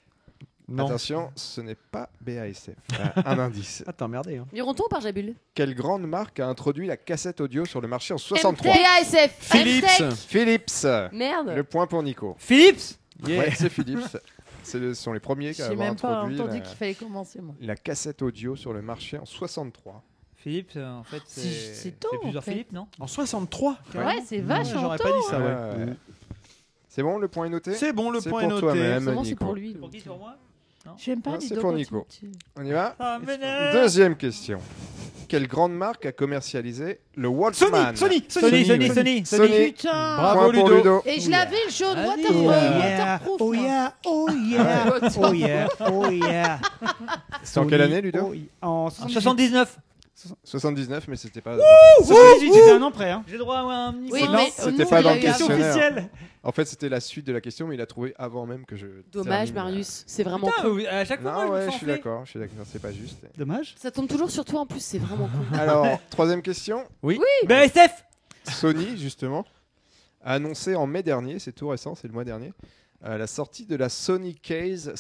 Speaker 6: Non.
Speaker 4: Attention, ce n'est pas BASF. Euh,
Speaker 6: [LAUGHS]
Speaker 4: un indice.
Speaker 6: Ah, t'es emmerdé. Hein.
Speaker 5: Mironton ou par Jabul
Speaker 4: Quelle grande marque a introduit la cassette audio sur le marché en 63
Speaker 5: PASF.
Speaker 4: Philips.
Speaker 5: Merde.
Speaker 4: Le point pour Nico.
Speaker 11: Philips
Speaker 4: Ouais, c'est Philips. C'est le- Ce sont les premiers qui
Speaker 9: J'ai
Speaker 4: avoir
Speaker 9: même pas
Speaker 4: introduit
Speaker 9: entendu
Speaker 4: la-
Speaker 9: qu'il fallait commencer, moi.
Speaker 4: la cassette audio sur le marché en 63.
Speaker 11: Philips, euh, en fait, c'est
Speaker 9: c'est tôt,
Speaker 11: c'est plusieurs
Speaker 9: en fait.
Speaker 11: Philips, non
Speaker 6: En 63
Speaker 9: Ouais, c'est vachement
Speaker 6: J'aurais
Speaker 9: tôt, hein.
Speaker 6: pas dit ça, ouais.
Speaker 4: Ah ouais. C'est bon, le point est noté
Speaker 6: C'est bon, le point est
Speaker 4: pour
Speaker 6: noté.
Speaker 4: toi-même,
Speaker 6: C'est bon, c'est
Speaker 4: Nico.
Speaker 6: pour
Speaker 5: lui.
Speaker 11: Pour qui Sur moi
Speaker 9: euh. J'aime pas
Speaker 4: Non,
Speaker 9: les
Speaker 4: C'est pour
Speaker 9: doigts,
Speaker 4: Nico.
Speaker 9: tu- tu-
Speaker 4: On y va
Speaker 11: Ah, m'énerve.
Speaker 4: Deuxième question. Quelle grande marque a commercialisé le Walkman
Speaker 11: Sony, Sony, Sony, Sony, Sony, Sony.
Speaker 9: Putain
Speaker 4: Bravo Ludo.
Speaker 9: Et je l'avais le jaune,
Speaker 11: Allez,
Speaker 9: waterproof,
Speaker 11: euh,
Speaker 9: waterproof.
Speaker 11: Oh yeah, [LAUGHS] oh yeah, oh yeah, oh yeah.
Speaker 4: C'était en quelle année Ludo
Speaker 3: En
Speaker 11: En 79.
Speaker 4: 79, mais c'était pas.
Speaker 3: J'étais un an près. hein.
Speaker 11: J'ai droit à un petit
Speaker 9: Oui,
Speaker 11: point.
Speaker 9: mais
Speaker 4: C'était pas dans le
Speaker 9: il a eu un-
Speaker 4: questionnaire.
Speaker 3: officielle.
Speaker 4: En fait, c'était la suite de la question, mais il a trouvé avant même que je.
Speaker 5: Dommage,
Speaker 4: termine.
Speaker 5: Marius. C'est vraiment
Speaker 11: Putain,
Speaker 5: cool.
Speaker 11: oui, à chaque fois,
Speaker 4: Non,
Speaker 11: moi, je
Speaker 4: ouais,
Speaker 11: me
Speaker 4: je
Speaker 11: sens
Speaker 4: suis
Speaker 11: enflé.
Speaker 4: d'accord, je suis d'accord, c'est pas juste.
Speaker 3: Dommage.
Speaker 5: Ça tombe toujours sur toi en plus, c'est vraiment cool.
Speaker 4: [LAUGHS] Alors, troisième question.
Speaker 6: Oui.
Speaker 11: BASF.
Speaker 4: Sony, justement, a annoncé en mai dernier, c'est tout récent, c'est le mois dernier, euh, la sortie de la Sony Case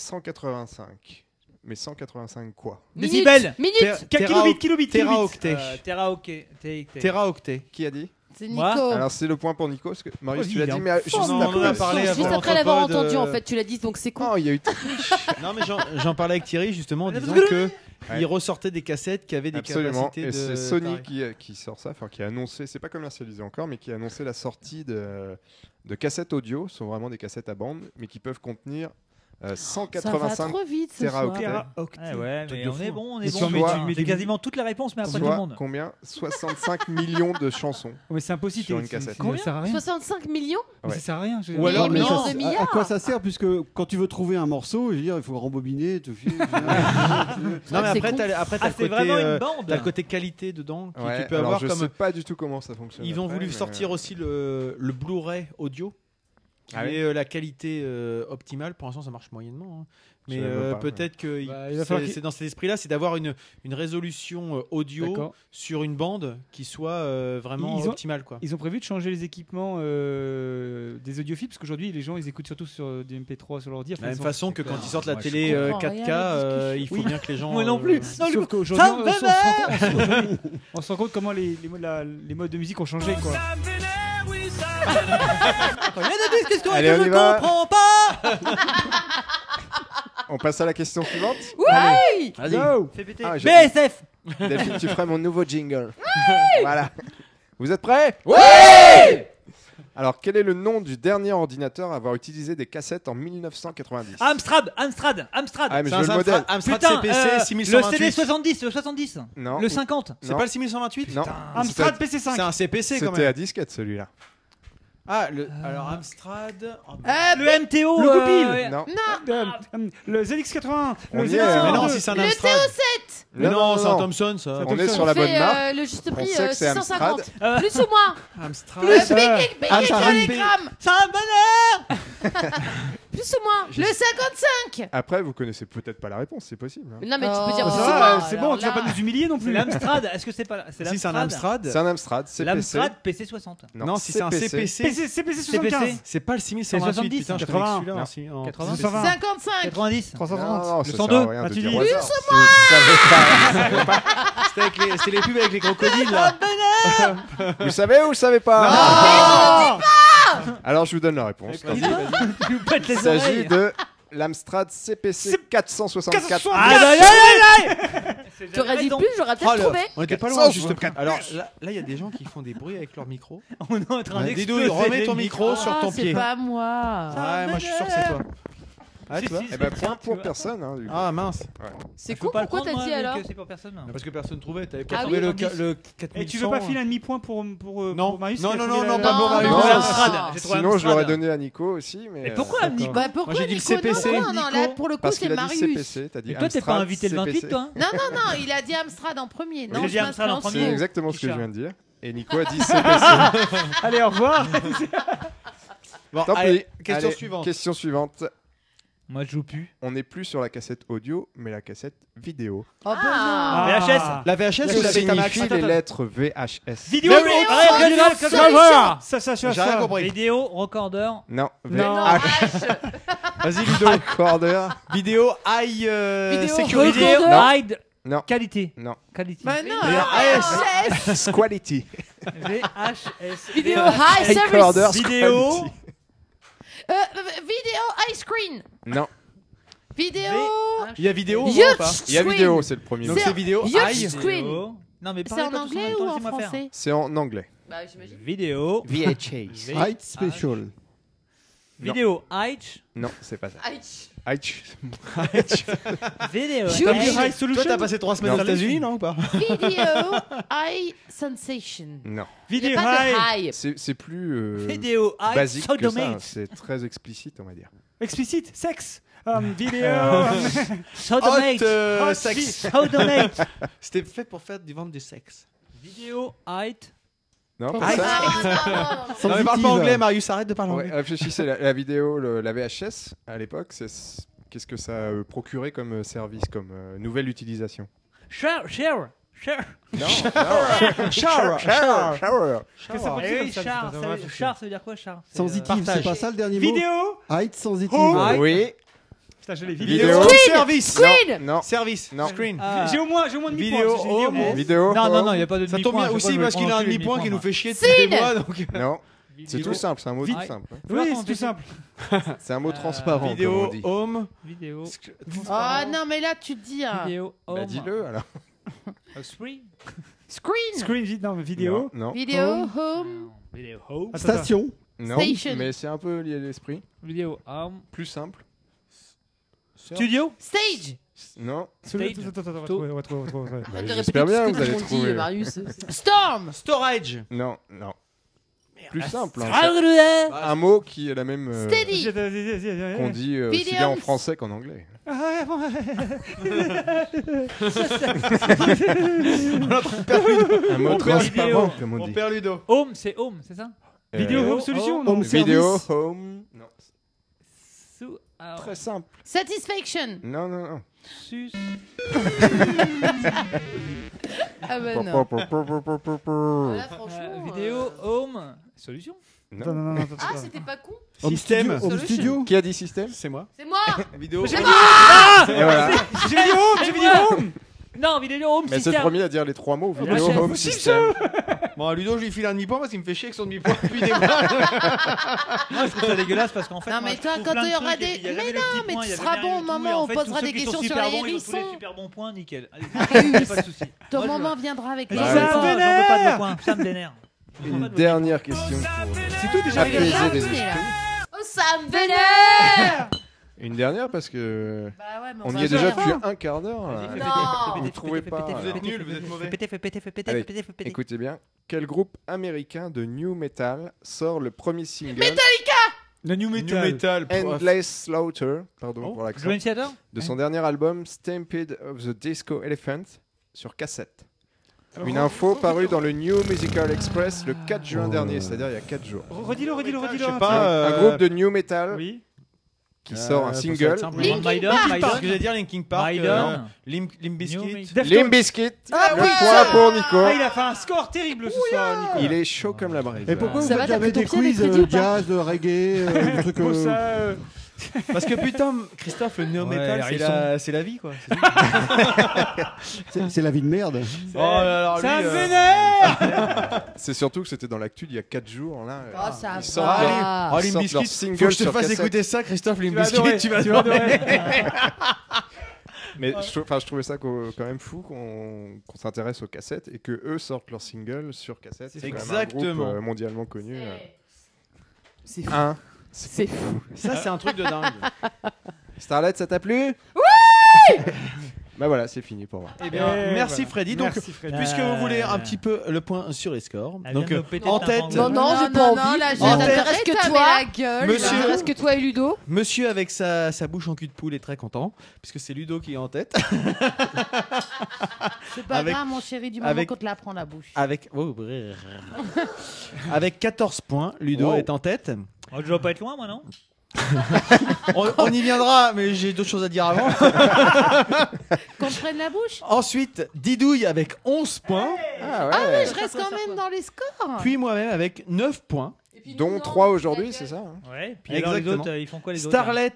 Speaker 4: 185. Mais 185 quoi
Speaker 11: Décibel.
Speaker 5: Minute
Speaker 3: Quel kilobit, kilobit, kilobit.
Speaker 6: Teraoctet.
Speaker 11: Euh, Teraoctet. Teraoctet.
Speaker 6: Teraoctet.
Speaker 4: Qui a dit
Speaker 9: C'est
Speaker 11: Moi
Speaker 9: Nico.
Speaker 4: Alors c'est le point pour Nico, parce que Marius,
Speaker 3: Oh,
Speaker 4: tu l'as
Speaker 3: il est
Speaker 4: dit,
Speaker 3: en
Speaker 4: mais euh, juste
Speaker 6: forme. Non, on en a
Speaker 4: après.
Speaker 6: parlé avant.
Speaker 5: Juste
Speaker 6: avant
Speaker 5: après l'avoir
Speaker 6: Anthropode,
Speaker 5: entendu, en
Speaker 6: euh,
Speaker 5: fait, tu l'as dit, donc c'est con.
Speaker 4: Non, il y a eu
Speaker 11: [LAUGHS]
Speaker 6: Non,
Speaker 5: [LAUGHS]
Speaker 6: mais j'en- j'en parlais avec Thierry justement en disant que il ressortait des cassettes qui avaient des
Speaker 4: Absolument.
Speaker 6: capacités
Speaker 4: Et
Speaker 6: de.
Speaker 4: c'est Sony
Speaker 6: tarif.
Speaker 4: qui, euh, qui sort ça, enfin qui a annoncé, c'est pas commercialisé encore, mais qui a annoncé la sortie de, de cassettes audio, ce sont vraiment des cassettes à bande, mais qui peuvent contenir euh,
Speaker 9: Ça va
Speaker 4: 185
Speaker 9: trop vite, ce
Speaker 4: teraoctets.
Speaker 9: soir.
Speaker 11: Ouais, ouais, mais
Speaker 6: de
Speaker 11: on
Speaker 6: fou,
Speaker 11: est
Speaker 6: hein.
Speaker 11: bon, on
Speaker 3: Mais
Speaker 11: est
Speaker 3: sur
Speaker 11: bon.
Speaker 3: mes-
Speaker 11: putain.
Speaker 3: tu mets
Speaker 11: J'ai
Speaker 3: des-
Speaker 11: quasiment toute la réponse, mais après tout le
Speaker 4: soit
Speaker 11: monde.
Speaker 4: combien 65 [LAUGHS] millions de chansons.
Speaker 3: Mais c'est impossible.
Speaker 4: Sur une
Speaker 3: c'est-
Speaker 4: cassette.
Speaker 3: c'est- Ça sert à rien.
Speaker 5: 65 millions
Speaker 3: Mais
Speaker 4: Ouais.
Speaker 3: Ça sert à rien. je-
Speaker 6: Ou alors,
Speaker 2: mais
Speaker 6: non.
Speaker 2: ça,
Speaker 5: de
Speaker 2: c'est- à,
Speaker 5: milliards.
Speaker 2: à quoi ça sert Puisque quand tu veux trouver un morceau, je veux dire, il faut rembobiner. Tu...
Speaker 6: Non, mais
Speaker 5: C'est
Speaker 6: après,
Speaker 5: con.
Speaker 6: t'as, après, t'as
Speaker 11: Ah,
Speaker 6: le
Speaker 11: c'est
Speaker 6: côté,
Speaker 11: vraiment une
Speaker 6: euh,
Speaker 11: bande.
Speaker 6: t'as le côté qualité dedans qui,
Speaker 4: Ouais,
Speaker 6: tu peux
Speaker 4: alors,
Speaker 6: avoir
Speaker 4: je
Speaker 6: comme.
Speaker 4: sais pas du tout comment ça fonctionne.
Speaker 6: Ils ont
Speaker 4: après,
Speaker 6: voulu
Speaker 4: mais,
Speaker 6: sortir
Speaker 4: euh,
Speaker 6: aussi le, le Blu-ray audio. qui
Speaker 4: Ah oui
Speaker 6: est euh, la qualité euh, optimale. Pour l'instant, ça marche moyennement. hein.
Speaker 4: Je
Speaker 6: Mais
Speaker 4: savais
Speaker 6: euh,
Speaker 4: pas,
Speaker 6: peut-être que il-
Speaker 3: Bah, il va
Speaker 6: c'est-
Speaker 3: falloir qu'il-
Speaker 6: c'est dans cet esprit-là, c'est d'avoir une, une résolution euh, audio
Speaker 3: D'accord.
Speaker 6: sur une bande qui soit euh, vraiment
Speaker 3: ils ont,
Speaker 6: optimale. Quoi.
Speaker 3: Ils ont prévu de changer les équipements euh, des audiophiles parce qu'aujourd'hui les gens ils écoutent surtout sur euh, du MP3 sur leur dire.
Speaker 6: De la même façon que quand ils sortent la télé euh, 4K, euh, il faut bien que les gens. euh,
Speaker 3: Sauf qu'aujourd'hui, on, s'en- on s'en- aujourd'hui, [LAUGHS] on se rend compte comment les, les modes, la- les modes de musique ont changé. Quoi.
Speaker 1: qu'est-ce qu'on
Speaker 4: Allez,
Speaker 1: je
Speaker 4: on y va.
Speaker 1: comprends pas
Speaker 4: On passe à la question suivante
Speaker 1: Oui
Speaker 4: Allez.
Speaker 1: Vas-y.
Speaker 4: Go.
Speaker 1: Fais péter.
Speaker 4: j'ai-
Speaker 1: BSF.
Speaker 4: Delphine, tu feras mon nouveau jingle. Voilà. Vous êtes prêts
Speaker 1: Ouais
Speaker 4: Alors, quel est le nom du dernier ordinateur à avoir utilisé des cassettes en
Speaker 1: Ah,
Speaker 4: 1990
Speaker 1: Amstrad, Amstrad, Amstrad.
Speaker 4: Ah, mais je veux le modèle. Amstrad
Speaker 1: Putain,
Speaker 4: CPC,
Speaker 1: euh,
Speaker 4: 6128.
Speaker 1: Le CD 70, le 70.
Speaker 4: Non.
Speaker 1: Le 50.
Speaker 6: C'est pas le 6128
Speaker 4: Non.
Speaker 6: Amstrad PC5. C'est un CPC quand
Speaker 4: C'était
Speaker 6: même.
Speaker 4: à disquette celui-là.
Speaker 6: Ah, le, alors Amstrad. oh,
Speaker 1: Euh, le MTO.
Speaker 3: Le
Speaker 1: euh,
Speaker 3: Goupil
Speaker 1: ouais.
Speaker 4: Non.
Speaker 3: Euh, euh, Le ZX81
Speaker 4: On
Speaker 3: Le
Speaker 4: y est, hein.
Speaker 6: Mais non, si c'est un
Speaker 4: Le
Speaker 6: Amstrad.
Speaker 5: TO7
Speaker 6: Mais non, c'est un Thomson
Speaker 4: On
Speaker 6: ça.
Speaker 4: est sur la
Speaker 5: fait,
Speaker 4: bonne
Speaker 5: euh,
Speaker 4: marque.
Speaker 5: le juste
Speaker 4: On
Speaker 5: prix
Speaker 4: sait
Speaker 5: euh,
Speaker 4: que c'est Amstrad.
Speaker 5: 650. Plus ou moins
Speaker 6: Amstrad.
Speaker 5: Plus Big Big
Speaker 4: Amstrad.
Speaker 5: Telegram.
Speaker 1: C'est un bonheur
Speaker 9: [LAUGHS]
Speaker 5: Plus ou moins Le 55
Speaker 4: Après, vous connaissez peut-être pas la réponse, c'est possible. hein.
Speaker 5: Non mais tu peux dire
Speaker 1: Oh,
Speaker 5: plus ou
Speaker 1: ça va,
Speaker 5: moins
Speaker 1: c'est
Speaker 5: alors
Speaker 1: bon, tu vas
Speaker 5: là.
Speaker 1: pas nous humilier non plus. C'est [LAUGHS] l'Amstrad, est-ce que c'est pas là c'est
Speaker 6: Si, c'est un Amstrad.
Speaker 4: C'est un Amstrad, c'est
Speaker 1: L'Amstrad PC60.
Speaker 6: Non, si c'est un CPC.
Speaker 1: CPC.
Speaker 6: C'est pas le 6128. Putain, je
Speaker 1: 70,
Speaker 6: connais
Speaker 1: 80.
Speaker 6: celui-là. hein. Merci. En-
Speaker 5: 55
Speaker 1: 90
Speaker 4: Non, non, ça sert à
Speaker 1: 102
Speaker 4: rien de
Speaker 1: Ah, tu
Speaker 4: dire
Speaker 1: dis
Speaker 4: au hasard.
Speaker 1: Plus
Speaker 4: [LAUGHS]
Speaker 6: C'était avec les- c'était les pubs avec les crocodiles
Speaker 11: Ah,
Speaker 6: là.
Speaker 4: Vous savez ou vous savez pas
Speaker 6: Non,
Speaker 4: Alors, je vous donne la réponse.
Speaker 6: Vas-y,
Speaker 1: vas-y. Tu nous pètes les
Speaker 4: Il s'agit
Speaker 1: oreilles.
Speaker 4: de l'Amstrad CPC 464.
Speaker 1: Aïe, aïe, aïe, aïe, aïe
Speaker 5: T'aurais dit
Speaker 1: Raison.
Speaker 5: plus, j'aurais peut-être
Speaker 6: Oh, le-
Speaker 5: trouvé
Speaker 6: On était pas
Speaker 4: 400,
Speaker 6: loin juste
Speaker 4: je
Speaker 6: près.
Speaker 4: vois.
Speaker 6: Alors là, là, il y a des gens qui font des bruits avec leur micro.
Speaker 1: On est en train
Speaker 6: Ouais,
Speaker 1: d'exploser.
Speaker 6: Didouille, Bah, remets ton
Speaker 1: les
Speaker 6: micro
Speaker 1: micros.
Speaker 4: Ah,
Speaker 5: Ah,
Speaker 6: sur ton pied.
Speaker 9: C'est pas moi.
Speaker 6: Ouais, moi je suis sûr que c'est toi. Ah, tu vois
Speaker 4: Eh ben, point pour personne. hein, du coup.
Speaker 6: Ah mince.
Speaker 5: C'est
Speaker 1: Je peux
Speaker 5: con,
Speaker 1: pas le
Speaker 5: pourquoi
Speaker 1: prendre,
Speaker 5: t'as dit
Speaker 1: moi, vu
Speaker 5: alors
Speaker 1: que C'est pour personne.
Speaker 6: Parce que personne trouvait, t'avais
Speaker 5: Ah
Speaker 6: pas trouvé
Speaker 5: oui.
Speaker 6: le, ca- le
Speaker 3: Et
Speaker 6: 4100.
Speaker 3: tu veux pas filer un demi-point pour, pour, euh,
Speaker 6: Non.
Speaker 3: pour Marius
Speaker 6: Non,
Speaker 3: qui a
Speaker 6: non,
Speaker 3: trouvé
Speaker 6: non,
Speaker 3: la-
Speaker 6: non, pas
Speaker 5: Non,
Speaker 6: pour Marius.
Speaker 5: non,
Speaker 4: Non,
Speaker 5: non,
Speaker 1: Amstrad,
Speaker 5: non.
Speaker 1: j'ai trouvé
Speaker 4: Sinon, je l'aurais
Speaker 1: Amstrad.
Speaker 4: donné à Nico aussi. Mais,
Speaker 1: Mais
Speaker 4: euh,
Speaker 1: pourquoi Nico
Speaker 6: D'accord.
Speaker 5: Bah pourquoi
Speaker 6: Moi, j'ai dit le
Speaker 5: Nico Non,
Speaker 6: CPC.
Speaker 5: Non, non, là pour le coup
Speaker 4: Parce qu'il
Speaker 5: c'est
Speaker 4: a
Speaker 5: Marius.
Speaker 4: dit CPC, t'as dit
Speaker 1: Mais toi, t'es pas
Speaker 4: Amstrad,
Speaker 1: invité le 28,
Speaker 4: CPC.
Speaker 1: toi hein
Speaker 5: Non, non, non, il a dit Amstrad en premier. Non,
Speaker 1: J'ai
Speaker 5: je
Speaker 1: dit Amstrad en
Speaker 5: m'inscris
Speaker 1: premier.
Speaker 4: C'est exactement ce que je
Speaker 1: Richard.
Speaker 4: viens de dire.
Speaker 5: [LAUGHS]
Speaker 4: Et Nico a dit CPC.
Speaker 3: Allez, au revoir.
Speaker 6: [LAUGHS] Bon,
Speaker 4: Tant
Speaker 6: allez,
Speaker 4: pis.
Speaker 6: question
Speaker 4: Allez,
Speaker 6: suivante.
Speaker 4: Question suivante.
Speaker 1: Moi, je joue plus.
Speaker 4: On n'est plus sur la cassette audio, mais la cassette vidéo.
Speaker 5: Oh, bah
Speaker 3: Ah.
Speaker 1: VHS.
Speaker 6: La VHS
Speaker 4: Que
Speaker 6: ou la
Speaker 4: signifie
Speaker 6: Betamax
Speaker 4: les lettres VHS
Speaker 1: Vidéo,
Speaker 3: Vidéo,
Speaker 5: solution.
Speaker 3: Ça, ça, ça,
Speaker 6: J'ai rien
Speaker 3: ça.
Speaker 6: compris.
Speaker 1: vidéo, recorder.
Speaker 4: Non,
Speaker 5: non.
Speaker 4: VHS.
Speaker 6: [LAUGHS] Vas-y, Ludo.
Speaker 4: Recorder.
Speaker 6: Vidéo high euh,
Speaker 5: Vidéo.
Speaker 6: security.
Speaker 1: Vidéo,
Speaker 4: Non.
Speaker 1: hide,
Speaker 4: Non,
Speaker 1: qualité.
Speaker 4: non.
Speaker 1: Qualité.
Speaker 5: Bah non,
Speaker 6: D'ailleurs,
Speaker 5: VHS.
Speaker 6: [LAUGHS]
Speaker 4: Quality.
Speaker 1: VHS.
Speaker 5: Vidéo high
Speaker 4: Recorder.
Speaker 5: service.
Speaker 1: Vidéo.
Speaker 4: Quality.
Speaker 5: Euh, euh, Vidéo high screen.
Speaker 4: Non,
Speaker 5: Vidéo.
Speaker 4: Ah,
Speaker 6: Il y a vidéo au moins ou
Speaker 5: Huge
Speaker 6: pas
Speaker 4: il y a
Speaker 5: screen.
Speaker 4: vidéo, c'est le premier.
Speaker 6: Donc
Speaker 4: mot.
Speaker 6: c'est vidéo high.
Speaker 5: Huge screen.
Speaker 1: Vidéo. Non, mais
Speaker 5: C'est
Speaker 1: parlez
Speaker 5: en
Speaker 1: pas tous
Speaker 5: anglais
Speaker 1: même temps,
Speaker 5: ou en
Speaker 1: laissez-moi faire.
Speaker 5: français
Speaker 4: C'est en anglais.
Speaker 5: Bah j'imagine.
Speaker 1: Vidéo.
Speaker 4: VHS.
Speaker 2: Height Special.
Speaker 1: Vidéo, hide.
Speaker 4: Non, c'est pas ça.
Speaker 5: Aïe.
Speaker 4: H. [LAUGHS]
Speaker 1: Vidéo.
Speaker 5: Huge.
Speaker 1: hide.
Speaker 6: High Solution. Toi, t'as passé 3 semaines
Speaker 4: Non.
Speaker 6: aux États-Unis, non ou pas
Speaker 5: Vidéo high sensation.
Speaker 4: Non.
Speaker 5: Il y
Speaker 3: Vidéo
Speaker 5: a pas
Speaker 3: high.
Speaker 5: de high.
Speaker 4: C'est c'est plus euh,
Speaker 1: Vidéo, hide,
Speaker 4: basique que ça. hein.
Speaker 1: sodomate.
Speaker 4: C'est très explicite, on va dire.
Speaker 3: Explicite, sexe. Hum, vidéo. [LAUGHS]
Speaker 1: Sodomate.
Speaker 6: Ah Hot, euh,
Speaker 1: Hot
Speaker 6: sexe.
Speaker 1: shit. Sodomate.
Speaker 6: [LAUGHS] C'était fait pour faire du vente du sexe.
Speaker 1: Vidéo, hide.
Speaker 4: Non,
Speaker 2: Pas
Speaker 4: pas
Speaker 6: high.
Speaker 1: [LAUGHS]
Speaker 4: ça.
Speaker 5: Ah, non, non, non.
Speaker 6: Non, mais
Speaker 2: Sensitive.
Speaker 6: parle pas anglais, Marius, arrête de parler
Speaker 4: Ouais,
Speaker 6: anglais.
Speaker 4: réfléchissez, la, la vidéo, le- la VHS, à l'époque, c'est s- qu'est-ce que ça euh, procurait comme euh, service, comme euh, nouvelle utilisation
Speaker 1: Share, share, share.
Speaker 4: Non,
Speaker 6: Shower, shower.
Speaker 4: shower.
Speaker 3: Qu'est-ce que ça veut
Speaker 1: Eh
Speaker 3: dire,
Speaker 1: oui,
Speaker 3: ça,
Speaker 1: char,
Speaker 3: putain,
Speaker 1: ça veut-
Speaker 3: dommage.
Speaker 1: char, ça veut dire quoi, char C'est, euh,
Speaker 2: Sensitive, c'est pas ça le dernier mot
Speaker 3: Vidéo.
Speaker 2: Height sensitive.
Speaker 6: Oh.
Speaker 1: High.
Speaker 4: Oui,
Speaker 3: Putain, je l'ai vidéo.
Speaker 4: vidéo.
Speaker 6: Service.
Speaker 4: Screen Non,
Speaker 6: Service.
Speaker 4: Non.
Speaker 6: Screen.
Speaker 1: Ah.
Speaker 3: J'ai au moins, j'ai au moins demi
Speaker 6: Vidéo,
Speaker 3: point.
Speaker 6: home.
Speaker 4: non. vidéo.
Speaker 1: Non, non, non, il n'y a pas de
Speaker 6: Ça
Speaker 1: demi-point.
Speaker 6: tombe bien
Speaker 1: je sais
Speaker 6: aussi
Speaker 1: pas,
Speaker 6: parce
Speaker 1: je
Speaker 6: qu'il a un
Speaker 1: prends plus
Speaker 6: demi-point
Speaker 1: le
Speaker 6: qui nous
Speaker 1: demi-point,
Speaker 6: fait chier depuis des
Speaker 5: Scene.
Speaker 6: mois. Donc... euh,
Speaker 4: Non, c'est tout simple, c'est un mot tout
Speaker 1: High.
Speaker 4: simple. hein.
Speaker 3: Oui,
Speaker 1: Florent,
Speaker 3: c'est tout
Speaker 1: fais-
Speaker 3: simple.
Speaker 4: C'est un mot
Speaker 1: Euh,
Speaker 4: transparent, comme on
Speaker 6: Vidéo,
Speaker 4: dit.
Speaker 6: home.
Speaker 1: moi. Vidéo.
Speaker 5: Ah non mais là tu te dis hein. un
Speaker 1: Vidéo.
Speaker 4: Bah,
Speaker 1: home.
Speaker 4: dis-le alors.
Speaker 1: Euh, Three.
Speaker 5: [LAUGHS] screen.
Speaker 3: Screen, vite, non, mais vidéo.
Speaker 4: Non,
Speaker 5: Vidéo
Speaker 3: Home.
Speaker 5: home.
Speaker 1: Vidéo home.
Speaker 3: Attends, attends.
Speaker 2: Station.
Speaker 4: non,
Speaker 5: Oh. Station.
Speaker 4: mais c'est un peu lié à l'esprit.
Speaker 1: Vidéo home.
Speaker 4: Plus simple.
Speaker 1: Studio.
Speaker 5: Stage.
Speaker 4: Non,
Speaker 3: Celui-
Speaker 1: Stage.
Speaker 3: Attends, attends, attends, on va trouver, on va trouver, on va trouver, on va trouver.
Speaker 4: Bah, j'espère bien, vous allez trouver. [LAUGHS]
Speaker 5: Storm.
Speaker 6: Storage.
Speaker 4: Non, non. Plus simple. hein, ça.
Speaker 1: Radulé.
Speaker 6: Bah,
Speaker 4: Un mot qui est la même euh,
Speaker 5: Steady.
Speaker 3: Vas-y, vas-y, vas-y, vas-y, vas-y.
Speaker 4: qu'on dit euh, aussi
Speaker 5: Videos.
Speaker 4: bien en français qu'en anglais.
Speaker 3: Ah, ouais, bon, ouais.
Speaker 4: Un mot
Speaker 11: [LAUGHS]
Speaker 6: perd- [LAUGHS]
Speaker 4: transparent, comme on
Speaker 6: On
Speaker 4: dit.
Speaker 6: perd Ludo.
Speaker 1: Home, c'est home, c'est ça
Speaker 3: Vidéo Home Solution, non
Speaker 4: Euh, Home Vidéo Home. Non.
Speaker 11: Très
Speaker 4: simple.
Speaker 9: Satisfaction.
Speaker 4: Non, non, bah, non. [LAUGHS]
Speaker 5: [LAUGHS]
Speaker 11: Sus.
Speaker 9: Ah
Speaker 5: bah,
Speaker 9: ben non. Là,
Speaker 4: non.
Speaker 9: Ah, franchement,
Speaker 11: Euh, vidéo, home, solution.
Speaker 4: Non, non, non, attends,
Speaker 9: Ah, c'était pas con.
Speaker 6: Système.
Speaker 4: Home Studio Qui a dit système
Speaker 6: C'est moi.
Speaker 9: C'est moi.
Speaker 4: [LAUGHS]
Speaker 6: Vidéo.
Speaker 9: C'est
Speaker 6: Home.
Speaker 9: moi.
Speaker 6: Ah
Speaker 4: Et
Speaker 1: [LAUGHS]
Speaker 4: voilà.
Speaker 3: J'ai dit home, j'ai dit home.
Speaker 11: Non, vidéo, home,
Speaker 4: Mais c'est le
Speaker 11: système.
Speaker 4: premier à dire les trois mots.
Speaker 11: la
Speaker 4: Vidéo
Speaker 11: chaîne.
Speaker 4: Home System.
Speaker 6: [LAUGHS] Bon, à Ludo, je lui file un demi-point parce qu'il me fait chier avec son [LAUGHS] demi-point depuis des mois.
Speaker 11: Moi, je trouve ça dégueulasse parce qu'en fait.
Speaker 9: Non,
Speaker 11: moi,
Speaker 9: mais
Speaker 11: je
Speaker 9: toi,
Speaker 11: trouve
Speaker 9: quand
Speaker 11: plein de
Speaker 9: il y aura
Speaker 11: trucs et
Speaker 9: des-
Speaker 11: puis il y a
Speaker 9: mais
Speaker 11: jamais les
Speaker 9: non,
Speaker 11: petits
Speaker 9: mais
Speaker 11: points,
Speaker 9: tu
Speaker 11: il y a
Speaker 9: seras
Speaker 11: jamais
Speaker 9: bon,
Speaker 11: rien du tout,
Speaker 9: maman,
Speaker 11: et en
Speaker 9: on
Speaker 11: fait,
Speaker 9: posera
Speaker 11: tous ceux
Speaker 9: des
Speaker 11: qui sont
Speaker 9: questions sur
Speaker 11: super
Speaker 9: les
Speaker 11: bons, ils vont tous
Speaker 9: hérissons.
Speaker 11: les super bons points, nickel.
Speaker 9: [LAUGHS]
Speaker 11: Allez, y a pas de souci.
Speaker 9: Ton
Speaker 11: Moi, je- Bah,
Speaker 9: maman viendra avec
Speaker 11: J'en
Speaker 9: les
Speaker 11: veux
Speaker 9: enfants.
Speaker 11: pas, j'en veux pas de vos points, ça me dénerve.
Speaker 4: Une dernière question.
Speaker 11: C'est tout déjà
Speaker 4: Apaiser
Speaker 9: Ah,
Speaker 4: les
Speaker 9: on est là.
Speaker 4: esprits.
Speaker 9: Oh, ça me vénère
Speaker 4: Une dernière parce que.
Speaker 9: Bah ouais, mais on
Speaker 4: On
Speaker 9: va
Speaker 4: y est déjà
Speaker 9: faire.
Speaker 4: depuis un quart d'heure.
Speaker 9: Vas-y, fais Non. péter,
Speaker 4: Vous
Speaker 9: fais
Speaker 4: trouvez
Speaker 11: péter,
Speaker 4: pas.
Speaker 11: fais péter,
Speaker 6: Vous
Speaker 4: alors.
Speaker 6: êtes nuls, vous êtes mauvais.
Speaker 11: Fais péter, fais péter, fais péter,
Speaker 4: Allez,
Speaker 11: fais péter, fais péter.
Speaker 4: Écoutez bien. Quel groupe américain de new metal sort le premier single
Speaker 3: Le new
Speaker 6: New
Speaker 3: metal.
Speaker 6: Metal. pof.
Speaker 4: Endless Slaughter, pardon
Speaker 6: Oh,
Speaker 4: pour l'accent,
Speaker 11: Joan Theater
Speaker 4: de son dernier album Stampede of the Disco Elephant sur cassette. Une info parue dans le New Musical Express le 4 juin
Speaker 2: Oh.
Speaker 4: dernier, c'est-à-dire il y a 4 jours.
Speaker 3: Redis-le, redis-le,
Speaker 2: Ah,
Speaker 6: Je
Speaker 3: redis-le.
Speaker 6: sais
Speaker 4: Un,
Speaker 6: pas.
Speaker 4: un
Speaker 6: euh,
Speaker 4: groupe de new metal
Speaker 3: Oui.
Speaker 4: qui sort
Speaker 6: euh,
Speaker 4: un
Speaker 6: faut
Speaker 4: single.
Speaker 6: être simple.
Speaker 9: Linkin
Speaker 11: Maiden,
Speaker 9: Park.
Speaker 6: Parce que j'allais
Speaker 11: Maiden.
Speaker 6: dire Linkin Park.
Speaker 11: Maiden.
Speaker 6: euh, Limp Limp
Speaker 11: New
Speaker 6: Bizkit.
Speaker 11: Meat.
Speaker 4: Limp Bizkit,
Speaker 3: Ah
Speaker 4: le
Speaker 3: oui,
Speaker 4: point ah. pour Nico.
Speaker 3: Ah, il a fait un score terrible ce soir, Nicolas.
Speaker 4: Il est chaud comme la braise.
Speaker 2: Et pourquoi
Speaker 9: Ça
Speaker 2: vous
Speaker 9: va,
Speaker 2: faites
Speaker 9: t'as
Speaker 2: jamais
Speaker 9: plutôt
Speaker 2: des
Speaker 9: bien des
Speaker 2: quiz
Speaker 9: crédits
Speaker 2: euh,
Speaker 9: ou pas
Speaker 2: jazz, euh, reggae, euh, des trucs
Speaker 3: Bon,
Speaker 2: euh,
Speaker 3: ça,
Speaker 4: [LAUGHS]
Speaker 3: euh,
Speaker 6: Parce que putain, Christophe, le New
Speaker 11: Ouais,
Speaker 6: Metal, c'est
Speaker 11: Harrison.
Speaker 6: la- c'est la vie quoi. C'est-
Speaker 2: [LAUGHS] c'est- C'est la vie de merde.
Speaker 6: Oh là là,
Speaker 3: ça
Speaker 6: lui,
Speaker 3: me
Speaker 6: euh,
Speaker 3: vénère
Speaker 4: [LAUGHS] C'est surtout que c'était dans l'actu il y a 4 jours. Là.
Speaker 9: Oh, ça
Speaker 4: Ils sortent
Speaker 9: va.
Speaker 6: Ah,
Speaker 4: Ils
Speaker 6: Limp
Speaker 4: sortent leur
Speaker 6: Bizkit,
Speaker 4: single
Speaker 6: faut que je te
Speaker 4: sur
Speaker 6: fasse
Speaker 4: cassette.
Speaker 6: écouter ça, Christophe, Limp
Speaker 3: Tu vas adorer,
Speaker 6: Bizkit, tu vas
Speaker 3: tu vas
Speaker 6: adorer.
Speaker 3: adorer.
Speaker 4: [LAUGHS]
Speaker 6: [LAUGHS]
Speaker 4: Mais je, trou- enfin, je trouvais ça co- quand même fou qu'on qu'on s'intéresse aux cassettes et que eux sortent leur single sur cassette.
Speaker 6: C'est
Speaker 4: quand même un
Speaker 6: exactement.
Speaker 4: groupe, euh, mondialement connu. euh.
Speaker 5: C'est fou.
Speaker 4: Hein
Speaker 5: C'est fou.
Speaker 6: Ça, c'est un truc
Speaker 4: [LAUGHS]
Speaker 6: de dingue.
Speaker 4: Starlet, ça t'a plu Oui Bah voilà, c'est fini pour moi.
Speaker 6: Eh bien,
Speaker 3: Et
Speaker 6: merci
Speaker 3: voilà.
Speaker 6: Freddy. Donc,
Speaker 3: Merci, Freddy.
Speaker 6: puisque vous voulez
Speaker 4: Euh.
Speaker 6: un petit peu le point sur les scores,
Speaker 11: Elle
Speaker 6: donc
Speaker 11: vient de
Speaker 6: euh,
Speaker 11: nous péter
Speaker 6: en
Speaker 11: le
Speaker 6: tête,
Speaker 11: tympano.
Speaker 5: Non, non, j'ai pas
Speaker 9: non,
Speaker 5: envie.
Speaker 9: Non, là, je
Speaker 6: En tête.
Speaker 9: t'intéresse que toi. la gueule.
Speaker 6: Monsieur-
Speaker 5: Monsieur... Reste que toi et Ludo.
Speaker 6: Monsieur avec sa, sa bouche en cul de poule est très content, puisque c'est Ludo qui est en tête.
Speaker 9: C'est pas
Speaker 6: Avec-
Speaker 9: grave, mon chéri, du moment
Speaker 6: avec-
Speaker 9: qu'on te la prend la bouche.
Speaker 6: Avec, oh, brrr. avec 14 points, Ludo
Speaker 4: Wow.
Speaker 6: est en tête.
Speaker 11: Oh, Je dois pas être loin, moi, non
Speaker 6: On, on y viendra, mais j'ai d'autres choses à dire avant.
Speaker 9: [LAUGHS] Qu'on te prenne la bouche
Speaker 2: Ah
Speaker 6: Ensuite, Didouille avec 11 points,
Speaker 4: Ah
Speaker 9: Ah, mais
Speaker 4: ouais
Speaker 9: je reste quand même dans les scores.
Speaker 6: puis moi-même avec 9 points.
Speaker 4: Dont 3 aujourd'hui, c'est ça hein
Speaker 11: Ouais. Puis alors, les
Speaker 6: Exactement.
Speaker 11: autres, euh, ils font quoi, les autres là
Speaker 6: Starlet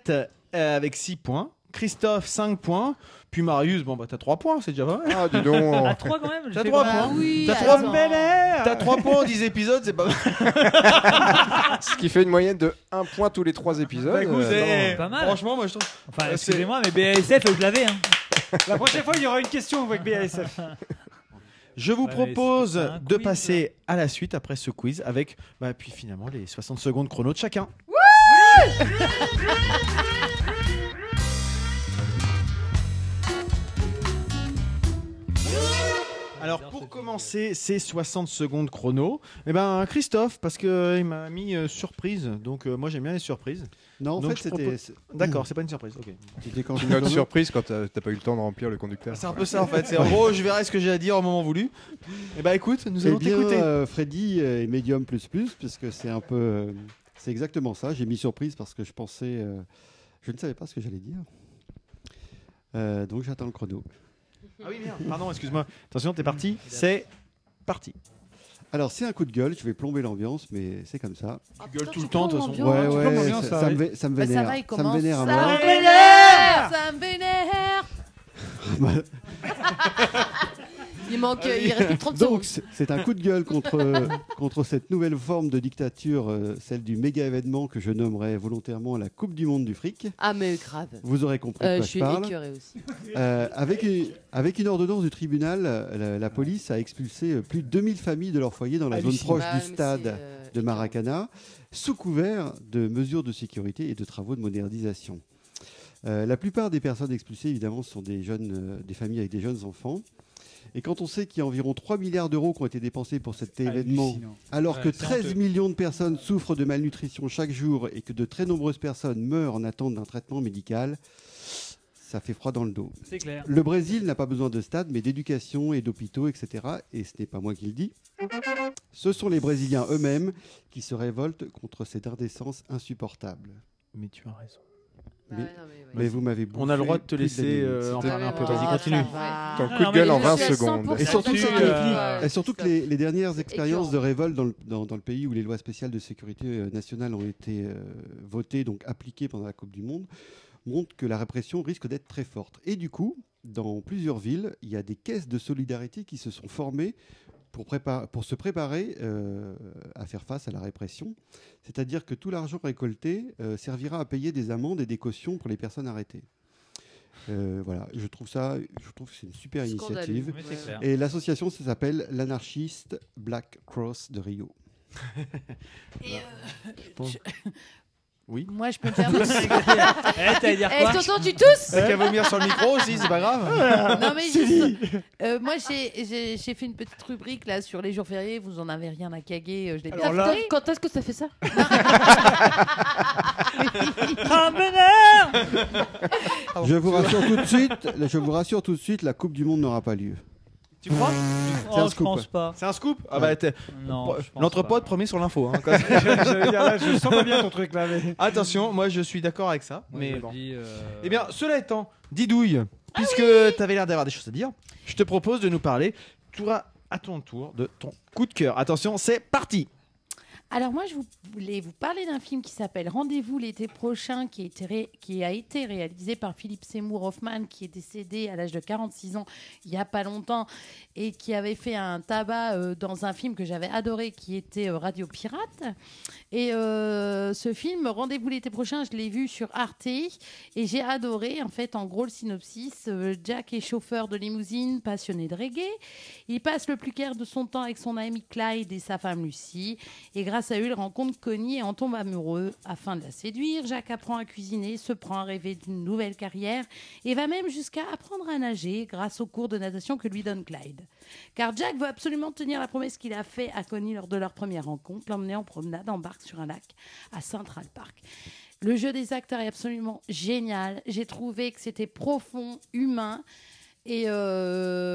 Speaker 6: euh, avec 6 points, Christophe 5 points, puis Marius, bon bah t'as 3 points, c'est déjà pas mal.
Speaker 4: Ah,
Speaker 11: [LAUGHS]
Speaker 4: dis donc
Speaker 11: À 3 quand même
Speaker 6: T'as
Speaker 11: j'ai fait
Speaker 6: 3
Speaker 11: quoi
Speaker 9: Bah
Speaker 6: points.
Speaker 9: oui.
Speaker 6: T'as trois
Speaker 9: attends.
Speaker 11: [LAUGHS]
Speaker 6: T'as 3 points en 10 épisodes, c'est pas mal.
Speaker 4: Ce qui fait une moyenne de 1 point tous les 3 épisodes.
Speaker 6: Bah, écoute,
Speaker 4: euh,
Speaker 6: c'est-
Speaker 11: Pas mal.
Speaker 6: Franchement, moi je trouve.
Speaker 11: Enfin,
Speaker 6: Euh, c'est-
Speaker 11: excusez-moi, mais BASF, euh, je l'avais. Hein.
Speaker 3: La prochaine fois, il y aura une question avec BASF.
Speaker 6: Je
Speaker 11: Ouais,
Speaker 6: vous
Speaker 11: mais
Speaker 6: propose
Speaker 11: c'était pas un
Speaker 6: de
Speaker 11: quiz,
Speaker 6: passer à la suite après ce quiz avec, bah, puis finalement, les 60 secondes chrono de chacun. Alors pour commencer ces 60 secondes chrono, eh ben Christophe parce que il m'a mis euh, surprise, donc euh, moi j'aime bien les surprises.
Speaker 2: Non, en
Speaker 6: Donc, je
Speaker 2: fait, c'était-
Speaker 6: propose- D'accord, c'est pas une surprise. ok.
Speaker 2: c'était quand je
Speaker 4: Une note surprise quand t'as t'as pas eu le temps de remplir le conducteur.
Speaker 6: C'est un peu ça en fait. C'est en gros je verrai ce que j'ai à dire au moment voulu. Eh ben écoute, nous
Speaker 2: Eh
Speaker 6: allons
Speaker 2: bien,
Speaker 6: t'écouter.
Speaker 2: euh, Freddy euh, et Medium plus plus, puisque c'est un peu, euh, c'est exactement ça. J'ai mis surprise parce que je pensais, euh, je ne savais pas ce que j'allais dire. Euh, donc j'attends le chrono.
Speaker 6: Ah oui merde. Pardon, excuse-moi. Attention, t'es parti. C'est parti.
Speaker 2: Alors c'est un coup de gueule, je vais plomber l'ambiance, mais c'est comme ça.
Speaker 5: Ah,
Speaker 6: gueules
Speaker 5: putain,
Speaker 6: tout le
Speaker 5: tu
Speaker 6: temps, de
Speaker 5: prends
Speaker 6: toute façon.
Speaker 5: l'ambiance.
Speaker 9: hein,
Speaker 2: ouais,
Speaker 3: tu
Speaker 2: ouais,
Speaker 3: plombes l'ambiance,
Speaker 2: ça,
Speaker 3: ça,
Speaker 2: ça
Speaker 3: oui.
Speaker 2: me, vé- ça me
Speaker 9: Bah,
Speaker 2: vénère.
Speaker 9: ça va, il
Speaker 2: ça me
Speaker 9: commence.
Speaker 2: vénère à
Speaker 9: Ça
Speaker 2: mort.
Speaker 9: me vénère Ça me
Speaker 2: [LAUGHS]
Speaker 9: vénère
Speaker 5: Il manque, il reste plus que 30
Speaker 2: Donc
Speaker 5: secondes.
Speaker 2: c'est c'est un coup de gueule
Speaker 5: [LAUGHS]
Speaker 2: contre, euh, contre cette nouvelle forme de dictature, euh, celle du méga événement que je nommerai volontairement la Coupe du Monde du fric.
Speaker 5: Ah, mais grave.
Speaker 2: Vous aurez compris de
Speaker 5: Euh,
Speaker 2: quoi
Speaker 5: je
Speaker 2: je
Speaker 5: suis
Speaker 2: parle.
Speaker 5: écœurée aussi.
Speaker 2: Euh, avec, une, avec une ordonnance du tribunal, euh, la, la police a expulsé euh, plus de 2000 familles de leur foyer dans la zone
Speaker 3: Hallucinant.
Speaker 2: proche
Speaker 5: Bah, mais
Speaker 2: du
Speaker 5: c'est,
Speaker 2: stade
Speaker 5: euh,
Speaker 2: de Maracana, sous couvert de mesures de sécurité et de travaux de modernisation. Euh, la plupart des personnes expulsées, évidemment, sont des, jeunes, euh, des familles avec des jeunes enfants. Et quand on sait qu'il y a environ 3 milliards d'euros qui ont été dépensés pour cet événement,
Speaker 3: Hallucinant.
Speaker 2: alors
Speaker 6: Ouais,
Speaker 2: que
Speaker 6: c'est
Speaker 2: 13
Speaker 6: honteux.
Speaker 2: millions de personnes souffrent de malnutrition chaque jour et que de très nombreuses personnes meurent en attente d'un traitement médical, ça fait froid dans le dos.
Speaker 11: C'est clair.
Speaker 2: Le Brésil n'a pas besoin de stades, mais d'éducation et d'hôpitaux, etc. Et ce n'est pas moi qui le dis. Ce sont les Brésiliens eux-mêmes qui se révoltent contre cette indécence insupportable.
Speaker 6: Mais tu as raison.
Speaker 2: Mais,
Speaker 6: Ah ouais, non, mais ouais.
Speaker 2: mais vous m'avez bouffé
Speaker 6: On a le droit de te
Speaker 2: plus
Speaker 6: laisser,
Speaker 2: la minute.
Speaker 6: euh, en
Speaker 2: C'était-
Speaker 6: parler un peu. Vas-y, continue.
Speaker 2: Ton
Speaker 6: Non, non, mais je suis à 100%
Speaker 2: Et surtout,
Speaker 6: là-dessus,
Speaker 2: que,
Speaker 6: euh,
Speaker 2: et surtout que les, les dernières expériences
Speaker 6: écœurant.
Speaker 2: de révolte dans le, dans- dans le pays où les lois spéciales de sécurité euh, nationale ont été euh, votées, donc appliquées pendant la Coupe du Monde, montrent que la répression risque d'être très forte. Et du coup, dans plusieurs villes, il y a des caisses de solidarité qui se sont formées pour, prépa- pour se préparer euh, à faire face à la répression. C'est-à-dire que tout l'argent récolté euh, servira à payer des amendes et des cautions pour les personnes arrêtées. Euh, voilà, je trouve ça, je trouve que c'est une super
Speaker 14: Scandaleux.
Speaker 2: initiative.
Speaker 14: Mais c'est clair.
Speaker 2: Et l'association ça s'appelle l'anarchiste Black Cross de Rio.
Speaker 9: [LAUGHS] Et, euh,
Speaker 2: Je pense-
Speaker 6: Oui.
Speaker 9: Moi, je peux me
Speaker 6: [LAUGHS]
Speaker 9: permettre.
Speaker 6: Eh, t'allais dire quoi
Speaker 9: Eh, tonton, tu tousses
Speaker 6: T'as qu'à vomir sur le micro aussi, c'est pas grave.
Speaker 9: Non, mais
Speaker 6: C'est
Speaker 9: juste, euh, moi, j'ai- j'ai j'ai fait une petite rubrique là sur les jours fériés. Vous en avez rien à caguer. euh, Je l'ai
Speaker 5: Alors
Speaker 9: bien
Speaker 5: là-
Speaker 9: fait. Quand est-ce que ça fait ça
Speaker 6: [LAUGHS] Ah,
Speaker 2: [LAUGHS] Je vous rassure tout de suite, je vous rassure tout de suite, la Coupe du Monde n'aura pas lieu.
Speaker 6: Tu crois
Speaker 2: Oh, un je scoop. pense
Speaker 11: pas.
Speaker 6: C'est un scoop Ah
Speaker 2: Ouais.
Speaker 6: bah, t'es-
Speaker 11: Non,
Speaker 6: Pro-
Speaker 11: je pense
Speaker 6: L'entrepôt premier sur l'info.
Speaker 2: [LAUGHS]
Speaker 6: hein. Quand-
Speaker 11: J'allais dire, là, je sens pas bien ton truc, là, mais-
Speaker 6: Attention, moi je suis d'accord avec ça.
Speaker 11: Moi,
Speaker 6: mais
Speaker 11: je
Speaker 6: bon.
Speaker 11: dis, euh,
Speaker 6: Eh bien, cela étant, Didouille,
Speaker 9: Ah
Speaker 6: puisque tu avais l'air d'avoir des choses à dire, je te propose de nous parler, tour à, à ton tour, de ton coup de cœur. Attention, c'est parti
Speaker 9: Alors moi, je vous- voulais vous parler d'un film qui s'appelle Rendez-vous l'été prochain, qui a, été ré- qui a été réalisé par Philippe Seymour Hoffman, qui est décédé à l'âge de 46 ans il n'y a pas longtemps, et qui avait fait un tabac euh, dans un film que j'avais adoré, qui était euh, Radio Pirate. Et euh, ce film, Rendez-vous l'été prochain, je l'ai vu sur Arte, et j'ai adoré, en fait, en gros, le synopsis. Euh, Jack est chauffeur de limousine, passionné de reggae. Il passe le plus clair de son temps avec son ami Clyde et sa femme Lucie. Et grâce à eux, il rencontre Connie et en tombe amoureux. Afin de la séduire, Jacques apprend à cuisiner, se prend à rêver d'une nouvelle carrière et va même jusqu'à apprendre à nager grâce aux cours de natation que lui donne Clyde. Car Jack veut absolument tenir la promesse qu'il a faite à Connie lors de leur première rencontre, l'emmener en promenade en barque sur un lac à Central Park. Le jeu des acteurs est absolument génial. J'ai trouvé que c'était profond, humain. Et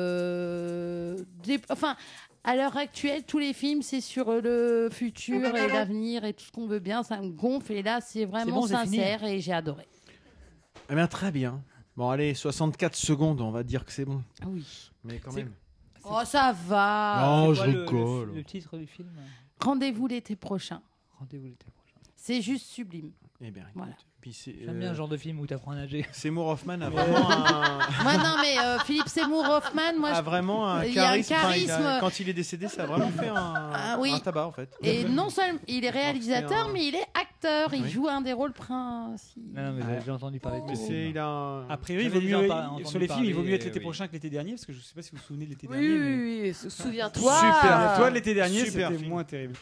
Speaker 9: euh, des- enfin, à l'heure actuelle, tous les films, c'est sur euh, le futur et l'avenir et tout ce qu'on veut bien. Ça me gonfle. Et là, c'est vraiment
Speaker 11: bon, c'est fini.
Speaker 9: sincère et j'ai adoré.
Speaker 6: Eh bien, très bien. Bon, allez, 64 secondes, on va dire que c'est bon.
Speaker 9: Ah oui.
Speaker 6: Mais quand
Speaker 9: C'est-
Speaker 6: même.
Speaker 9: Oh, ça va.
Speaker 6: non,
Speaker 11: C'est
Speaker 6: je
Speaker 11: quoi le- le-
Speaker 6: rigole.
Speaker 11: Le, titre du film
Speaker 9: Rendez-vous l'été prochain.
Speaker 11: Rendez-vous l'été prochain.
Speaker 9: C'est juste sublime.
Speaker 6: Eh bien, écoute,
Speaker 9: Voilà.
Speaker 6: puis c'est,
Speaker 11: J'aime bien
Speaker 6: euh,
Speaker 11: le genre de film où t'apprends à nager.
Speaker 6: Seymour Hoffman a
Speaker 11: Ouais.
Speaker 6: vraiment
Speaker 1: [LAUGHS]
Speaker 6: un,
Speaker 9: Moi, non, mais euh, Philippe Seymour Hoffman, moi,
Speaker 6: a
Speaker 9: je-
Speaker 6: Ah, vraiment un
Speaker 9: il y a un
Speaker 6: charisme. Enfin, il a-
Speaker 9: charisme.
Speaker 6: quand il est décédé, ça a vraiment fait un,
Speaker 9: Ah oui.
Speaker 6: un tabac en fait. [LAUGHS]
Speaker 9: Et non seulement il est réalisateur,
Speaker 6: un-
Speaker 9: mais il est acteur. Il
Speaker 6: Oui.
Speaker 9: joue un des rôles principaux.
Speaker 11: Non, mais j'avais déjà entendu parler de
Speaker 6: Mais
Speaker 11: ce
Speaker 6: c'est-
Speaker 11: film.
Speaker 6: il a un-
Speaker 3: A priori, il
Speaker 11: J'avais
Speaker 3: vaut
Speaker 11: déjà
Speaker 3: mieux,
Speaker 11: pas entendu
Speaker 3: sur les films, il vaut mieux être
Speaker 11: parler, euh,
Speaker 3: l'été
Speaker 11: oui.
Speaker 3: prochain que l'été dernier, parce que je ne sais pas si vous vous souvenez de l'été
Speaker 5: Oui,
Speaker 3: dernier. mais-
Speaker 5: oui, oui, sou- souviens-toi.
Speaker 3: Super. Toi, l'été dernier,
Speaker 6: Super
Speaker 3: c'était
Speaker 6: film.
Speaker 3: moins terrible.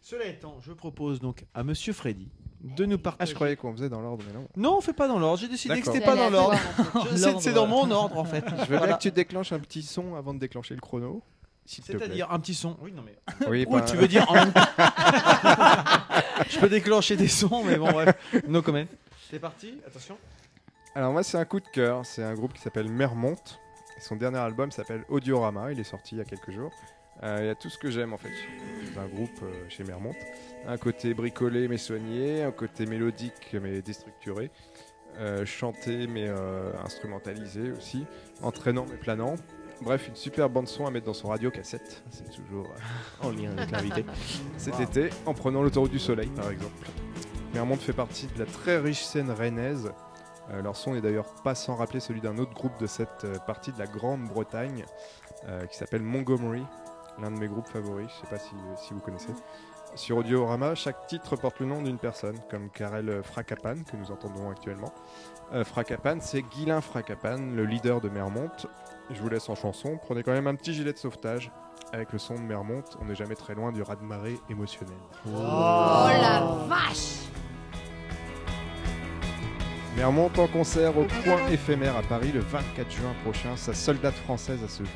Speaker 6: Cela étant, je propose donc à Monsieur Freddy de nous
Speaker 4: Ah,
Speaker 6: partager.
Speaker 4: je croyais qu'on faisait dans l'ordre, mais non.
Speaker 6: Non, on fait pas dans l'ordre. J'ai décidé que
Speaker 4: D'accord.
Speaker 6: c'était pas dans l'ordre.
Speaker 4: Je-
Speaker 6: Je- [LAUGHS] c'est- C'est dans mon ordre en fait.
Speaker 4: Je veux
Speaker 6: Voilà.
Speaker 4: bien que tu déclenches un petit son avant de déclencher le chrono. s'il te plaît.
Speaker 6: C'est-à-dire un petit son. Oui, non mais.
Speaker 4: Oui,
Speaker 6: Ou
Speaker 4: pas-
Speaker 6: tu
Speaker 4: [LAUGHS]
Speaker 6: veux dire en même temps. [LAUGHS] Je peux déclencher des sons, mais bon bref. No comment. C'est parti. Attention.
Speaker 4: Alors moi c'est un coup de cœur, c'est un groupe qui s'appelle Mermont. Son dernier album s'appelle Audiorama, il est sorti il y a quelques jours. Euh, Il y a tout ce que j'aime en fait dans un groupe euh, chez Mermont. Un côté bricolé mais soigné, un côté mélodique mais déstructuré, euh, chanté mais euh, instrumentalisé aussi, entraînant mais planant. Bref, une super bande son à mettre dans son radio cassette. C'est toujours euh, en lien avec l'invité. Cet
Speaker 6: Wow.
Speaker 4: été, en prenant l'autoroute du soleil par exemple. Mermont fait partie de la très riche scène rennaise. Euh, leur son n'est d'ailleurs pas sans rappeler celui d'un autre groupe de cette euh, partie de la Grande-Bretagne euh, qui s'appelle Montgomery, l'un de mes groupes favoris, je sais pas si, si vous connaissez. Sur Audiorama, chaque titre porte le nom d'une personne, comme Karel Fracapan, que nous entendons actuellement. Euh, Fracapan, c'est Guilain Fracapan, le leader de Mermont. Je vous laisse en chanson, prenez quand même un petit gilet de sauvetage. Avec le son de Mermont, on n'est jamais très loin du raz-de-marée émotionnel.
Speaker 9: Oh la vache
Speaker 4: Mais remonte en concert au Point Éphémère à Paris le 24 juin prochain, sa seule date française à ce jour.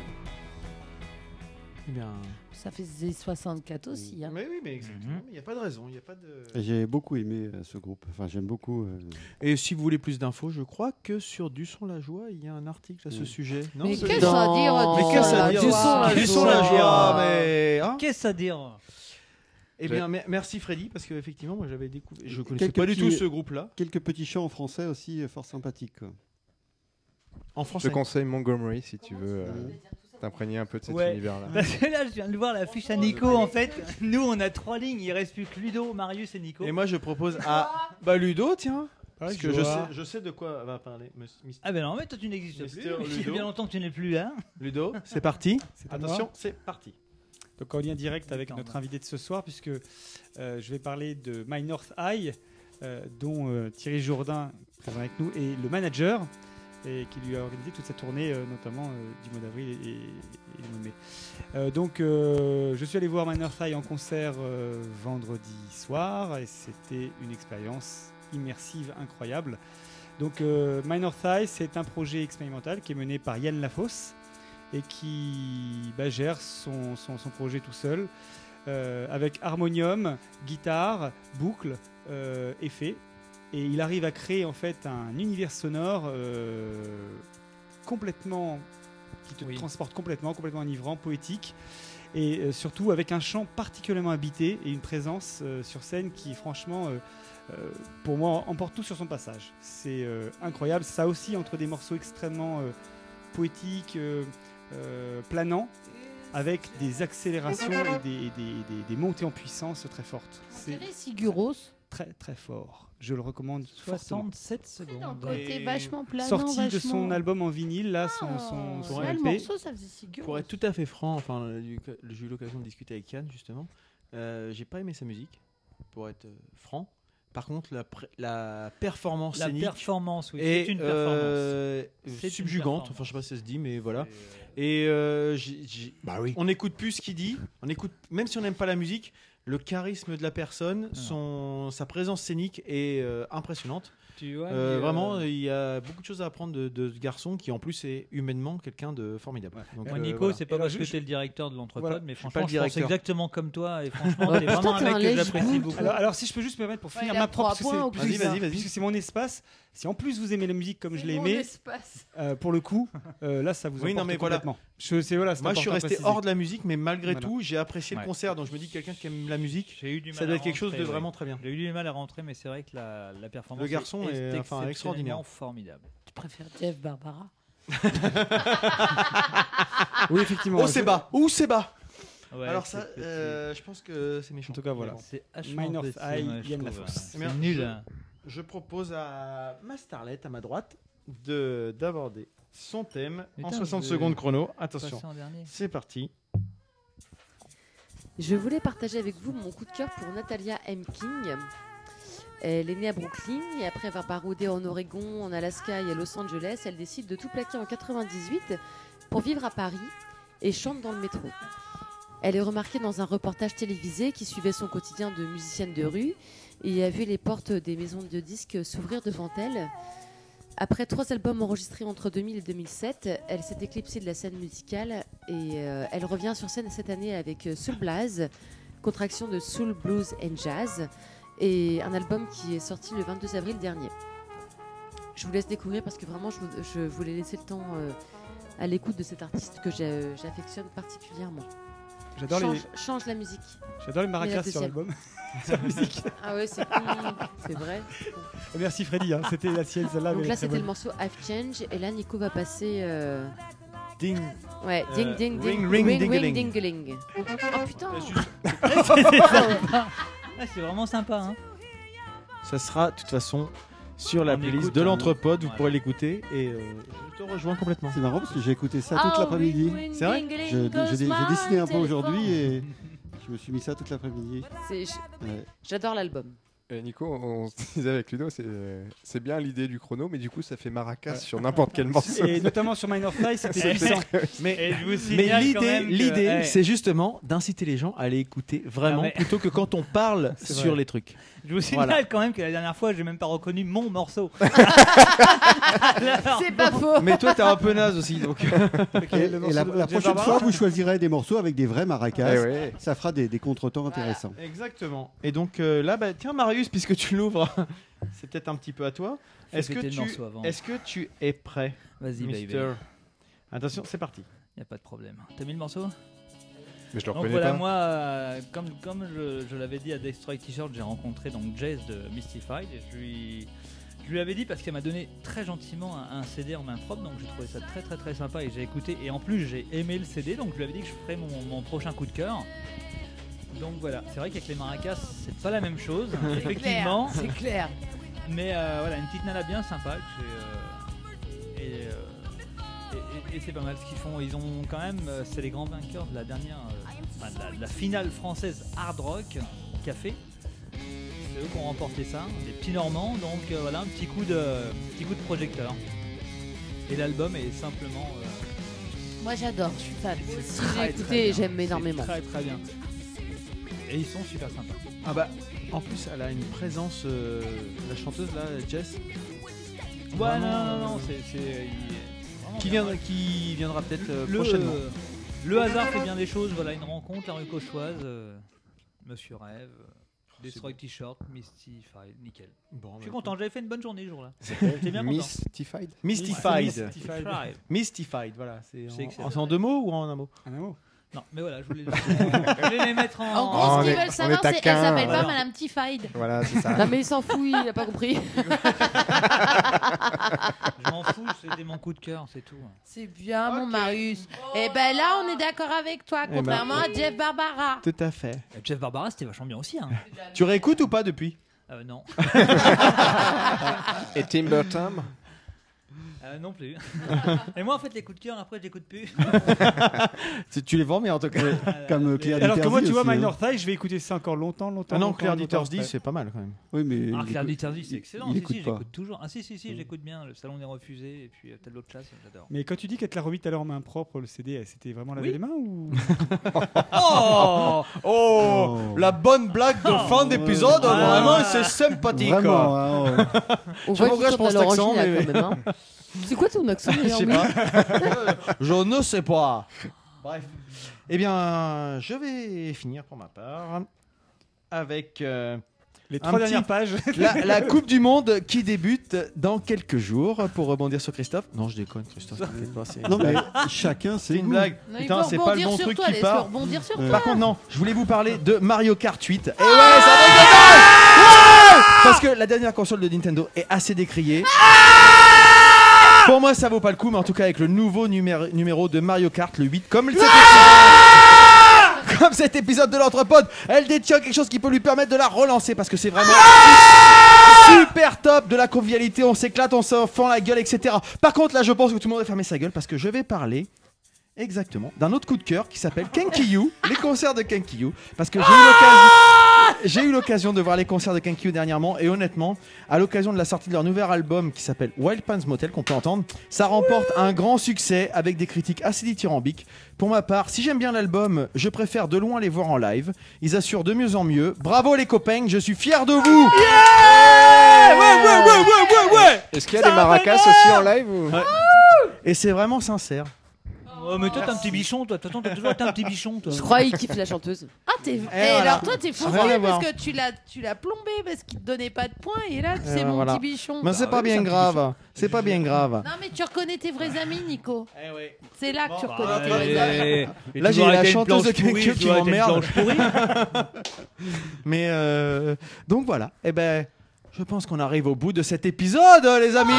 Speaker 6: Eh bien.
Speaker 9: Ça fait des 64 aussi. hein.
Speaker 6: Mais oui, mais exactement. Il n'y a pas de raison. Il y a pas de...
Speaker 2: Et J'ai beaucoup aimé euh, ce groupe. Enfin, j'aime beaucoup. euh,
Speaker 6: Et si vous voulez plus d'infos, je crois que sur Du Son la Joie, il y a un article à ce sujet.
Speaker 1: Mais
Speaker 6: c'est-
Speaker 1: qu'est-ce à dire,
Speaker 6: Non.
Speaker 1: Du
Speaker 6: Mais qu'est-ce
Speaker 1: Son
Speaker 6: à
Speaker 1: la
Speaker 6: dire
Speaker 1: Joie
Speaker 6: Mm. Du Son la
Speaker 1: Joie
Speaker 6: Joie, mais. hein
Speaker 1: Qu'est-ce à dire
Speaker 6: Eh bien, mer- merci Freddy, parce que effectivement, moi j'avais découvert. Je connaissais
Speaker 2: quelques
Speaker 6: pas du tout
Speaker 2: petits-
Speaker 6: ce groupe-là.
Speaker 2: Quelques petits chants en français aussi euh, fort sympathiques. quoi.
Speaker 6: En
Speaker 4: Je te conseille Montgomery si tu veux euh, t'imprégner un peu de cet
Speaker 1: Ouais.
Speaker 4: univers-là.
Speaker 1: [LAUGHS] Parce que là, je viens de voir la fiche à
Speaker 6: Oh,
Speaker 1: Nico. En fait, [LAUGHS] nous, on a trois lignes. Il reste plus que Ludo, Marius et Nico.
Speaker 6: Et moi je propose à. Bah Ludo, tiens. Parce que je sais,
Speaker 1: Joie.
Speaker 6: je sais de quoi va parler. Mys- Mys-
Speaker 1: Ah ben non, mais toi, tu n'existes plus.
Speaker 6: Mister
Speaker 1: [LAUGHS] Il y a
Speaker 6: Ludo.
Speaker 1: bien longtemps que tu n'es plus, hein
Speaker 6: Ludo, c'est parti.
Speaker 3: C'est à moi.
Speaker 6: Attention, c'est parti.
Speaker 3: Donc en lien direct avec notre invité de ce soir, puisque euh, je vais parler de My North Eye, euh, dont euh, Thierry Jourdain, présent avec nous, est le manager, et qui lui a organisé toute sa tournée, euh, notamment euh, du mois d'avril et, et du mois de mai. Euh, donc euh, je suis allé voir My North Eye en concert euh, vendredi soir, et c'était une expérience immersive incroyable. Donc euh, My North Eye, c'est un projet expérimental qui est mené par Yann Lafosse et qui bah, gère son, son- son projet tout seul euh, avec harmonium, guitare, boucle, euh, effet. Et il arrive à créer en fait un univers sonore euh, complètement qui te transporte complètement, complètement enivrant, poétique, et euh, surtout avec un chant particulièrement habité et une présence euh, sur scène qui franchement euh, euh, pour moi emporte tout sur son passage. C'est euh, incroyable, ça aussi entre des morceaux extrêmement euh, poétiques, euh, euh, planants, avec des accélérations et des, et des- et des- des montées en puissance très fortes. C'est
Speaker 9: Siguros.
Speaker 3: très très fort. Je le recommande fortement.
Speaker 1: 67 secondes.
Speaker 9: côté vachement planant,
Speaker 3: Sorti de son
Speaker 9: vachement- Ah.
Speaker 3: album en vinyle, là, son, son, son
Speaker 9: là, le
Speaker 3: LP.
Speaker 9: morceau, ça faisait Siguros.
Speaker 6: Pour être tout à fait franc, enfin, euh, du- que- j'ai eu l'occasion de discuter avec Yann justement. Euh, j'ai pas aimé sa musique, pour être euh, franc. Par contre, la, pré- la performance
Speaker 1: La
Speaker 6: scénique
Speaker 1: performance, oui,
Speaker 6: est,
Speaker 1: c'est une
Speaker 6: euh,
Speaker 1: performance. C'est une
Speaker 6: subjugante.
Speaker 1: performance.
Speaker 6: Enfin, je sais pas si ça se dit, mais voilà. Et euh, j'ai- j'ai- on n'écoute plus ce qu'il dit. On écoute, même si on n'aime pas la musique, le charisme de la personne,
Speaker 11: Ah.
Speaker 6: son, sa présence scénique est euh, impressionnante.
Speaker 11: Tu vois,
Speaker 6: Euh,
Speaker 11: mais, euh,
Speaker 6: vraiment, il y a beaucoup de choses à apprendre de, de ce garçon qui, en plus, est humainement quelqu'un de formidable. Donc,
Speaker 11: Moi,
Speaker 6: euh,
Speaker 11: Nico,
Speaker 6: voilà.
Speaker 11: c'est pas
Speaker 6: Et alors,
Speaker 11: parce que
Speaker 6: je-
Speaker 11: t'es le directeur de l'entreprise,
Speaker 6: Voilà,
Speaker 11: mais
Speaker 6: je suis pas
Speaker 11: franchement,
Speaker 6: le
Speaker 11: je pense
Speaker 6: directeur.
Speaker 11: exactement comme
Speaker 6: [LAUGHS]
Speaker 11: toi. Et franchement, t'es
Speaker 3: Putain,
Speaker 11: vraiment un
Speaker 3: t'es
Speaker 11: mec
Speaker 3: un
Speaker 11: que j'apprécie
Speaker 3: légende.
Speaker 11: beaucoup.
Speaker 3: Alors, alors, si je peux juste me permettre pour
Speaker 11: Ouais,
Speaker 3: finir
Speaker 11: il a
Speaker 3: ma
Speaker 11: trois
Speaker 3: propre parce que
Speaker 11: points
Speaker 3: c'est-
Speaker 11: au
Speaker 3: parce que
Speaker 11: plus.
Speaker 3: c'est-
Speaker 11: Vas-y, vas-y, vas-y.
Speaker 3: puisque c'est mon espace. Si en plus vous aimez la musique comme je l'ai
Speaker 11: mon
Speaker 3: aimé,
Speaker 11: espace.
Speaker 3: euh, pour le coup, euh, là ça vous
Speaker 6: Oui, non,
Speaker 3: emporte
Speaker 6: mais voilà.
Speaker 3: complètement. Je, c'est- voilà, c'est
Speaker 6: Moi, je suis
Speaker 3: important à
Speaker 6: resté
Speaker 3: préciser.
Speaker 6: hors de la musique, mais malgré
Speaker 3: Voilà.
Speaker 6: tout, j'ai apprécié
Speaker 11: Ouais.
Speaker 6: le concert. Donc, je me dis, quelqu'un qui aime la musique,
Speaker 11: J'ai eu du mal
Speaker 6: ça doit
Speaker 11: à
Speaker 6: être quelque chose de
Speaker 11: rentrer,
Speaker 6: vraiment
Speaker 11: oui.
Speaker 6: très bien.
Speaker 11: J'ai eu du mal à rentrer, mais c'est vrai que la, la performance
Speaker 6: Le garçon est, enfin,
Speaker 11: exceptionnellement
Speaker 6: extraordinaire.
Speaker 11: formidable.
Speaker 9: Tu préfères Jeff Barbara [LAUGHS]
Speaker 6: [LAUGHS]
Speaker 3: Oui, effectivement.
Speaker 6: Oh, c'est bas. Ouh, c'est bas.
Speaker 11: Ouais,
Speaker 6: Alors,
Speaker 11: c'est-
Speaker 6: ça, euh, je pense que c'est méchant.
Speaker 3: En tout cas, voilà.
Speaker 11: C'est hachement
Speaker 3: Minor
Speaker 11: décevant,
Speaker 3: Eye,
Speaker 11: ouais, je
Speaker 3: Yann
Speaker 11: trouve,
Speaker 3: Lafosse.
Speaker 11: ouais. C'est nul,
Speaker 6: je-
Speaker 11: hein.
Speaker 6: Je, propose à ma starlette, à ma droite, de d'aborder son thème en
Speaker 11: Putain,
Speaker 6: 60
Speaker 11: je vais
Speaker 6: secondes chrono. Attention,
Speaker 11: passer en dernier.
Speaker 6: c'est parti.
Speaker 5: Je voulais partager avec vous mon coup de cœur pour Natalia M. King. Elle est née à Brooklyn et après avoir baroudé en Oregon, en Alaska et à Los Angeles, elle décide de tout plaquer en 98 pour vivre à Paris et chante dans le métro. Elle est remarquée dans un reportage télévisé qui suivait son quotidien de musicienne de rue et a vu les portes des maisons de disques s'ouvrir devant elle. Après trois albums enregistrés entre 2000 et 2007, elle s'est éclipsée de la scène musicale et euh, elle revient sur scène cette année avec euh, Soul Blaze, contraction de Soul, Blues and Jazz, et un album qui est sorti le 22 avril dernier. Je vous laisse découvrir parce que vraiment je, vous- je voulais laisser le temps euh, à l'écoute de cet artiste que j'ai- j'affectionne particulièrement.
Speaker 3: J'adore les-
Speaker 5: change, change la musique.
Speaker 3: J'adore les maracas
Speaker 5: Mais la
Speaker 3: sur
Speaker 5: deuxième.
Speaker 3: l'album, [LAUGHS] sur la musique.
Speaker 5: Ah ouais, c'est cool. c'est vrai.
Speaker 3: [LAUGHS] Merci Freddy, hein, c'était la sienne celle-là. mais
Speaker 5: Donc
Speaker 3: elle est
Speaker 5: là,
Speaker 3: très
Speaker 5: c'était le
Speaker 3: bonne.
Speaker 5: morceau I've Change. Et là, Nico va passer. euh,
Speaker 6: Ding.
Speaker 5: Ouais, ding,
Speaker 6: Euh,
Speaker 5: ding, ding.
Speaker 6: ring, ring, dingeling.
Speaker 5: dingeling. Oh putain!
Speaker 1: Ah, c'est vraiment sympa. Hein.
Speaker 6: Ça sera de toute façon sur la
Speaker 1: On
Speaker 6: playlist
Speaker 1: écoute,
Speaker 6: de
Speaker 1: hein.
Speaker 6: l'entrepode. Vous
Speaker 1: Voilà.
Speaker 6: pourrez l'écouter et euh, je te rejoins complètement.
Speaker 2: C'est marrant parce que j'ai écouté ça toute
Speaker 6: Oh,
Speaker 2: l'après-midi.
Speaker 6: ring, ring, C'est vrai
Speaker 2: Je- J'ai j'ai- j'ai dessiné un peu aujourd'hui et je me suis mis ça toute l'après-midi.
Speaker 5: C'est- je-
Speaker 2: Ouais.
Speaker 5: J'adore l'album.
Speaker 4: Eh, Nico, on se disait avec Ludo, c'est c'est bien l'idée du chrono, mais du coup, ça fait maracas sur n'importe quel morceau.
Speaker 3: [LAUGHS] Et notamment sur Minor Fly, c'était
Speaker 4: [LAUGHS] C'est-
Speaker 6: [LAUGHS]
Speaker 3: puissant.
Speaker 6: Mais,
Speaker 3: Et je vous
Speaker 6: mais
Speaker 3: signale quand
Speaker 6: l'idée,
Speaker 3: même que-
Speaker 6: l'idée,
Speaker 3: ouais.
Speaker 6: c'est justement d'inciter les gens à aller écouter vraiment
Speaker 1: Ah, mais-
Speaker 6: plutôt que quand on parle
Speaker 1: C'est
Speaker 6: sur
Speaker 1: vrai.
Speaker 6: les trucs.
Speaker 1: Je vous signale
Speaker 6: Voilà.
Speaker 1: quand même que la dernière fois, j'ai même pas reconnu mon morceau.
Speaker 9: C'est pas faux.
Speaker 6: Mais toi, t'es un peu naze
Speaker 9: [LAUGHS]
Speaker 6: aussi, donc.
Speaker 2: Et, et la, la prochaine fois, vous choisirez des morceaux avec des vrais maracas.
Speaker 6: Eh ouais.
Speaker 2: Ça fera des, des contretemps intéressants.
Speaker 6: Exactement. Et donc euh, là, bah, tiens Marius, puisque tu l'ouvres, [LAUGHS] c'est peut-être un petit peu à toi.
Speaker 1: Fais
Speaker 6: Est-ce que,
Speaker 1: péter le
Speaker 6: tu,
Speaker 1: morceau avant.
Speaker 6: est-ce que tu es prêt
Speaker 1: Vas-y, baby.
Speaker 6: Mister Attention, c'est parti.
Speaker 1: Y a pas de problème. T'as mis le morceau
Speaker 4: Mais je le
Speaker 1: Donc
Speaker 4: reconnais
Speaker 1: voilà,
Speaker 4: pas.
Speaker 1: moi, euh, comme, comme je, je l'avais dit à Destroy T-Shirt, j'ai rencontré donc Jazz de Mystified et je lui, je lui avais dit parce qu'elle m'a donné très gentiment un, un CD en main propre, donc j'ai trouvé ça très très très sympa et j'ai écouté et en plus j'ai aimé le CD, donc je lui avais dit que je ferais mon, mon prochain coup de cœur. Donc voilà, c'est vrai qu'avec les maracas, c'est pas la même chose,
Speaker 9: C'est
Speaker 1: effectivement.
Speaker 9: clair, c'est clair.
Speaker 1: Mais euh, voilà, une petite nana bien sympa que j'ai, euh, et, euh, et- et- et c'est pas mal ce qu'ils font. Ils ont quand même, euh, c'est les grands vainqueurs de la dernière, euh, enfin, de la, de la finale française hard rock café. C'est eux qui ont remporté ça, hein, des petits Normands. Donc euh, voilà, un petit coup de, petit coup de projecteur. Et l'album est simplement. euh,
Speaker 9: Moi j'adore, je suis fan.
Speaker 1: c'est
Speaker 9: j'ai
Speaker 1: très,
Speaker 9: écouté
Speaker 1: très
Speaker 9: et
Speaker 1: bien.
Speaker 9: j'aime
Speaker 1: C'est
Speaker 9: énormément.
Speaker 1: Très très bien. Et ils sont super sympas.
Speaker 6: Ah bah, en plus, elle a une présence, euh, la chanteuse là, Jess.
Speaker 1: Ouais,
Speaker 6: Vraiment,
Speaker 1: non, non,
Speaker 6: euh,
Speaker 1: non, c'est. c'est- il est vraiment
Speaker 6: Qui,
Speaker 1: bien.
Speaker 6: vient, qui viendra peut-être euh,
Speaker 1: Le,
Speaker 6: prochainement.
Speaker 1: euh, le hasard fait bien des choses, voilà une rencontre, la rue Cauchoise, euh, Monsieur Rêve, euh, Destroy T-shirt, Misty File, nickel.
Speaker 6: Bon,
Speaker 1: je suis
Speaker 6: bah,
Speaker 1: content, j'avais fait une bonne journée ce jour-là.
Speaker 6: Ouais.
Speaker 1: J'étais bien content.
Speaker 4: Mystified
Speaker 6: Mystified.
Speaker 1: Mystified.
Speaker 6: Mystified, voilà. C'est
Speaker 1: C'est
Speaker 6: en,
Speaker 1: excellent.
Speaker 6: c'est en deux mots ou en un mot
Speaker 3: Un mot.
Speaker 1: Non, mais voilà, je voulais, je voulais les mettre en.
Speaker 9: En gros, ce qu'ils
Speaker 6: Oh, on est-
Speaker 9: veulent
Speaker 6: on
Speaker 9: savoir,
Speaker 6: est
Speaker 9: c'est qu'elle
Speaker 6: taquin,
Speaker 9: s'appelle pas
Speaker 6: voilà.
Speaker 9: Madame Tifide.
Speaker 4: Voilà, c'est ça.
Speaker 5: Non, mais il s'en fout, il a pas
Speaker 6: [LAUGHS]
Speaker 5: compris.
Speaker 1: Je m'en fous, c'était mon coup de cœur, c'est tout.
Speaker 9: C'est bien, mon Marius. Et ben là, on est d'accord avec
Speaker 6: Eh
Speaker 9: toi,
Speaker 1: ben,
Speaker 9: contrairement
Speaker 1: ouais.
Speaker 9: à Jeff Barbara.
Speaker 6: Tout à fait.
Speaker 1: Euh, Jeff Barbara, c'était vachement bien aussi. Hein.
Speaker 6: Tu réécoutes ou pas depuis
Speaker 1: Euh, [LAUGHS] non.
Speaker 4: Et Tim Burton
Speaker 1: Euh,
Speaker 6: [LAUGHS]
Speaker 1: non plus. Et moi, en fait, les coups de cœur, après, je les écoute plus.
Speaker 6: tu, tu les vends, mais en tout cas.
Speaker 2: Comme, euh, Claire
Speaker 3: Alors que moi,
Speaker 2: Diterzi
Speaker 3: tu vois,
Speaker 2: aussi, hein.
Speaker 3: Minor Thigh, je vais écouter ça encore longtemps, longtemps.
Speaker 6: Ah non,
Speaker 3: longtemps,
Speaker 6: Claire
Speaker 3: longtemps
Speaker 6: Dieterzi,
Speaker 3: après.
Speaker 6: c'est pas mal quand même.
Speaker 2: Oui, mais.
Speaker 1: Ah,
Speaker 2: il
Speaker 1: Claire
Speaker 2: écoute-
Speaker 1: Diterzi, c'est
Speaker 2: il-
Speaker 1: excellent.
Speaker 2: Il
Speaker 1: Si, si,
Speaker 2: écoute pas.
Speaker 1: j'écoute toujours. Ah, si, si,
Speaker 6: Mm.
Speaker 1: si, j'écoute bien. Le Salon des Refusés et puis euh, telle autre classe, j'adore.
Speaker 3: Mais quand tu dis qu'elle te l'a remis tout à l'heure en main propre, le CD, elle s'était vraiment lavé
Speaker 1: Oui.
Speaker 3: les mains ou
Speaker 1: [LAUGHS] Oh
Speaker 6: Oh, La bonne blague de fin d'épisode,
Speaker 3: Ah.
Speaker 6: vraiment, c'est sympathique.
Speaker 2: Vraiment, hein,
Speaker 5: On
Speaker 6: Je
Speaker 5: voit
Speaker 6: m'engage
Speaker 5: qu'il tourne
Speaker 6: pour cet
Speaker 5: à
Speaker 6: accent,
Speaker 5: l'orangine, là,
Speaker 6: mais-
Speaker 5: quand même. hein. C'est quoi ton accent
Speaker 6: [LAUGHS] Je sais pas. Je ne sais pas. Bref. Eh bien, je vais finir pour ma part avec euh,
Speaker 3: Les
Speaker 6: un
Speaker 3: trois dernières
Speaker 6: petit-
Speaker 3: pages.
Speaker 6: [LAUGHS] la, la Coupe du Monde qui débute dans quelques jours. Pour rebondir sur Christophe. Non, je déconne, Christophe. t'inquiète pas, c'est une
Speaker 2: Non, mais
Speaker 6: blague.
Speaker 2: chacun
Speaker 6: C'est
Speaker 2: ses
Speaker 6: une
Speaker 2: goûts.
Speaker 6: blague.
Speaker 9: Non, il
Speaker 6: Putain,
Speaker 9: faut
Speaker 6: c'est pas le
Speaker 9: rebondir
Speaker 6: bon
Speaker 9: sur
Speaker 6: truc
Speaker 9: toi,
Speaker 6: qui
Speaker 9: laisse-le
Speaker 6: part.
Speaker 9: rebondir sur
Speaker 6: Par
Speaker 9: toi.
Speaker 6: contre, non, je voulais vous parler de Mario Kart 8. Et ouais, ça va être dommage Ouais Parce que la dernière console de Nintendo est assez décriée. Pour moi, ça vaut pas le coup, mais en tout cas, avec le nouveau numéro, numéro de Mario Kart, le 8, comme cet épisode, comme cet épisode de l'entrepode, elle détient quelque chose qui peut lui permettre de la relancer parce que c'est vraiment. Super top de la convivialité, on s'éclate, on se fend la gueule, etc. Par contre, là, je pense que tout le monde va fermer sa gueule parce que je vais parler Exactement. D'un autre coup de cœur qui s'appelle Kenkiyu, [LAUGHS] les concerts de Kenkiyu. Parce que j'ai eu l'occasion- j'ai eu l'occasion de voir les concerts de Kenkiyu dernièrement et honnêtement, à l'occasion de la sortie de leur nouvel album qui s'appelle Wild Pants Motel, qu'on peut entendre, ça remporte un grand succès avec des critiques assez dithyrambiques. Pour ma part, si j'aime bien l'album, je préfère de loin les voir en live. Ils assurent de mieux en mieux. Bravo les copains, je suis fier de vous
Speaker 4: Est-ce qu'il y a des maracas aussi en live ou...
Speaker 6: Et c'est vraiment sincère.
Speaker 1: Oh, mais toi, t'es un petit bichon, toi. De toute façon, t'as toujours été un petit bichon, toi.
Speaker 5: Je crois qu'il kiffe la chanteuse.
Speaker 9: Ah, t'es. Et
Speaker 6: voilà.
Speaker 9: alors, toi, t'es fourré
Speaker 6: Rien à voir.
Speaker 9: parce que tu l'as, tu l'as plombé parce qu'il te donnait pas de points. Et là, c'est
Speaker 6: ben
Speaker 9: mon
Speaker 6: voilà.
Speaker 9: petit bichon.
Speaker 6: Mais c'est pas bien grave. C'est pas bien grave.
Speaker 9: Non, mais tu reconnais tes vrais amis, Nico. C'est là que tu reconnais
Speaker 6: Eh,
Speaker 9: tes vrais amis.
Speaker 1: Et- et
Speaker 6: Là,
Speaker 1: tu
Speaker 6: j'ai
Speaker 1: m'aurais
Speaker 6: eh. la
Speaker 1: été une
Speaker 6: chanteuse de
Speaker 1: planche pourrie,
Speaker 6: Kenkiu
Speaker 1: tu
Speaker 6: qui
Speaker 1: m'aurais été une
Speaker 6: m'emmerde.
Speaker 1: planche pourrie.
Speaker 6: [LAUGHS] Mais euh, donc voilà. Eh ben, je pense qu'on arrive au bout de cet épisode, les amis.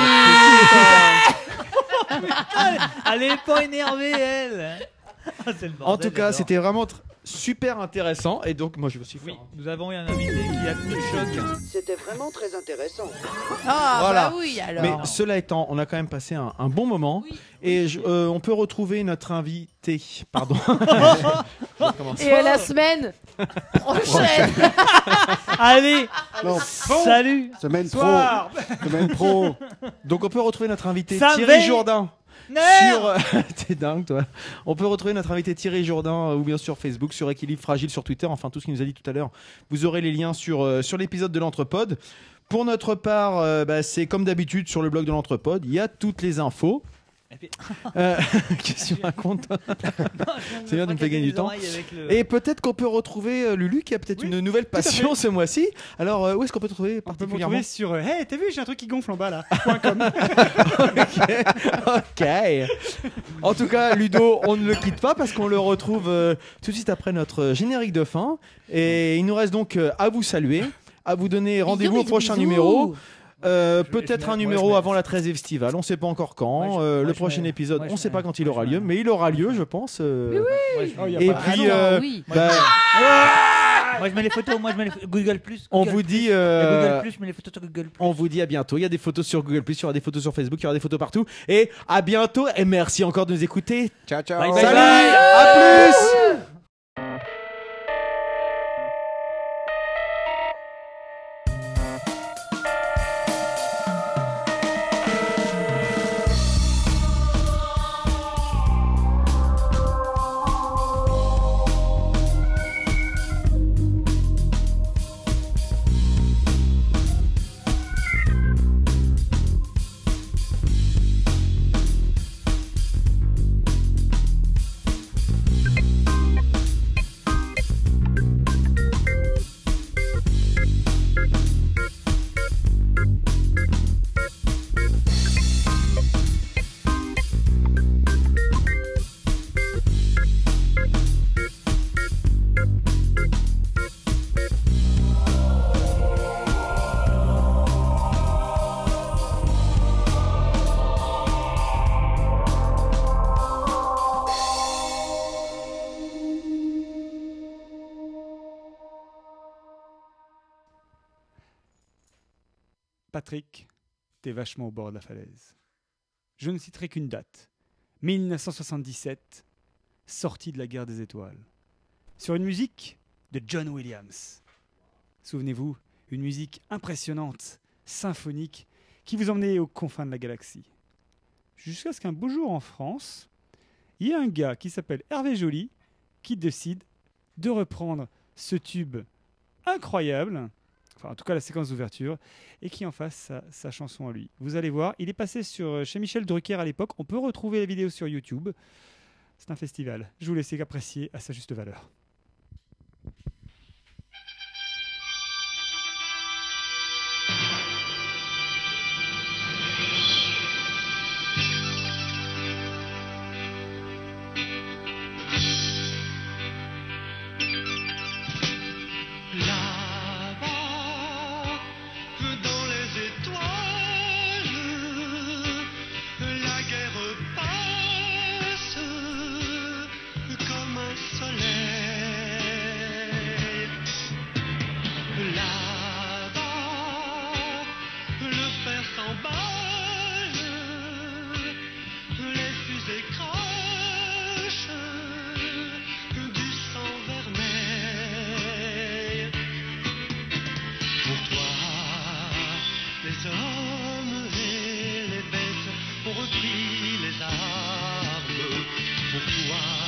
Speaker 1: Elle est pas énervée, Ah, elle. [LAUGHS] Ah, c'est le
Speaker 6: en
Speaker 1: bordel,
Speaker 6: tout cas,
Speaker 1: j'adore.
Speaker 6: c'était vraiment tr- super intéressant. Et donc, moi, je me suis fait.
Speaker 11: Nous avons eu un invité qui a tenu le choc.
Speaker 13: C'était vraiment très intéressant.
Speaker 9: Ah,
Speaker 6: Voilà.
Speaker 9: bah oui, alors.
Speaker 6: Mais cela étant, on a quand même passé un, un bon moment. et je- euh, on peut retrouver notre invité.
Speaker 5: [LAUGHS]
Speaker 6: Pardon. Je recommence.
Speaker 5: Et à la semaine prochaine.
Speaker 11: Allez, salut.
Speaker 2: Semaine
Speaker 6: Soir.
Speaker 2: pro. Semaine pro.
Speaker 6: Donc on peut retrouver notre invité
Speaker 2: Ça
Speaker 6: Thierry
Speaker 2: veille.
Speaker 6: Jourdain.
Speaker 2: Merde.
Speaker 6: Sur... euh, [LAUGHS] T'es dingue toi. On peut retrouver notre invité Thierry Jourdain euh, ou bien sur Facebook, sur Équilibre Fragile, sur Twitter, enfin tout ce qu'il nous a dit tout à l'heure. Vous aurez les liens sur, euh, sur l'épisode de l'Entrepode. Pour notre part, euh, bah, c'est comme d'habitude sur le blog de l'Entrepode, il y a toutes les infos. [LAUGHS] Euh, Qu'est-ce que tu racontes
Speaker 3: [LAUGHS]
Speaker 6: toi [LAUGHS] C'est bien de me faire gagner du
Speaker 11: les
Speaker 6: temps.
Speaker 11: oreilles avec le-
Speaker 6: Et peut-être qu'on peut retrouver euh, Lulu qui a peut-être une nouvelle
Speaker 3: à fait.
Speaker 6: passion ce mois-ci. Alors euh, où est-ce qu'on peut te retrouver
Speaker 3: On peut me
Speaker 6: particulièrement
Speaker 3: retrouver sur. euh, hey, t'as vu, j'ai un truc qui gonfle en bas là.
Speaker 6: Ok. En tout cas, Ludo, on ne le quitte pas parce qu'on le retrouve euh, tout de suite après notre euh, générique de fin. Et il nous reste donc euh, à vous saluer, à vous donner rendez-vous au
Speaker 3: bisous,
Speaker 6: prochain
Speaker 3: bisous.
Speaker 6: numéro. Euh, Peut-être
Speaker 3: mets-
Speaker 6: un
Speaker 3: moi,
Speaker 6: numéro
Speaker 3: je mets-
Speaker 6: avant la 13 estivale, on ne sait pas encore quand. Euh, le prochain épisode, on ne sait pas quand il aura lieu, mais il aura lieu, je pense. euh,
Speaker 11: Oh, il y a
Speaker 6: Et
Speaker 11: pas de
Speaker 3: Ah
Speaker 6: puis,
Speaker 11: raison.
Speaker 5: Ah
Speaker 6: euh,
Speaker 11: Moi,
Speaker 6: bah,
Speaker 11: je mets- Moi, je mets les photos, moi je mets les photos. Google Plus.
Speaker 6: on
Speaker 11: Google
Speaker 6: vous
Speaker 11: Plus.
Speaker 6: dit.
Speaker 11: Il y a
Speaker 6: euh,
Speaker 11: Google Plus, je mets les photos sur Google
Speaker 6: on vous dit à bientôt. Il y a des photos sur Google, il y aura des photos sur Facebook, il y aura des photos partout. Et à bientôt. Et merci encore de nous écouter. Ciao, ciao.
Speaker 12: Bye, bye,
Speaker 6: Salut,
Speaker 12: bye.
Speaker 6: à plus.
Speaker 3: Patrick, t'es vachement au bord de la falaise. Je ne citerai qu'une date. 1977, sortie de la guerre des étoiles. Sur une musique de John Williams. Souvenez-vous, une musique impressionnante, symphonique, qui vous emmenait aux confins de la galaxie. Jusqu'à ce qu'un beau jour en France, il y a un gars qui s'appelle Hervé Joly qui décide de reprendre ce tube incroyable, enfin en tout cas la séquence d'ouverture, et qui en fasse sa, sa chanson à lui. Vous allez voir, il est passé sur, euh, chez Michel Drucker à l'époque, on peut retrouver la vidéo sur YouTube. C'est un festival, je vous laisse apprécier à sa juste valeur.
Speaker 12: Là-bas, dans les étoiles, la guerre passe comme un soleil. Là-bas, le fer s'emballe, les fusées crachent du sang vermeil. Pour toi, les hommes et les bêtes ont repris les armes. Pour toi,